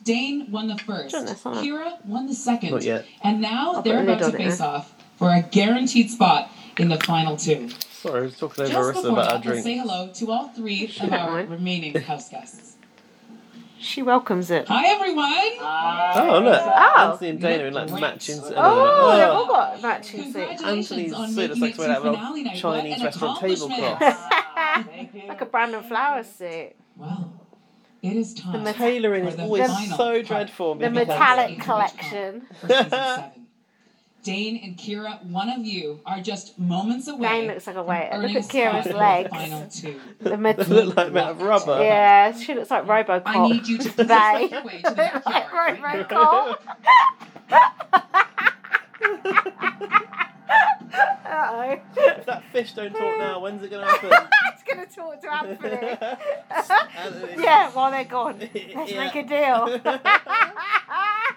[SPEAKER 12] Dane won the first.
[SPEAKER 2] Done this, huh?
[SPEAKER 12] Kira won the second.
[SPEAKER 1] Not yet.
[SPEAKER 12] And
[SPEAKER 2] I'll
[SPEAKER 12] now
[SPEAKER 2] put
[SPEAKER 12] they're
[SPEAKER 2] a lid
[SPEAKER 12] about to
[SPEAKER 2] on it
[SPEAKER 12] face
[SPEAKER 2] now.
[SPEAKER 12] off for a guaranteed spot in the final two.
[SPEAKER 1] Sorry, I was talking over
[SPEAKER 12] Just
[SPEAKER 1] Arissa
[SPEAKER 12] before
[SPEAKER 1] about our
[SPEAKER 12] that, let's
[SPEAKER 1] drink.
[SPEAKER 12] say hello to all three of
[SPEAKER 2] don't
[SPEAKER 12] our
[SPEAKER 2] mind.
[SPEAKER 12] remaining house guests.
[SPEAKER 2] She welcomes it.
[SPEAKER 12] Hi, everyone.
[SPEAKER 2] Uh,
[SPEAKER 1] Oh, look.
[SPEAKER 2] Oh.
[SPEAKER 1] Anthony and Dana in like matching. and-
[SPEAKER 2] Oh, they've all got matching suits.
[SPEAKER 12] Congratulations
[SPEAKER 1] Anthony's
[SPEAKER 12] on
[SPEAKER 1] suit is
[SPEAKER 12] making
[SPEAKER 1] like
[SPEAKER 12] it
[SPEAKER 1] made out
[SPEAKER 12] to
[SPEAKER 1] of an
[SPEAKER 12] finale night.
[SPEAKER 1] old
[SPEAKER 12] What
[SPEAKER 1] Chinese
[SPEAKER 12] an
[SPEAKER 1] restaurant
[SPEAKER 12] accomplishment.
[SPEAKER 1] tablecloth.
[SPEAKER 2] like a Brandon Flowers suit.
[SPEAKER 12] Well, it is time.
[SPEAKER 2] meta-
[SPEAKER 1] Tailoring is
[SPEAKER 12] The
[SPEAKER 1] always
[SPEAKER 12] final
[SPEAKER 1] so
[SPEAKER 12] part.
[SPEAKER 1] dreadful.
[SPEAKER 2] The
[SPEAKER 1] Mickey Mouse.
[SPEAKER 2] metallic collection.
[SPEAKER 12] for season seven. Dane and Kira, one of you are just moments away.
[SPEAKER 2] Dane looks like a
[SPEAKER 12] from
[SPEAKER 2] waiter. Look
[SPEAKER 12] earning
[SPEAKER 2] at Kira's
[SPEAKER 12] spot in the
[SPEAKER 2] legs.
[SPEAKER 12] Final two.
[SPEAKER 2] The
[SPEAKER 1] They
[SPEAKER 2] metal.
[SPEAKER 1] look like made of rubber.
[SPEAKER 2] Yeah, she looks like
[SPEAKER 12] I need
[SPEAKER 2] Robocop.
[SPEAKER 12] you to
[SPEAKER 2] They.
[SPEAKER 12] please make your way to the
[SPEAKER 2] like
[SPEAKER 12] backyard right now.
[SPEAKER 2] Robocop. Uh oh.
[SPEAKER 1] If that fish don't talk now, when's it gonna happen?
[SPEAKER 2] That's gonna talk to Anthony.
[SPEAKER 1] Anthony.
[SPEAKER 2] yeah, while they're gone. Let's
[SPEAKER 1] Yeah.
[SPEAKER 2] make a deal.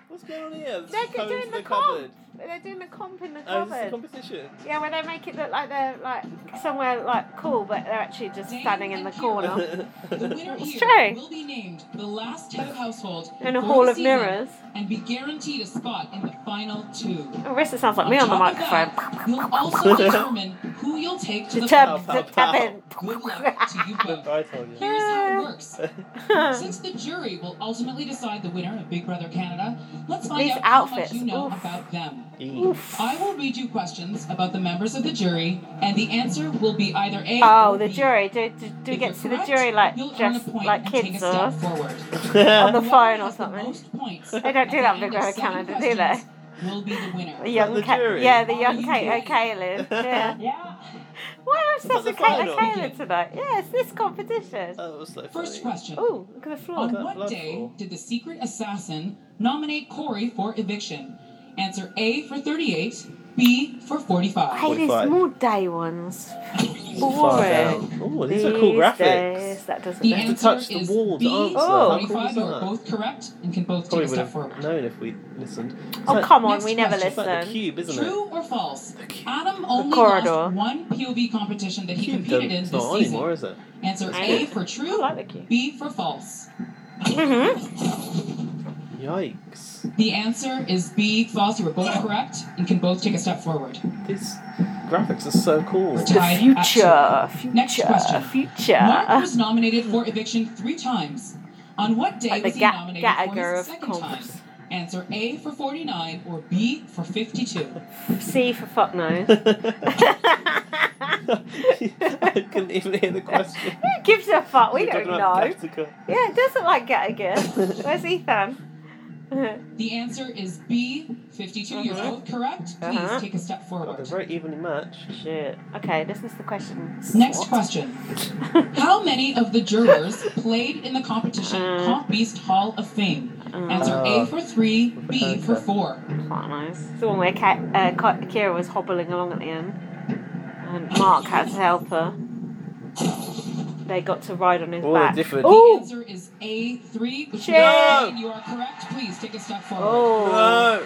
[SPEAKER 1] What's going on here? This
[SPEAKER 2] They're
[SPEAKER 1] is coming
[SPEAKER 2] doing
[SPEAKER 1] to
[SPEAKER 2] the
[SPEAKER 1] the cupboard.
[SPEAKER 2] they're doing a comp in the
[SPEAKER 1] Oh, is this the
[SPEAKER 2] cupboard.
[SPEAKER 1] competition?
[SPEAKER 2] Yeah, where they make it look like they're like somewhere like cool, but they're actually just standing in the corner.
[SPEAKER 12] The winner
[SPEAKER 2] It's
[SPEAKER 12] here
[SPEAKER 2] true.
[SPEAKER 12] will be named the last head of household
[SPEAKER 2] In a
[SPEAKER 12] for
[SPEAKER 2] hall
[SPEAKER 12] the
[SPEAKER 2] of
[SPEAKER 12] season
[SPEAKER 2] mirrors.
[SPEAKER 12] and be guaranteed a spot in the final two.
[SPEAKER 2] Arissa sounds like me on the
[SPEAKER 12] top of
[SPEAKER 2] microphone.
[SPEAKER 12] that, You'll also determine who you'll take to the
[SPEAKER 2] Determined
[SPEAKER 12] final.
[SPEAKER 1] Pow,
[SPEAKER 2] to
[SPEAKER 1] pow,
[SPEAKER 2] tap in.
[SPEAKER 12] Good luck to you both.
[SPEAKER 1] I told you.
[SPEAKER 12] Here's how it works. Since the jury will ultimately decide the winner of Big Brother Canada, let's find
[SPEAKER 2] These
[SPEAKER 12] out
[SPEAKER 2] outfits,
[SPEAKER 12] how much you know
[SPEAKER 2] oof.
[SPEAKER 12] about them.
[SPEAKER 1] Oof.
[SPEAKER 12] I will read you questions about the members of the jury, and the answer will be either A
[SPEAKER 2] Oh,
[SPEAKER 12] or
[SPEAKER 2] the
[SPEAKER 12] B.
[SPEAKER 2] jury. Do, do, do we get
[SPEAKER 12] If you're
[SPEAKER 2] to the
[SPEAKER 12] correct,
[SPEAKER 2] jury like
[SPEAKER 12] you'll earn a
[SPEAKER 2] dressed
[SPEAKER 12] point
[SPEAKER 2] like
[SPEAKER 12] and take a
[SPEAKER 2] kids
[SPEAKER 12] step
[SPEAKER 2] or
[SPEAKER 12] forward.
[SPEAKER 2] on the
[SPEAKER 12] Whoever
[SPEAKER 2] phone or
[SPEAKER 12] has the
[SPEAKER 2] something?
[SPEAKER 12] most points
[SPEAKER 2] They don't
[SPEAKER 12] at
[SPEAKER 2] do
[SPEAKER 12] the
[SPEAKER 2] that
[SPEAKER 12] end
[SPEAKER 2] with
[SPEAKER 12] of
[SPEAKER 2] Rowan
[SPEAKER 12] seven
[SPEAKER 2] Canada, do they?
[SPEAKER 12] questions Will be the winner.
[SPEAKER 2] The young
[SPEAKER 1] the
[SPEAKER 2] Ca-
[SPEAKER 1] jury?
[SPEAKER 2] Yeah, the
[SPEAKER 12] Are
[SPEAKER 2] young
[SPEAKER 12] you
[SPEAKER 2] Kate
[SPEAKER 12] kidding?
[SPEAKER 2] O'Kalin. Yeah.
[SPEAKER 12] Yeah.
[SPEAKER 2] Why are we
[SPEAKER 1] that
[SPEAKER 2] obsessed with
[SPEAKER 1] the
[SPEAKER 2] Kate
[SPEAKER 1] final? Uh,
[SPEAKER 2] O'Kalin tonight? Yeah, it's this competition.
[SPEAKER 1] That was so funny.
[SPEAKER 12] First question.
[SPEAKER 2] Oh, look at the floor.
[SPEAKER 12] On
[SPEAKER 1] that
[SPEAKER 12] what
[SPEAKER 1] blood
[SPEAKER 12] day
[SPEAKER 1] for?
[SPEAKER 12] did the secret assassin nominate Corey for eviction? Answer A for 38, B for 45.
[SPEAKER 2] Hey, there's
[SPEAKER 1] 45.
[SPEAKER 2] more day ones.
[SPEAKER 1] Far
[SPEAKER 2] Boring.
[SPEAKER 1] down. Ooh, these are cool
[SPEAKER 2] These
[SPEAKER 1] graphics.
[SPEAKER 2] days, Oh, that doesn't
[SPEAKER 12] The
[SPEAKER 2] matter.
[SPEAKER 1] have to
[SPEAKER 12] answer
[SPEAKER 1] touch the
[SPEAKER 12] is
[SPEAKER 1] walls,
[SPEAKER 12] B,
[SPEAKER 1] aren't
[SPEAKER 12] and
[SPEAKER 1] they?
[SPEAKER 2] How cool
[SPEAKER 12] 45
[SPEAKER 1] is
[SPEAKER 12] are
[SPEAKER 1] that?
[SPEAKER 12] both correct and can both take
[SPEAKER 1] Probably
[SPEAKER 12] a
[SPEAKER 1] would
[SPEAKER 12] step
[SPEAKER 1] have
[SPEAKER 12] forward.
[SPEAKER 1] known if we listened. It's
[SPEAKER 2] Oh,
[SPEAKER 1] like-
[SPEAKER 2] come on,
[SPEAKER 12] Next
[SPEAKER 2] we never
[SPEAKER 12] question.
[SPEAKER 1] It's like the
[SPEAKER 2] listen.
[SPEAKER 1] cube, isn't it?
[SPEAKER 12] True or false? Adam only
[SPEAKER 2] corridor.
[SPEAKER 12] lost one POV competition that he
[SPEAKER 1] Cube
[SPEAKER 12] competed
[SPEAKER 1] doesn't,
[SPEAKER 12] in
[SPEAKER 1] it's
[SPEAKER 12] this
[SPEAKER 1] not on
[SPEAKER 12] season.
[SPEAKER 1] anymore, is it?
[SPEAKER 12] Answer
[SPEAKER 2] That's
[SPEAKER 12] A
[SPEAKER 2] good.
[SPEAKER 12] for
[SPEAKER 2] I
[SPEAKER 12] true,
[SPEAKER 2] like the Mm-hmm. cube.
[SPEAKER 12] B for false.
[SPEAKER 1] Yikes.
[SPEAKER 12] The answer is B, false. You were both correct and can both take a step forward.
[SPEAKER 1] These graphics are so cool.
[SPEAKER 12] We're tied at two.
[SPEAKER 2] Future, future,
[SPEAKER 12] Next question. Mark
[SPEAKER 2] future.
[SPEAKER 12] was nominated for eviction three times. On what day
[SPEAKER 2] Like the
[SPEAKER 12] was he
[SPEAKER 2] Ga-
[SPEAKER 12] nominated
[SPEAKER 2] Gallagher
[SPEAKER 12] for
[SPEAKER 2] of
[SPEAKER 12] his second time?
[SPEAKER 2] comps.
[SPEAKER 12] Answer A for 49 or B for 52.
[SPEAKER 2] C for fuck no.
[SPEAKER 1] I couldn't even hear the question.
[SPEAKER 2] Who gives a fuck? We
[SPEAKER 1] You're
[SPEAKER 2] don't
[SPEAKER 1] talking about
[SPEAKER 2] know.
[SPEAKER 1] Galactica.
[SPEAKER 2] Yeah, it doesn't like Gallagher. Where's Ethan?
[SPEAKER 12] The answer is B, 52. You're
[SPEAKER 2] Uh-huh.
[SPEAKER 12] both correct. Please
[SPEAKER 2] Uh-huh.
[SPEAKER 12] take a step
[SPEAKER 1] Oh, they're
[SPEAKER 12] forward.
[SPEAKER 1] very evenly matched.
[SPEAKER 2] Shit. Okay, this is the question.
[SPEAKER 12] Next
[SPEAKER 2] What?
[SPEAKER 12] question. How many of the jurors played in the competition
[SPEAKER 2] Uh.
[SPEAKER 12] Comp Beast Hall of Fame? Answer A
[SPEAKER 1] Uh.
[SPEAKER 12] for 3, B for
[SPEAKER 1] Okay.
[SPEAKER 12] 4.
[SPEAKER 2] Quite nice. Uh-huh. It's the one where Ka- uh, Ka- Kira was hobbling along at the end, and Mark had to help her. They got to ride on his
[SPEAKER 1] Oh,
[SPEAKER 2] back.
[SPEAKER 1] they're different.
[SPEAKER 12] The
[SPEAKER 2] Ooh!
[SPEAKER 12] answer is A3, which
[SPEAKER 2] Shit.
[SPEAKER 12] means you are correct. Please take a step forward.
[SPEAKER 2] Oh!
[SPEAKER 1] No!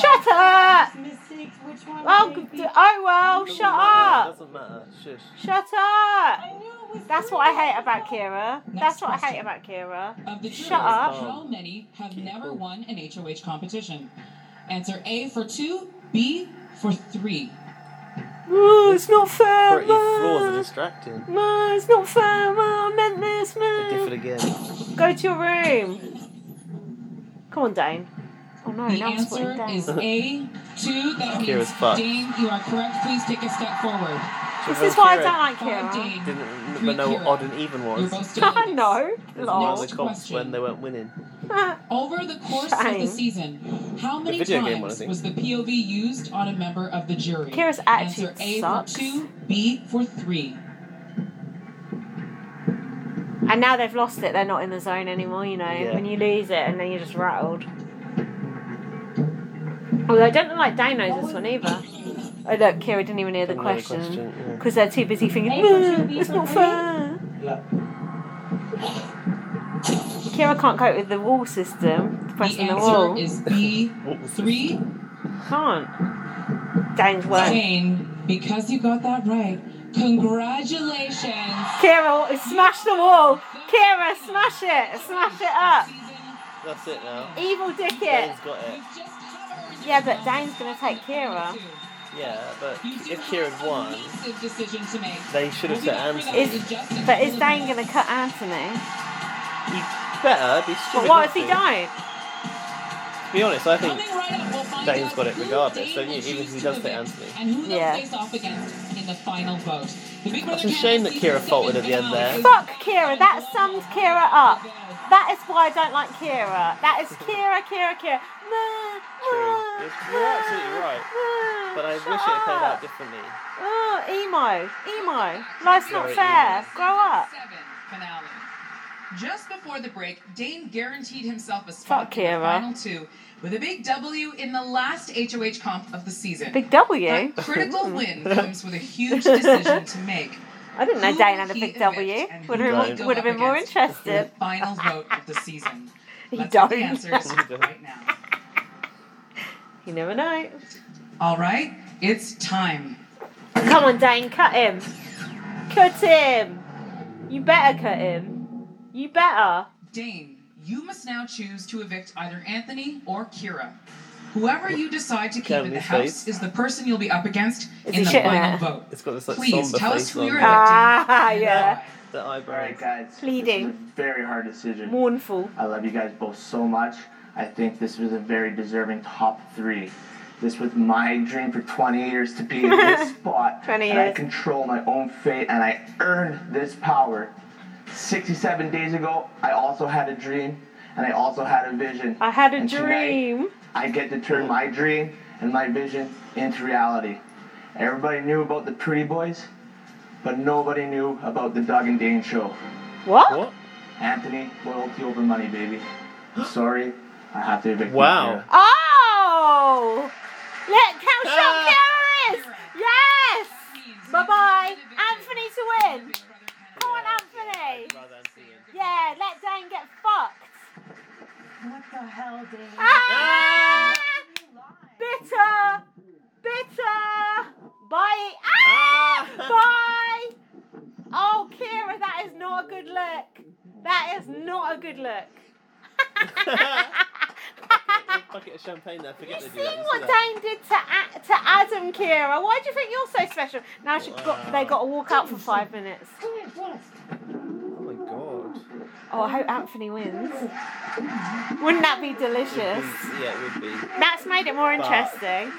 [SPEAKER 2] Shut up!
[SPEAKER 13] Mistakes, which one?
[SPEAKER 2] Oh,
[SPEAKER 13] can it
[SPEAKER 2] d-
[SPEAKER 13] be?
[SPEAKER 2] oh well,
[SPEAKER 1] Doesn't
[SPEAKER 2] shut
[SPEAKER 1] matter,
[SPEAKER 2] up!
[SPEAKER 1] Doesn't matter. Shush.
[SPEAKER 2] Shut
[SPEAKER 13] I
[SPEAKER 2] up!
[SPEAKER 13] knew it was
[SPEAKER 2] That's
[SPEAKER 13] three.
[SPEAKER 2] what I hate about Kira. That's what I hate
[SPEAKER 12] question.
[SPEAKER 2] about Kira.
[SPEAKER 12] Of the jurors,
[SPEAKER 2] Shut up.
[SPEAKER 12] how many have never won an HOH competition? Answer A for 2, B for 3.
[SPEAKER 2] Ooh, it's not fair,
[SPEAKER 1] Pretty flaws are
[SPEAKER 2] man!
[SPEAKER 1] distracting.
[SPEAKER 2] Man, it's not fair, man! I meant this,
[SPEAKER 1] Different
[SPEAKER 2] man!
[SPEAKER 1] again.
[SPEAKER 2] Go to your room! Come on, Dane. Oh, no,
[SPEAKER 12] The
[SPEAKER 2] now it's putting
[SPEAKER 12] answer
[SPEAKER 2] down.
[SPEAKER 12] is A, 2. That
[SPEAKER 1] Kira's
[SPEAKER 12] means,
[SPEAKER 1] fucked.
[SPEAKER 12] Dane, you are correct. Please take a step forward.
[SPEAKER 2] This
[SPEAKER 1] Well,
[SPEAKER 2] is why I
[SPEAKER 1] Kira
[SPEAKER 2] don't like
[SPEAKER 12] Five,
[SPEAKER 2] Kira.
[SPEAKER 12] Dane.
[SPEAKER 1] Didn't
[SPEAKER 12] Three
[SPEAKER 1] but know what
[SPEAKER 12] Kira.
[SPEAKER 1] odd and even
[SPEAKER 12] You're
[SPEAKER 1] was.
[SPEAKER 12] both still in.
[SPEAKER 2] no,
[SPEAKER 1] One of
[SPEAKER 2] lol.
[SPEAKER 1] the comps when they weren't winning.
[SPEAKER 12] Over the course of
[SPEAKER 2] Shame.
[SPEAKER 12] the season, how many
[SPEAKER 1] video game
[SPEAKER 12] times
[SPEAKER 1] one, I think.
[SPEAKER 12] was the POV used on a member of the jury?
[SPEAKER 2] Kira's
[SPEAKER 12] Answer
[SPEAKER 2] attitude
[SPEAKER 12] A
[SPEAKER 2] sucks.
[SPEAKER 12] for two, B for three.
[SPEAKER 2] And now they've lost it. They're not in the zone anymore. You know,
[SPEAKER 1] Yeah.
[SPEAKER 2] when you lose it and then you're just rattled. Although I don't look like Dane knows this one either. Oh look, Kira didn't even hear the
[SPEAKER 1] Didn't hear the
[SPEAKER 2] question
[SPEAKER 1] question, yeah.
[SPEAKER 2] because they're too busy thinking.
[SPEAKER 6] Hey, what's your
[SPEAKER 2] "No, It's
[SPEAKER 6] visa,
[SPEAKER 2] not
[SPEAKER 6] mate?"
[SPEAKER 2] fair. Kira can't cope with the wall system.
[SPEAKER 12] The
[SPEAKER 2] Pressing the,
[SPEAKER 12] answer
[SPEAKER 2] wall.
[SPEAKER 12] is B three.
[SPEAKER 2] can't. Dane's work.
[SPEAKER 12] Dane, because you got that right, congratulations.
[SPEAKER 2] Kira, smash the wall. Kira, smash it. Smash it up.
[SPEAKER 1] That's it now.
[SPEAKER 2] Evil dickhead.
[SPEAKER 1] Dane's got it.
[SPEAKER 2] Yeah, but Dane's gonna take Kira.
[SPEAKER 1] Yeah, but if Kira had won,
[SPEAKER 12] decision to make.
[SPEAKER 1] they should have set Anthony.
[SPEAKER 2] Is, but is Dane gonna cut Anthony?
[SPEAKER 1] He better be stupid.
[SPEAKER 2] But what
[SPEAKER 1] not
[SPEAKER 2] if he
[SPEAKER 1] to.
[SPEAKER 2] don't?
[SPEAKER 1] To be honest, I think
[SPEAKER 12] Coming right up, we'll find
[SPEAKER 1] Dane's
[SPEAKER 12] out
[SPEAKER 1] got it
[SPEAKER 12] who
[SPEAKER 1] regardless,
[SPEAKER 12] Dane
[SPEAKER 1] don't you?
[SPEAKER 12] will
[SPEAKER 1] Even if
[SPEAKER 12] choose
[SPEAKER 1] he
[SPEAKER 12] to
[SPEAKER 1] does fit
[SPEAKER 12] evict
[SPEAKER 1] Anthony.
[SPEAKER 12] And who they'll
[SPEAKER 2] Yeah.
[SPEAKER 12] face off against in the final vote. The Big
[SPEAKER 1] That's
[SPEAKER 12] Brother
[SPEAKER 1] a shame
[SPEAKER 12] Canada
[SPEAKER 1] that Kira
[SPEAKER 12] season
[SPEAKER 1] faltered at
[SPEAKER 12] seven
[SPEAKER 1] the end
[SPEAKER 12] finale
[SPEAKER 1] there.
[SPEAKER 12] is
[SPEAKER 2] Fuck Kira. That sums Kira up. That is why I don't like Kira. That is Kira, Kira, Kira. Nah, nah,
[SPEAKER 1] True. It's- you're absolutely right.
[SPEAKER 2] nah,
[SPEAKER 1] But I
[SPEAKER 2] shut
[SPEAKER 1] wish it had played
[SPEAKER 2] up.
[SPEAKER 1] out differently.
[SPEAKER 2] Oh, emo, emo. Life's not
[SPEAKER 1] Very
[SPEAKER 2] fair.
[SPEAKER 1] emo.
[SPEAKER 2] Grow up.
[SPEAKER 12] Seven finale. Just before the break, Dane guaranteed himself a spot
[SPEAKER 2] Fuck
[SPEAKER 12] in the
[SPEAKER 2] Kira.
[SPEAKER 12] final two with a big W in the last HOH comp of the season.
[SPEAKER 2] Big W.
[SPEAKER 12] That critical win comes with a huge decision to make.
[SPEAKER 2] I didn't know
[SPEAKER 12] Who
[SPEAKER 2] Dane had a
[SPEAKER 12] he
[SPEAKER 2] big
[SPEAKER 12] evicts
[SPEAKER 2] W.
[SPEAKER 12] and
[SPEAKER 2] Would
[SPEAKER 12] who
[SPEAKER 2] have
[SPEAKER 12] he
[SPEAKER 2] been, would have been more
[SPEAKER 12] goes up against
[SPEAKER 2] interested.
[SPEAKER 12] for the Final vote of the season.
[SPEAKER 2] He
[SPEAKER 12] Let's get the
[SPEAKER 2] don't.
[SPEAKER 12] answers right now.
[SPEAKER 2] You never know.
[SPEAKER 12] All right, it's time.
[SPEAKER 2] Come on, Dane, cut him. Cut him. You better cut him. You better.
[SPEAKER 12] Dane, you must now choose to evict either Anthony or Kira. Whoever you decide to keep
[SPEAKER 1] Can't
[SPEAKER 12] in
[SPEAKER 1] be
[SPEAKER 12] the house
[SPEAKER 1] faced.
[SPEAKER 12] is the person you'll be up against
[SPEAKER 2] Is he
[SPEAKER 12] in the
[SPEAKER 2] shitting
[SPEAKER 12] final
[SPEAKER 2] it?
[SPEAKER 12] vote.
[SPEAKER 1] It's got this like
[SPEAKER 12] Please
[SPEAKER 1] somber
[SPEAKER 12] tell us
[SPEAKER 1] face
[SPEAKER 12] who
[SPEAKER 1] on
[SPEAKER 12] you're
[SPEAKER 1] it.
[SPEAKER 12] evicting.
[SPEAKER 2] Ah,
[SPEAKER 12] and
[SPEAKER 2] yeah.
[SPEAKER 12] why.
[SPEAKER 1] The
[SPEAKER 7] All right,
[SPEAKER 1] eyebrows.
[SPEAKER 7] guys. this
[SPEAKER 2] Pleading.
[SPEAKER 7] was a very hard decision.
[SPEAKER 2] Mournful.
[SPEAKER 7] I love you guys both so much. I think this was a very deserving top three. This was my dream for 20 years to be in this spot.
[SPEAKER 2] 20
[SPEAKER 7] and I
[SPEAKER 2] years.
[SPEAKER 7] control my own fate and I earned this power. 67 days ago, I also had a dream and I also had a vision.
[SPEAKER 2] I had a
[SPEAKER 7] And tonight,
[SPEAKER 2] dream.
[SPEAKER 7] I get to turn my dream and my vision into reality. Everybody knew about the Pretty Boys, but nobody knew about the Doug and Dane show.
[SPEAKER 2] What?
[SPEAKER 1] What?
[SPEAKER 7] Anthony, loyalty over money, baby. I'm sorry, I have to evict you
[SPEAKER 1] Wow.
[SPEAKER 7] here.
[SPEAKER 2] Oh! Look how shocked
[SPEAKER 1] Ah.
[SPEAKER 2] Kara is! Yes! Bye bye! Anthony to win! Come on, Anthony!
[SPEAKER 1] Rather than seeing-
[SPEAKER 2] Yeah, let Dane get fucked!
[SPEAKER 4] What the hell, Dave?
[SPEAKER 2] Ah!
[SPEAKER 4] You lied.
[SPEAKER 2] Bitter! Bitter! Bye! Ah! Bye! Oh, Kira, that is not a good look! That is not a good look!
[SPEAKER 1] Bucket of champagne there. Forget
[SPEAKER 2] You
[SPEAKER 1] they
[SPEAKER 2] seen
[SPEAKER 1] do that. You see
[SPEAKER 2] what
[SPEAKER 1] that?
[SPEAKER 2] Dane did to A- to Adam, Kira? Why do you think you're so special? Now she got they got to walk out for five minutes.
[SPEAKER 1] Oh my god.
[SPEAKER 2] Oh, I hope Anthony wins. Wouldn't that be delicious?
[SPEAKER 1] Yeah, it would be.
[SPEAKER 2] That's made it more interesting.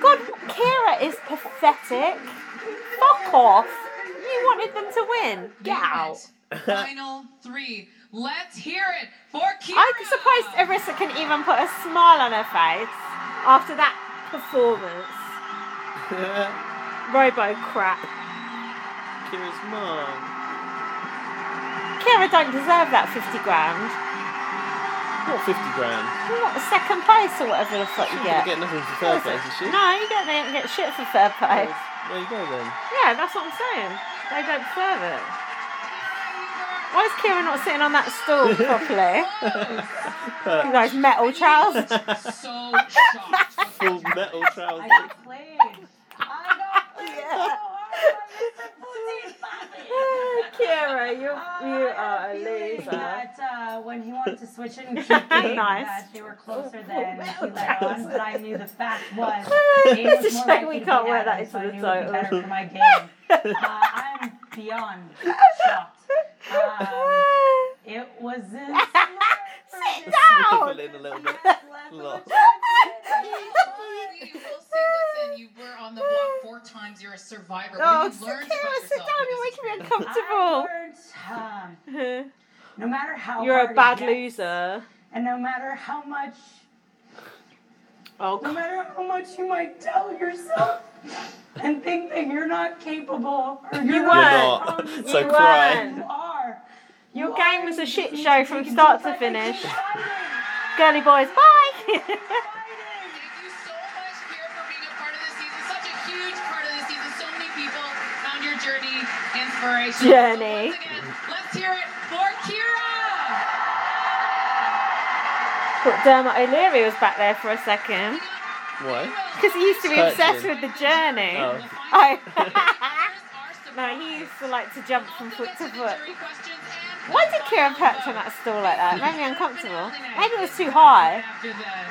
[SPEAKER 2] God, Kira is pathetic. Fuck off. You wanted them to win. Get out.
[SPEAKER 12] Final three. Let's hear it for Kira.
[SPEAKER 2] I'm surprised Arissa can even put a smile on her face after that performance. Robo crap.
[SPEAKER 1] Kira's mum.
[SPEAKER 2] Kira don't deserve that 50 grand.
[SPEAKER 1] Not 50 grand.
[SPEAKER 2] What, the second place or whatever the fuck you
[SPEAKER 1] You're
[SPEAKER 2] get?
[SPEAKER 1] going to get nothing for third place, is she?
[SPEAKER 2] No, you don't get, get shit for third place.
[SPEAKER 1] There you go then.
[SPEAKER 2] Yeah, that's what I'm saying. They don't deserve it. Why is Kira not sitting on that stool properly?
[SPEAKER 1] But
[SPEAKER 2] With those metal trousers.
[SPEAKER 12] So shocked.
[SPEAKER 1] full metal
[SPEAKER 4] I
[SPEAKER 1] trousers.
[SPEAKER 4] got played. I got played
[SPEAKER 2] Yeah.
[SPEAKER 4] so hard by Mr. Putin.
[SPEAKER 2] Kira, you you
[SPEAKER 4] Ah, I
[SPEAKER 2] are a
[SPEAKER 4] had a feeling
[SPEAKER 2] loser.
[SPEAKER 4] That uh, when he wanted to switch it and keep it,
[SPEAKER 2] Nice. Oh,
[SPEAKER 4] that they were closer than he let on. But I knew the fact was,
[SPEAKER 2] It's a
[SPEAKER 4] more
[SPEAKER 2] shame
[SPEAKER 4] likely
[SPEAKER 2] we
[SPEAKER 4] to
[SPEAKER 2] can't
[SPEAKER 4] be
[SPEAKER 2] wear
[SPEAKER 4] Adam,
[SPEAKER 2] that
[SPEAKER 4] so I
[SPEAKER 2] into the
[SPEAKER 4] knew it
[SPEAKER 2] title.
[SPEAKER 4] would be better for my game. Uh, I'm beyond shocked. Um, it was insane.
[SPEAKER 2] so it down.
[SPEAKER 1] in a little bit. Lost.
[SPEAKER 12] Lee Wilson, listen, you were on the block four times. You're a survivor.
[SPEAKER 2] Oh,
[SPEAKER 12] What have you learned about
[SPEAKER 2] Kira, sit
[SPEAKER 12] yourself?
[SPEAKER 2] down. You're making me
[SPEAKER 4] I
[SPEAKER 2] uncomfortable.
[SPEAKER 4] learned, um, no matter how
[SPEAKER 2] You're
[SPEAKER 4] hard
[SPEAKER 2] a
[SPEAKER 4] it
[SPEAKER 2] bad
[SPEAKER 4] gets,
[SPEAKER 2] loser.
[SPEAKER 4] and no matter how much,
[SPEAKER 2] Oh,
[SPEAKER 4] no matter how much you might tell yourself and think that you're not capable, or
[SPEAKER 2] You
[SPEAKER 4] you're
[SPEAKER 2] weren't.
[SPEAKER 4] strong,
[SPEAKER 2] So You cry. weren't.
[SPEAKER 4] You are.
[SPEAKER 2] Your
[SPEAKER 4] You
[SPEAKER 2] game
[SPEAKER 4] are.
[SPEAKER 2] was a
[SPEAKER 4] You
[SPEAKER 2] shit
[SPEAKER 4] need
[SPEAKER 2] show
[SPEAKER 4] to
[SPEAKER 2] from
[SPEAKER 4] take a
[SPEAKER 2] start to
[SPEAKER 4] deep breath and
[SPEAKER 2] finish.
[SPEAKER 4] keep fighting.
[SPEAKER 2] Girly boys, bye.
[SPEAKER 12] Thank you so much, Kira, for being a part of this season. Such a huge part of this season. So many people found your journey inspirational.
[SPEAKER 2] Journey.
[SPEAKER 12] So once again, let's hear it for Kira.
[SPEAKER 2] But Dermot O'Leary was back there for a second
[SPEAKER 1] What?
[SPEAKER 2] because he used to be obsessed
[SPEAKER 1] Searching.
[SPEAKER 2] with the journey.
[SPEAKER 1] Oh.
[SPEAKER 2] Oh. no, he used to like to jump from foot to foot. Why did Kieran perch on that stool like that? It made me uncomfortable. Maybe it was too high.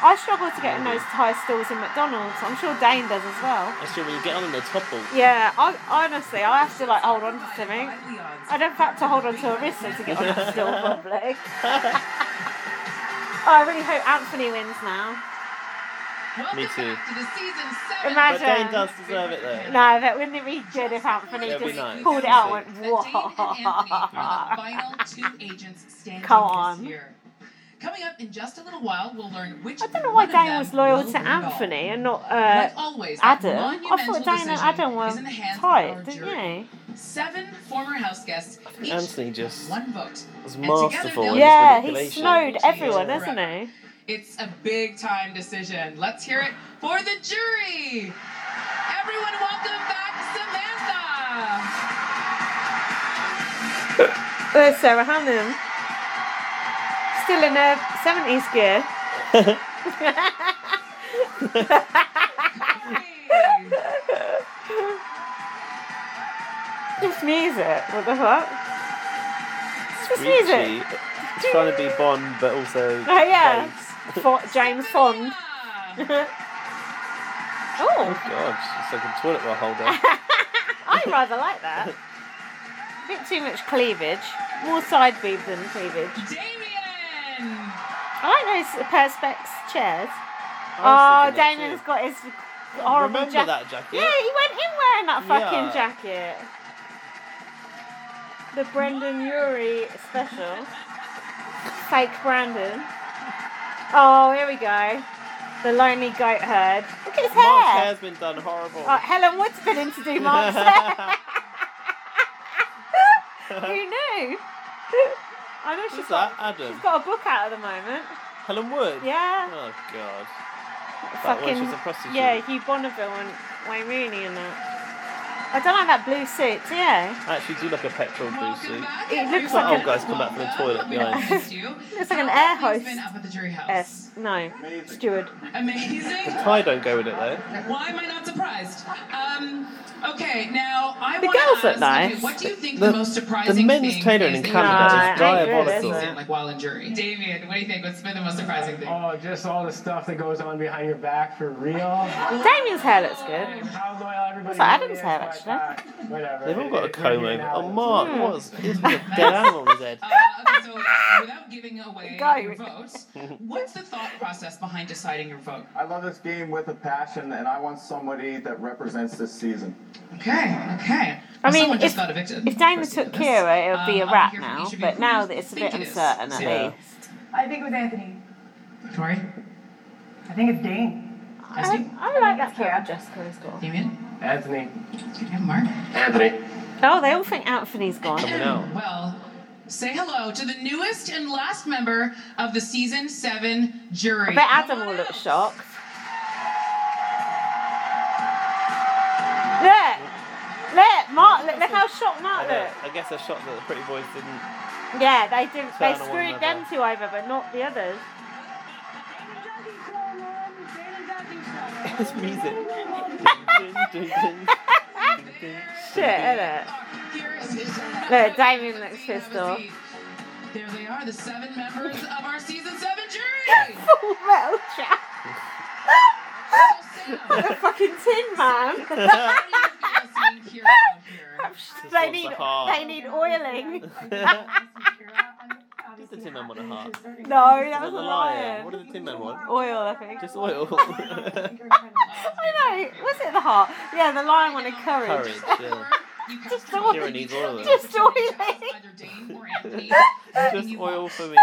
[SPEAKER 2] I struggle to get in those high stools in McDonald's. I'm sure Dane does as well.
[SPEAKER 1] I still when you get on the topple.
[SPEAKER 2] Yeah, I, honestly, I have to like hold on to something. I don't have to hold on to Arista to get on that stool probably. oh, I really hope Anthony wins now.
[SPEAKER 1] Me too.
[SPEAKER 12] To the season seven.
[SPEAKER 1] But
[SPEAKER 2] Imagine.
[SPEAKER 1] Dane does deserve it though.
[SPEAKER 2] No, that wouldn't it be good if Anthony
[SPEAKER 1] That'd be
[SPEAKER 2] just
[SPEAKER 1] nice.
[SPEAKER 2] pulled it out and went,
[SPEAKER 12] That Dane and
[SPEAKER 2] whoa.
[SPEAKER 12] Anthony are the final two agents standing
[SPEAKER 2] Come on.
[SPEAKER 12] this year. Coming up in just a little while, we'll learn which.
[SPEAKER 2] I don't know why Dane was loyal to Anthony and not uh,
[SPEAKER 12] Like always, that
[SPEAKER 2] Adam. I
[SPEAKER 12] monumental
[SPEAKER 2] thought Dane and
[SPEAKER 12] decision
[SPEAKER 2] Adam were
[SPEAKER 12] is in the hands of
[SPEAKER 2] tight,
[SPEAKER 12] our
[SPEAKER 2] didn't
[SPEAKER 12] jury.
[SPEAKER 2] they?
[SPEAKER 12] Seven former house guests. Each
[SPEAKER 1] Anthony just
[SPEAKER 12] one vote.
[SPEAKER 1] was
[SPEAKER 12] And together
[SPEAKER 1] masterful
[SPEAKER 12] they'll-
[SPEAKER 1] in
[SPEAKER 2] Yeah,
[SPEAKER 1] his
[SPEAKER 2] he
[SPEAKER 1] manipulation.
[SPEAKER 2] snowed everyone,
[SPEAKER 12] Yeah.
[SPEAKER 2] hasn't he?
[SPEAKER 12] It's a big time decision. Let's hear it for the jury. Everyone, welcome back Samantha.
[SPEAKER 2] There's Uh, Sarah Hannum. Still in her 70s gear. this music, what the fuck? This music.
[SPEAKER 1] Ricci, trying to be Bond, but also
[SPEAKER 2] Oh, yeah.
[SPEAKER 1] Bates.
[SPEAKER 2] Fo- James Fond. oh,
[SPEAKER 1] Oh god, it's like a toilet roll holder.
[SPEAKER 2] I rather like that. A bit too much cleavage. More side boob than cleavage.
[SPEAKER 12] Damien.
[SPEAKER 2] I like those Perspex chairs.
[SPEAKER 1] I
[SPEAKER 2] Oh,
[SPEAKER 1] was thinking that
[SPEAKER 2] Damon's
[SPEAKER 1] too.
[SPEAKER 2] got his horrible
[SPEAKER 1] Remember
[SPEAKER 2] jacket.
[SPEAKER 1] that jacket?
[SPEAKER 2] Yeah, he went in wearing that fucking
[SPEAKER 1] Yeah.
[SPEAKER 2] jacket. The Brendan Urie special. Fake Brandon. Oh, here we go. The lonely goat herd. Look at his
[SPEAKER 1] Mark's
[SPEAKER 2] hair.
[SPEAKER 1] hair's been done horrible.
[SPEAKER 2] Oh, Helen Wood's been in to do Mark's hair. Who knew? I know she's
[SPEAKER 1] Who's
[SPEAKER 2] got,
[SPEAKER 1] that? Adam.
[SPEAKER 2] she's got a book out at the moment.
[SPEAKER 1] Helen Wood.
[SPEAKER 2] Yeah.
[SPEAKER 1] Oh god. That
[SPEAKER 2] fucking
[SPEAKER 1] one, she's a prostitute.
[SPEAKER 2] yeah, Hugh Bonneville and Wayne Rooney and that. I don't like that blue suit. Yeah,
[SPEAKER 1] I actually do like a petrol blue suit.
[SPEAKER 2] it looks
[SPEAKER 1] That
[SPEAKER 2] like
[SPEAKER 1] old
[SPEAKER 2] an
[SPEAKER 1] guy's come back from the toilet behind.
[SPEAKER 12] Missed you.
[SPEAKER 2] looks like an air
[SPEAKER 12] Who's
[SPEAKER 2] host.
[SPEAKER 12] been up at the jury house?
[SPEAKER 2] S no steward.
[SPEAKER 12] Amazing.
[SPEAKER 1] Tie don't go with it though.
[SPEAKER 12] Why am I not surprised? Um, okay, now I
[SPEAKER 2] The
[SPEAKER 12] wanna
[SPEAKER 2] girls look
[SPEAKER 12] ask,
[SPEAKER 2] nice.
[SPEAKER 12] Okay, what do you think
[SPEAKER 1] The-
[SPEAKER 12] the, most
[SPEAKER 1] the
[SPEAKER 12] surprising
[SPEAKER 1] men's
[SPEAKER 12] thing
[SPEAKER 1] tailoring
[SPEAKER 12] is
[SPEAKER 1] in
[SPEAKER 12] that
[SPEAKER 1] Canada
[SPEAKER 12] you've
[SPEAKER 1] is
[SPEAKER 12] learned
[SPEAKER 2] diabolical.
[SPEAKER 12] during this
[SPEAKER 2] Isn't
[SPEAKER 12] season,
[SPEAKER 2] it?
[SPEAKER 12] Like while in jury. Uh, Damien, what do you think? What's been the most surprising thing?
[SPEAKER 7] Oh, just all the stuff that goes on behind your back for real.
[SPEAKER 2] Damien's hair looks good.
[SPEAKER 7] And how loyal everybody
[SPEAKER 2] That's like
[SPEAKER 7] really
[SPEAKER 2] Adam's
[SPEAKER 7] is,
[SPEAKER 2] hair,
[SPEAKER 7] but,
[SPEAKER 2] actually.
[SPEAKER 7] uh, Whatever.
[SPEAKER 1] They've all got a
[SPEAKER 7] It's right
[SPEAKER 1] comb
[SPEAKER 7] here
[SPEAKER 1] over.
[SPEAKER 7] now.
[SPEAKER 1] Oh Mark,
[SPEAKER 2] Hmm.
[SPEAKER 1] what's he's got a dead animal on his head.
[SPEAKER 12] Uh, okay, so without giving away
[SPEAKER 2] Go.
[SPEAKER 12] your votes, what's the thought process behind deciding your vote?
[SPEAKER 7] I love this game with a passion, and I want somebody that represents this season.
[SPEAKER 12] Okay, okay.
[SPEAKER 2] I mean,
[SPEAKER 12] Someone just
[SPEAKER 2] if-
[SPEAKER 12] got evicted.
[SPEAKER 2] If Damien
[SPEAKER 12] Let's
[SPEAKER 2] took
[SPEAKER 12] do this.
[SPEAKER 2] Kira, it would be a
[SPEAKER 12] Um, I'm
[SPEAKER 2] wrap
[SPEAKER 12] here for
[SPEAKER 2] now.
[SPEAKER 12] each of you.
[SPEAKER 2] But
[SPEAKER 12] Who
[SPEAKER 2] now
[SPEAKER 12] do
[SPEAKER 2] that
[SPEAKER 12] you
[SPEAKER 2] it's a
[SPEAKER 12] think
[SPEAKER 2] bit
[SPEAKER 12] it is?
[SPEAKER 2] uncertain, at
[SPEAKER 1] Yeah.
[SPEAKER 2] least.
[SPEAKER 4] I think it was Anthony.
[SPEAKER 12] Tori,
[SPEAKER 4] I think it's Dane.
[SPEAKER 12] Kirsty,
[SPEAKER 2] I like that photo Jessica's got.
[SPEAKER 12] Damien,
[SPEAKER 7] Anthony,
[SPEAKER 12] and Mark.
[SPEAKER 11] Anthony.
[SPEAKER 2] Oh, they all think Anthony's gone.
[SPEAKER 1] Coming out.
[SPEAKER 12] Well, say hello to the newest and last member of the season seven
[SPEAKER 2] I
[SPEAKER 12] jury.
[SPEAKER 2] bet
[SPEAKER 12] Come
[SPEAKER 2] Adam
[SPEAKER 12] on
[SPEAKER 2] will look
[SPEAKER 12] out.
[SPEAKER 2] shocked. Look, look, Mark. Look, look how shocked Mark
[SPEAKER 1] I,
[SPEAKER 2] looks.
[SPEAKER 1] I guess I shot that the pretty boys didn't.
[SPEAKER 2] Yeah, they did.
[SPEAKER 1] Turn
[SPEAKER 2] They
[SPEAKER 1] on one
[SPEAKER 2] screwed
[SPEAKER 1] another.
[SPEAKER 2] them two over, but not the others.
[SPEAKER 1] It's music.
[SPEAKER 2] Shit, innit?
[SPEAKER 12] Here is-
[SPEAKER 2] Look, Damien looks pissed off.
[SPEAKER 12] There they are, the seven members of our season seven jury.
[SPEAKER 2] Full metal jacket.
[SPEAKER 12] So, Sam,
[SPEAKER 2] The fucking Tin Man.
[SPEAKER 12] how do you feel seeing Kira out here?
[SPEAKER 2] they
[SPEAKER 1] what's
[SPEAKER 2] need.
[SPEAKER 1] the heart.
[SPEAKER 2] They need oiling.
[SPEAKER 4] I think I'm missing Kira. I'm- obviously,
[SPEAKER 1] the Tin Man want a heart?
[SPEAKER 2] No,
[SPEAKER 1] Was
[SPEAKER 2] that was
[SPEAKER 1] that
[SPEAKER 2] a
[SPEAKER 1] the
[SPEAKER 2] lion.
[SPEAKER 1] lion? What did the Tin Man want?
[SPEAKER 2] Oil, I think.
[SPEAKER 1] Just oil.
[SPEAKER 2] I know. Was it the heart? Yeah, the lion wanted courage.
[SPEAKER 1] Courage, yeah.
[SPEAKER 2] Just oil.
[SPEAKER 1] Kira needs oil.
[SPEAKER 2] Just oil.
[SPEAKER 1] Just oil for me.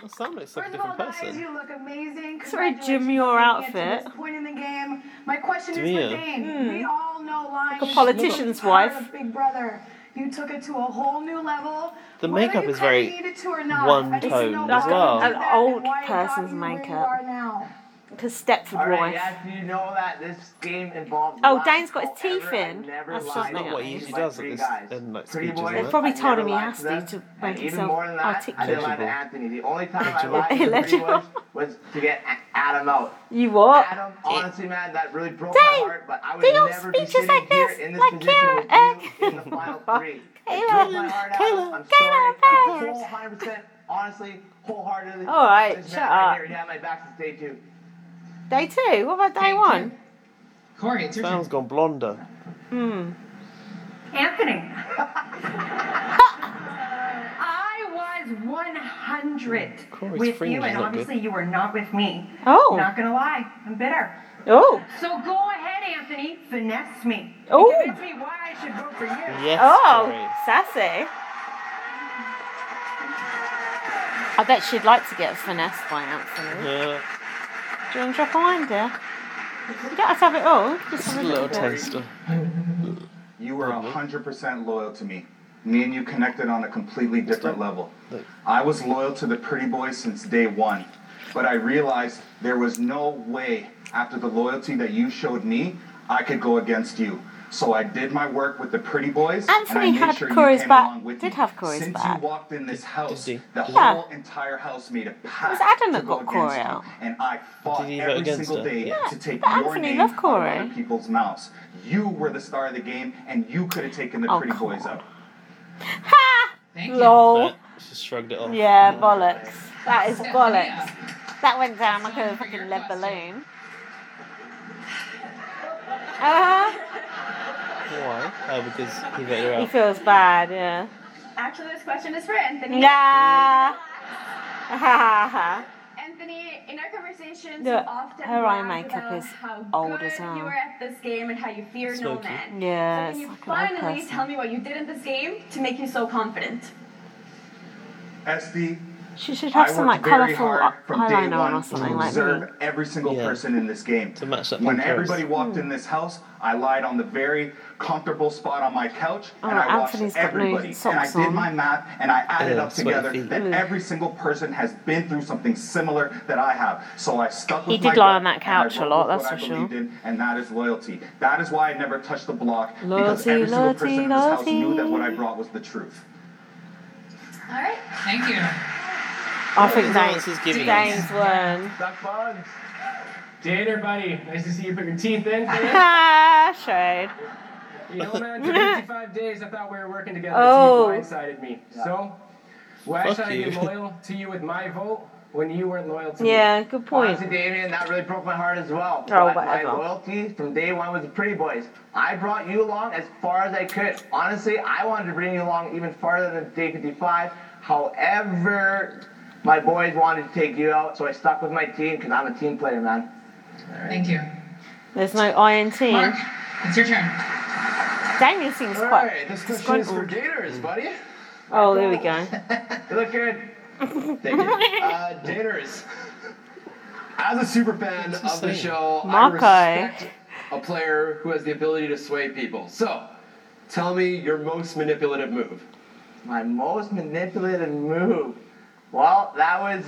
[SPEAKER 1] Well, Sam looks like a different person.
[SPEAKER 14] You look amazing.
[SPEAKER 2] It's a very
[SPEAKER 14] Congratulations
[SPEAKER 2] demure
[SPEAKER 14] on making it to
[SPEAKER 2] outfit.
[SPEAKER 14] this Point in the game. My question
[SPEAKER 1] Demure.
[SPEAKER 14] is for Dane.
[SPEAKER 2] Hmm.
[SPEAKER 14] We all know lying.
[SPEAKER 2] Like a
[SPEAKER 14] is
[SPEAKER 2] politician's
[SPEAKER 14] the part
[SPEAKER 2] wife.
[SPEAKER 14] of Big Brother. You took it to a whole new level.
[SPEAKER 1] The
[SPEAKER 14] Whether
[SPEAKER 1] makeup
[SPEAKER 14] you
[SPEAKER 1] is very
[SPEAKER 14] kinda needed to or not, I
[SPEAKER 1] one
[SPEAKER 14] just know
[SPEAKER 1] tone as
[SPEAKER 14] why
[SPEAKER 1] well.
[SPEAKER 14] you did
[SPEAKER 2] An
[SPEAKER 14] that
[SPEAKER 2] old
[SPEAKER 14] and why it got
[SPEAKER 2] person's
[SPEAKER 14] you where you
[SPEAKER 2] makeup.
[SPEAKER 14] are now.
[SPEAKER 2] Because Stepford wife.
[SPEAKER 7] Alright, yeah, you know that this game involves.
[SPEAKER 2] Oh,
[SPEAKER 7] lies.
[SPEAKER 2] Dane's got his teeth in.
[SPEAKER 7] never
[SPEAKER 2] That's
[SPEAKER 7] lied
[SPEAKER 2] just
[SPEAKER 7] to
[SPEAKER 2] not
[SPEAKER 7] me.
[SPEAKER 1] What he usually does at this and like speeches.
[SPEAKER 7] boy.
[SPEAKER 1] and
[SPEAKER 2] They've
[SPEAKER 1] that.
[SPEAKER 2] probably told
[SPEAKER 7] never
[SPEAKER 2] him he
[SPEAKER 7] lied
[SPEAKER 2] has
[SPEAKER 7] to
[SPEAKER 2] to
[SPEAKER 7] them.
[SPEAKER 2] to
[SPEAKER 7] And
[SPEAKER 2] make
[SPEAKER 7] even
[SPEAKER 2] himself
[SPEAKER 7] more than that, I didn't lie to
[SPEAKER 1] Legible.
[SPEAKER 7] Anthony. The only time I lied to
[SPEAKER 2] Legible.
[SPEAKER 7] the three boys was to get A- Adam out.
[SPEAKER 2] You what?
[SPEAKER 7] Adam, honestly, man, that really broke
[SPEAKER 2] Dane,
[SPEAKER 7] my heart. But I would
[SPEAKER 2] Eh. they don't
[SPEAKER 7] never be
[SPEAKER 2] speak just
[SPEAKER 7] sitting
[SPEAKER 2] like
[SPEAKER 7] here
[SPEAKER 2] this,
[SPEAKER 7] in this
[SPEAKER 2] like
[SPEAKER 7] position
[SPEAKER 2] Kira,
[SPEAKER 7] with you in the final three. It
[SPEAKER 2] Kayla,
[SPEAKER 7] broke my heart
[SPEAKER 2] Kayla,
[SPEAKER 7] out. I'm
[SPEAKER 2] Kayla,
[SPEAKER 7] sorry. 100%, honestly, wholeheartedly.
[SPEAKER 2] All right,
[SPEAKER 7] this
[SPEAKER 2] shut
[SPEAKER 7] man right
[SPEAKER 2] up.
[SPEAKER 7] Here, he had my back to day two.
[SPEAKER 2] Day two. What about day one?
[SPEAKER 12] Corey, it's
[SPEAKER 1] Sam's gone blonder.
[SPEAKER 2] Hmm.
[SPEAKER 14] Anthony. I was 100
[SPEAKER 1] Corey's
[SPEAKER 14] with
[SPEAKER 1] fringe
[SPEAKER 14] you,
[SPEAKER 1] is
[SPEAKER 14] and
[SPEAKER 1] not
[SPEAKER 14] obviously
[SPEAKER 1] good.
[SPEAKER 14] you were not with me.
[SPEAKER 2] Oh.
[SPEAKER 14] Not gonna lie, I'm bitter.
[SPEAKER 2] Oh.
[SPEAKER 14] So go ahead, Anthony, finesse me.
[SPEAKER 2] Oh.
[SPEAKER 14] Convince me why I should vote for you.
[SPEAKER 1] Yes,
[SPEAKER 2] oh,
[SPEAKER 1] Corey.
[SPEAKER 2] sassy. I bet she'd like to get finessed by Anthony.
[SPEAKER 1] Yeah,
[SPEAKER 2] Do you want to drop a wine, dear? You don't have to have it all. Just
[SPEAKER 1] just
[SPEAKER 2] have
[SPEAKER 1] a
[SPEAKER 2] a
[SPEAKER 1] little
[SPEAKER 2] bit.
[SPEAKER 1] taster.
[SPEAKER 5] You were
[SPEAKER 1] Uh-huh.
[SPEAKER 5] 100% loyal to me. Me and you connected on a completely different level. I was loyal to the pretty boy since day one, but I realized there was no way after the loyalty that you showed me, I could go against you. So I did my work with the pretty boys. and I
[SPEAKER 2] Anthony
[SPEAKER 5] made
[SPEAKER 2] had
[SPEAKER 5] sure
[SPEAKER 2] Corey's
[SPEAKER 5] you came
[SPEAKER 2] back.
[SPEAKER 5] Along with
[SPEAKER 2] Did
[SPEAKER 5] me.
[SPEAKER 2] have Corey's
[SPEAKER 5] Since
[SPEAKER 2] back.
[SPEAKER 5] you walked in this house, the
[SPEAKER 2] Yeah.
[SPEAKER 5] whole entire house made a pact
[SPEAKER 2] was Adam that
[SPEAKER 5] to go
[SPEAKER 2] got Corey
[SPEAKER 5] against you,
[SPEAKER 2] out.
[SPEAKER 5] And I fought
[SPEAKER 1] he vote
[SPEAKER 5] every
[SPEAKER 1] against
[SPEAKER 5] single
[SPEAKER 1] her?
[SPEAKER 5] day
[SPEAKER 1] Yeah.
[SPEAKER 5] to take
[SPEAKER 2] But
[SPEAKER 5] your
[SPEAKER 2] Anthony
[SPEAKER 5] name
[SPEAKER 2] loved
[SPEAKER 5] out of
[SPEAKER 2] Corey.
[SPEAKER 5] other people's mouths. You were the star of the game, and you could have taken the
[SPEAKER 2] Oh,
[SPEAKER 5] pretty boys out.
[SPEAKER 2] Lol.
[SPEAKER 1] But she shrugged it off.
[SPEAKER 2] Oh. Yeah, bollocks. That is bollocks. That went down like a fucking lead balloon. Uh,
[SPEAKER 1] Why? Oh, because he voted her
[SPEAKER 2] he
[SPEAKER 1] out.
[SPEAKER 2] feels bad, yeah.
[SPEAKER 15] Actually, this question is for Anthony.
[SPEAKER 2] Nah. Ha ha ha.
[SPEAKER 15] Anthony, in our conversations,
[SPEAKER 2] Look,
[SPEAKER 15] you often
[SPEAKER 2] her eye
[SPEAKER 15] brag
[SPEAKER 2] makeup
[SPEAKER 15] about
[SPEAKER 2] is
[SPEAKER 15] how
[SPEAKER 2] old
[SPEAKER 15] good
[SPEAKER 2] as hell.
[SPEAKER 15] you were at this game and how you fear no
[SPEAKER 1] Smoky.
[SPEAKER 15] man.
[SPEAKER 2] Yeah,
[SPEAKER 15] So
[SPEAKER 2] it's
[SPEAKER 15] can you
[SPEAKER 2] like an old
[SPEAKER 15] finally
[SPEAKER 2] person.
[SPEAKER 15] tell me what you did in this game to make you so confident?
[SPEAKER 5] SD.
[SPEAKER 2] She should have
[SPEAKER 5] I
[SPEAKER 2] some like
[SPEAKER 5] worked very
[SPEAKER 2] colourful
[SPEAKER 5] hard from day
[SPEAKER 2] eyeliner on
[SPEAKER 5] one
[SPEAKER 2] or something
[SPEAKER 5] to
[SPEAKER 2] like
[SPEAKER 5] observe
[SPEAKER 2] that.
[SPEAKER 5] every single person in this game. To
[SPEAKER 1] match up on
[SPEAKER 5] when
[SPEAKER 1] Paris.
[SPEAKER 5] everybody walked in this house, I lied on the very comfortable spot on my couch, and
[SPEAKER 2] Oh,
[SPEAKER 5] I watched
[SPEAKER 2] Anthony's got no
[SPEAKER 5] everybody. And I
[SPEAKER 2] socks
[SPEAKER 5] did
[SPEAKER 2] on.
[SPEAKER 5] my math, and I added
[SPEAKER 1] Ew,
[SPEAKER 5] up together
[SPEAKER 1] sweaty feet.
[SPEAKER 5] that every single person has been through something similar that I have. So I stuck
[SPEAKER 2] He
[SPEAKER 5] with
[SPEAKER 2] did
[SPEAKER 5] my
[SPEAKER 2] lie
[SPEAKER 5] gut,
[SPEAKER 2] on that
[SPEAKER 5] and I
[SPEAKER 2] couch a
[SPEAKER 5] wrote
[SPEAKER 2] lot,
[SPEAKER 5] with
[SPEAKER 2] that's
[SPEAKER 5] what
[SPEAKER 2] for
[SPEAKER 5] I
[SPEAKER 2] sure.
[SPEAKER 5] believed in, and that is loyalty. That is why I never touched the block because
[SPEAKER 2] Loyalty,
[SPEAKER 5] every single
[SPEAKER 2] loyalty,
[SPEAKER 5] person in this house knew that
[SPEAKER 2] loyalty.
[SPEAKER 5] what I brought was the truth.
[SPEAKER 15] All right.
[SPEAKER 12] Thank you.
[SPEAKER 2] I think
[SPEAKER 1] Who else is
[SPEAKER 2] Dane's,
[SPEAKER 1] giving
[SPEAKER 2] Dane's won.
[SPEAKER 8] Dater, buddy. Nice to see you put your teeth in. today.
[SPEAKER 2] Ha! Shade.
[SPEAKER 8] you know, man, for 55 days I thought we were working together.
[SPEAKER 2] Oh.
[SPEAKER 8] You blindsided me. So, why
[SPEAKER 1] Fuck
[SPEAKER 8] should I
[SPEAKER 1] you.
[SPEAKER 8] be loyal to you with my vote when you weren't loyal to me?
[SPEAKER 2] Oh, Yeah, good point.
[SPEAKER 7] Honestly, Damien, that really broke my heart as well.
[SPEAKER 2] Oh,
[SPEAKER 7] but my
[SPEAKER 2] whatever.
[SPEAKER 7] loyalty from day one was the Pretty Boys. I brought you along as far as I could. Honestly, I wanted to bring you along even farther than day 55. However, my boys wanted to take you out, so I stuck with my team because I'm a team player, man.
[SPEAKER 12] Thank you.
[SPEAKER 2] There's no INT.
[SPEAKER 12] Mark, it's your turn.
[SPEAKER 2] Damien seems quite disgruntled.
[SPEAKER 7] Gators, buddy.
[SPEAKER 2] Oh, there we go.
[SPEAKER 7] You look good.
[SPEAKER 16] Thank you. Uh, Daters, as a super fan of the
[SPEAKER 2] insane.
[SPEAKER 16] show, I
[SPEAKER 2] Makai.
[SPEAKER 16] respect a player who has the ability to sway people. So, tell me your most manipulative move.
[SPEAKER 7] My most manipulative move. Well, that was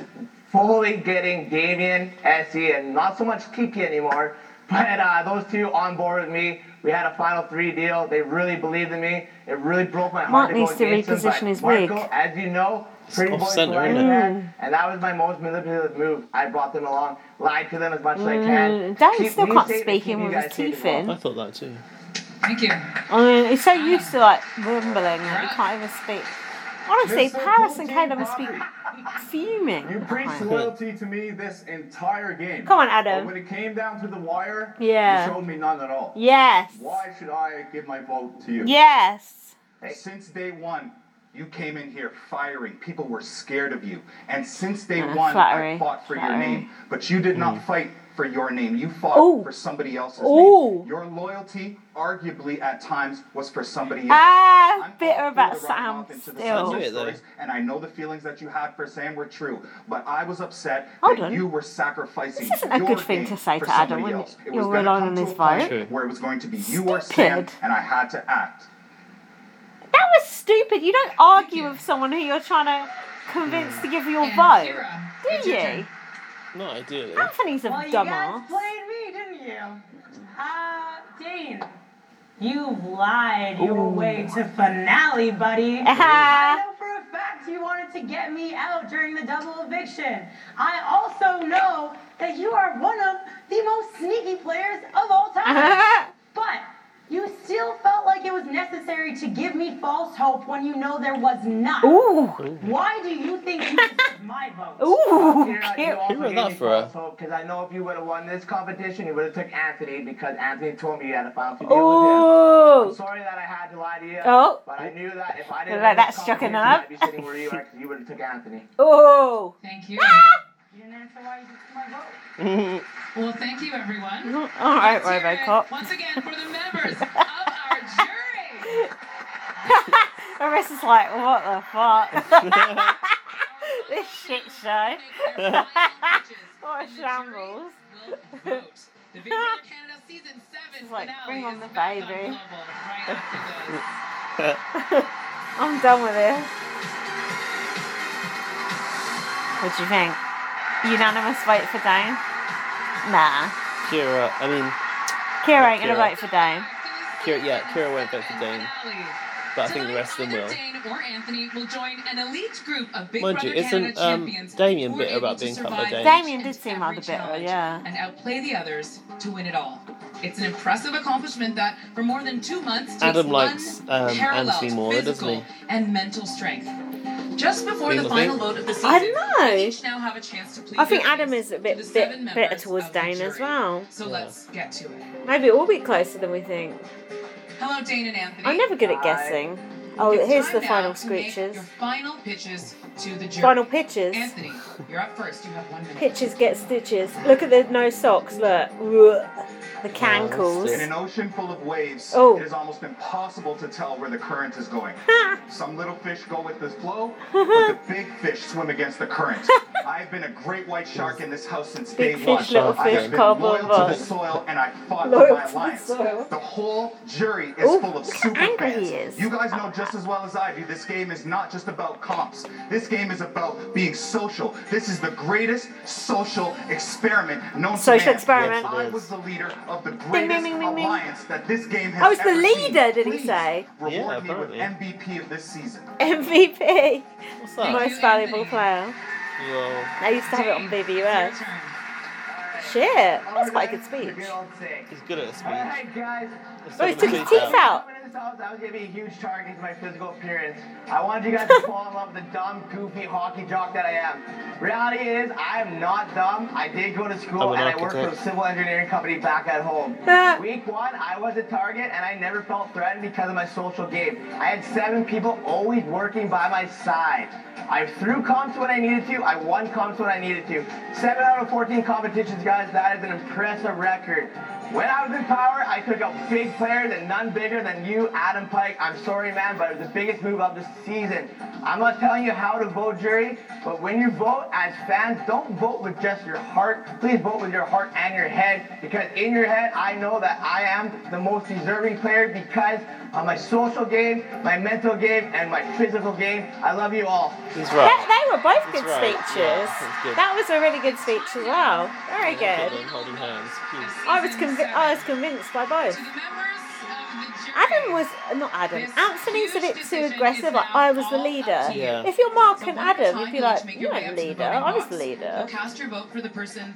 [SPEAKER 7] fully getting Damien, Essie, and not so much Kiki anymore. But uh, those two on board with me. We had a final three deal. They really believed in me. It really broke my
[SPEAKER 2] Mark
[SPEAKER 7] heart. to
[SPEAKER 2] needs
[SPEAKER 7] go
[SPEAKER 2] to
[SPEAKER 7] against them,
[SPEAKER 2] reposition
[SPEAKER 7] but
[SPEAKER 2] his
[SPEAKER 7] Marco,
[SPEAKER 2] wig.
[SPEAKER 7] As you know, pretty
[SPEAKER 1] off
[SPEAKER 7] boys
[SPEAKER 1] center,
[SPEAKER 7] like
[SPEAKER 1] isn't it?
[SPEAKER 7] that.
[SPEAKER 2] Mm.
[SPEAKER 7] And that was my most manipulative move. I brought them along, lied to them as much as I can.
[SPEAKER 2] Mm, Dave
[SPEAKER 7] Keep
[SPEAKER 2] still
[SPEAKER 7] me
[SPEAKER 2] can't
[SPEAKER 7] safe and
[SPEAKER 2] speak
[SPEAKER 7] keep
[SPEAKER 2] in
[SPEAKER 7] you
[SPEAKER 2] with
[SPEAKER 7] guys
[SPEAKER 2] his
[SPEAKER 7] safe as
[SPEAKER 2] teeth
[SPEAKER 7] well.
[SPEAKER 2] in.
[SPEAKER 1] I thought that too.
[SPEAKER 12] Thank you.
[SPEAKER 2] I mean, he's so used to like rumbling that he can't even speak. Honestly, Paris and Caleb must be fuming.
[SPEAKER 5] You preached
[SPEAKER 2] behind.
[SPEAKER 5] loyalty to me this entire game.
[SPEAKER 2] Come on, Adam.
[SPEAKER 5] But when it came down to the wire,
[SPEAKER 2] Yeah.
[SPEAKER 5] you showed me none at all.
[SPEAKER 2] Yes.
[SPEAKER 5] Why should I give my vote to you?
[SPEAKER 2] Yes.
[SPEAKER 5] Since day one, You came in here firing. People were scared of you. And since day
[SPEAKER 2] Uh,
[SPEAKER 5] one,
[SPEAKER 2] flattery,
[SPEAKER 5] I fought for your
[SPEAKER 2] flattery.
[SPEAKER 5] name. But you did not fight for your name. You fought
[SPEAKER 2] Ooh.
[SPEAKER 5] for somebody else's
[SPEAKER 2] Ooh.
[SPEAKER 5] name. Your loyalty, arguably at times, was for somebody else.
[SPEAKER 2] Ah, bitter about Sam
[SPEAKER 5] to the Sunday
[SPEAKER 2] still.
[SPEAKER 5] stories, and I know the feelings that you had for Sam were true, but I was upset
[SPEAKER 2] Hold
[SPEAKER 5] that
[SPEAKER 2] on.
[SPEAKER 5] you were sacrificing.
[SPEAKER 2] This isn't a
[SPEAKER 5] your
[SPEAKER 2] good thing
[SPEAKER 5] game
[SPEAKER 2] to say
[SPEAKER 5] for
[SPEAKER 2] to Adam
[SPEAKER 5] somebody
[SPEAKER 2] when
[SPEAKER 5] else. It
[SPEAKER 2] you're
[SPEAKER 5] was gonna
[SPEAKER 2] relying
[SPEAKER 5] come
[SPEAKER 2] on
[SPEAKER 5] to
[SPEAKER 2] his
[SPEAKER 5] a point
[SPEAKER 2] vote. True.
[SPEAKER 5] Where it was going to be you or Sam,
[SPEAKER 2] Stupid.
[SPEAKER 5] and I had to act.
[SPEAKER 2] That was stupid. You don't argue with someone who you're trying to convince to give you your vote, do you?
[SPEAKER 1] Not ideally.
[SPEAKER 2] Anthony's a
[SPEAKER 6] well, you
[SPEAKER 2] dumbass.
[SPEAKER 6] guys played me, didn't you? Ah, uh, Dane, you lied your way to finale, buddy. I know for a fact you wanted to get me out during the double eviction. I also know that you are one of the most sneaky players of all
[SPEAKER 2] Uh-huh.
[SPEAKER 6] time. but you still felt like it was necessary to give me false hope when you know there was not.
[SPEAKER 2] Ooh.
[SPEAKER 6] Why do you think you deserve my vote?
[SPEAKER 2] Ooh,
[SPEAKER 7] Who
[SPEAKER 6] wrote
[SPEAKER 1] that for her?
[SPEAKER 7] Because I know if you would have won this competition, you would have took Anthony because Anthony told me you had a final to deal with him.
[SPEAKER 2] Ooh.
[SPEAKER 7] I'm sorry that I had to lie to you,
[SPEAKER 2] Oh.
[SPEAKER 7] but I knew that if I
[SPEAKER 2] Look
[SPEAKER 7] didn't
[SPEAKER 2] like
[SPEAKER 7] win
[SPEAKER 2] that
[SPEAKER 7] this
[SPEAKER 2] struck
[SPEAKER 7] competition,
[SPEAKER 2] him
[SPEAKER 7] I'd
[SPEAKER 2] up.
[SPEAKER 7] be sitting where you are because you would have took Anthony.
[SPEAKER 2] Oh.
[SPEAKER 12] Thank you.
[SPEAKER 6] You didn't answer why you took my vote.
[SPEAKER 12] Well, thank you, everyone.
[SPEAKER 2] All right,
[SPEAKER 12] Let's hear it
[SPEAKER 2] Robocop.
[SPEAKER 12] Once again, for the members of our jury.
[SPEAKER 2] Marissa's like, what the fuck? this shit show. what a shambles.
[SPEAKER 12] The Big Brother Canada Season 7
[SPEAKER 2] like,
[SPEAKER 12] finale
[SPEAKER 2] bring on
[SPEAKER 12] is
[SPEAKER 2] the eh?
[SPEAKER 12] back on
[SPEAKER 2] baby.
[SPEAKER 12] Global right after this.
[SPEAKER 2] Ah. I'm done with this. What do you think? Unanimous vote for Dane? Nah.
[SPEAKER 1] Kira, I mean,
[SPEAKER 2] Kira ain't gonna
[SPEAKER 1] Kira.
[SPEAKER 2] vote for Dane.
[SPEAKER 1] Kira, yeah, Kira won't vote for Dane, but I think the rest of them will.
[SPEAKER 12] Dane or Anthony will join an elite group of Big
[SPEAKER 1] Mind
[SPEAKER 12] Brother
[SPEAKER 1] you,
[SPEAKER 12] Canada
[SPEAKER 1] isn't um,
[SPEAKER 12] champions
[SPEAKER 1] Damien
[SPEAKER 12] who are
[SPEAKER 1] bitter
[SPEAKER 12] able
[SPEAKER 1] about
[SPEAKER 12] to
[SPEAKER 1] being cut by
[SPEAKER 12] survive
[SPEAKER 1] Dane?
[SPEAKER 2] Damien did seem rather bitter,
[SPEAKER 12] challenge
[SPEAKER 2] yeah.
[SPEAKER 12] and outplay the others to win it all. It's an impressive accomplishment that, for more than two months, takes
[SPEAKER 1] Adam likes um,
[SPEAKER 12] unparalleled
[SPEAKER 1] Anthony more, though, doesn't he?
[SPEAKER 12] and mental strength. Just before
[SPEAKER 1] People
[SPEAKER 12] the final
[SPEAKER 1] think-
[SPEAKER 12] vote of the season,
[SPEAKER 2] I
[SPEAKER 12] we'll
[SPEAKER 2] know.
[SPEAKER 12] each now have a chance to plead
[SPEAKER 2] I think
[SPEAKER 12] their
[SPEAKER 2] Adam is a bit,
[SPEAKER 12] the seven
[SPEAKER 2] bit bitter
[SPEAKER 12] members
[SPEAKER 2] towards Dane as well.
[SPEAKER 12] So let's get to it.
[SPEAKER 2] Maybe it will be closer than we think.
[SPEAKER 12] Hello, Dane and Anthony.
[SPEAKER 2] I'm never good at guessing. Oh,
[SPEAKER 12] It's
[SPEAKER 2] here's
[SPEAKER 12] time
[SPEAKER 2] the
[SPEAKER 12] now
[SPEAKER 2] final
[SPEAKER 12] to make
[SPEAKER 2] screeches.
[SPEAKER 12] Your final pitches to the jury.
[SPEAKER 2] Final pitches.
[SPEAKER 12] Anthony, you're up first. You have one minute.
[SPEAKER 2] Pitches get stitches. Look at the no socks, look. Ugh. The
[SPEAKER 5] In an
[SPEAKER 2] cankles.
[SPEAKER 5] ocean full of waves,
[SPEAKER 2] Oh.
[SPEAKER 5] it is almost impossible to tell where the current is going. Some little fish go with the flow, but the big fish swim against the current. I've been a great white shark in this house since
[SPEAKER 2] Big
[SPEAKER 5] day
[SPEAKER 2] fish,
[SPEAKER 5] one.
[SPEAKER 2] little
[SPEAKER 5] I
[SPEAKER 2] fish,
[SPEAKER 5] have been
[SPEAKER 2] cardboard
[SPEAKER 5] loyal to
[SPEAKER 2] box.
[SPEAKER 5] the soil, and I fought
[SPEAKER 2] Loyal
[SPEAKER 5] for my
[SPEAKER 2] to the
[SPEAKER 5] alliance.
[SPEAKER 2] soil.
[SPEAKER 5] The whole jury is
[SPEAKER 2] Ooh,
[SPEAKER 5] full of
[SPEAKER 2] look how
[SPEAKER 5] super
[SPEAKER 2] angry
[SPEAKER 5] fans.
[SPEAKER 2] he is.
[SPEAKER 5] You guys know just as well as I do, this game is not just about comps. This game is about being social. This is the greatest social experiment known
[SPEAKER 2] Social
[SPEAKER 5] to man.
[SPEAKER 2] experiment. Yes, it
[SPEAKER 5] I
[SPEAKER 2] is.
[SPEAKER 5] was the leader of the
[SPEAKER 2] Ding, ding,
[SPEAKER 5] greatest
[SPEAKER 2] ding, ding, ding.
[SPEAKER 5] alliance that this game has
[SPEAKER 2] I was the
[SPEAKER 5] ever seen.
[SPEAKER 2] leader, did he
[SPEAKER 5] Please
[SPEAKER 2] say?
[SPEAKER 5] Reward
[SPEAKER 1] Yeah,
[SPEAKER 5] me with
[SPEAKER 1] apparently.
[SPEAKER 5] MVP of this season.
[SPEAKER 2] MVP.
[SPEAKER 1] What's that?
[SPEAKER 2] Most valuable player.
[SPEAKER 1] Yo.
[SPEAKER 2] They used to have it on BBUS. Shit, that's quite a good speech.
[SPEAKER 1] He's good at a speech.
[SPEAKER 7] Alright, guys.
[SPEAKER 1] Let's
[SPEAKER 2] Oh, he
[SPEAKER 1] have
[SPEAKER 2] took
[SPEAKER 1] a
[SPEAKER 2] his
[SPEAKER 1] speech
[SPEAKER 2] teeth out.
[SPEAKER 7] Coming in this house, I was gonna be a huge target to my physical appearance. I wanted you guys to fall in love with the dumb, goofy hockey jock that I am. Reality is, I am not dumb. I did go to
[SPEAKER 1] I'm
[SPEAKER 7] school
[SPEAKER 1] an
[SPEAKER 7] and I worked for a
[SPEAKER 1] architect.
[SPEAKER 7] civil engineering company back at home.
[SPEAKER 2] Ah.
[SPEAKER 7] Week one, I was a target and I never felt threatened because of my social game. I had seven people always working by my side. I threw comps when I needed to. I won comps when I needed to. Seven out of 14 competitions, guys. That is an impressive record. When I was in power, I took out big players and none bigger than you, Adam Pike. I'm sorry, man, but it was the biggest move of the season. I'm not telling you how to vote, jury, but when you vote as fans, don't vote with just your heart. Please vote with your heart and your head, because in your head, I know that I am the most deserving player because of my social game, my mental game, and my physical game. I love you all.
[SPEAKER 1] He's
[SPEAKER 2] That,
[SPEAKER 1] right.
[SPEAKER 2] they were both good
[SPEAKER 1] That's right, yeah,
[SPEAKER 2] speeches.
[SPEAKER 1] that's good.
[SPEAKER 2] That was a really good speech as well. Very
[SPEAKER 1] Look at
[SPEAKER 2] good.
[SPEAKER 1] them holding hands. Cute.
[SPEAKER 2] I was convi- I was convinced by both. Adam was not Adam. Anthony's a bit too aggressive. Like I was the leader.
[SPEAKER 1] Yeah.
[SPEAKER 2] If you're Mark and
[SPEAKER 12] One at a
[SPEAKER 2] Adam,
[SPEAKER 12] time,
[SPEAKER 2] you'd be
[SPEAKER 12] you'll each
[SPEAKER 2] like,
[SPEAKER 12] make
[SPEAKER 2] you
[SPEAKER 12] your way
[SPEAKER 2] ain't
[SPEAKER 12] up to the
[SPEAKER 2] leader.
[SPEAKER 12] voting
[SPEAKER 2] I was the
[SPEAKER 12] box. You'll
[SPEAKER 2] leader.
[SPEAKER 12] cast your vote for the person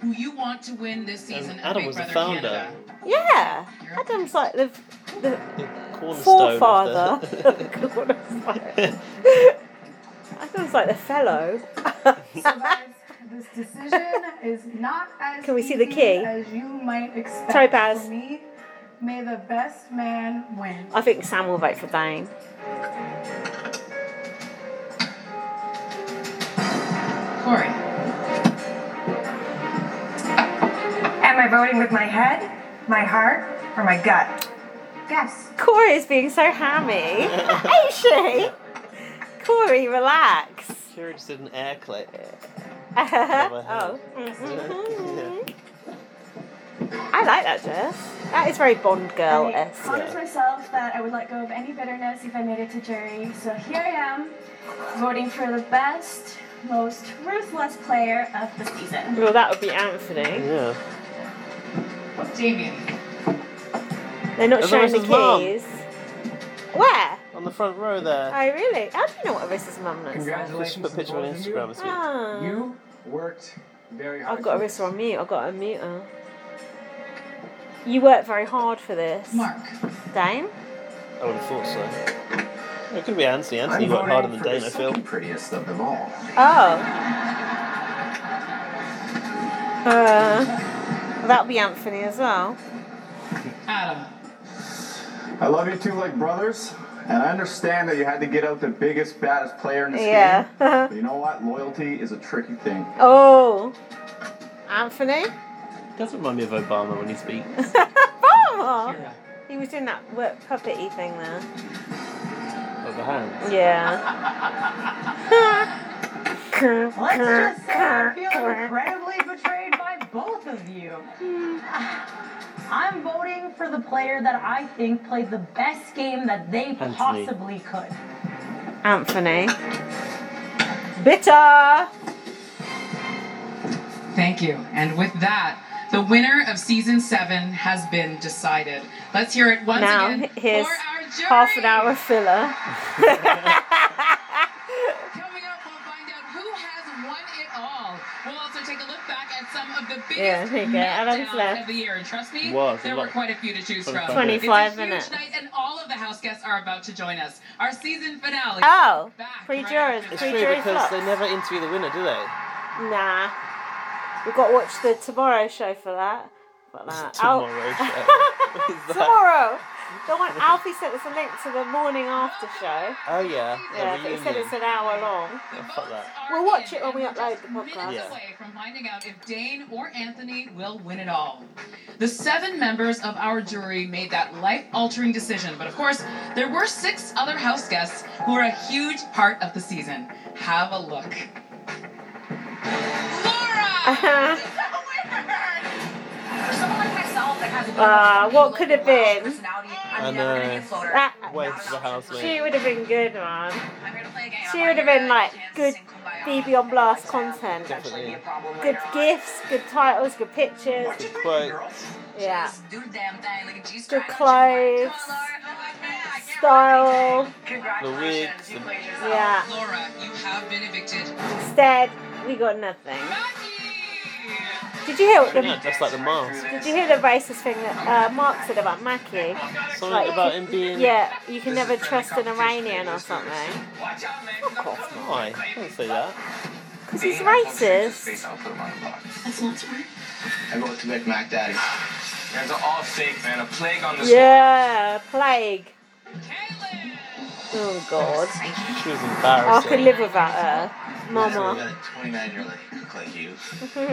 [SPEAKER 12] who you want to win this season.
[SPEAKER 1] And
[SPEAKER 12] of
[SPEAKER 1] Adam
[SPEAKER 12] Big
[SPEAKER 1] was the
[SPEAKER 12] Brother
[SPEAKER 1] founder.
[SPEAKER 12] Canada.
[SPEAKER 2] Yeah, Adam's like the the
[SPEAKER 1] Cornerstone
[SPEAKER 2] forefather.
[SPEAKER 1] of the...
[SPEAKER 2] Cornerstone. Adam's like the fellow.
[SPEAKER 17] This decision is not as
[SPEAKER 2] Can we see
[SPEAKER 17] easy
[SPEAKER 2] the key?
[SPEAKER 17] as you might expect.
[SPEAKER 2] Sorry, Baz.
[SPEAKER 17] For me, may the best man win.
[SPEAKER 2] I think Sam will vote for Dane.
[SPEAKER 6] Corey.
[SPEAKER 14] Am I voting with my head, my heart, or my gut? Guess.
[SPEAKER 2] Corey is being so hammy. Ain't she? Corey, relax.
[SPEAKER 1] Kira just did an air clip.
[SPEAKER 2] oh. Mhm. I like that dress. That is very Bond girl
[SPEAKER 17] I
[SPEAKER 2] esque.
[SPEAKER 17] promised myself that I would let go of any bitterness if I made it to jury, so here I am, voting for the best, most ruthless player of the season.
[SPEAKER 2] Well, that would be Anthony.
[SPEAKER 1] Yeah.
[SPEAKER 6] Damien.
[SPEAKER 2] They're not
[SPEAKER 1] There's
[SPEAKER 2] showing the
[SPEAKER 1] Arissa's mum.
[SPEAKER 2] keys. Where?
[SPEAKER 1] On the front row there.
[SPEAKER 2] Oh, really? How do you know what Arissa's mum looks like?
[SPEAKER 1] She put a picture on Instagram this week.
[SPEAKER 2] Ah.
[SPEAKER 18] You worked very hard.
[SPEAKER 2] I've got
[SPEAKER 18] for
[SPEAKER 2] Arissa on mute. I've got a mute her. You worked very hard for this. Mark. Dane?
[SPEAKER 1] I would have thought so. It could be Anthony. Anthony
[SPEAKER 18] I'm
[SPEAKER 1] worked
[SPEAKER 18] voting
[SPEAKER 1] harder than
[SPEAKER 18] for
[SPEAKER 1] Dane,
[SPEAKER 18] the
[SPEAKER 1] I feel.
[SPEAKER 18] second prettiest of them all.
[SPEAKER 2] Oh. Uh, that would be Anthony as well.
[SPEAKER 6] Adam.
[SPEAKER 5] I love you two like brothers, and I understand that you had to get out the biggest, baddest player in this
[SPEAKER 2] Yeah.
[SPEAKER 5] game. But you know what? Loyalty is a tricky thing.
[SPEAKER 2] Oh. Anthony?
[SPEAKER 1] does remind me of Obama when he speaks.
[SPEAKER 2] Obama! He was doing that work puppety thing there.
[SPEAKER 1] Of the hands.
[SPEAKER 6] Let's just say I feel incredibly betrayed by both of you. I'm voting for the player that I think played the best game that they
[SPEAKER 2] Anthony.
[SPEAKER 6] possibly could.
[SPEAKER 2] Anthony. Bitter!
[SPEAKER 12] Thank you. And with that, the winner of season seven has been decided. Let's hear it once
[SPEAKER 2] now,
[SPEAKER 12] again.
[SPEAKER 2] he- here's half an hour filler.
[SPEAKER 12] Who has won it all? We'll also take a look back at some of the biggest
[SPEAKER 2] Yeah, there you go. Adam's
[SPEAKER 12] meltdowns
[SPEAKER 2] left.
[SPEAKER 12] of the year. And trust me,
[SPEAKER 2] Wow, it's a
[SPEAKER 12] there were
[SPEAKER 2] lot.
[SPEAKER 12] quite a few to choose from.
[SPEAKER 2] 25 minutes.
[SPEAKER 12] It's a huge night, and all of the house guests are about to join us. Our season finale.
[SPEAKER 2] Oh,
[SPEAKER 12] back
[SPEAKER 2] pre
[SPEAKER 12] right
[SPEAKER 2] jurors,
[SPEAKER 12] after
[SPEAKER 1] It's
[SPEAKER 2] pre
[SPEAKER 1] true
[SPEAKER 2] jury
[SPEAKER 1] because
[SPEAKER 2] flops.
[SPEAKER 1] they never interview the winner, do they?
[SPEAKER 2] Nah, we've got to watch the Tomorrow Show for that. But that
[SPEAKER 1] Tomorrow show. What is that?
[SPEAKER 2] tomorrow, the one Alfie sent us a link to the morning after show.
[SPEAKER 1] Oh yeah. a
[SPEAKER 2] Yeah, but he said
[SPEAKER 1] reunion.
[SPEAKER 2] it's an hour long.
[SPEAKER 1] Oh, fuck that.
[SPEAKER 2] We'll watch it when we upload the podcast.
[SPEAKER 12] minutes away from finding out if Dane or Anthony will win it all. The seven members of our jury made that life altering decision, but of course, there were six other house guests who were a huge part of the season. Have a look.
[SPEAKER 2] Uh-huh.
[SPEAKER 4] Someone like myself that has a
[SPEAKER 2] Ah, what could have been?
[SPEAKER 1] I know. Way to the house,
[SPEAKER 2] She
[SPEAKER 1] mate.
[SPEAKER 2] would have been good, man. She would have been like good BB on blast content.
[SPEAKER 1] Definitely.
[SPEAKER 2] Good gifts, good titles, good pictures.
[SPEAKER 1] Good quote.
[SPEAKER 2] Yeah.
[SPEAKER 4] do the
[SPEAKER 2] Uh,
[SPEAKER 4] damn thing like a G
[SPEAKER 2] Good clothes. Style.
[SPEAKER 1] The wigs. The...
[SPEAKER 2] Yeah.
[SPEAKER 12] Laura, you have been evicted.
[SPEAKER 2] Instead, we got nothing. Did you hear what
[SPEAKER 1] She
[SPEAKER 2] the
[SPEAKER 1] not dressed like the moms.
[SPEAKER 2] Did you hear the racist thing that uh, Mark said about Mackie?
[SPEAKER 1] Something about him being-
[SPEAKER 2] Yeah, you can never trust an Iranian or something.
[SPEAKER 1] Why? Don't say that.
[SPEAKER 2] Because he's racist.
[SPEAKER 18] I'll put him on the block.
[SPEAKER 2] That's not true.
[SPEAKER 18] I vote to make Mac Daddy. There's all fake, man. A plague on this
[SPEAKER 2] Yeah, plague. Oh god.
[SPEAKER 1] She was
[SPEAKER 2] Oh, I
[SPEAKER 1] embarrassed.
[SPEAKER 2] could live without her.
[SPEAKER 18] We
[SPEAKER 2] Mama.
[SPEAKER 18] got a 29 year old that look like you.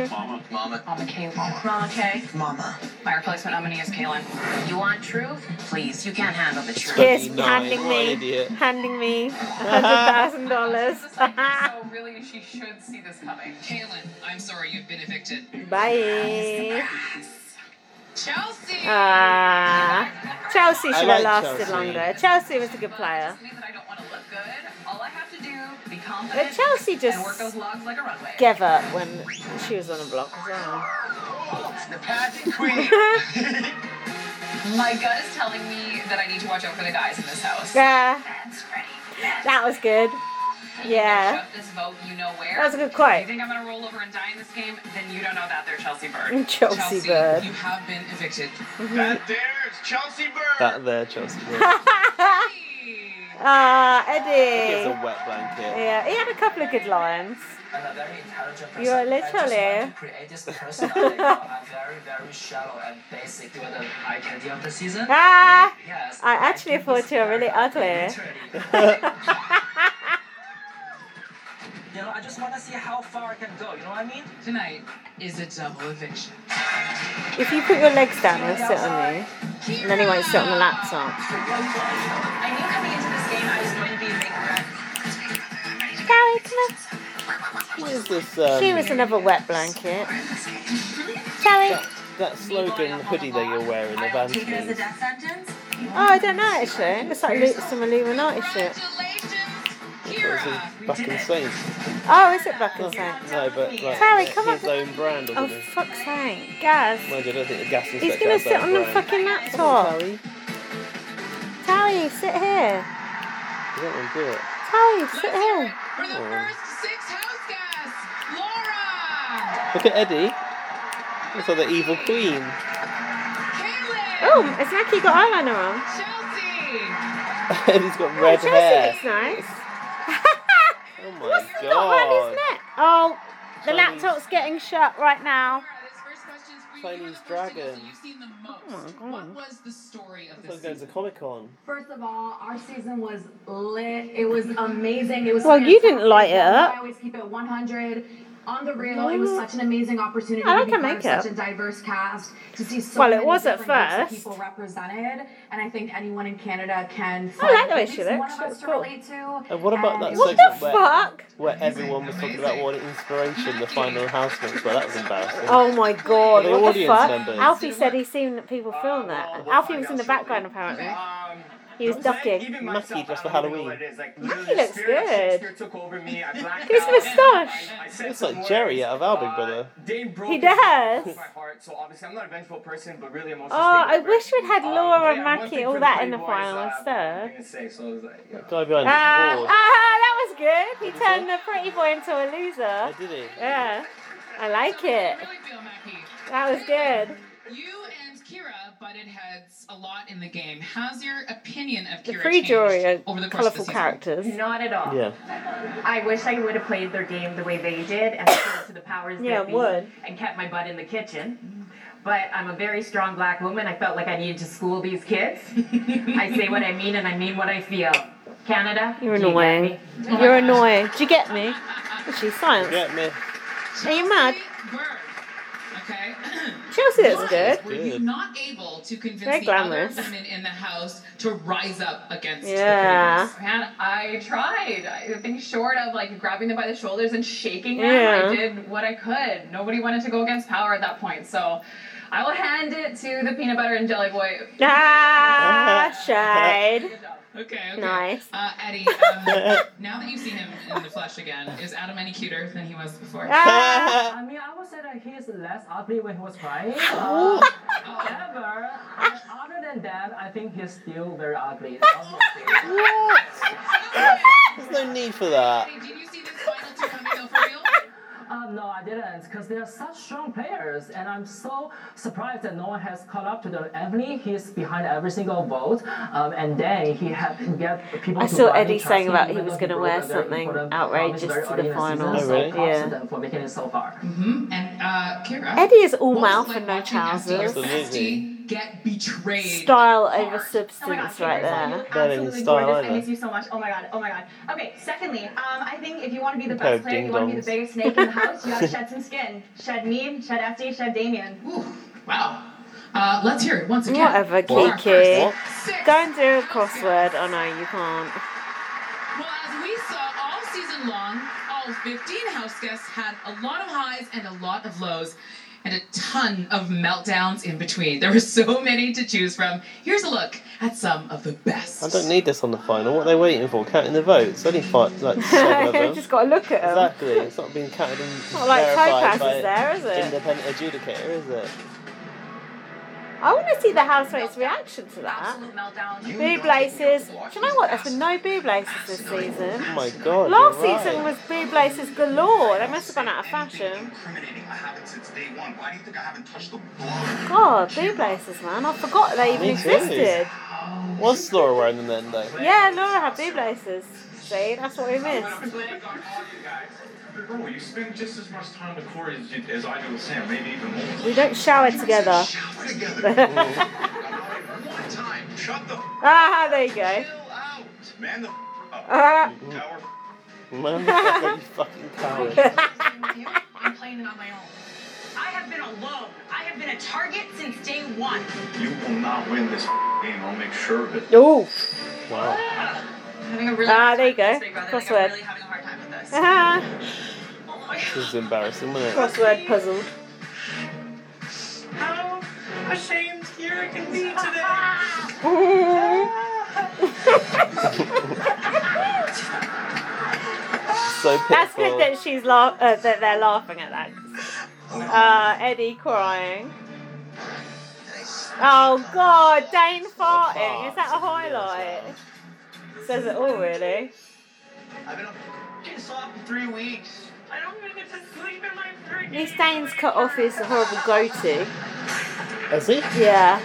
[SPEAKER 18] Mama. Mama.
[SPEAKER 10] Mama Kay. Mama Kay. Mama. My replacement nominee is Kaylin. You want truth? Please, you can't handle the truth.
[SPEAKER 2] Yes, handing
[SPEAKER 1] What an
[SPEAKER 2] me,
[SPEAKER 1] idiot.
[SPEAKER 2] handing me $100,000.
[SPEAKER 12] So really, she should see this coming. Kaylin, I'm sorry you've been evicted.
[SPEAKER 2] Bye.
[SPEAKER 12] Chelsea.
[SPEAKER 2] Ah, Chelsea
[SPEAKER 12] I
[SPEAKER 2] should have
[SPEAKER 12] like
[SPEAKER 2] lasted
[SPEAKER 12] Chelsea.
[SPEAKER 2] longer. Chelsea was a good player.
[SPEAKER 10] All I have to do, be confident,
[SPEAKER 2] But Chelsea just
[SPEAKER 10] and work those logs like a runway.
[SPEAKER 2] gave up when she was on a block as well.
[SPEAKER 10] The passing queen. My gut is telling me that I need to watch out for the guys in this house.
[SPEAKER 2] Yeah.
[SPEAKER 10] That's right.
[SPEAKER 2] That was good. Yeah.
[SPEAKER 10] Shove this vote, you know where.
[SPEAKER 2] That was a good quote.
[SPEAKER 10] If You think I'm gonna roll over and die in this game? Then you don't know that they're Chelsea
[SPEAKER 2] Chelsea,
[SPEAKER 10] Bird.
[SPEAKER 2] Bird.
[SPEAKER 12] You have been evicted.
[SPEAKER 2] That
[SPEAKER 12] there is Chelsea Bird.
[SPEAKER 1] That there, Chelsea.
[SPEAKER 2] Ah,
[SPEAKER 1] It's
[SPEAKER 2] Eddie.
[SPEAKER 1] a wet blanket.
[SPEAKER 2] Yeah, he had a couple of good lines.
[SPEAKER 19] I'm a very intelligent person.
[SPEAKER 2] You are
[SPEAKER 19] I
[SPEAKER 2] literally.
[SPEAKER 19] just want to create this personality. I'm very, very shallow and basic with the eye candy of the season.
[SPEAKER 2] Ah!
[SPEAKER 19] Yes.
[SPEAKER 2] I actually thought you were really ugly.
[SPEAKER 19] You know, I just want to see how far I can go. You know what I mean?
[SPEAKER 12] Tonight is a double eviction.
[SPEAKER 2] If you put your legs down, he'll sit on you. And then he won't sit on the laptop.
[SPEAKER 4] I knew coming into this game I was going to be a big wreck.
[SPEAKER 2] Gary, come
[SPEAKER 1] What is this?
[SPEAKER 2] here.
[SPEAKER 1] Um,
[SPEAKER 2] She was another wet blanket. Gary.
[SPEAKER 1] that slogan hoodie that you're wearing, the van please.
[SPEAKER 4] death sentence?
[SPEAKER 2] Oh, I don't know actually. It looks like Lu- some Illuminati shit.
[SPEAKER 1] Back in Saints.
[SPEAKER 2] Oh, is it back in Saints?
[SPEAKER 1] No, but like
[SPEAKER 2] Harry, come
[SPEAKER 1] his own brand or
[SPEAKER 2] Oh,
[SPEAKER 1] something.
[SPEAKER 2] fuck's sake. Gaz.
[SPEAKER 1] Mind you, I don't think the gas inspector
[SPEAKER 2] He's gonna
[SPEAKER 1] has
[SPEAKER 2] sit
[SPEAKER 1] their
[SPEAKER 2] on
[SPEAKER 1] own
[SPEAKER 2] the
[SPEAKER 1] brand.
[SPEAKER 2] fucking laptop. Tally, sit here.
[SPEAKER 1] You don't want to do it.
[SPEAKER 2] Tally, sit here.
[SPEAKER 1] Oh.
[SPEAKER 12] Six house guests,
[SPEAKER 1] Look
[SPEAKER 12] Laura,
[SPEAKER 1] at Eddie. Looks like the evil queen.
[SPEAKER 2] Oh, it's like he got eyeliner on.
[SPEAKER 12] Chelsea.
[SPEAKER 1] Eddie's got red
[SPEAKER 2] Chelsea
[SPEAKER 1] hair.
[SPEAKER 2] looks nice.
[SPEAKER 1] Oh my
[SPEAKER 2] Got around his
[SPEAKER 1] god.
[SPEAKER 2] neck. Oh, the
[SPEAKER 1] Chinese-
[SPEAKER 2] laptop's getting shut right now.
[SPEAKER 1] Chinese dragon.
[SPEAKER 12] What was the story of
[SPEAKER 1] Looks like there's a Comic Con.
[SPEAKER 20] First of all, our season was lit. It was amazing. It was
[SPEAKER 2] Well, you didn't
[SPEAKER 20] fantastic.
[SPEAKER 2] light it up.
[SPEAKER 20] I always keep it 100 on the real. It was such an amazing opportunity
[SPEAKER 2] I like
[SPEAKER 20] to be
[SPEAKER 2] her
[SPEAKER 20] part of
[SPEAKER 2] makeup.
[SPEAKER 20] such a diverse cast to see so
[SPEAKER 2] Well, it
[SPEAKER 20] many
[SPEAKER 2] was at
[SPEAKER 20] different groups of
[SPEAKER 2] first.
[SPEAKER 20] people represented, and I think anyone in Canada can.
[SPEAKER 2] I like the
[SPEAKER 20] find
[SPEAKER 2] way
[SPEAKER 20] at
[SPEAKER 2] she
[SPEAKER 20] least One
[SPEAKER 2] looks.
[SPEAKER 20] of
[SPEAKER 2] She looks
[SPEAKER 20] us to
[SPEAKER 2] cool.
[SPEAKER 20] relate to.
[SPEAKER 1] And what about that
[SPEAKER 20] What
[SPEAKER 1] segment
[SPEAKER 20] the
[SPEAKER 1] where,
[SPEAKER 2] fuck?
[SPEAKER 1] where everyone was talking about what an inspiration the final house was? Well, that was embarrassing.
[SPEAKER 2] Oh my god,
[SPEAKER 1] The
[SPEAKER 2] what the
[SPEAKER 1] audience
[SPEAKER 2] fuck?
[SPEAKER 1] members.
[SPEAKER 2] Alfie said he's seen that people film that. Alfie was in the background apparently.
[SPEAKER 19] Um,
[SPEAKER 2] He was ducking.
[SPEAKER 1] Matty dressed for Halloween.
[SPEAKER 2] He looks good.
[SPEAKER 19] Took over me. I blacked
[SPEAKER 12] Oh,
[SPEAKER 2] His moustache.
[SPEAKER 1] Looks like Jerry out of Our Big Brother.
[SPEAKER 19] Dane uh, broke
[SPEAKER 2] He
[SPEAKER 19] his
[SPEAKER 2] does.
[SPEAKER 19] heart, my heart, so obviously I'm not a vengeful person, but really I'm
[SPEAKER 2] Oh,
[SPEAKER 19] also
[SPEAKER 2] I
[SPEAKER 19] stable,
[SPEAKER 2] wish we'd had
[SPEAKER 19] Um,
[SPEAKER 2] Laura and
[SPEAKER 19] yeah, one
[SPEAKER 2] Mackie,
[SPEAKER 19] thing
[SPEAKER 2] all
[SPEAKER 19] for
[SPEAKER 2] that
[SPEAKER 19] the
[SPEAKER 2] in the
[SPEAKER 19] Playboys,
[SPEAKER 2] final
[SPEAKER 19] uh,
[SPEAKER 2] instead.
[SPEAKER 19] right? Say, so I was like, yeah.
[SPEAKER 1] Guy
[SPEAKER 2] Ah,
[SPEAKER 1] behind the
[SPEAKER 2] ah,
[SPEAKER 1] board.
[SPEAKER 2] that was good. He turned the pretty boy into a loser.
[SPEAKER 1] Did he?
[SPEAKER 2] Yeah, I like it. That was good.
[SPEAKER 12] You and Kira butted heads a lot in the game. How's your opinion of
[SPEAKER 2] The
[SPEAKER 12] Kira
[SPEAKER 2] free jury
[SPEAKER 12] changed over
[SPEAKER 2] are
[SPEAKER 12] the course of the
[SPEAKER 2] colourful
[SPEAKER 12] season?
[SPEAKER 2] characters.
[SPEAKER 20] Not at all.
[SPEAKER 1] Yeah.
[SPEAKER 20] I wish I would have played their game the way they did and appealed to the powers
[SPEAKER 2] Yeah,
[SPEAKER 20] that be
[SPEAKER 2] would.
[SPEAKER 20] and kept my butt in the kitchen. But I'm a very strong black woman. I felt like I needed to school these kids. I say what I mean and I mean what I feel. Canada,
[SPEAKER 2] You're
[SPEAKER 20] do you get
[SPEAKER 2] annoying.
[SPEAKER 20] me?
[SPEAKER 2] You're annoying. Do you get me? She's science.
[SPEAKER 1] Get me.
[SPEAKER 2] Are you mad?
[SPEAKER 12] Okay.
[SPEAKER 2] Chelsea looks
[SPEAKER 12] Why
[SPEAKER 2] good.
[SPEAKER 12] Were you not able to convince
[SPEAKER 2] Very
[SPEAKER 12] the
[SPEAKER 2] glamorous.
[SPEAKER 12] other women in the house to rise up against? the
[SPEAKER 2] Yeah.
[SPEAKER 12] police?
[SPEAKER 20] Man, I tried. I think short of like grabbing them by the shoulders and shaking
[SPEAKER 2] them, I Yeah.
[SPEAKER 20] did what I could. Nobody wanted to go against power at that point, so I will hand it to the peanut butter and jelly boy.
[SPEAKER 2] Ah, shade.
[SPEAKER 12] Okay. okay.
[SPEAKER 2] Nice.
[SPEAKER 12] Uh, Eddie, um, now that you've seen him in the flesh again, is Adam any cuter than he was before?
[SPEAKER 2] Ah.
[SPEAKER 20] I mean, I would say that he is less ugly when he was crying. Uh,
[SPEAKER 12] Oh,
[SPEAKER 20] however, uh, other than that, I think he's still very ugly.
[SPEAKER 1] What? There's no need for that.
[SPEAKER 12] Did you see this final two coming though for real?
[SPEAKER 20] Uh, no, I didn't, because they are such strong players, and I'm so surprised that no one has caught up to them. Anthony, he's behind every single vote, um, and then he had to get people.
[SPEAKER 2] I
[SPEAKER 20] to
[SPEAKER 2] saw
[SPEAKER 20] blindly
[SPEAKER 2] Eddie
[SPEAKER 20] trust
[SPEAKER 2] saying
[SPEAKER 20] him,
[SPEAKER 2] about he
[SPEAKER 20] even
[SPEAKER 2] was
[SPEAKER 20] though
[SPEAKER 2] going to
[SPEAKER 20] broke
[SPEAKER 2] wear
[SPEAKER 20] a very
[SPEAKER 2] something
[SPEAKER 20] important
[SPEAKER 2] outrageous
[SPEAKER 20] promise very
[SPEAKER 2] to
[SPEAKER 20] early
[SPEAKER 2] the
[SPEAKER 20] in season,
[SPEAKER 2] finals.
[SPEAKER 20] so props to
[SPEAKER 2] Yeah.
[SPEAKER 20] them for making it so far.
[SPEAKER 12] And uh, Kira.
[SPEAKER 2] Eddie is all
[SPEAKER 12] what was
[SPEAKER 2] mouth
[SPEAKER 12] it like
[SPEAKER 2] and no
[SPEAKER 12] watching SD
[SPEAKER 2] trousers.
[SPEAKER 12] SD Get betrayed.
[SPEAKER 2] Style over
[SPEAKER 17] Oh
[SPEAKER 2] substance, right there.
[SPEAKER 1] Not in his style
[SPEAKER 17] gorgeous. I
[SPEAKER 1] either.
[SPEAKER 17] miss you so much. Oh my god. Oh my god. Okay. Secondly, um, I think if you want to be the
[SPEAKER 1] Pair
[SPEAKER 17] best
[SPEAKER 1] of
[SPEAKER 17] player, you want to be
[SPEAKER 1] ding-dongs.
[SPEAKER 17] the biggest snake in the house. You gotta shed some skin. Shed me. Shed FD. Shed Damien.
[SPEAKER 12] Wow. Uh, let's hear it once again.
[SPEAKER 2] Whatever,
[SPEAKER 12] For our
[SPEAKER 2] Kiki.
[SPEAKER 12] first
[SPEAKER 2] Go and do a crossword. Oh no, you can't.
[SPEAKER 12] Well, as we saw all season long, all 15 house guests had a lot of highs and a lot of lows and a ton of meltdowns in between. There were so many to choose from. Here's a look at some of the best.
[SPEAKER 1] I don't need this on the final. What are they waiting for? Counting the votes. Only five, like seven of them.
[SPEAKER 2] Just got to look at him.
[SPEAKER 1] Exactly. It's not being counted and
[SPEAKER 2] Not like
[SPEAKER 1] verified
[SPEAKER 2] Topaz
[SPEAKER 1] by
[SPEAKER 2] is there, is it?
[SPEAKER 1] independent adjudicator, is it?
[SPEAKER 2] I want to see the housemates' reaction to that. Boob laces. Do you know what? There's been no boob laces this season.
[SPEAKER 1] Oh my god.
[SPEAKER 2] Last
[SPEAKER 1] you're right.
[SPEAKER 2] season was boob laces galore. They must have gone out of fashion.
[SPEAKER 5] Incriminating. I haven't since day one. Why do you think I haven't touched the
[SPEAKER 2] God, boob laces, man. I forgot they even
[SPEAKER 1] Me too.
[SPEAKER 2] existed.
[SPEAKER 1] Was Laura wearing them then, though?
[SPEAKER 2] Yeah, Laura had boob laces. See, that's what we missed.
[SPEAKER 5] Bro, you spend just as much time with Corey as, you, as I do with Sam, maybe even more.
[SPEAKER 2] We don't shower together. ah, there you go.
[SPEAKER 5] Man the f- up.
[SPEAKER 2] Ah.
[SPEAKER 5] Tower.
[SPEAKER 1] Motherfucker, you fucking coward.
[SPEAKER 6] I'm playing it on my own. I have been alone. I have been a target since day one.
[SPEAKER 5] You will not win this game. I'll make sure of it.
[SPEAKER 2] Oh.
[SPEAKER 1] Wow.
[SPEAKER 10] Having a really
[SPEAKER 2] Ah, there you
[SPEAKER 10] hard
[SPEAKER 2] go.
[SPEAKER 10] time with this, Big Brother. Like, I'm
[SPEAKER 2] Crossword.
[SPEAKER 10] really having a hard time with this.
[SPEAKER 2] Ah,
[SPEAKER 17] Oh
[SPEAKER 1] This is embarrassing, wasn't it?
[SPEAKER 2] Crossword puzzle.
[SPEAKER 10] How ashamed Yura can be today.
[SPEAKER 1] So
[SPEAKER 2] That's
[SPEAKER 1] pitiful.
[SPEAKER 2] good that she's laugh uh, that they're laughing at that. Uh, Eddie crying. Oh God, Dane farting. Is that a highlight? Says it all, really.
[SPEAKER 18] I've been up getting off for three weeks. I don't even get to sleep in my
[SPEAKER 2] At least Dane's cut off his horrible goatee.
[SPEAKER 1] Has he?
[SPEAKER 2] Yeah.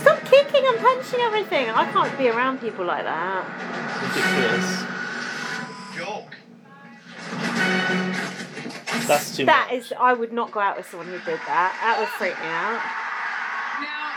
[SPEAKER 2] Stop kicking and punching everything. I can't be around people like that.
[SPEAKER 1] Ridiculous.
[SPEAKER 18] joke.
[SPEAKER 1] That's too
[SPEAKER 2] That is, I would not go out with someone who did that. That would freak me out.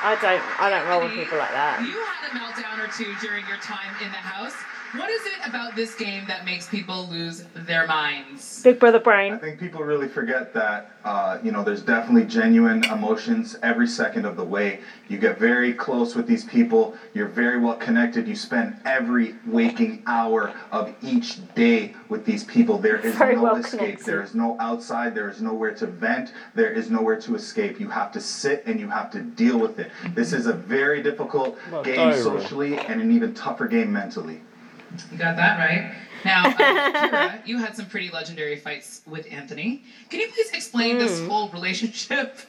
[SPEAKER 2] I don't, I don't roll with people like that.
[SPEAKER 12] You had a meltdown or two during your time in the house. What is it about this game that makes people lose their minds?
[SPEAKER 2] Big Brother brain. I
[SPEAKER 5] think people really forget that, uh, you know, there's definitely genuine emotions every second of the way. You get very close with these people. You're very well connected. You spend every waking hour of each day with these people. There is
[SPEAKER 2] Very
[SPEAKER 5] no
[SPEAKER 2] well
[SPEAKER 5] escape.
[SPEAKER 2] connected.
[SPEAKER 5] There is no outside. There is nowhere to vent. There is nowhere to escape. You have to sit and you have to deal with it. This is a very difficult
[SPEAKER 12] Well,
[SPEAKER 5] game
[SPEAKER 12] diarrhea.
[SPEAKER 5] socially and an even tougher game mentally.
[SPEAKER 12] You got that right. Now, uh, Kira, you had some pretty legendary fights with Anthony. Can you please explain this
[SPEAKER 2] Hmm.
[SPEAKER 6] Mm.
[SPEAKER 12] whole relationship?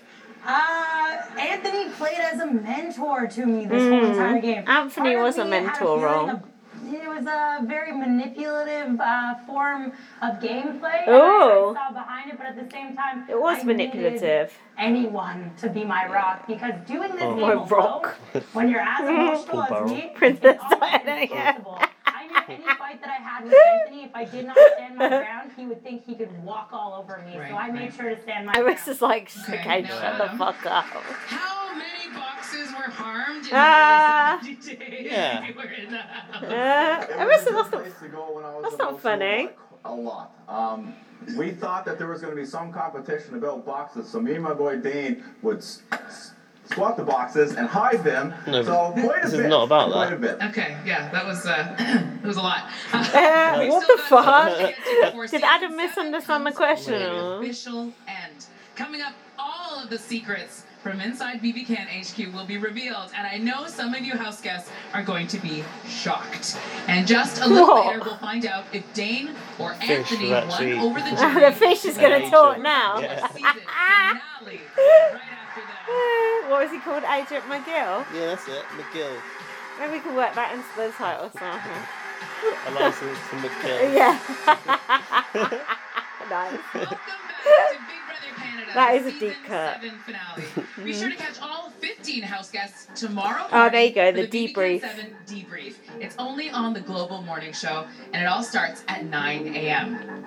[SPEAKER 6] Uh, Anthony played as a mentor to me this whole
[SPEAKER 2] Mm.
[SPEAKER 6] entire game.
[SPEAKER 2] Anthony
[SPEAKER 6] Part of
[SPEAKER 2] was a
[SPEAKER 6] me had
[SPEAKER 2] mentor
[SPEAKER 6] feeling
[SPEAKER 2] role.
[SPEAKER 6] of- It was a very manipulative uh, form of gameplay. and I-
[SPEAKER 2] Ooh.
[SPEAKER 6] I saw behind it, but at the same time,
[SPEAKER 2] It was
[SPEAKER 6] I needed
[SPEAKER 2] manipulative.
[SPEAKER 6] Anyone to be my rock because doing this
[SPEAKER 2] Oh.
[SPEAKER 6] game
[SPEAKER 2] My
[SPEAKER 6] alone,
[SPEAKER 2] rock.
[SPEAKER 6] when you're as emotional
[SPEAKER 2] Paul
[SPEAKER 6] as
[SPEAKER 2] Barrow.
[SPEAKER 6] me,
[SPEAKER 2] Princess
[SPEAKER 6] Diana. I knew any fight that I had with Anthony, if I did not stand my ground, he would think he could walk all over me. so I made sure to stand my
[SPEAKER 2] I
[SPEAKER 6] ground.
[SPEAKER 2] was just like, okay, shut the fuck up.
[SPEAKER 12] How many boxes were harmed in
[SPEAKER 2] Ah.
[SPEAKER 12] the early 70 days
[SPEAKER 2] Yeah.
[SPEAKER 12] you were in the house?
[SPEAKER 2] Uh, I
[SPEAKER 12] was
[SPEAKER 2] was that's not, that's not funny.
[SPEAKER 21] A lot. Um, we thought that there was going to be some competition to build boxes, so me and my boy Dane would s- s- squat the boxes and hide them.
[SPEAKER 1] No,
[SPEAKER 21] so quite
[SPEAKER 1] this
[SPEAKER 21] a
[SPEAKER 1] is
[SPEAKER 21] bit.
[SPEAKER 1] not about
[SPEAKER 21] quite
[SPEAKER 1] that.
[SPEAKER 21] A bit.
[SPEAKER 12] Okay, yeah, that was uh, it was a lot.
[SPEAKER 2] Uh,
[SPEAKER 12] We
[SPEAKER 2] what
[SPEAKER 12] still
[SPEAKER 2] the
[SPEAKER 12] got to
[SPEAKER 2] fuck?
[SPEAKER 12] before
[SPEAKER 2] Did Adam misunderstand the
[SPEAKER 12] to an
[SPEAKER 2] question?
[SPEAKER 12] official end. Coming up, all of the secrets from inside BB Can HQ will be revealed, and I know some of you house guests are going to be shocked. And just a little
[SPEAKER 2] Whoa.
[SPEAKER 12] later, we'll find out if Dane or
[SPEAKER 1] Fish was
[SPEAKER 12] Anthony won
[SPEAKER 1] actually-
[SPEAKER 12] over the jury.
[SPEAKER 2] the fish is going to
[SPEAKER 1] Agent.
[SPEAKER 2] talk now.
[SPEAKER 1] Yeah.
[SPEAKER 2] what was he called? Agent McGill?
[SPEAKER 1] Yeah, that's it. McGill.
[SPEAKER 2] Maybe we could work that into the title somehow.
[SPEAKER 1] A license to McGill.
[SPEAKER 2] yeah. nice. That is a deep cut.
[SPEAKER 12] Be sure to catch all 15 house guests tomorrow.
[SPEAKER 2] Oh, there you go,
[SPEAKER 12] morning
[SPEAKER 2] the
[SPEAKER 12] for BBK
[SPEAKER 2] debrief.
[SPEAKER 12] 7 debrief. It's only on the Global Morning Show, and it all starts at 9 a.m.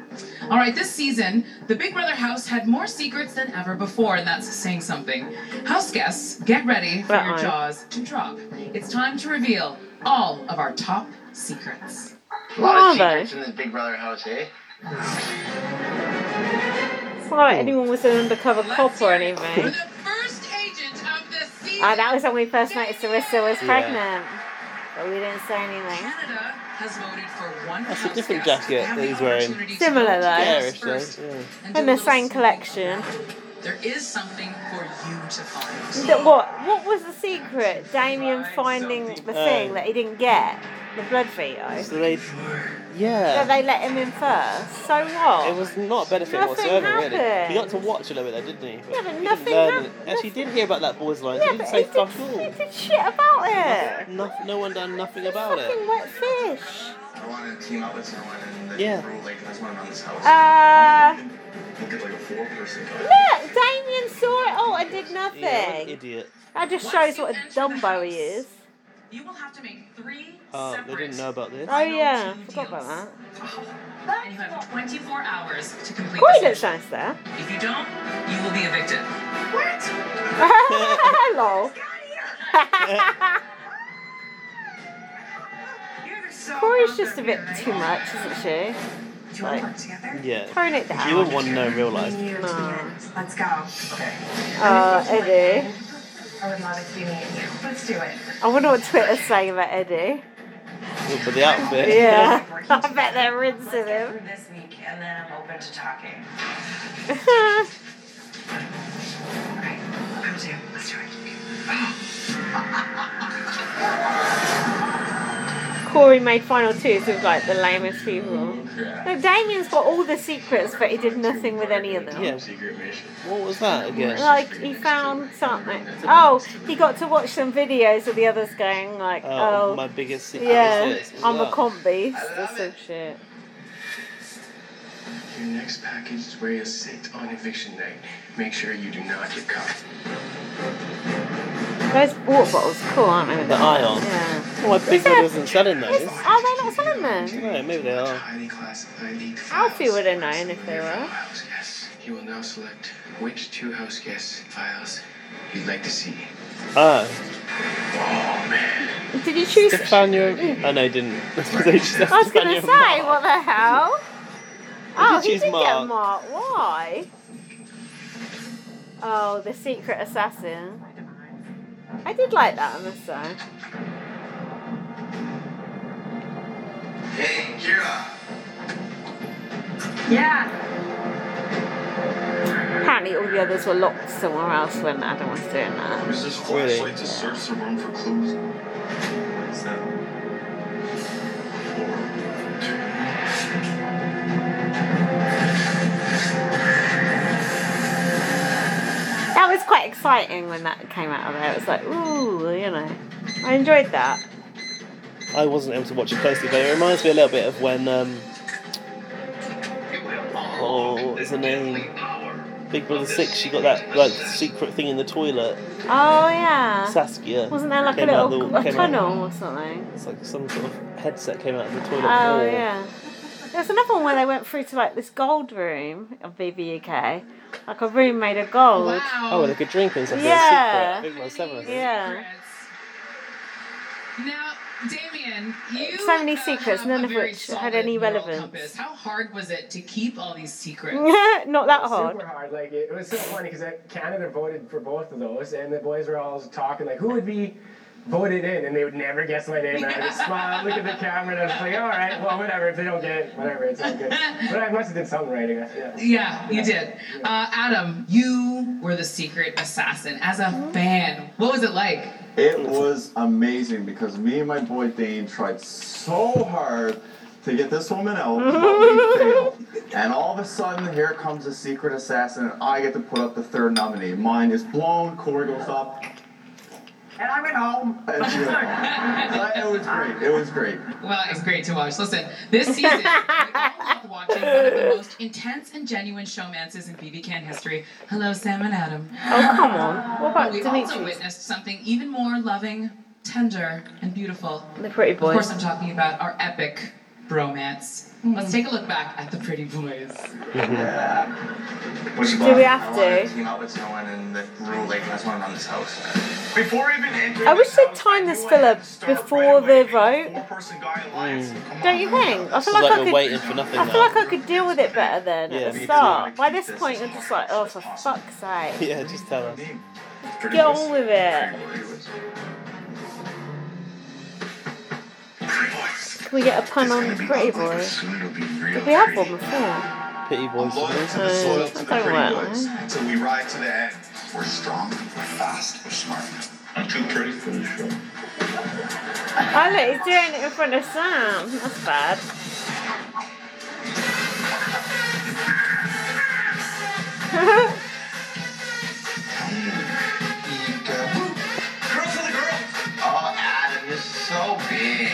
[SPEAKER 12] All right, this season, the Big Brother house had more secrets than ever before, and that's saying something. House guests, get ready for your
[SPEAKER 2] Uh-oh.
[SPEAKER 12] jaws to drop. It's time to reveal all of our top secrets.
[SPEAKER 18] A lot of
[SPEAKER 2] Bravo.
[SPEAKER 18] secrets in this Big Brother house, eh?
[SPEAKER 2] It's not like anyone was an undercover cop or anything.
[SPEAKER 12] First agent of the season.
[SPEAKER 2] Ah, that was when we first noticed Arissa was
[SPEAKER 1] Yeah.
[SPEAKER 2] pregnant. But we didn't say anything.
[SPEAKER 12] Canada has voted for one
[SPEAKER 1] That's a different jacket that he's wearing.
[SPEAKER 2] Similar, though.
[SPEAKER 1] Yeah, though. Yeah.
[SPEAKER 2] In the same collection.
[SPEAKER 12] There is something for you to find.
[SPEAKER 2] That what? What was the secret? Damien finding the thing
[SPEAKER 1] Oh.
[SPEAKER 2] that he didn't get, the blood video.
[SPEAKER 1] So they,
[SPEAKER 2] That
[SPEAKER 1] yeah.
[SPEAKER 2] they let him in first. So what?
[SPEAKER 1] It was not a benefit
[SPEAKER 2] Nothing
[SPEAKER 1] whatsoever, really.
[SPEAKER 2] happened.
[SPEAKER 1] He got to watch a little bit, though, didn't he?
[SPEAKER 2] Yeah, but
[SPEAKER 1] he
[SPEAKER 2] nothing
[SPEAKER 1] Didn't learn
[SPEAKER 2] hap-
[SPEAKER 1] it. Actually, he did hear about that boy's line.
[SPEAKER 2] yeah,
[SPEAKER 1] he
[SPEAKER 2] but
[SPEAKER 1] didn't say
[SPEAKER 2] he did,
[SPEAKER 1] fuck
[SPEAKER 2] he
[SPEAKER 1] all.
[SPEAKER 2] did shit about it.
[SPEAKER 1] Nothing, no one done nothing about
[SPEAKER 2] Fucking
[SPEAKER 1] it.
[SPEAKER 2] wet fish.
[SPEAKER 18] I want to team up with someone and like,
[SPEAKER 1] Yeah.
[SPEAKER 18] rule like that's why I'm on this house.
[SPEAKER 2] Uh,
[SPEAKER 18] we'll get like a four-person guy.
[SPEAKER 2] look, Damien saw it all and did nothing.
[SPEAKER 1] Yeah, what an idiot.
[SPEAKER 2] That just shows what a dumbo he is.
[SPEAKER 12] You will have to make three
[SPEAKER 1] Oh, they
[SPEAKER 12] separate.
[SPEAKER 1] didn't know about this.
[SPEAKER 2] Oh yeah, forgot about that.
[SPEAKER 12] And you have 24 hours to complete
[SPEAKER 2] Quite looks
[SPEAKER 12] this mission.
[SPEAKER 2] nice there.
[SPEAKER 12] If you don't, you will be evicted.
[SPEAKER 2] Hello.
[SPEAKER 12] You're the
[SPEAKER 2] Corey's just a bit too much, isn't she? Like,
[SPEAKER 1] Yeah.
[SPEAKER 2] tone it down.
[SPEAKER 1] You wouldn't want to know in real life.
[SPEAKER 2] No.
[SPEAKER 14] Let's go. Okay.
[SPEAKER 2] Uh, Eddie.
[SPEAKER 14] I would love it to be me and you. Let's do it.
[SPEAKER 2] I wonder what Twitter's saying about Eddie.
[SPEAKER 1] Well, For the outfit.
[SPEAKER 2] Yeah. I bet they're rinsing him.
[SPEAKER 14] Through this week, and then I'm open to talking. I'm too. Let's do
[SPEAKER 2] Corey made final twos with like the lamest people. No, Damien's got all the secrets, but he did nothing with any of them.
[SPEAKER 1] Yeah. What was that again?
[SPEAKER 2] Like he found something. Oh, he got to watch some videos of the others going like,
[SPEAKER 1] Oh,
[SPEAKER 2] oh,
[SPEAKER 1] my biggest secret
[SPEAKER 2] yeah,
[SPEAKER 1] is this.
[SPEAKER 2] I'm a
[SPEAKER 1] Wow.
[SPEAKER 2] comp beast or some shit.
[SPEAKER 11] Your next package is where you're sit on eviction night. Make sure you do not get caught.
[SPEAKER 2] Those water bottles, are cool, aren't they?
[SPEAKER 1] The ion.
[SPEAKER 2] Yeah.
[SPEAKER 1] Oh, I think that isn't selling
[SPEAKER 2] Is,
[SPEAKER 1] those.
[SPEAKER 2] are they not selling them?
[SPEAKER 1] No, maybe they are.
[SPEAKER 2] Alfie would have known if they were.
[SPEAKER 11] You will now select which two house guest files you'd like to see.
[SPEAKER 1] Oh.
[SPEAKER 2] Did you choose?
[SPEAKER 1] Stefania. Oh, no, he didn't. They just said
[SPEAKER 2] I was gonna
[SPEAKER 1] Stefania
[SPEAKER 2] say,
[SPEAKER 1] Mark.
[SPEAKER 2] what the hell? Oh,
[SPEAKER 1] did
[SPEAKER 2] he
[SPEAKER 1] choose
[SPEAKER 2] did
[SPEAKER 1] Mark.
[SPEAKER 2] get Mark. Why? Oh, the secret assassin. I did like that, I must say.
[SPEAKER 5] Hey, Kira.
[SPEAKER 6] Yeah.
[SPEAKER 2] Apparently, all the others were locked somewhere else when Adam was doing
[SPEAKER 5] Use
[SPEAKER 2] that.
[SPEAKER 5] this flashlight to search the room for clues. Seven.
[SPEAKER 2] That was quite exciting when that came out of there. It was like, ooh, you know. I enjoyed that.
[SPEAKER 1] I wasn't able to watch it closely, but it reminds me a little bit of when. Um, oh, what's her name? Big Brother Six. She got that like secret thing in the toilet.
[SPEAKER 2] Oh, yeah.
[SPEAKER 1] Saskia.
[SPEAKER 2] Wasn't there like a
[SPEAKER 1] came out
[SPEAKER 2] little
[SPEAKER 1] the-
[SPEAKER 2] a
[SPEAKER 1] came out-
[SPEAKER 2] tunnel or something?
[SPEAKER 1] It's like some sort of headset came out of the toilet.
[SPEAKER 2] Oh
[SPEAKER 1] wall.
[SPEAKER 2] yeah. There's another one where they went through to like this gold room of BBUK, like a room made of gold.
[SPEAKER 1] Oh, well, they could drink and stuff.
[SPEAKER 2] Yeah.
[SPEAKER 1] Yeah. Big Brother Seven. I think.
[SPEAKER 2] Yeah.
[SPEAKER 12] Now, Damien, you uh,
[SPEAKER 2] So many secrets, none of
[SPEAKER 12] very
[SPEAKER 2] which
[SPEAKER 12] solid
[SPEAKER 2] had any
[SPEAKER 12] moral
[SPEAKER 2] relevance.
[SPEAKER 12] compass. How hard was it to keep all these secrets?
[SPEAKER 2] Not that
[SPEAKER 8] Super
[SPEAKER 2] hard.
[SPEAKER 8] hard. Like it, it was so funny because Canada voted for both of those, and the boys were all talking like, who would be voted in, and they would never guess my name. And I just smile, look at the camera, and I was like, all right, well, whatever. If they don't get it, whatever, it's all good. But I must have did something right, I guess. Yeah.
[SPEAKER 12] Yeah, you did. Uh, Adam, you were the secret assassin. As a
[SPEAKER 2] Mm-hmm.
[SPEAKER 12] fan, what was it like?
[SPEAKER 21] It was amazing because me and my boy Dane tried so hard to get this woman out, but we failed. And all of a sudden, here comes a secret assassin, and I get to put up the third nominee. Mine is blown, Corey goes up,
[SPEAKER 14] And I went home.
[SPEAKER 21] and she went. But It was great. It was great.
[SPEAKER 12] Well, it's great to watch. Listen, this season, we all loved watching one of the most intense and genuine showmances in BB Can history. Hello, Sam and Adam.
[SPEAKER 2] Oh come on. What
[SPEAKER 12] But
[SPEAKER 2] about
[SPEAKER 12] we also
[SPEAKER 2] Demetrius?
[SPEAKER 12] witnessed something even more loving, tender, and beautiful.
[SPEAKER 2] The pretty
[SPEAKER 12] Of
[SPEAKER 2] boys.
[SPEAKER 12] course, I'm talking about our epic bromance.
[SPEAKER 22] Mm.
[SPEAKER 12] Let's take a look back at the pretty boys.
[SPEAKER 18] Which
[SPEAKER 2] Do
[SPEAKER 18] one?
[SPEAKER 2] we have
[SPEAKER 18] I wanna
[SPEAKER 2] to?
[SPEAKER 18] Team up with someone and like, rule like let's run around this house.
[SPEAKER 5] Before even entering
[SPEAKER 2] I wish they'd time this filler before the vote. Mm. Don't you think? I
[SPEAKER 1] It's
[SPEAKER 2] feel
[SPEAKER 1] like
[SPEAKER 2] like
[SPEAKER 1] we're
[SPEAKER 2] I could.
[SPEAKER 1] waiting for nothing
[SPEAKER 2] I feel
[SPEAKER 1] now.
[SPEAKER 2] like I could deal with it better then
[SPEAKER 1] Yeah.
[SPEAKER 2] at the start. By this point, you're just like, oh, for fuck's sake,
[SPEAKER 1] Yeah, just tell us.
[SPEAKER 2] get on with it. Can we get a pun on Pretty Boy? Did we have one before?
[SPEAKER 1] Pity boys.
[SPEAKER 5] to the
[SPEAKER 2] Uh,
[SPEAKER 5] soil to the
[SPEAKER 2] don't
[SPEAKER 5] pretty
[SPEAKER 2] work.
[SPEAKER 5] boys. Till we ride to the end. We're strong, we're fast, we're smart. I'm too pretty for this show.
[SPEAKER 2] Oh look, he's doing it in front of Sam. That's bad.
[SPEAKER 5] Girl for the girl.
[SPEAKER 18] Oh, Adam, you're so big.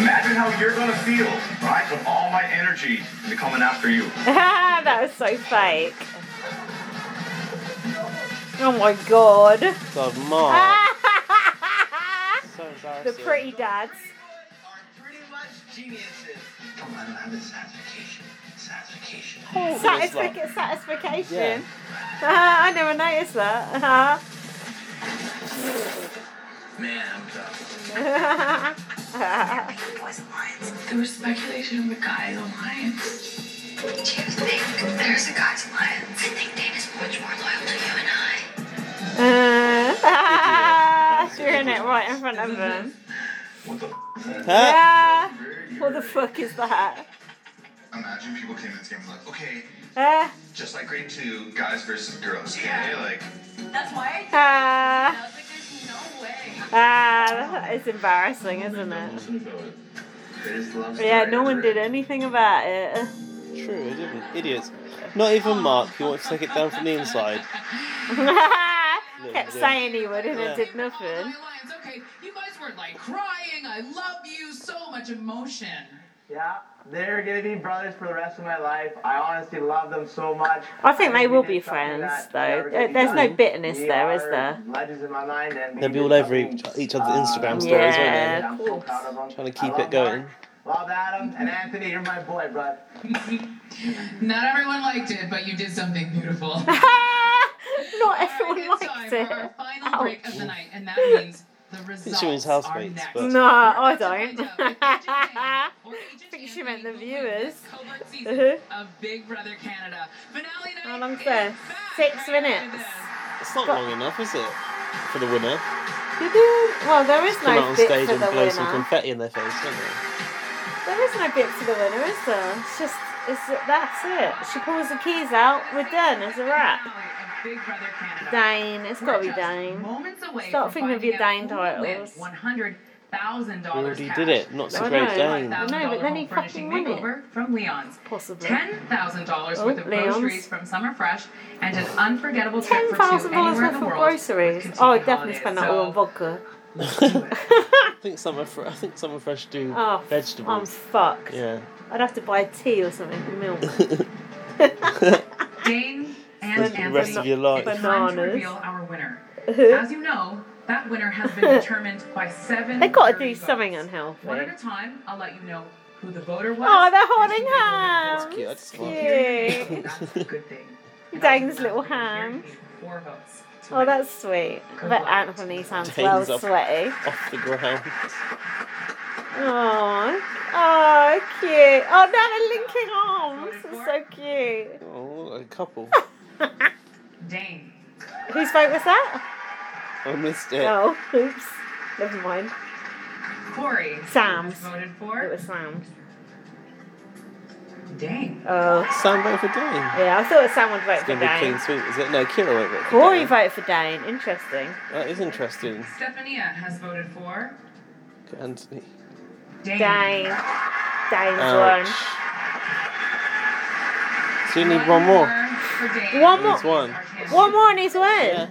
[SPEAKER 5] Imagine how you're gonna feel when I put all my energy into coming after you.
[SPEAKER 2] that was so fake. Oh my god.
[SPEAKER 1] God, Mark.
[SPEAKER 2] Ah. the pretty dads.
[SPEAKER 18] Come on, have this satisfaction. Satisfaction.
[SPEAKER 2] Satisfic- satisfaction.
[SPEAKER 18] Yeah.
[SPEAKER 2] I never noticed that. Uh-huh.
[SPEAKER 18] Man, I'm tough.
[SPEAKER 2] That's
[SPEAKER 22] There was speculation of the guy's alliance. Do you think there's a guy's alliance? I think Dane is much more loyal to you and I.
[SPEAKER 2] Uh, doing it right in front of them.
[SPEAKER 1] Uh.
[SPEAKER 2] Ah, what the fuck is that?
[SPEAKER 5] Imagine people came into this game and like, okay,
[SPEAKER 2] Ah,
[SPEAKER 5] just like grade two, guys versus girls. Okay, like
[SPEAKER 22] That's why I
[SPEAKER 2] ah,
[SPEAKER 22] was like, there's no way.
[SPEAKER 2] ah, that is embarrassing, isn't it? Yeah, no one did anything about it.
[SPEAKER 1] True, they didn't. Idiots. Not even Mark, who wants to take it down from the inside.
[SPEAKER 2] Kept saying he would and it did nothing.
[SPEAKER 12] It's okay. You guys weren't like crying. I love you. So much emotion.
[SPEAKER 7] Yeah, they're gonna be brothers for the rest of my life. I honestly love them so much.
[SPEAKER 2] I think they will be friends, though. There- There's no bitterness there, is there?
[SPEAKER 7] Legends in my mind, and
[SPEAKER 1] They'll be all over each each other's Instagram stories,
[SPEAKER 2] Yeah,
[SPEAKER 1] won't
[SPEAKER 2] of course.
[SPEAKER 1] they? Trying to keep it going.
[SPEAKER 7] love Adam and Anthony. You're my boy, bro.
[SPEAKER 12] Not everyone liked it, but you did something beautiful.
[SPEAKER 2] Not everyone likes it.
[SPEAKER 12] Final break of the night, and that means the
[SPEAKER 1] It's Sean's
[SPEAKER 12] results are
[SPEAKER 1] housemates,
[SPEAKER 12] next.
[SPEAKER 1] but
[SPEAKER 2] No, Oh, I don't. I think she meant the viewers. Uh-huh.
[SPEAKER 12] Of Big Brother Canada. Finale night.
[SPEAKER 2] How long's this? Six minutes.
[SPEAKER 1] it's not long enough, is it? For the winner.
[SPEAKER 2] Well, there is
[SPEAKER 1] Come out
[SPEAKER 2] no
[SPEAKER 1] on
[SPEAKER 2] bit
[SPEAKER 1] stage
[SPEAKER 2] for
[SPEAKER 1] and
[SPEAKER 2] the
[SPEAKER 1] blow some
[SPEAKER 2] winner.
[SPEAKER 1] confetti in their face, don't they?
[SPEAKER 2] There is no bit for the winner, is there? It's just, it's that's it. She pulls the keys out. We're done. It's a wrap.
[SPEAKER 12] Big Brother Canada.
[SPEAKER 2] Dane, it's got to be
[SPEAKER 12] We're just
[SPEAKER 2] Dane.
[SPEAKER 12] Moments away
[SPEAKER 2] Start
[SPEAKER 12] from
[SPEAKER 2] thinking of your
[SPEAKER 12] finding
[SPEAKER 2] Dane
[SPEAKER 12] out who wins
[SPEAKER 2] titles.
[SPEAKER 12] $100,000
[SPEAKER 1] Already
[SPEAKER 12] cash.
[SPEAKER 1] did it. Not so
[SPEAKER 2] I
[SPEAKER 1] great
[SPEAKER 2] know.
[SPEAKER 1] Dane.
[SPEAKER 2] I know, but then he fucking
[SPEAKER 12] $1,000 home furnishing
[SPEAKER 2] won it.
[SPEAKER 12] makeover From Leon's.
[SPEAKER 2] Possibly.
[SPEAKER 12] $10,000
[SPEAKER 2] Oh,
[SPEAKER 12] worth of
[SPEAKER 2] Leon's.
[SPEAKER 12] groceries from Summer Fresh and an unforgettable trip
[SPEAKER 2] Ten
[SPEAKER 12] for two
[SPEAKER 2] thousand dollars
[SPEAKER 12] anywhere in
[SPEAKER 2] worth
[SPEAKER 12] the
[SPEAKER 2] of
[SPEAKER 12] world.
[SPEAKER 2] groceries. Oh, I definitely spent that all on vodka.
[SPEAKER 1] I think summer. Fr- I think summer fresh do
[SPEAKER 2] Oh, I'm
[SPEAKER 1] vegetables.
[SPEAKER 2] fucked.
[SPEAKER 1] yeah.
[SPEAKER 2] I'd have to buy tea or something for milk.
[SPEAKER 12] Dane and
[SPEAKER 1] Spend
[SPEAKER 12] Anthony,
[SPEAKER 1] the rest of your life.
[SPEAKER 12] it's time to
[SPEAKER 2] Bananas.
[SPEAKER 12] reveal our winner. As you know, that winner has been determined by seven.
[SPEAKER 2] They got to
[SPEAKER 12] jury
[SPEAKER 2] do
[SPEAKER 12] votes.
[SPEAKER 2] something unhealthy.
[SPEAKER 12] One at a time, I'll let you know who the voter was.
[SPEAKER 2] Oh, they're holding hands.
[SPEAKER 12] That's cute.
[SPEAKER 1] That's
[SPEAKER 2] cute.
[SPEAKER 12] That's a good thing.
[SPEAKER 2] Dane's little hand.
[SPEAKER 12] Four votes.
[SPEAKER 2] Oh, that's sweet. But Anthony sounds well
[SPEAKER 1] Dane's off-
[SPEAKER 2] sweaty.
[SPEAKER 1] Off the ground.
[SPEAKER 2] Oh, oh, cute. Oh, now they're linking arms. It's so cute.
[SPEAKER 1] Oh, a couple.
[SPEAKER 12] Dane.
[SPEAKER 2] Whose vote was that?
[SPEAKER 1] I missed it.
[SPEAKER 2] Oh, oops. Never mind.
[SPEAKER 12] Corey.
[SPEAKER 2] Sam's.
[SPEAKER 12] Voted for.
[SPEAKER 2] It was Sam's.
[SPEAKER 12] Dane.
[SPEAKER 2] Oh.
[SPEAKER 1] Sam voted for Dane.
[SPEAKER 2] Yeah, I thought Sam would vote
[SPEAKER 1] It's
[SPEAKER 2] for
[SPEAKER 1] gonna be a clean
[SPEAKER 2] Dane.
[SPEAKER 1] sweep, is it? No, Kira won't vote for
[SPEAKER 2] Corey
[SPEAKER 1] Dane.
[SPEAKER 2] voted for Dane. Interesting.
[SPEAKER 1] That is interesting.
[SPEAKER 12] Stephania has voted for.
[SPEAKER 1] Anthony.
[SPEAKER 12] Dane.
[SPEAKER 2] Dane. Dane's
[SPEAKER 1] Ouch. So you need one more.
[SPEAKER 12] For Dane.
[SPEAKER 2] one. One
[SPEAKER 1] Needs
[SPEAKER 2] more.
[SPEAKER 1] one.
[SPEAKER 2] One more and he's won.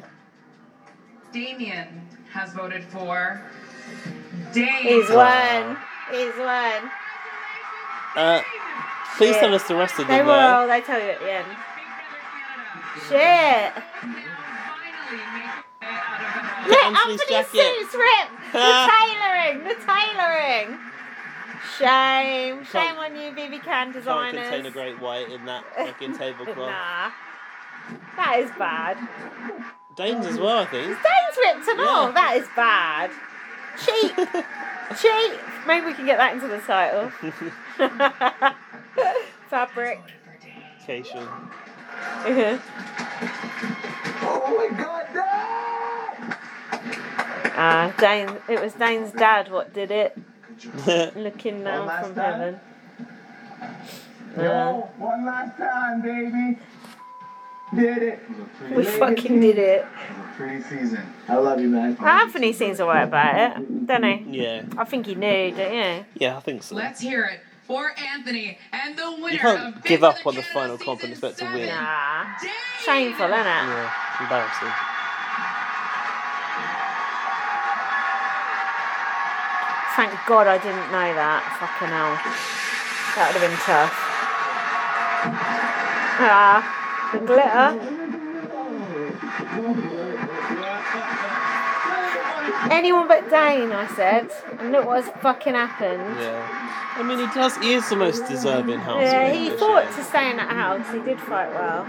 [SPEAKER 12] Damien has voted for. Dane.
[SPEAKER 2] He's
[SPEAKER 1] Wow.
[SPEAKER 2] won. He's won.
[SPEAKER 1] Uh, please
[SPEAKER 2] Shit.
[SPEAKER 1] tell us the rest of
[SPEAKER 2] They
[SPEAKER 1] them.
[SPEAKER 2] will. They tell you at the end. Shit. Look,
[SPEAKER 1] Anthony's
[SPEAKER 2] Anthony's
[SPEAKER 1] jacket.
[SPEAKER 2] suit's ripped. The tailoring. The tailoring. Shame. Shame
[SPEAKER 1] Can't-
[SPEAKER 2] on you, BB Can
[SPEAKER 1] Can't contain a
[SPEAKER 2] designers.
[SPEAKER 1] great white in that fucking tablecloth.
[SPEAKER 2] Nah. That is bad.
[SPEAKER 1] Dane's as well, I think.
[SPEAKER 2] Stains ripped and all.
[SPEAKER 1] Yeah.
[SPEAKER 2] That is bad. Cheap. Cheap. Maybe we can get that into the title. Fabric.
[SPEAKER 1] Cation.
[SPEAKER 2] Uh-huh.
[SPEAKER 7] Oh my God, Dad!
[SPEAKER 2] Ah, Dane. It was Dane's dad what did it. Looking
[SPEAKER 7] One
[SPEAKER 2] down
[SPEAKER 7] last
[SPEAKER 2] from
[SPEAKER 7] time?
[SPEAKER 2] heaven. Uh,
[SPEAKER 7] Yo, one last time, baby. Did it.
[SPEAKER 2] we fucking did it. Ah,
[SPEAKER 7] Pretty season. I love you, man.
[SPEAKER 2] Anthony seems alright about it, don't he?
[SPEAKER 1] Yeah.
[SPEAKER 2] I think he knew, don't you?
[SPEAKER 1] Yeah, I think so.
[SPEAKER 12] Let's hear it for Anthony and the winner
[SPEAKER 1] You
[SPEAKER 12] of
[SPEAKER 1] can't
[SPEAKER 12] Big
[SPEAKER 1] give
[SPEAKER 12] Brother
[SPEAKER 1] up on the final comp and expect to win.
[SPEAKER 2] Nah. Shameful, isn't it?
[SPEAKER 1] Yeah, embarrassing.
[SPEAKER 2] Thank God I didn't know that. Fucking hell. That would have been tough. Ah, the glitter. Anyone but Dane, I said. And look what's fucking happened.
[SPEAKER 1] Yeah. I mean, he does. He is the most deserving housemate.
[SPEAKER 2] Yeah, he
[SPEAKER 1] this
[SPEAKER 2] fought
[SPEAKER 1] year.
[SPEAKER 2] to stay in that house. He did fight well.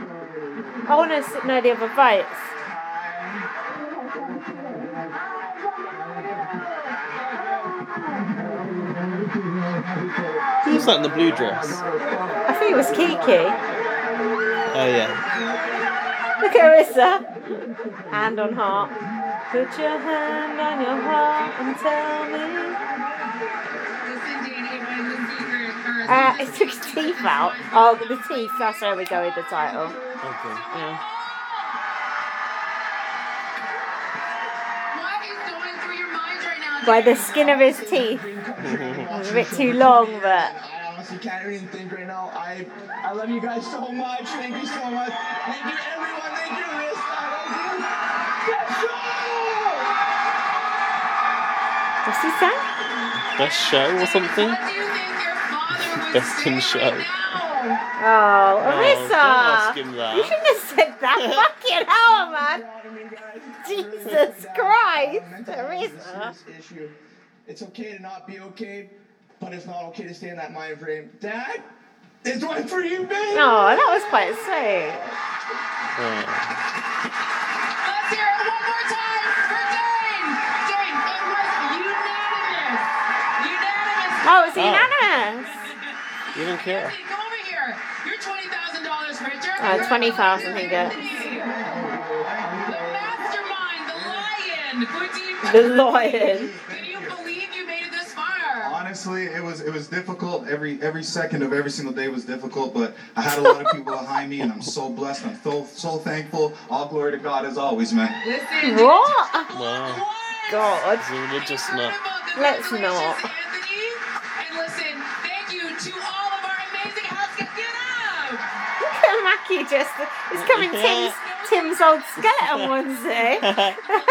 [SPEAKER 2] I want to know the other votes.
[SPEAKER 1] Who's that in the blue dress?
[SPEAKER 2] I think it was Kiki.
[SPEAKER 1] Oh yeah.
[SPEAKER 2] Look at Arissa. Hand on heart. Put your hand on your heart and tell me. Uh, it took his teeth out. Oh, the teeth. That's where we go with the title.
[SPEAKER 1] Okay.
[SPEAKER 2] Yeah. By the skin of his teeth. It was a bit too long, but
[SPEAKER 19] I honestly can't even think right now. I I love you guys so much. Thank you so much. Thank you everyone. Thank you, Arista.
[SPEAKER 2] what's he saying?
[SPEAKER 1] Best show or something? Best in show.
[SPEAKER 2] Oh, Arissa!
[SPEAKER 1] don't ask him that.
[SPEAKER 2] You shouldn't have said that. Fucking hell, man. Jesus Christ, Arissa.
[SPEAKER 19] issue. It's okay to not be okay, but it's not okay to stay in that mind frame. Dad, it's one for you, baby.
[SPEAKER 2] Oh, that was quite sweet.
[SPEAKER 12] Let's hear it one more time for
[SPEAKER 2] Oh, it's
[SPEAKER 12] Dane. Dane, it was unanimous. Unanimous.
[SPEAKER 2] unanimous.
[SPEAKER 1] You don't care.
[SPEAKER 12] Come over here. You're twenty thousand dollars richer.
[SPEAKER 2] Oh, 20,000 he got. The lion.
[SPEAKER 5] Honestly, it was it was difficult. Every every second of every single day was difficult, but I had a lot of people behind me, and I'm so blessed. I'm so so thankful. All glory to God as always, man.
[SPEAKER 12] Listen.
[SPEAKER 2] What?
[SPEAKER 1] Wow.
[SPEAKER 2] God.
[SPEAKER 1] He's a religious nut.
[SPEAKER 2] Let's not.
[SPEAKER 12] And listen, thank you to all of our amazing house guests. Get up.
[SPEAKER 2] Look at Mackie just. It's coming Tim's, Tim's old skeleton onesie.
[SPEAKER 12] Absolutely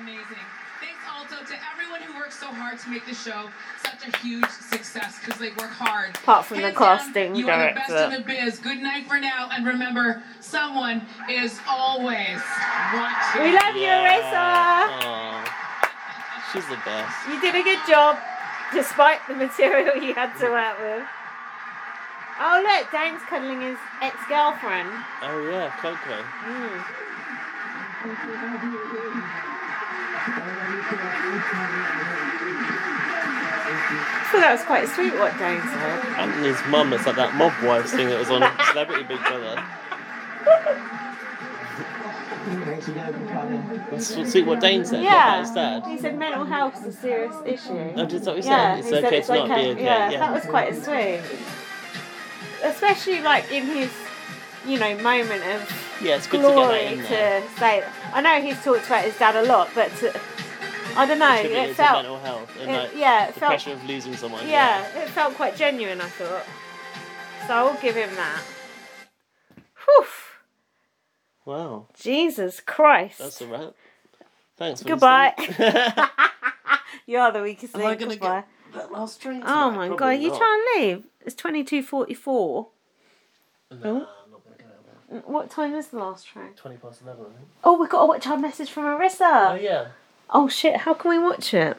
[SPEAKER 12] amazing. Thanks also to everyone who worked so hard to make the show such a huge success because they work hard.
[SPEAKER 2] Apart from the
[SPEAKER 12] Hands down,
[SPEAKER 2] casting
[SPEAKER 12] you are the best in
[SPEAKER 2] director.
[SPEAKER 12] the biz. Good night for now, and remember, someone is always watching.
[SPEAKER 2] We love you, Arissa.
[SPEAKER 1] Aw. She's the best.
[SPEAKER 2] You did a good job, despite the material you had to work with. Oh look, Dane's cuddling his ex-girlfriend.
[SPEAKER 1] Oh yeah, Coco.
[SPEAKER 2] Mm. So that was quite sweet what Dane said.
[SPEAKER 1] And his mum, it's like that mob wife thing that was on Celebrity Big Brother.
[SPEAKER 19] Thanks again for coming.
[SPEAKER 1] Let's see what Dane said.
[SPEAKER 2] yeah.
[SPEAKER 1] What about his dad?
[SPEAKER 2] He said mental health's a serious issue.
[SPEAKER 1] Oh, is that what he said?
[SPEAKER 2] yeah,
[SPEAKER 1] It's
[SPEAKER 2] he said
[SPEAKER 1] okay
[SPEAKER 2] it's
[SPEAKER 1] to not be
[SPEAKER 2] okay.
[SPEAKER 1] okay,
[SPEAKER 2] Yeah,
[SPEAKER 1] yeah.
[SPEAKER 2] that was quite sweet. Especially like in his, you know, moment of
[SPEAKER 1] Yeah, it's good to get that
[SPEAKER 2] glory
[SPEAKER 1] in
[SPEAKER 2] to,
[SPEAKER 1] there.
[SPEAKER 2] say. I know he's talked about his dad a lot, but to, I don't know.
[SPEAKER 1] Contributing
[SPEAKER 2] It
[SPEAKER 1] to
[SPEAKER 2] felt,
[SPEAKER 1] mental health and
[SPEAKER 2] it-
[SPEAKER 1] like
[SPEAKER 2] yeah, it
[SPEAKER 1] the
[SPEAKER 2] felt-
[SPEAKER 1] pressure of losing someone.
[SPEAKER 2] yeah, it felt quite genuine. I thought, so I'll give him that. Whew,
[SPEAKER 1] Wow.
[SPEAKER 2] Jesus Christ!
[SPEAKER 1] That's a wrap. Thanks.
[SPEAKER 2] Goodbye.
[SPEAKER 1] Winston.
[SPEAKER 2] You're the weakest
[SPEAKER 1] Am
[SPEAKER 2] link.
[SPEAKER 1] I gonna
[SPEAKER 2] Goodbye.
[SPEAKER 1] get that last drink?
[SPEAKER 2] oh my
[SPEAKER 1] Probably
[SPEAKER 2] god, you
[SPEAKER 1] not.
[SPEAKER 2] trying to leave? It's twenty two forty four.
[SPEAKER 1] Mm,
[SPEAKER 2] What time is the last train?
[SPEAKER 1] Twenty past eleven, I think.
[SPEAKER 2] Oh, we got to watch our message from Arissa.
[SPEAKER 1] Oh yeah.
[SPEAKER 2] Oh shit! How can we watch it?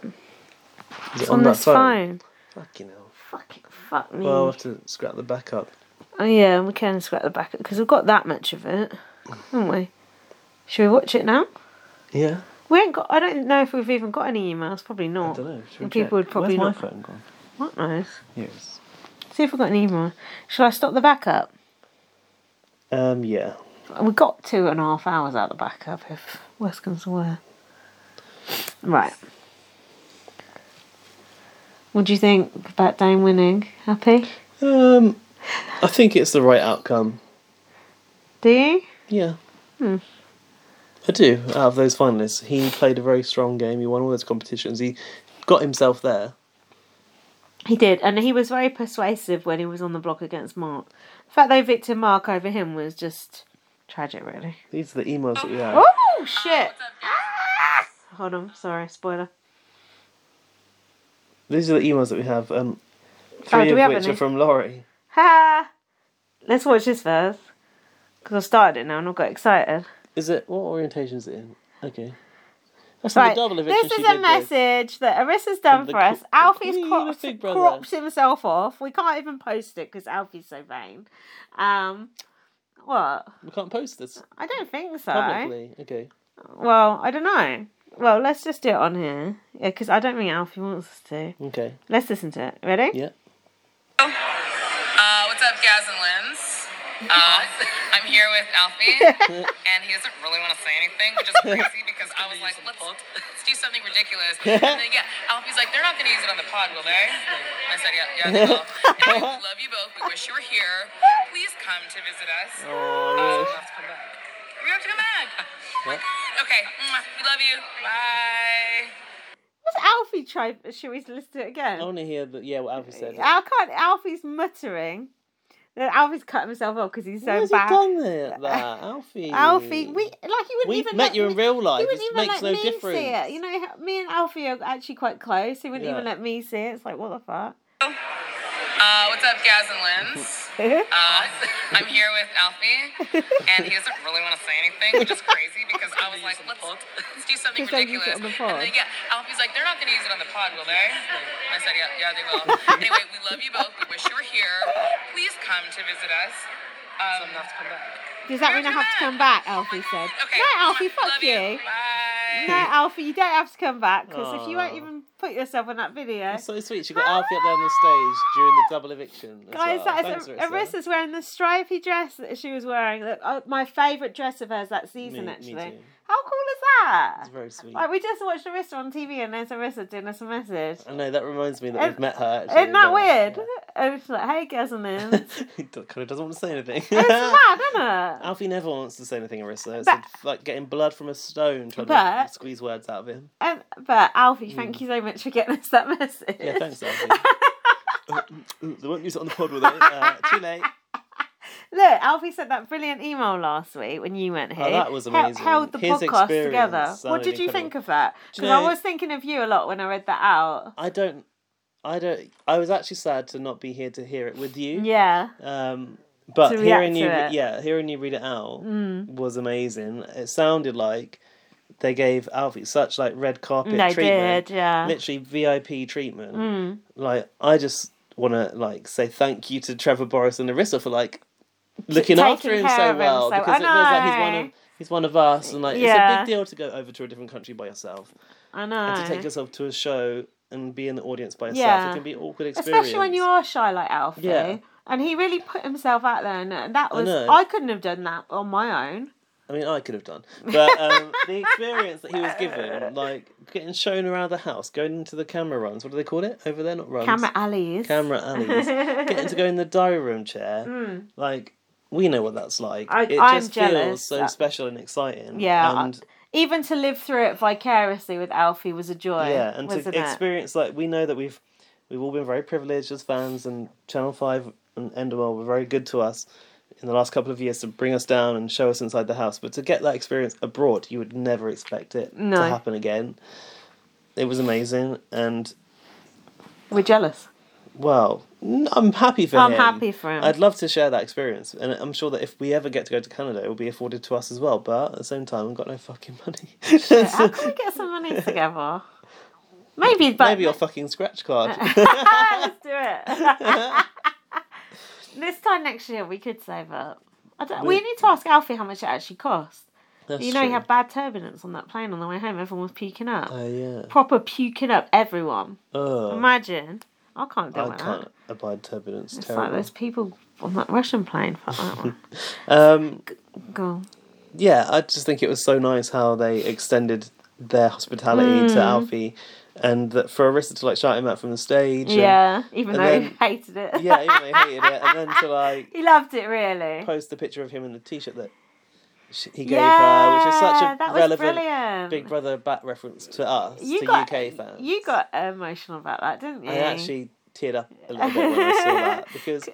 [SPEAKER 1] Is
[SPEAKER 2] It's on, this phone.
[SPEAKER 1] Fucking hell.
[SPEAKER 2] Fuck me.
[SPEAKER 1] Well, I'll have to scrap the backup.
[SPEAKER 2] Oh yeah, we can scrap the back because we've got that much of it, haven't we? Should we watch it now?
[SPEAKER 1] Yeah.
[SPEAKER 2] We ain't got. I don't know if we've even got any emails. Probably not.
[SPEAKER 1] I don't know. Should we
[SPEAKER 2] And people
[SPEAKER 1] check?
[SPEAKER 2] would probably
[SPEAKER 1] Where's
[SPEAKER 2] not.
[SPEAKER 1] my phone gone?
[SPEAKER 2] What knows?
[SPEAKER 1] Yes.
[SPEAKER 2] See if we've got an email. Shall I stop the backup?
[SPEAKER 1] Um. Yeah.
[SPEAKER 2] We got two and a half hours out of the backup. If worse comes to worse. Right. What do you think about Dane winning? Happy?
[SPEAKER 1] Um. I think it's the right outcome.
[SPEAKER 2] Do you?
[SPEAKER 1] Yeah.
[SPEAKER 2] Hmm.
[SPEAKER 1] I do. Out of those finalists, he played a very strong game. He won all those competitions. He got himself there.
[SPEAKER 2] He did, and he was very persuasive when he was on the block against Mark. The fact they picked him Mark over him was just tragic, really.
[SPEAKER 1] These are the emails that we had.
[SPEAKER 2] Oh shit! Ah! Hold on, sorry, spoiler.
[SPEAKER 1] These are the emails that we have. Um,
[SPEAKER 2] Oh,
[SPEAKER 1] three
[SPEAKER 2] do we
[SPEAKER 1] of
[SPEAKER 2] have
[SPEAKER 1] which
[SPEAKER 2] any?
[SPEAKER 1] are from Laurie.
[SPEAKER 2] Ha! Let's watch this first, because I started it now and I got excited.
[SPEAKER 1] Is it what orientation is it in? Okay. That's
[SPEAKER 2] Right,
[SPEAKER 1] the double of it.
[SPEAKER 2] this
[SPEAKER 1] since she
[SPEAKER 2] is a
[SPEAKER 1] did this.
[SPEAKER 2] message that Arissa's done
[SPEAKER 1] From the
[SPEAKER 2] for us.
[SPEAKER 1] qu- the
[SPEAKER 2] Alfie's
[SPEAKER 1] queen of
[SPEAKER 2] cropped,
[SPEAKER 1] Big Brother.
[SPEAKER 2] cropped himself off. We can't even post it because Alfie's so vain. Um, what?
[SPEAKER 1] We can't post this
[SPEAKER 2] I don't think so.
[SPEAKER 1] publicly. Okay.
[SPEAKER 2] Well, I don't know. Well, let's just do it on here. Yeah, because I don't think Alfie wants us to.
[SPEAKER 1] Okay.
[SPEAKER 2] Let's listen to it. Ready?
[SPEAKER 1] Yeah.
[SPEAKER 23] Uh, what's up, Gaz and Linz? Uh, I'm here with Alfie, and he doesn't really want to say anything, which is crazy because I was like, let's, let's do something ridiculous. And then, yeah, Alfie's like, they're not going to use it on the pod, will they? I said, yeah,
[SPEAKER 1] Oh,
[SPEAKER 23] yeah, they will. And we love you both. We wish you were here. Please come to visit us. Um, we have to come back.
[SPEAKER 1] What?
[SPEAKER 23] Okay, mwah. we love you. Bye.
[SPEAKER 2] What's Alfie try? Should we listen to it again?
[SPEAKER 1] I want to hear the yeah what Alfie said.
[SPEAKER 2] I can't. Alfie's muttering. Then Alfie's cut himself off because he's
[SPEAKER 1] Why
[SPEAKER 2] so
[SPEAKER 1] has he
[SPEAKER 2] bad.
[SPEAKER 1] done that, that, Alfie?
[SPEAKER 2] Alfie, we like he wouldn't
[SPEAKER 1] We've
[SPEAKER 2] even
[SPEAKER 1] met
[SPEAKER 2] let
[SPEAKER 1] you
[SPEAKER 2] me,
[SPEAKER 1] in real life.
[SPEAKER 2] He wouldn't
[SPEAKER 1] This
[SPEAKER 2] even
[SPEAKER 1] makes no
[SPEAKER 2] let me see it.
[SPEAKER 1] difference.
[SPEAKER 2] You know, me and Alfie are actually quite close. He wouldn't
[SPEAKER 23] Yeah.
[SPEAKER 2] even let me see it. It's like what the fuck.
[SPEAKER 23] Uh, what's up, Gaz and Linz? Uh, I'm here with Alfie, and he doesn't really want to say anything, which is crazy because I was like, let's, let's do something
[SPEAKER 2] Just don't use
[SPEAKER 23] ridiculous.
[SPEAKER 2] it on the pod.
[SPEAKER 23] And then, yeah, Alfie's like, they're not going to use it on the pod, will they? I said, yeah, yeah, they will. anyway, we love you both. We wish you were here. Please come to visit us. Um, so to come back.
[SPEAKER 2] Does that mean I have to come back? Alfie said.
[SPEAKER 23] Okay.
[SPEAKER 2] No, Alfie, fuck
[SPEAKER 23] Love
[SPEAKER 2] you.
[SPEAKER 23] you.
[SPEAKER 2] No, Alfie, you don't have to come back because if you won't
[SPEAKER 1] Aw.
[SPEAKER 2] even put yourself on that video,
[SPEAKER 1] Oh. That's so sweet. She got Alfie up there on the stage during the double eviction. as
[SPEAKER 2] Guys,
[SPEAKER 1] well.
[SPEAKER 2] that
[SPEAKER 1] Thanks,
[SPEAKER 2] is
[SPEAKER 1] Arissa.
[SPEAKER 2] Arissa's wearing the stripy dress that she was wearing. That- uh, my favourite dress of hers that season,
[SPEAKER 1] Me- me
[SPEAKER 2] actually.
[SPEAKER 1] too.
[SPEAKER 2] How cool is that?
[SPEAKER 1] It's very sweet.
[SPEAKER 2] Like we just watched Arissa on TV, and there's Arissa doing us a message.
[SPEAKER 1] I know that reminds me that
[SPEAKER 2] And-
[SPEAKER 1] we've met her. Actually,
[SPEAKER 2] Isn't that weird? And she's like, "Hey, guys, and then
[SPEAKER 1] kind of doesn't want to say anything.
[SPEAKER 2] it's mad, isn't it?
[SPEAKER 1] Alfie never wants to say anything, Arissa. It's
[SPEAKER 2] But-
[SPEAKER 1] like getting blood from a stone trying
[SPEAKER 2] But-
[SPEAKER 1] to squeeze words out of him.
[SPEAKER 2] Um, but Alfie,
[SPEAKER 1] Mm.
[SPEAKER 2] thank you so much for getting us that message.
[SPEAKER 1] Yeah, thanks, Alfie. Uh, mm, they won't use it on the pod, will they? Uh, too late.
[SPEAKER 2] Look, Alfie sent that brilliant email last week when you went here.
[SPEAKER 1] Oh, that was
[SPEAKER 2] Hel-
[SPEAKER 1] amazing.
[SPEAKER 2] Held the
[SPEAKER 1] His
[SPEAKER 2] podcast
[SPEAKER 1] experience
[SPEAKER 2] together. What
[SPEAKER 1] sounded
[SPEAKER 2] did you think
[SPEAKER 1] incredible.
[SPEAKER 2] of that?
[SPEAKER 1] Do
[SPEAKER 2] Because
[SPEAKER 1] you
[SPEAKER 2] I
[SPEAKER 1] know-
[SPEAKER 2] was thinking of you a lot when I read that out.
[SPEAKER 1] I don't. I don't. I was actually sad to not be here to hear it with you.
[SPEAKER 2] Yeah.
[SPEAKER 1] Um, but
[SPEAKER 2] To react
[SPEAKER 1] hearing
[SPEAKER 2] to
[SPEAKER 1] you,
[SPEAKER 2] it.
[SPEAKER 1] yeah, hearing you read it out
[SPEAKER 2] Mm.
[SPEAKER 1] was amazing. It sounded like they gave Alfie such like red carpet
[SPEAKER 2] They
[SPEAKER 1] treatment,
[SPEAKER 2] did, yeah.
[SPEAKER 1] literally VIP treatment.
[SPEAKER 2] Mm.
[SPEAKER 1] Like, I just want to like say thank you to Trevor Boris and Arissa for like looking
[SPEAKER 2] taking
[SPEAKER 1] after him
[SPEAKER 2] care
[SPEAKER 1] so
[SPEAKER 2] of him
[SPEAKER 1] well
[SPEAKER 2] so-
[SPEAKER 1] because
[SPEAKER 2] I
[SPEAKER 1] it feels like he's one
[SPEAKER 2] know.
[SPEAKER 1] of he's one of us and like it's a
[SPEAKER 2] Yeah.
[SPEAKER 1] big deal to go over to a different country by yourself
[SPEAKER 2] I
[SPEAKER 1] and to take
[SPEAKER 2] know.
[SPEAKER 1] yourself to a show and be in the audience by yourself.
[SPEAKER 2] Yeah.
[SPEAKER 1] It can be an awkward experience.
[SPEAKER 2] Especially when you are shy like Alfie.
[SPEAKER 1] Yeah.
[SPEAKER 2] And he really put himself out there, and- and that
[SPEAKER 1] I
[SPEAKER 2] was
[SPEAKER 1] know.
[SPEAKER 2] I couldn't have done that on my own.
[SPEAKER 1] I mean, I could have done, but um, the experience that he was given, like getting shown around the house, going into the camera runs. What do they call it over there? Not runs.
[SPEAKER 2] Camera alleys.
[SPEAKER 1] Camera alleys. getting to go in the diary room chair.
[SPEAKER 2] Mm.
[SPEAKER 1] Like we know what that's like.
[SPEAKER 2] I-
[SPEAKER 1] it
[SPEAKER 2] I'm
[SPEAKER 1] just
[SPEAKER 2] jealous
[SPEAKER 1] feels so
[SPEAKER 2] that-
[SPEAKER 1] special and exciting.
[SPEAKER 2] Yeah, I-
[SPEAKER 1] And
[SPEAKER 2] Even to live through it vicariously with Alfie was a joy.
[SPEAKER 1] yeah, and
[SPEAKER 2] wasn't
[SPEAKER 1] to experience like we know that we've we've all been very privileged as fans, and Channel Five and Endemol were very good to us in the last couple of years to bring us down and show us inside the house. But to get that experience abroad, you would never expect it
[SPEAKER 2] No.
[SPEAKER 1] to happen again. It was amazing, and
[SPEAKER 2] it? We're jealous.
[SPEAKER 1] well, n- I'm happy for
[SPEAKER 2] I'm
[SPEAKER 1] him.
[SPEAKER 2] happy for him.
[SPEAKER 1] I'd love to share that experience, and I'm sure that if we ever get to go to Canada, it will be afforded to us as well. But at the same time, I've got no fucking money.
[SPEAKER 2] Shit, How can we get some money together? Maybe, but
[SPEAKER 1] Maybe your fucking scratch card.
[SPEAKER 2] Let's do it. this time next year we could save up. I don't, we
[SPEAKER 1] We-
[SPEAKER 2] need to ask Alfie how much it actually cost.
[SPEAKER 1] That's
[SPEAKER 2] you know, he
[SPEAKER 1] true.
[SPEAKER 2] had bad turbulence on that plane on the way home. Everyone was puking up.
[SPEAKER 1] Oh yeah.
[SPEAKER 2] Proper puking up everyone.
[SPEAKER 1] Ugh.
[SPEAKER 2] Imagine. I can't deal
[SPEAKER 1] I
[SPEAKER 2] with
[SPEAKER 1] can't
[SPEAKER 2] Mm, that.
[SPEAKER 1] abide turbulence.
[SPEAKER 2] It's like
[SPEAKER 1] terrible.
[SPEAKER 2] those people on that Russian plane. Fuck that one.
[SPEAKER 1] Um,
[SPEAKER 2] Go on.
[SPEAKER 1] yeah, I just think it was so nice how they extended their hospitality
[SPEAKER 2] Mm.
[SPEAKER 1] to Alfie, and that for Arissa to like shout him out from the stage. and-
[SPEAKER 2] Yeah, even
[SPEAKER 1] and
[SPEAKER 2] though
[SPEAKER 1] then-
[SPEAKER 2] he hated it.
[SPEAKER 1] yeah, even though he hated it, and then to like
[SPEAKER 2] he loved it really.
[SPEAKER 1] post the picture of him in the t-shirt that sh- he gave her, which is such
[SPEAKER 2] Yeah,
[SPEAKER 1] a
[SPEAKER 2] that was brilliant.
[SPEAKER 1] relevant Big Brother back reference to us,
[SPEAKER 2] You
[SPEAKER 1] to
[SPEAKER 2] got-
[SPEAKER 1] UK fans.
[SPEAKER 2] You got emotional about that, didn't you?
[SPEAKER 1] I actually teared up a little bit when I saw that because.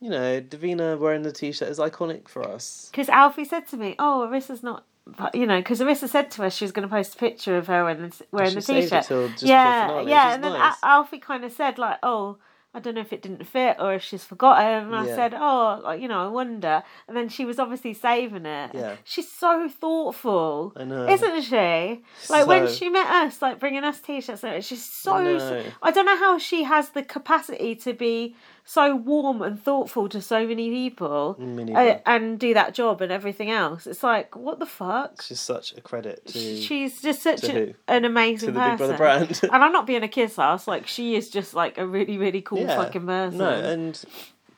[SPEAKER 1] You know, Davina wearing the t-shirt is iconic for us.
[SPEAKER 2] Because Alfie said to me, "Oh, Arissa's not." but, You know, because Arissa said to us she was going to post a picture of her wearing the, wearing
[SPEAKER 1] She
[SPEAKER 2] the
[SPEAKER 1] saved it
[SPEAKER 2] t-shirt.
[SPEAKER 1] till just before
[SPEAKER 2] yeah,
[SPEAKER 1] finale, which
[SPEAKER 2] yeah,
[SPEAKER 1] is
[SPEAKER 2] and then
[SPEAKER 1] nice.
[SPEAKER 2] Al- Alfie kind of said like, "Oh, I don't know if it didn't fit or if she's forgotten." And I
[SPEAKER 1] Yeah.
[SPEAKER 2] said, "Oh, like, you know, I wonder." And then she was obviously saving it.
[SPEAKER 1] Yeah.
[SPEAKER 2] she's so thoughtful,
[SPEAKER 1] I know.
[SPEAKER 2] isn't she? Like when
[SPEAKER 1] So-
[SPEAKER 2] she met us, like bringing us t-shirts, and she's so.
[SPEAKER 1] I know.
[SPEAKER 2] I don't know how she has the capacity to be so warm and thoughtful to so many people
[SPEAKER 1] Mini
[SPEAKER 2] uh,
[SPEAKER 1] Bell.
[SPEAKER 2] and do that job and everything else. It's like, what the fuck?
[SPEAKER 1] It's just such a credit to.
[SPEAKER 2] She's just such
[SPEAKER 1] to
[SPEAKER 2] a,
[SPEAKER 1] who?
[SPEAKER 2] an amazing
[SPEAKER 1] To the
[SPEAKER 2] person.
[SPEAKER 1] Big Brother brand.
[SPEAKER 2] and I'm not being a kiss ass. Like, she is just like a really, really cool fucking person.
[SPEAKER 1] No, and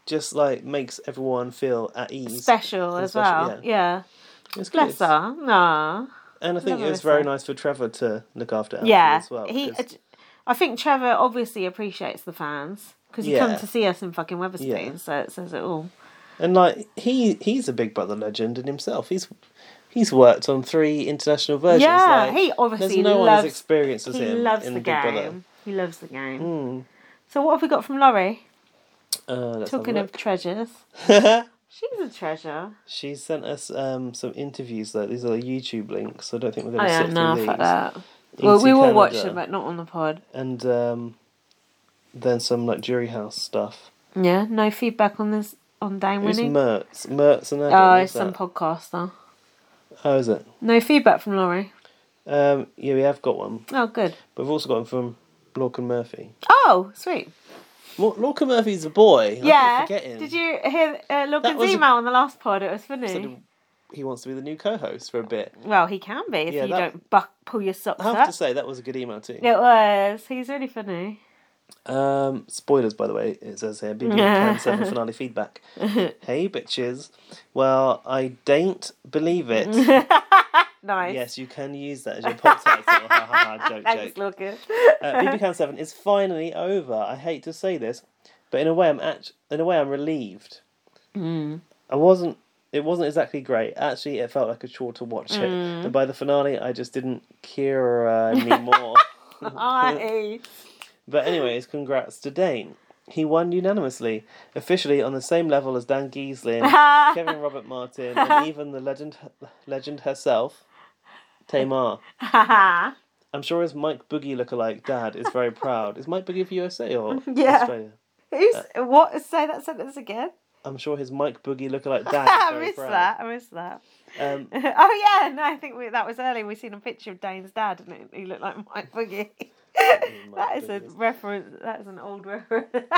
[SPEAKER 1] just like makes everyone feel at ease.
[SPEAKER 2] special
[SPEAKER 1] and
[SPEAKER 2] as
[SPEAKER 1] special,
[SPEAKER 2] well. Yeah.
[SPEAKER 1] It's
[SPEAKER 2] Bless
[SPEAKER 1] good.
[SPEAKER 2] her. Nah.
[SPEAKER 1] And I think
[SPEAKER 2] Love
[SPEAKER 1] it was
[SPEAKER 2] Alyssa.
[SPEAKER 1] very nice for Trevor to look after Alfie
[SPEAKER 2] yeah,
[SPEAKER 1] as well.
[SPEAKER 2] He,
[SPEAKER 1] because-
[SPEAKER 2] I think Trevor obviously appreciates the fans because he
[SPEAKER 1] Yeah.
[SPEAKER 2] comes to see us in fucking Weatherspoon,
[SPEAKER 1] Yeah.
[SPEAKER 2] so it says it all.
[SPEAKER 1] and like he he's a Big Brother legend in himself. He's he's worked on three international versions.
[SPEAKER 2] yeah,
[SPEAKER 1] like,
[SPEAKER 2] he obviously
[SPEAKER 1] there's no one
[SPEAKER 2] loves
[SPEAKER 1] as experienced as
[SPEAKER 2] he
[SPEAKER 1] him
[SPEAKER 2] loves
[SPEAKER 1] in
[SPEAKER 2] the
[SPEAKER 1] Big
[SPEAKER 2] game.
[SPEAKER 1] Brother.
[SPEAKER 2] He loves the game.
[SPEAKER 1] Mm.
[SPEAKER 2] So what have we got from Laurie?
[SPEAKER 1] Uh, let's have a
[SPEAKER 2] Talking of
[SPEAKER 1] look.
[SPEAKER 2] treasures, she's a treasure.
[SPEAKER 1] She sent us um, some interviews though. These are YouTube links, so I don't think we're
[SPEAKER 2] Oh
[SPEAKER 1] going to
[SPEAKER 2] yeah,
[SPEAKER 1] sit
[SPEAKER 2] no,
[SPEAKER 1] through
[SPEAKER 2] fuck
[SPEAKER 1] these.
[SPEAKER 2] that. Well,
[SPEAKER 1] Into
[SPEAKER 2] we will watch
[SPEAKER 1] Canada.
[SPEAKER 2] them, but not on the pod.
[SPEAKER 1] and um, then some like jury house stuff.
[SPEAKER 2] Yeah, no feedback on this on Dane
[SPEAKER 1] Who's
[SPEAKER 2] winning.
[SPEAKER 1] Mertz? Mertz and
[SPEAKER 2] Oh,
[SPEAKER 1] Adam.
[SPEAKER 2] it's some podcaster.
[SPEAKER 1] How is it?
[SPEAKER 2] No feedback from Laurie.
[SPEAKER 1] Um, yeah, we have got one.
[SPEAKER 2] Oh, good.
[SPEAKER 1] But we've also got one from Lorcan Murphy.
[SPEAKER 2] Oh, sweet.
[SPEAKER 1] Well, Lorcan Murphy's a boy.
[SPEAKER 2] yeah.
[SPEAKER 1] I keep forgetting.
[SPEAKER 2] Did you hear uh,
[SPEAKER 1] That
[SPEAKER 2] Logan's
[SPEAKER 1] was a-
[SPEAKER 2] email on the last pod? It was funny.
[SPEAKER 1] He wants to be the new co-host for a bit.
[SPEAKER 2] Well, he can be if
[SPEAKER 1] Yeah,
[SPEAKER 2] you
[SPEAKER 1] that-
[SPEAKER 2] don't buck, pull your socks
[SPEAKER 1] I have
[SPEAKER 2] up.
[SPEAKER 1] to say that was a good email too.
[SPEAKER 2] It was. He's really funny.
[SPEAKER 1] Um, spoilers, by the way, it says here. BBC Can 7 finale feedback. hey, bitches. Well, I don't believe it.
[SPEAKER 2] Nice.
[SPEAKER 1] Yes, you can use that as your pop title. ha ha ha, joke,
[SPEAKER 2] Thanks,
[SPEAKER 1] joke.
[SPEAKER 2] Logan.
[SPEAKER 1] Uh, BB Can 7 is finally over. I hate to say this, but in a way, I'm act- in a way I'm relieved.
[SPEAKER 2] Mm.
[SPEAKER 1] I wasn't. It wasn't exactly great. Actually, it felt like a chore to watch it.
[SPEAKER 2] Mm.
[SPEAKER 1] And by the finale, I just didn't care uh, anymore.
[SPEAKER 2] Aye.
[SPEAKER 1] But anyways, congrats to Dane. He won unanimously, officially on the same level as Dan Gieslin, Kevin Robert Martin, and even the legend legend herself, Tamar.
[SPEAKER 2] yeah.
[SPEAKER 1] I'm sure his Mike Boogie lookalike dad is very proud. Is Mike Boogie for USA or Australia?
[SPEAKER 2] Who's
[SPEAKER 1] Uh,
[SPEAKER 2] what? Say that sentence again.
[SPEAKER 1] I'm sure his Mike Boogie lookalike dad is
[SPEAKER 2] I
[SPEAKER 1] very
[SPEAKER 2] missed
[SPEAKER 1] proud.
[SPEAKER 2] that. I missed that.
[SPEAKER 1] Um,
[SPEAKER 2] oh yeah, no, I think we, that was earlier. We seen a picture of Dane's dad, and it, he looked like Mike Boogie. that is a reference. That is an old reference.
[SPEAKER 1] that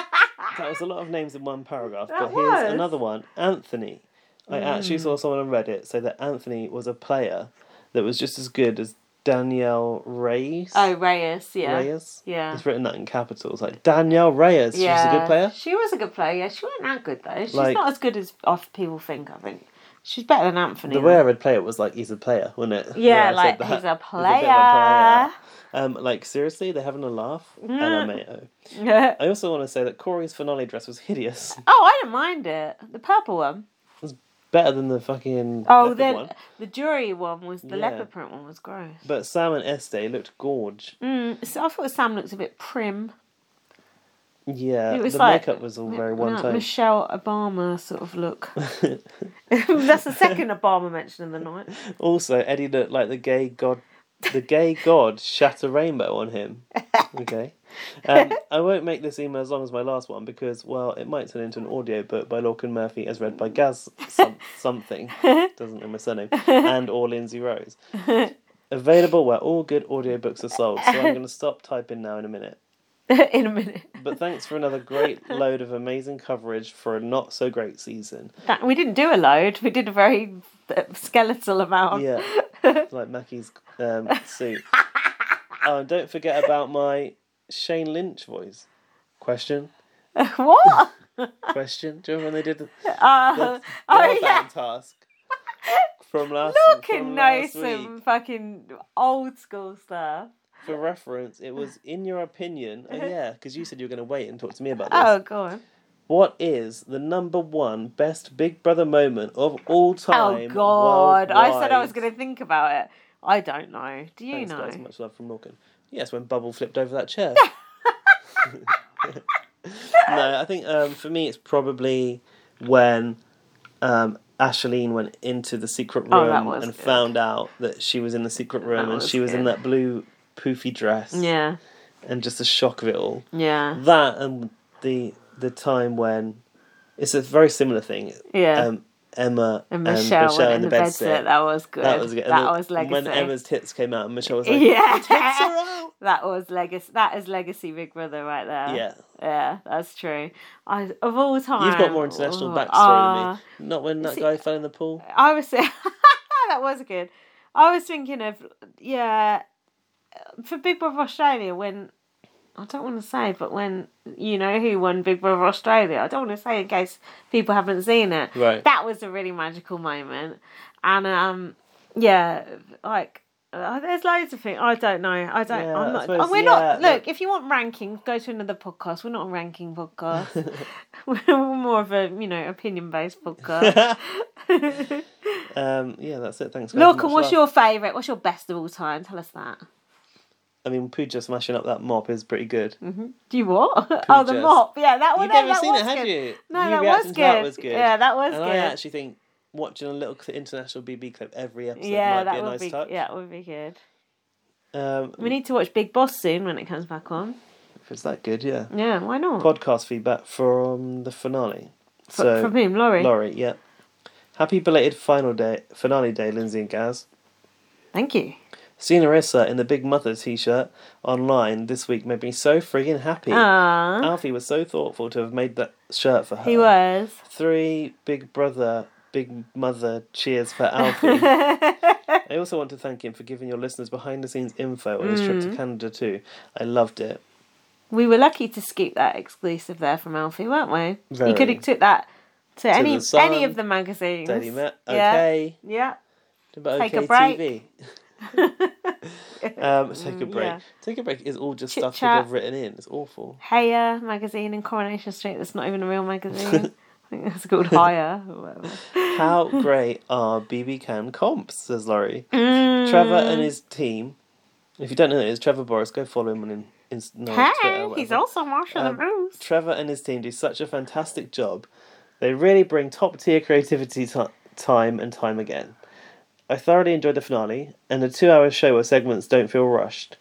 [SPEAKER 1] was a lot of names in one paragraph,
[SPEAKER 2] That
[SPEAKER 1] but
[SPEAKER 2] was.
[SPEAKER 1] here's another one. Anthony. I actually
[SPEAKER 2] Mm.
[SPEAKER 1] saw someone on Reddit say that Anthony was a player that was just as good as Danielle Reyes.
[SPEAKER 2] oh Reyes, yeah,
[SPEAKER 1] Reyes?
[SPEAKER 2] yeah.
[SPEAKER 1] It's written that in capitals, like Danielle Reyes. She's a good player.
[SPEAKER 2] She was a good player. Yeah, she wasn't that good though. She's
[SPEAKER 1] Like-
[SPEAKER 2] not as good as oft people think. I think she's better than Anthony.
[SPEAKER 1] The way I read player was like he's a player, wasn't it?
[SPEAKER 2] Yeah,
[SPEAKER 1] When I said
[SPEAKER 2] like,
[SPEAKER 1] that,
[SPEAKER 2] he's a
[SPEAKER 1] bit of
[SPEAKER 2] player.
[SPEAKER 1] Um, like seriously, they're having a laugh.
[SPEAKER 2] Mm.
[SPEAKER 1] LMAO.
[SPEAKER 2] though.
[SPEAKER 1] I also want to say that Corey's finale dress was hideous.
[SPEAKER 2] oh, I didn't mind it. The purple one.
[SPEAKER 1] Better than the fucking
[SPEAKER 2] Oh,
[SPEAKER 1] leopard
[SPEAKER 2] the
[SPEAKER 1] one.
[SPEAKER 2] the jury one was the
[SPEAKER 1] Yeah.
[SPEAKER 2] leopard print one was gross.
[SPEAKER 1] But Sam and Este looked gorge.
[SPEAKER 2] Mm, so I thought Sam looked a bit prim.
[SPEAKER 1] Yeah,
[SPEAKER 2] It was
[SPEAKER 1] the
[SPEAKER 2] like-
[SPEAKER 1] makeup was all very
[SPEAKER 2] Like
[SPEAKER 1] one
[SPEAKER 2] that
[SPEAKER 1] tone.
[SPEAKER 2] Michelle Obama sort of look. That's the second Obama mention of the night.
[SPEAKER 1] Also, Eddie looked like the gay god. The gay god shat a rainbow on him. Okay, um, I won't make this email as long as my last one because, well, it might turn into an audio book by Lorcan Murphy as read by Gaz some, something doesn't know my surname and or Lindsay Rose. Available where all good audiobooks are sold. So I'm going to stop typing now in a minute.
[SPEAKER 2] In a minute.
[SPEAKER 1] But thanks for another great load of amazing coverage for a not so great season.
[SPEAKER 2] That, we didn't do a load. We did a very uh, skeletal amount.
[SPEAKER 1] Yeah, like Mackie's um, suit. oh, and don't forget about my Shane Lynch voice. Question?
[SPEAKER 2] what?
[SPEAKER 1] Question? Do you remember when they did the,
[SPEAKER 2] Uh,
[SPEAKER 1] the, the
[SPEAKER 2] oh,
[SPEAKER 1] old
[SPEAKER 2] yeah.
[SPEAKER 1] band task from last
[SPEAKER 2] Look
[SPEAKER 1] from
[SPEAKER 2] and know
[SPEAKER 1] last
[SPEAKER 2] some
[SPEAKER 1] week?
[SPEAKER 2] fucking old school stuff.
[SPEAKER 1] For reference, it was in your opinion. Oh yeah, because you said you were going to wait and talk to me about this.
[SPEAKER 2] Oh, go on.
[SPEAKER 1] What is the number one best Big Brother moment of all
[SPEAKER 2] Oh,
[SPEAKER 1] time?
[SPEAKER 2] God. I said I was
[SPEAKER 1] worldwide?
[SPEAKER 2] going to think about it. I don't know. Do you
[SPEAKER 1] Thanks,
[SPEAKER 2] know?
[SPEAKER 1] guys. Much love from Morgan. Yes, when Bubble flipped over that chair. no, I think um, for me it's probably when um, Ashleen went into the secret room
[SPEAKER 2] Oh, that was
[SPEAKER 1] and
[SPEAKER 2] good.
[SPEAKER 1] found out that she was in the secret room and
[SPEAKER 2] was
[SPEAKER 1] she was in
[SPEAKER 2] good.
[SPEAKER 1] that blue poofy dress.
[SPEAKER 2] Yeah.
[SPEAKER 1] And just the shock of it all.
[SPEAKER 2] Yeah.
[SPEAKER 1] That and the the time when it's a very similar thing.
[SPEAKER 2] Yeah.
[SPEAKER 1] Um, Emma
[SPEAKER 2] And
[SPEAKER 1] and
[SPEAKER 2] Michelle
[SPEAKER 1] Michelle,
[SPEAKER 2] went in
[SPEAKER 1] in
[SPEAKER 2] the
[SPEAKER 1] the,
[SPEAKER 2] bed
[SPEAKER 1] bedsit.
[SPEAKER 2] sit. That was good.
[SPEAKER 1] That was good. And
[SPEAKER 2] That
[SPEAKER 1] the-
[SPEAKER 2] was
[SPEAKER 1] When
[SPEAKER 2] legacy.
[SPEAKER 1] Emma's tits came out and Michelle was like,
[SPEAKER 2] yeah. That was legacy Big Brother right there.
[SPEAKER 1] Yeah.
[SPEAKER 2] Yeah, that's true. I of all time.
[SPEAKER 1] You've got more international
[SPEAKER 2] oh,
[SPEAKER 1] backstory
[SPEAKER 2] ah.
[SPEAKER 1] than me. Not when that
[SPEAKER 2] see-
[SPEAKER 1] guy fell in the pool.
[SPEAKER 2] I was that was good. I was thinking of yeah, for Big Brother Australia when I don't want to say, but when you know who won Big Brother Australia, I don't want to say in case people haven't seen it.
[SPEAKER 1] Right.
[SPEAKER 2] That was a really magical moment, and um, yeah, like. Uh, there's loads of things. I don't know. I don't.
[SPEAKER 1] Yeah, I
[SPEAKER 2] I'm not.
[SPEAKER 1] suppose,
[SPEAKER 2] we're
[SPEAKER 1] yeah,
[SPEAKER 2] not. Look,
[SPEAKER 1] look.
[SPEAKER 2] if you want rankings, go to another podcast. We're not a ranking podcast. we're more of a you know opinion based podcast.
[SPEAKER 1] Um, yeah, that's it. Thanks. guys.
[SPEAKER 2] Look,
[SPEAKER 1] Much
[SPEAKER 2] and what's
[SPEAKER 1] love.
[SPEAKER 2] your favourite? What's your best of all time? Tell us that.
[SPEAKER 1] I mean, Pooja smashing up that mop is pretty good.
[SPEAKER 2] Mm-hmm. Do you what? oh, the
[SPEAKER 1] Pooja's.
[SPEAKER 2] mop. Yeah, that one.
[SPEAKER 1] You've
[SPEAKER 2] no,
[SPEAKER 1] never
[SPEAKER 2] that
[SPEAKER 1] seen
[SPEAKER 2] was
[SPEAKER 1] it, had
[SPEAKER 2] good.
[SPEAKER 1] you?
[SPEAKER 2] No,
[SPEAKER 1] You
[SPEAKER 2] that was
[SPEAKER 1] reacting
[SPEAKER 2] good.
[SPEAKER 1] to That was good.
[SPEAKER 2] Yeah, that was
[SPEAKER 1] and
[SPEAKER 2] good.
[SPEAKER 1] I actually think watching a little international BB clip every episode
[SPEAKER 2] yeah,
[SPEAKER 1] might
[SPEAKER 2] that
[SPEAKER 1] be a
[SPEAKER 2] would
[SPEAKER 1] nice
[SPEAKER 2] be.
[SPEAKER 1] touch.
[SPEAKER 2] Yeah, it would be good.
[SPEAKER 1] Um,
[SPEAKER 2] We need to watch Big Boss soon when it comes back on.
[SPEAKER 1] if it's that good, yeah.
[SPEAKER 2] Yeah, why not?
[SPEAKER 1] Podcast feedback from the finale.
[SPEAKER 2] F- from whom, Laurie?
[SPEAKER 1] Laurie, yeah. Happy belated final day, finale day, Lindsay and Gaz.
[SPEAKER 2] Thank you.
[SPEAKER 1] Seeing Arissa in the Big Mother t-shirt online this week made me so friggin' happy.
[SPEAKER 2] Aw.
[SPEAKER 1] Alfie was so thoughtful to have made that shirt for her.
[SPEAKER 2] Ah, He was.
[SPEAKER 1] Three Big Brother, Big Mother cheers for Alfie. I also want to thank him for giving your listeners behind the scenes info on his trip to
[SPEAKER 2] Mm.
[SPEAKER 1] Canada too. I loved it.
[SPEAKER 2] We were lucky to scoop that exclusive there from Alfie, weren't we?
[SPEAKER 1] Very.
[SPEAKER 2] You could have took that to,
[SPEAKER 1] To
[SPEAKER 2] any
[SPEAKER 1] The Sun,
[SPEAKER 2] any of the magazines.
[SPEAKER 1] Daily Ma-
[SPEAKER 2] Yeah.
[SPEAKER 1] OK.
[SPEAKER 2] Yeah.
[SPEAKER 1] But
[SPEAKER 2] Take
[SPEAKER 1] OK
[SPEAKER 2] a break.
[SPEAKER 1] TV. um, take a
[SPEAKER 2] Mm,
[SPEAKER 1] break.
[SPEAKER 2] yeah.
[SPEAKER 1] Take a break is all just stuff
[SPEAKER 2] Chit-chat.
[SPEAKER 1] people have written in. It's awful.
[SPEAKER 2] Haya magazine in Coronation Street. That's not even a real magazine. I think that's called Haya or whatever.
[SPEAKER 1] How great are BB Can comps, says Laurie.
[SPEAKER 2] Mm.
[SPEAKER 1] Trevor and his team. If you don't know who it is, Trevor Boris, go follow him on in, in, no, Twitter or
[SPEAKER 2] hey,
[SPEAKER 1] whatever.
[SPEAKER 2] he's also Marshall
[SPEAKER 1] Um,
[SPEAKER 2] the Moose.
[SPEAKER 1] Trevor and his team do such a fantastic job. They really bring top tier creativity ti time and time again. I thoroughly enjoyed the finale, and the two hour show where segments don't feel rushed.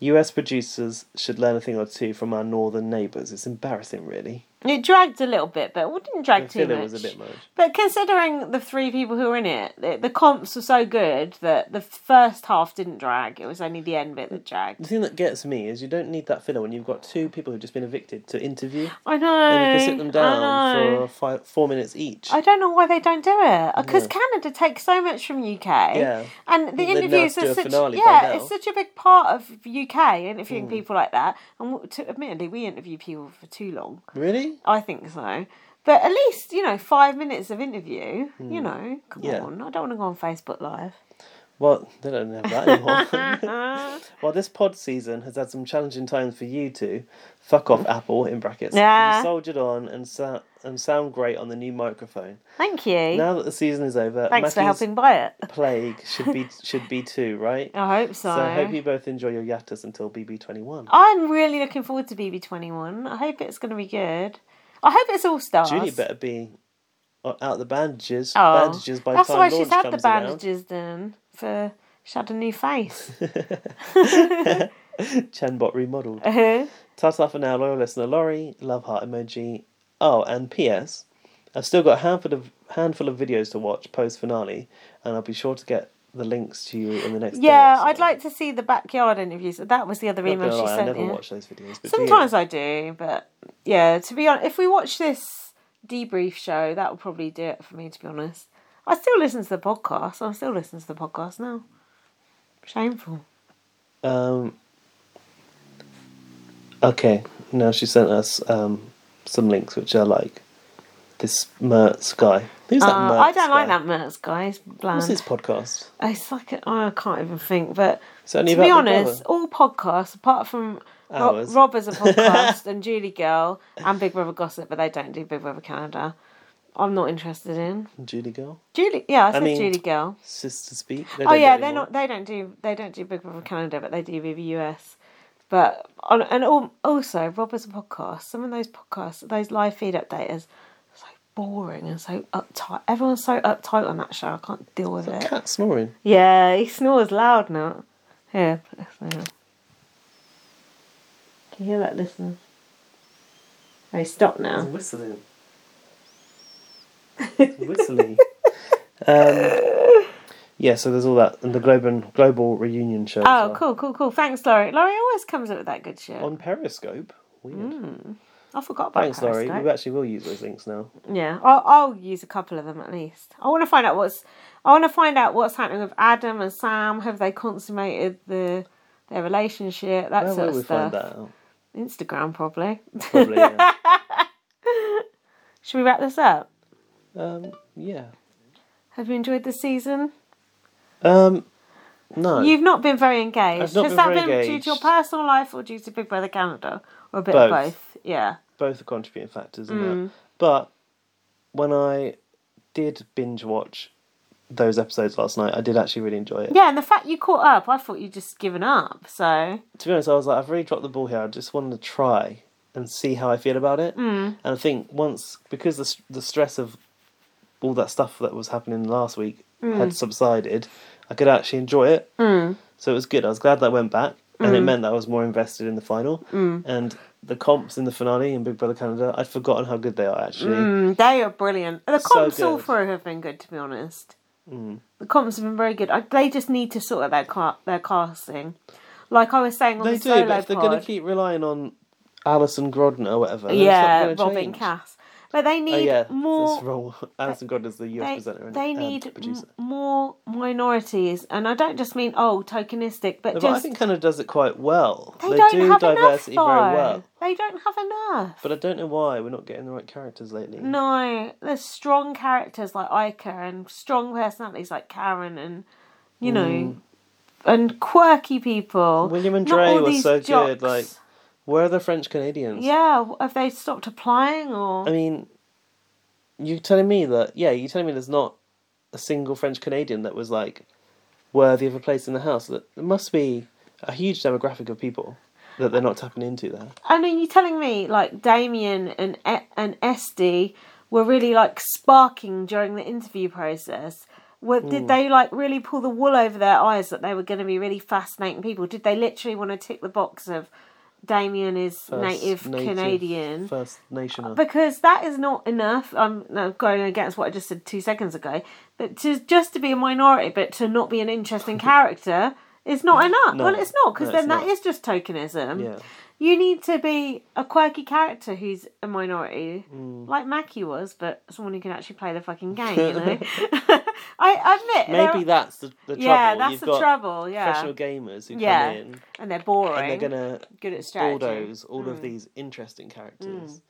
[SPEAKER 1] US producers should learn a thing or two from our northern neighbours. It's embarrassing, really.
[SPEAKER 2] It dragged a little bit, but it didn't drag
[SPEAKER 1] I
[SPEAKER 2] too
[SPEAKER 1] feel
[SPEAKER 2] much.
[SPEAKER 1] it was a bit much.
[SPEAKER 2] But considering the three people who were in it, the, the comps were so good that the first half didn't drag. It was only the end bit that dragged.
[SPEAKER 1] The thing that gets me is you don't need that filler when you've got two people who've just been evicted to interview.
[SPEAKER 2] I know.
[SPEAKER 1] And you can sit them
[SPEAKER 2] I
[SPEAKER 1] down
[SPEAKER 2] know.
[SPEAKER 1] for five, four minutes each.
[SPEAKER 2] I don't know why they don't do it because
[SPEAKER 1] Yeah.
[SPEAKER 2] Canada takes so much from UK.
[SPEAKER 1] Yeah.
[SPEAKER 2] and the
[SPEAKER 1] They'd know
[SPEAKER 2] interviews
[SPEAKER 1] how to do
[SPEAKER 2] are
[SPEAKER 1] a
[SPEAKER 2] such
[SPEAKER 1] finale by
[SPEAKER 2] yeah,
[SPEAKER 1] now.
[SPEAKER 2] it's such a big part of UK interviewing
[SPEAKER 1] Mm.
[SPEAKER 2] people like that. And w- to, admittedly, we interview people for too long.
[SPEAKER 1] Really?
[SPEAKER 2] I think so. But at least you know five minutes of interview. You
[SPEAKER 1] Mm.
[SPEAKER 2] know, come
[SPEAKER 1] Yeah.
[SPEAKER 2] on. I don't want to go on Facebook Live.
[SPEAKER 1] Well, they don't have that anymore. While this pod season has had some challenging times for you two, fuck off Apple in brackets.
[SPEAKER 2] Yeah.
[SPEAKER 1] You soldiered on and sound and sound great on the new microphone.
[SPEAKER 2] Thank you.
[SPEAKER 1] Now that the season is over,
[SPEAKER 2] Thanks for
[SPEAKER 1] Mackie's
[SPEAKER 2] helping Oh, buy it.
[SPEAKER 1] Plague should be should be too right.
[SPEAKER 2] I hope so.
[SPEAKER 1] So I hope you both enjoy your yattas until BB twenty one.
[SPEAKER 2] I'm really looking forward to BB21. I hope it's going to be good. I hope it's all stars.
[SPEAKER 1] Julie better be o- out the bandages.
[SPEAKER 2] Oh,
[SPEAKER 1] bandages by the
[SPEAKER 2] that's
[SPEAKER 1] time
[SPEAKER 2] why
[SPEAKER 1] launch
[SPEAKER 2] she's had the
[SPEAKER 1] comes
[SPEAKER 2] bandages then for she had a new face.
[SPEAKER 1] around. Chenbot remodeled.
[SPEAKER 2] Uh-huh.
[SPEAKER 1] Tata for now, loyal listener Laurie, love heart emoji. Oh, and P.S. I've still got a handful of handful of videos to watch post finale, and I'll be sure to get the links to you in the next.
[SPEAKER 2] yeah, I'd like to see the backyard interviews. That was the other
[SPEAKER 1] Day. Not
[SPEAKER 2] email
[SPEAKER 1] gonna
[SPEAKER 2] she
[SPEAKER 1] lie, I
[SPEAKER 2] sent.
[SPEAKER 1] never
[SPEAKER 2] yeah.
[SPEAKER 1] watch those videos. But do you?
[SPEAKER 2] Sometimes I do, but yeah. To be honest, if we watch this debrief show, that will probably do it for me. To be honest, I still listen to the podcast. I still listen to the podcast now. Shameful.
[SPEAKER 1] Um, okay, now she sent us um, some links which I like. This Mertz guy. Who's that
[SPEAKER 2] Uh,
[SPEAKER 1] Mertz
[SPEAKER 2] I don't
[SPEAKER 1] guy?
[SPEAKER 2] like that Mertz guy. He's bland.
[SPEAKER 1] What's his podcast?
[SPEAKER 2] It's like a, oh, I can't even think. But
[SPEAKER 1] Is that only
[SPEAKER 2] to be
[SPEAKER 1] about Big
[SPEAKER 2] honest, all podcasts apart from Ro-
[SPEAKER 1] Ours.
[SPEAKER 2] Rob as a podcast and Julie Girl and Big Brother Gossip, but they don't do Big Brother Canada. I'm not interested in
[SPEAKER 1] Julie Girl?
[SPEAKER 2] Julie. Yeah, I
[SPEAKER 1] I
[SPEAKER 2] said
[SPEAKER 1] mean,
[SPEAKER 2] Julie Girl.
[SPEAKER 1] Sister Speak? They
[SPEAKER 2] Oh
[SPEAKER 1] don't do
[SPEAKER 2] yeah,
[SPEAKER 1] it
[SPEAKER 2] they're
[SPEAKER 1] anymore.
[SPEAKER 2] not. They don't do. They don't do Big Brother Canada, but they do BBUS. But on, and al- also Rob as a podcast. Some of those podcasts, those live feed updaters, so boring and so uptight. Everyone's so uptight on that show. I can't deal with it.
[SPEAKER 1] Cat snoring.
[SPEAKER 2] Yeah, he snores loud now. Here, put this down. Can you hear that, listener? Hey, stop now.
[SPEAKER 1] He's whistling. He's whistling. um, yeah, so there's all that. And the global, global reunion show. as
[SPEAKER 2] Oh,
[SPEAKER 1] well.
[SPEAKER 2] cool, cool, cool. Thanks, Laurie. Laurie always comes up with that good shit.
[SPEAKER 1] On Periscope. Weird.
[SPEAKER 2] I forgot about
[SPEAKER 1] Thanks, Laurie.
[SPEAKER 2] Hmm, Periscope.
[SPEAKER 1] We actually will use those links now.
[SPEAKER 2] Yeah, I'll, I'll use a couple of them at least. I want to find out what's I want to find out what's happening with Adam and Sam. Have they consummated the their relationship? That
[SPEAKER 1] Where
[SPEAKER 2] sort
[SPEAKER 1] will
[SPEAKER 2] of
[SPEAKER 1] we find
[SPEAKER 2] stuff.
[SPEAKER 1] that out?
[SPEAKER 2] Instagram probably.
[SPEAKER 1] Probably, yeah.
[SPEAKER 2] Should we wrap this up?
[SPEAKER 1] Um, yeah.
[SPEAKER 2] Have you enjoyed this season?
[SPEAKER 1] Um, no.
[SPEAKER 2] You've not been very engaged.
[SPEAKER 1] I've not
[SPEAKER 2] Has
[SPEAKER 1] been
[SPEAKER 2] that
[SPEAKER 1] very
[SPEAKER 2] been due to your
[SPEAKER 1] engaged.
[SPEAKER 2] personal life or due to Big Brother Canada or a bit of
[SPEAKER 1] Both.
[SPEAKER 2] both? Yeah.
[SPEAKER 1] Both are contributing factors in
[SPEAKER 2] Mm.
[SPEAKER 1] that. But when I did binge watch those episodes last night, I did actually really enjoy it.
[SPEAKER 2] Yeah, and the fact you caught up, I thought you'd just given up. So,
[SPEAKER 1] To be honest, I was like, I've really dropped the ball here. I just wanted to try and see how I feel about it.
[SPEAKER 2] mm.
[SPEAKER 1] And I think once, because the, s- the stress of all that stuff that was happening last week
[SPEAKER 2] Mm.
[SPEAKER 1] had subsided, I could actually enjoy it.
[SPEAKER 2] Mm.
[SPEAKER 1] So it was good. I was glad that I went back, and it
[SPEAKER 2] Mm.
[SPEAKER 1] meant that I was more invested in the final.
[SPEAKER 2] Mm.
[SPEAKER 1] And the comps in the finale in Big Brother Canada, I'd forgotten how good they are actually.
[SPEAKER 2] Mm, they are brilliant. The
[SPEAKER 1] So
[SPEAKER 2] comps all
[SPEAKER 1] good.
[SPEAKER 2] through have been good, to be honest.
[SPEAKER 1] Mm.
[SPEAKER 2] The comps have been very good. I, they just need to sort out their ca- their casting. Like I was saying on
[SPEAKER 1] They
[SPEAKER 2] the
[SPEAKER 1] do,
[SPEAKER 2] solo
[SPEAKER 1] but if they're
[SPEAKER 2] pod,
[SPEAKER 1] going to keep relying on Alison Grodner or whatever, then it's not gonna
[SPEAKER 2] yeah, Robin
[SPEAKER 1] change.
[SPEAKER 2] Cass. But they need
[SPEAKER 1] oh, yeah,
[SPEAKER 2] more
[SPEAKER 1] That's wrong. Alison Grodner's the US presenter.
[SPEAKER 2] they,
[SPEAKER 1] And,
[SPEAKER 2] they
[SPEAKER 1] and
[SPEAKER 2] need m-
[SPEAKER 1] producer.
[SPEAKER 2] more minorities, and I don't just mean oh tokenistic, but
[SPEAKER 1] No, but I
[SPEAKER 2] just
[SPEAKER 1] think Canada does it quite well.
[SPEAKER 2] they, don't
[SPEAKER 1] do
[SPEAKER 2] have
[SPEAKER 1] diversity
[SPEAKER 2] enough.
[SPEAKER 1] very
[SPEAKER 2] though.
[SPEAKER 1] well.
[SPEAKER 2] They don't have enough.
[SPEAKER 1] But I don't know why we're not getting the right characters lately.
[SPEAKER 2] No, there's strong characters like Ica and strong personalities like Karen and you know
[SPEAKER 1] Mm.
[SPEAKER 2] and quirky people.
[SPEAKER 1] William and
[SPEAKER 2] Not
[SPEAKER 1] Dre
[SPEAKER 2] all
[SPEAKER 1] was
[SPEAKER 2] these
[SPEAKER 1] so
[SPEAKER 2] jocks.
[SPEAKER 1] good. Like, where are the French Canadians?
[SPEAKER 2] yeah, have they stopped applying or
[SPEAKER 1] I mean, you're telling me that, yeah, you're telling me there's not a single French Canadian that was like worthy of a place in the house. That There must be a huge demographic of people that they're not tapping into there.
[SPEAKER 2] I mean, you're telling me like Damien and E- and Esty were really like sparking during the interview process. Were,
[SPEAKER 1] Mm.
[SPEAKER 2] Did they like really pull the wool over their eyes that they were going to be really fascinating people? Did they literally want to tick the box of Damien is native, Canadian?
[SPEAKER 1] First Nation.
[SPEAKER 2] because that is not enough. I'm no, going against what I just said two seconds ago, but to just to be a minority, but to not be an interesting character is not enough.
[SPEAKER 1] No,
[SPEAKER 2] well, it's not because
[SPEAKER 1] no,
[SPEAKER 2] then
[SPEAKER 1] it's
[SPEAKER 2] that
[SPEAKER 1] not.
[SPEAKER 2] is just tokenism.
[SPEAKER 1] Yeah.
[SPEAKER 2] You need to be a quirky character who's a minority,
[SPEAKER 1] Mm.
[SPEAKER 2] like Mackie was, but someone who can actually play the fucking game. You know, I admit there
[SPEAKER 1] Maybe
[SPEAKER 2] are-
[SPEAKER 1] that's the, the trouble.
[SPEAKER 2] yeah, that's
[SPEAKER 1] You've
[SPEAKER 2] the
[SPEAKER 1] got
[SPEAKER 2] trouble. Yeah,
[SPEAKER 1] Professional gamers who
[SPEAKER 2] Yeah.
[SPEAKER 1] come in
[SPEAKER 2] and they're boring.
[SPEAKER 1] and they're gonna
[SPEAKER 2] good at strategy.
[SPEAKER 1] bulldoze all of
[SPEAKER 2] Mm.
[SPEAKER 1] these interesting characters.
[SPEAKER 2] Mm.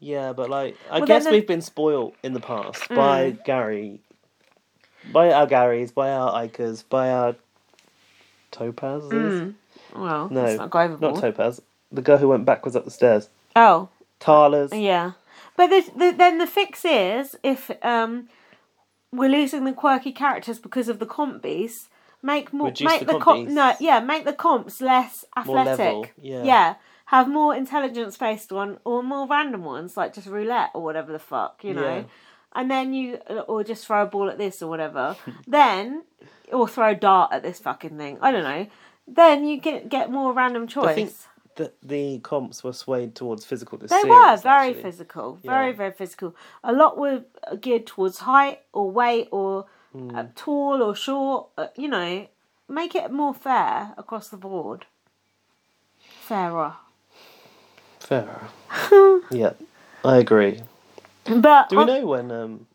[SPEAKER 1] Yeah, but like I
[SPEAKER 2] Well, then
[SPEAKER 1] guess
[SPEAKER 2] the- Mm.
[SPEAKER 1] we've been spoiled in the past by Gary, by our Garys, by our Ikers, by our Topazes.
[SPEAKER 2] Mm. Well,
[SPEAKER 1] No,
[SPEAKER 2] let's not go overboard.
[SPEAKER 1] not Topaz. The girl who went backwards up the stairs.
[SPEAKER 2] Oh,
[SPEAKER 1] Tala's.
[SPEAKER 2] Yeah, but the, the, then the fix is if um, we're losing the quirky characters because of the comp beasts, make more
[SPEAKER 1] Reduce
[SPEAKER 2] make
[SPEAKER 1] the
[SPEAKER 2] the
[SPEAKER 1] comp
[SPEAKER 2] comp
[SPEAKER 1] beasts.
[SPEAKER 2] no yeah make the comps less
[SPEAKER 1] More
[SPEAKER 2] athletic
[SPEAKER 1] level, yeah.
[SPEAKER 2] have more intelligence based one or more random ones like just roulette or whatever the fuck you know.
[SPEAKER 1] Yeah.
[SPEAKER 2] And then you, or just throw a ball at this or whatever. then, or throw a dart at this fucking thing. I don't know. Then you get get more random choice.
[SPEAKER 1] I think that the comps were swayed towards physical. This
[SPEAKER 2] They
[SPEAKER 1] series,
[SPEAKER 2] were very
[SPEAKER 1] actually.
[SPEAKER 2] physical,
[SPEAKER 1] Yeah.
[SPEAKER 2] very very physical. A lot were geared towards height or weight or
[SPEAKER 1] Mm.
[SPEAKER 2] uh, tall or short. Uh, you know, make it more fair across the board. Fairer,
[SPEAKER 1] Fair. yeah, I agree.
[SPEAKER 2] but
[SPEAKER 1] Do we
[SPEAKER 2] uh,
[SPEAKER 1] know when? Um,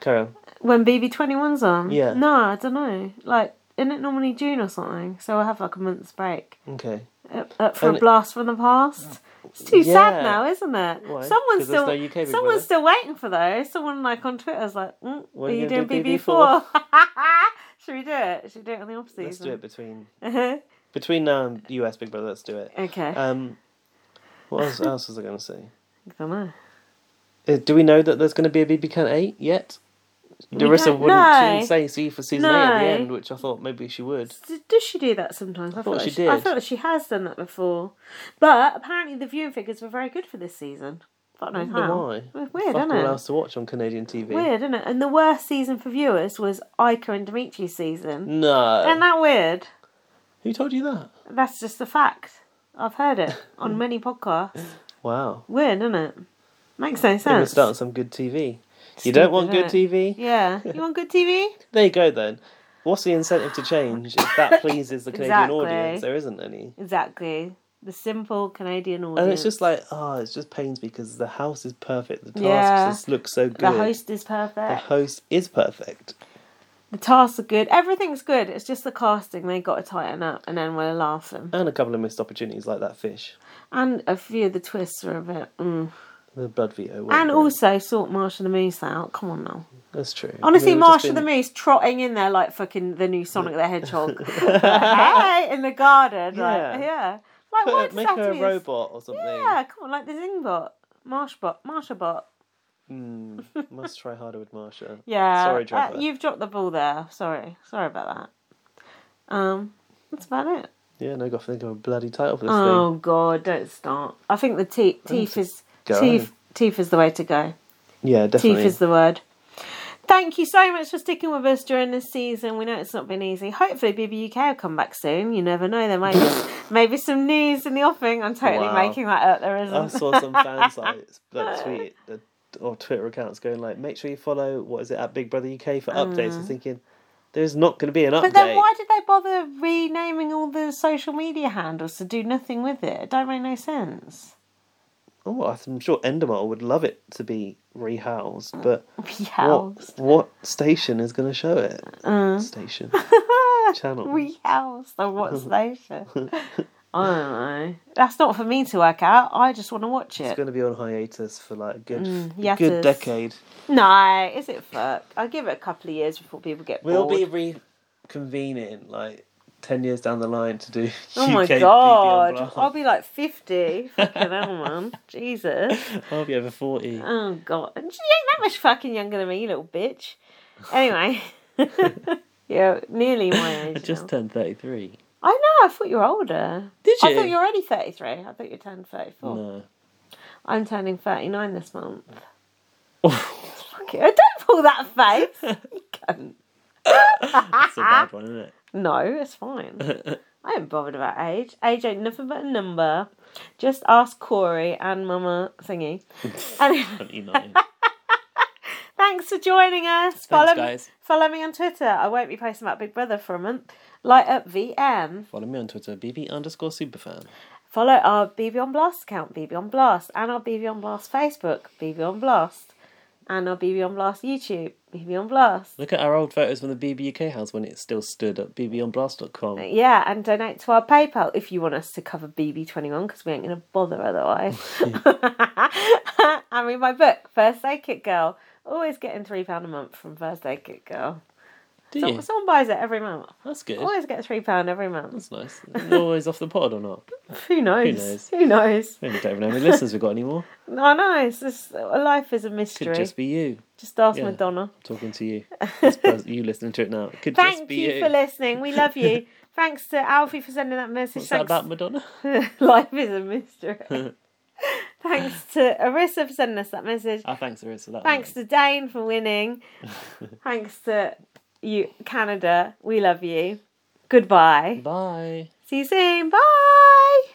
[SPEAKER 1] Carol.
[SPEAKER 2] when BB 21s on?
[SPEAKER 1] Yeah.
[SPEAKER 2] No, I don't know. Like, isn't it normally June or something? So I will have like a month's break.
[SPEAKER 1] Okay.
[SPEAKER 2] Uh, uh, for
[SPEAKER 1] And-
[SPEAKER 2] a blast from the past. It's too
[SPEAKER 1] Yeah.
[SPEAKER 2] sad now, isn't it?
[SPEAKER 1] Why? 'Cause
[SPEAKER 2] Someone's
[SPEAKER 1] there's
[SPEAKER 2] still
[SPEAKER 1] no UK Big Brother.
[SPEAKER 2] someone's still waiting for those. Someone like on Twitter's like, mm,
[SPEAKER 1] What
[SPEAKER 2] are you doing BB
[SPEAKER 1] BB4?
[SPEAKER 2] four? Should we do it? Should we do it on the off season?
[SPEAKER 1] Let's do it between
[SPEAKER 2] Uh-huh. Uh.
[SPEAKER 1] between now and US Big Brother. Let's do it.
[SPEAKER 2] Okay.
[SPEAKER 1] Um, what else, else was I going to say?
[SPEAKER 2] I don't know.
[SPEAKER 1] Uh, do we know that there's going to be a BB Can eight yet?
[SPEAKER 2] We
[SPEAKER 1] Larissa
[SPEAKER 2] don't
[SPEAKER 1] wouldn't she
[SPEAKER 2] know.
[SPEAKER 1] didn't say see for season eight at the
[SPEAKER 2] No.
[SPEAKER 1] end, which I thought maybe she would.
[SPEAKER 2] D- Does she do that sometimes? I,
[SPEAKER 1] thought
[SPEAKER 2] like
[SPEAKER 1] she
[SPEAKER 2] I
[SPEAKER 1] did.
[SPEAKER 2] thought she has done that before, but apparently the viewing figures were very good for this season. Don't know
[SPEAKER 1] I wonder
[SPEAKER 2] how.
[SPEAKER 1] why.
[SPEAKER 2] It's Weird,
[SPEAKER 1] Fuck
[SPEAKER 2] isn't
[SPEAKER 1] all
[SPEAKER 2] it?
[SPEAKER 1] else to watch on Canadian TV.
[SPEAKER 2] Weird, isn't it? And the worst season for viewers was Ica and Dimitri's season.
[SPEAKER 1] No.
[SPEAKER 2] Isn't that weird?
[SPEAKER 1] Who told you that?
[SPEAKER 2] That's just a fact. I've heard it on many podcasts.
[SPEAKER 1] Wow.
[SPEAKER 2] Weird, isn't it? Makes no
[SPEAKER 1] They must
[SPEAKER 2] sense.
[SPEAKER 1] start some good TV. you don't want good
[SPEAKER 2] Stupid,
[SPEAKER 1] TV.
[SPEAKER 2] innit? Yeah. You want good TV?
[SPEAKER 1] There you go then. What's the incentive to change if that pleases the Canadian
[SPEAKER 2] Exactly.
[SPEAKER 1] audience? There isn't any.
[SPEAKER 2] Exactly. the simple Canadian audience.
[SPEAKER 1] And it's just like, oh, it just pains me because the house is perfect. The tasks
[SPEAKER 2] Yeah.
[SPEAKER 1] just look so good.
[SPEAKER 2] the host is perfect.
[SPEAKER 1] The host is perfect.
[SPEAKER 2] The tasks are good. Everything's good. It's just the casting they got to tighten up, and then we'll laugh them.
[SPEAKER 1] And a couple of missed opportunities like that fish.
[SPEAKER 2] And a few of the twists are a bit. Mm.
[SPEAKER 1] The blood veto. weren't
[SPEAKER 2] And
[SPEAKER 1] great.
[SPEAKER 2] also sort Marshall the Moose out. Come on now.
[SPEAKER 1] That's true.
[SPEAKER 2] Honestly,
[SPEAKER 1] I mean, we've just
[SPEAKER 2] Marshall the
[SPEAKER 1] been-
[SPEAKER 2] Moose trotting in there like fucking the new Sonic the Hedgehog. Like, hey, in the garden.
[SPEAKER 1] Yeah.
[SPEAKER 2] Like, yeah. Like,
[SPEAKER 1] Put-
[SPEAKER 2] why does it
[SPEAKER 1] make
[SPEAKER 2] have to
[SPEAKER 1] her
[SPEAKER 2] be
[SPEAKER 1] a
[SPEAKER 2] this-
[SPEAKER 1] robot or something.
[SPEAKER 2] Yeah, come on, like the Zingbot. Marshbot. Marshabot.
[SPEAKER 1] Mm, must try harder with Marsha.
[SPEAKER 2] Yeah.
[SPEAKER 1] Sorry,
[SPEAKER 2] uh,
[SPEAKER 1] Trevor.
[SPEAKER 2] you've dropped the ball there. Sorry. Sorry about that. Um, that's about it.
[SPEAKER 1] Yeah, no, got to think of a bloody title for this
[SPEAKER 2] Oh
[SPEAKER 1] thing.
[SPEAKER 2] God, don't start. I think the teeth teeth is
[SPEAKER 1] go.
[SPEAKER 2] teeth teeth is the way to go.
[SPEAKER 1] Yeah, definitely.
[SPEAKER 2] Teeth is the word. Thank you so much for sticking with us during this season. We know it's not been easy. Hopefully, BB UK will come back soon. You never know. There might be maybe some news in the offing. I'm totally
[SPEAKER 1] Wow.
[SPEAKER 2] making that up. There isn't.
[SPEAKER 1] I saw some fans like, like tweet uh, or Twitter accounts going like, make sure you follow what is it at Big Brother UK for updates. I was
[SPEAKER 2] Mm.
[SPEAKER 1] thinking, there's not going to be an update.
[SPEAKER 2] But then why did they bother renaming all the social media handles to do nothing with it? It don't make no sense.
[SPEAKER 1] Oh, I'm sure Endemol would love it to be
[SPEAKER 2] Mm.
[SPEAKER 1] rehoused, but
[SPEAKER 2] Rehoused.
[SPEAKER 1] What, what station is going to show it?
[SPEAKER 2] Uh.
[SPEAKER 1] Station channel.
[SPEAKER 2] Rehouse Uh. the what station? I don't know. That's not for me to work out. I just want to watch
[SPEAKER 1] It's
[SPEAKER 2] it.
[SPEAKER 1] going to be on hiatus for like a good,
[SPEAKER 2] Mm,
[SPEAKER 1] a good
[SPEAKER 2] hiatus.
[SPEAKER 1] decade.
[SPEAKER 2] No, is it fuck? I'll give it a couple of years before people get
[SPEAKER 1] We'll
[SPEAKER 2] bored.
[SPEAKER 1] be reconvening like ten years down the line to do.
[SPEAKER 2] Oh my
[SPEAKER 1] UK
[SPEAKER 2] god!
[SPEAKER 1] BB on
[SPEAKER 2] I'll be like fifty. Fucking hell, man. Jesus.
[SPEAKER 1] blast. I'll be over forty.
[SPEAKER 2] Oh god. And she ain't that much fucking younger than me, you little bitch. Anyway. yeah, nearly my
[SPEAKER 1] I
[SPEAKER 2] age.
[SPEAKER 1] just turned thirty-three.
[SPEAKER 2] I know, I thought you were older.
[SPEAKER 1] Did
[SPEAKER 2] I thought
[SPEAKER 1] you?
[SPEAKER 2] you were already 33. I thought you turned 34.
[SPEAKER 1] No.
[SPEAKER 2] I'm turning 39 this month. Fuck it. Don't pull that face. You cunt.
[SPEAKER 1] That's a bad one, isn't
[SPEAKER 2] No, it's fine.
[SPEAKER 1] it?
[SPEAKER 2] I ain't bothered about age. Age ain't nothing but a number. Just ask Corey and Mama Thingy. Anyway.
[SPEAKER 1] Twenty-nine.
[SPEAKER 2] Thanks for joining us. Follow me,
[SPEAKER 1] guys.
[SPEAKER 2] follow me on Twitter. I won't be posting about Big Brother for a month. Light up VM.
[SPEAKER 1] Follow me on Twitter, bb underscore superfan.
[SPEAKER 2] Follow our BB on Blast account, BB on Blast, and our BB on Blast Facebook, BB on Blast, and our BB on Blast YouTube, BB on Blast.
[SPEAKER 1] Look at our old photos from the BB UK house when it still stood at bbonblast.com.
[SPEAKER 2] Yeah, and donate to our PayPal if you want us to cover BB21 because we ain't going to bother otherwise. and read my book, First Aid Kit Girl. Always getting £3 a month from First Aid Kit Girl.
[SPEAKER 1] Do
[SPEAKER 2] Some-
[SPEAKER 1] you?
[SPEAKER 2] Someone buys it every month.
[SPEAKER 1] That's good.
[SPEAKER 2] Always get £3 every month.
[SPEAKER 1] That's nice. Is it always off the pod or not?
[SPEAKER 2] Who
[SPEAKER 1] Who
[SPEAKER 2] knows?
[SPEAKER 1] knows?
[SPEAKER 2] Who knows?
[SPEAKER 1] We don't even know how many listeners we've got anymore.
[SPEAKER 2] I know, it's just, life is a mystery.
[SPEAKER 1] Could just be you.
[SPEAKER 2] Just ask
[SPEAKER 1] Yeah.
[SPEAKER 2] Madonna.
[SPEAKER 1] Talking to you. This pers- you listening to it now. It Could just
[SPEAKER 2] Thank
[SPEAKER 1] be
[SPEAKER 2] you, for listening. We love you. Thanks to Alfie for sending that message.
[SPEAKER 1] What's that about Madonna?
[SPEAKER 2] Life is a mystery. Thanks to Arissa for sending us that message.
[SPEAKER 1] Ah, thanks, Arisa, for that.
[SPEAKER 2] Thanks to Dane for winning. Thanks to you, Canada. We love you. Goodbye.
[SPEAKER 1] Bye.
[SPEAKER 2] See you soon. Bye.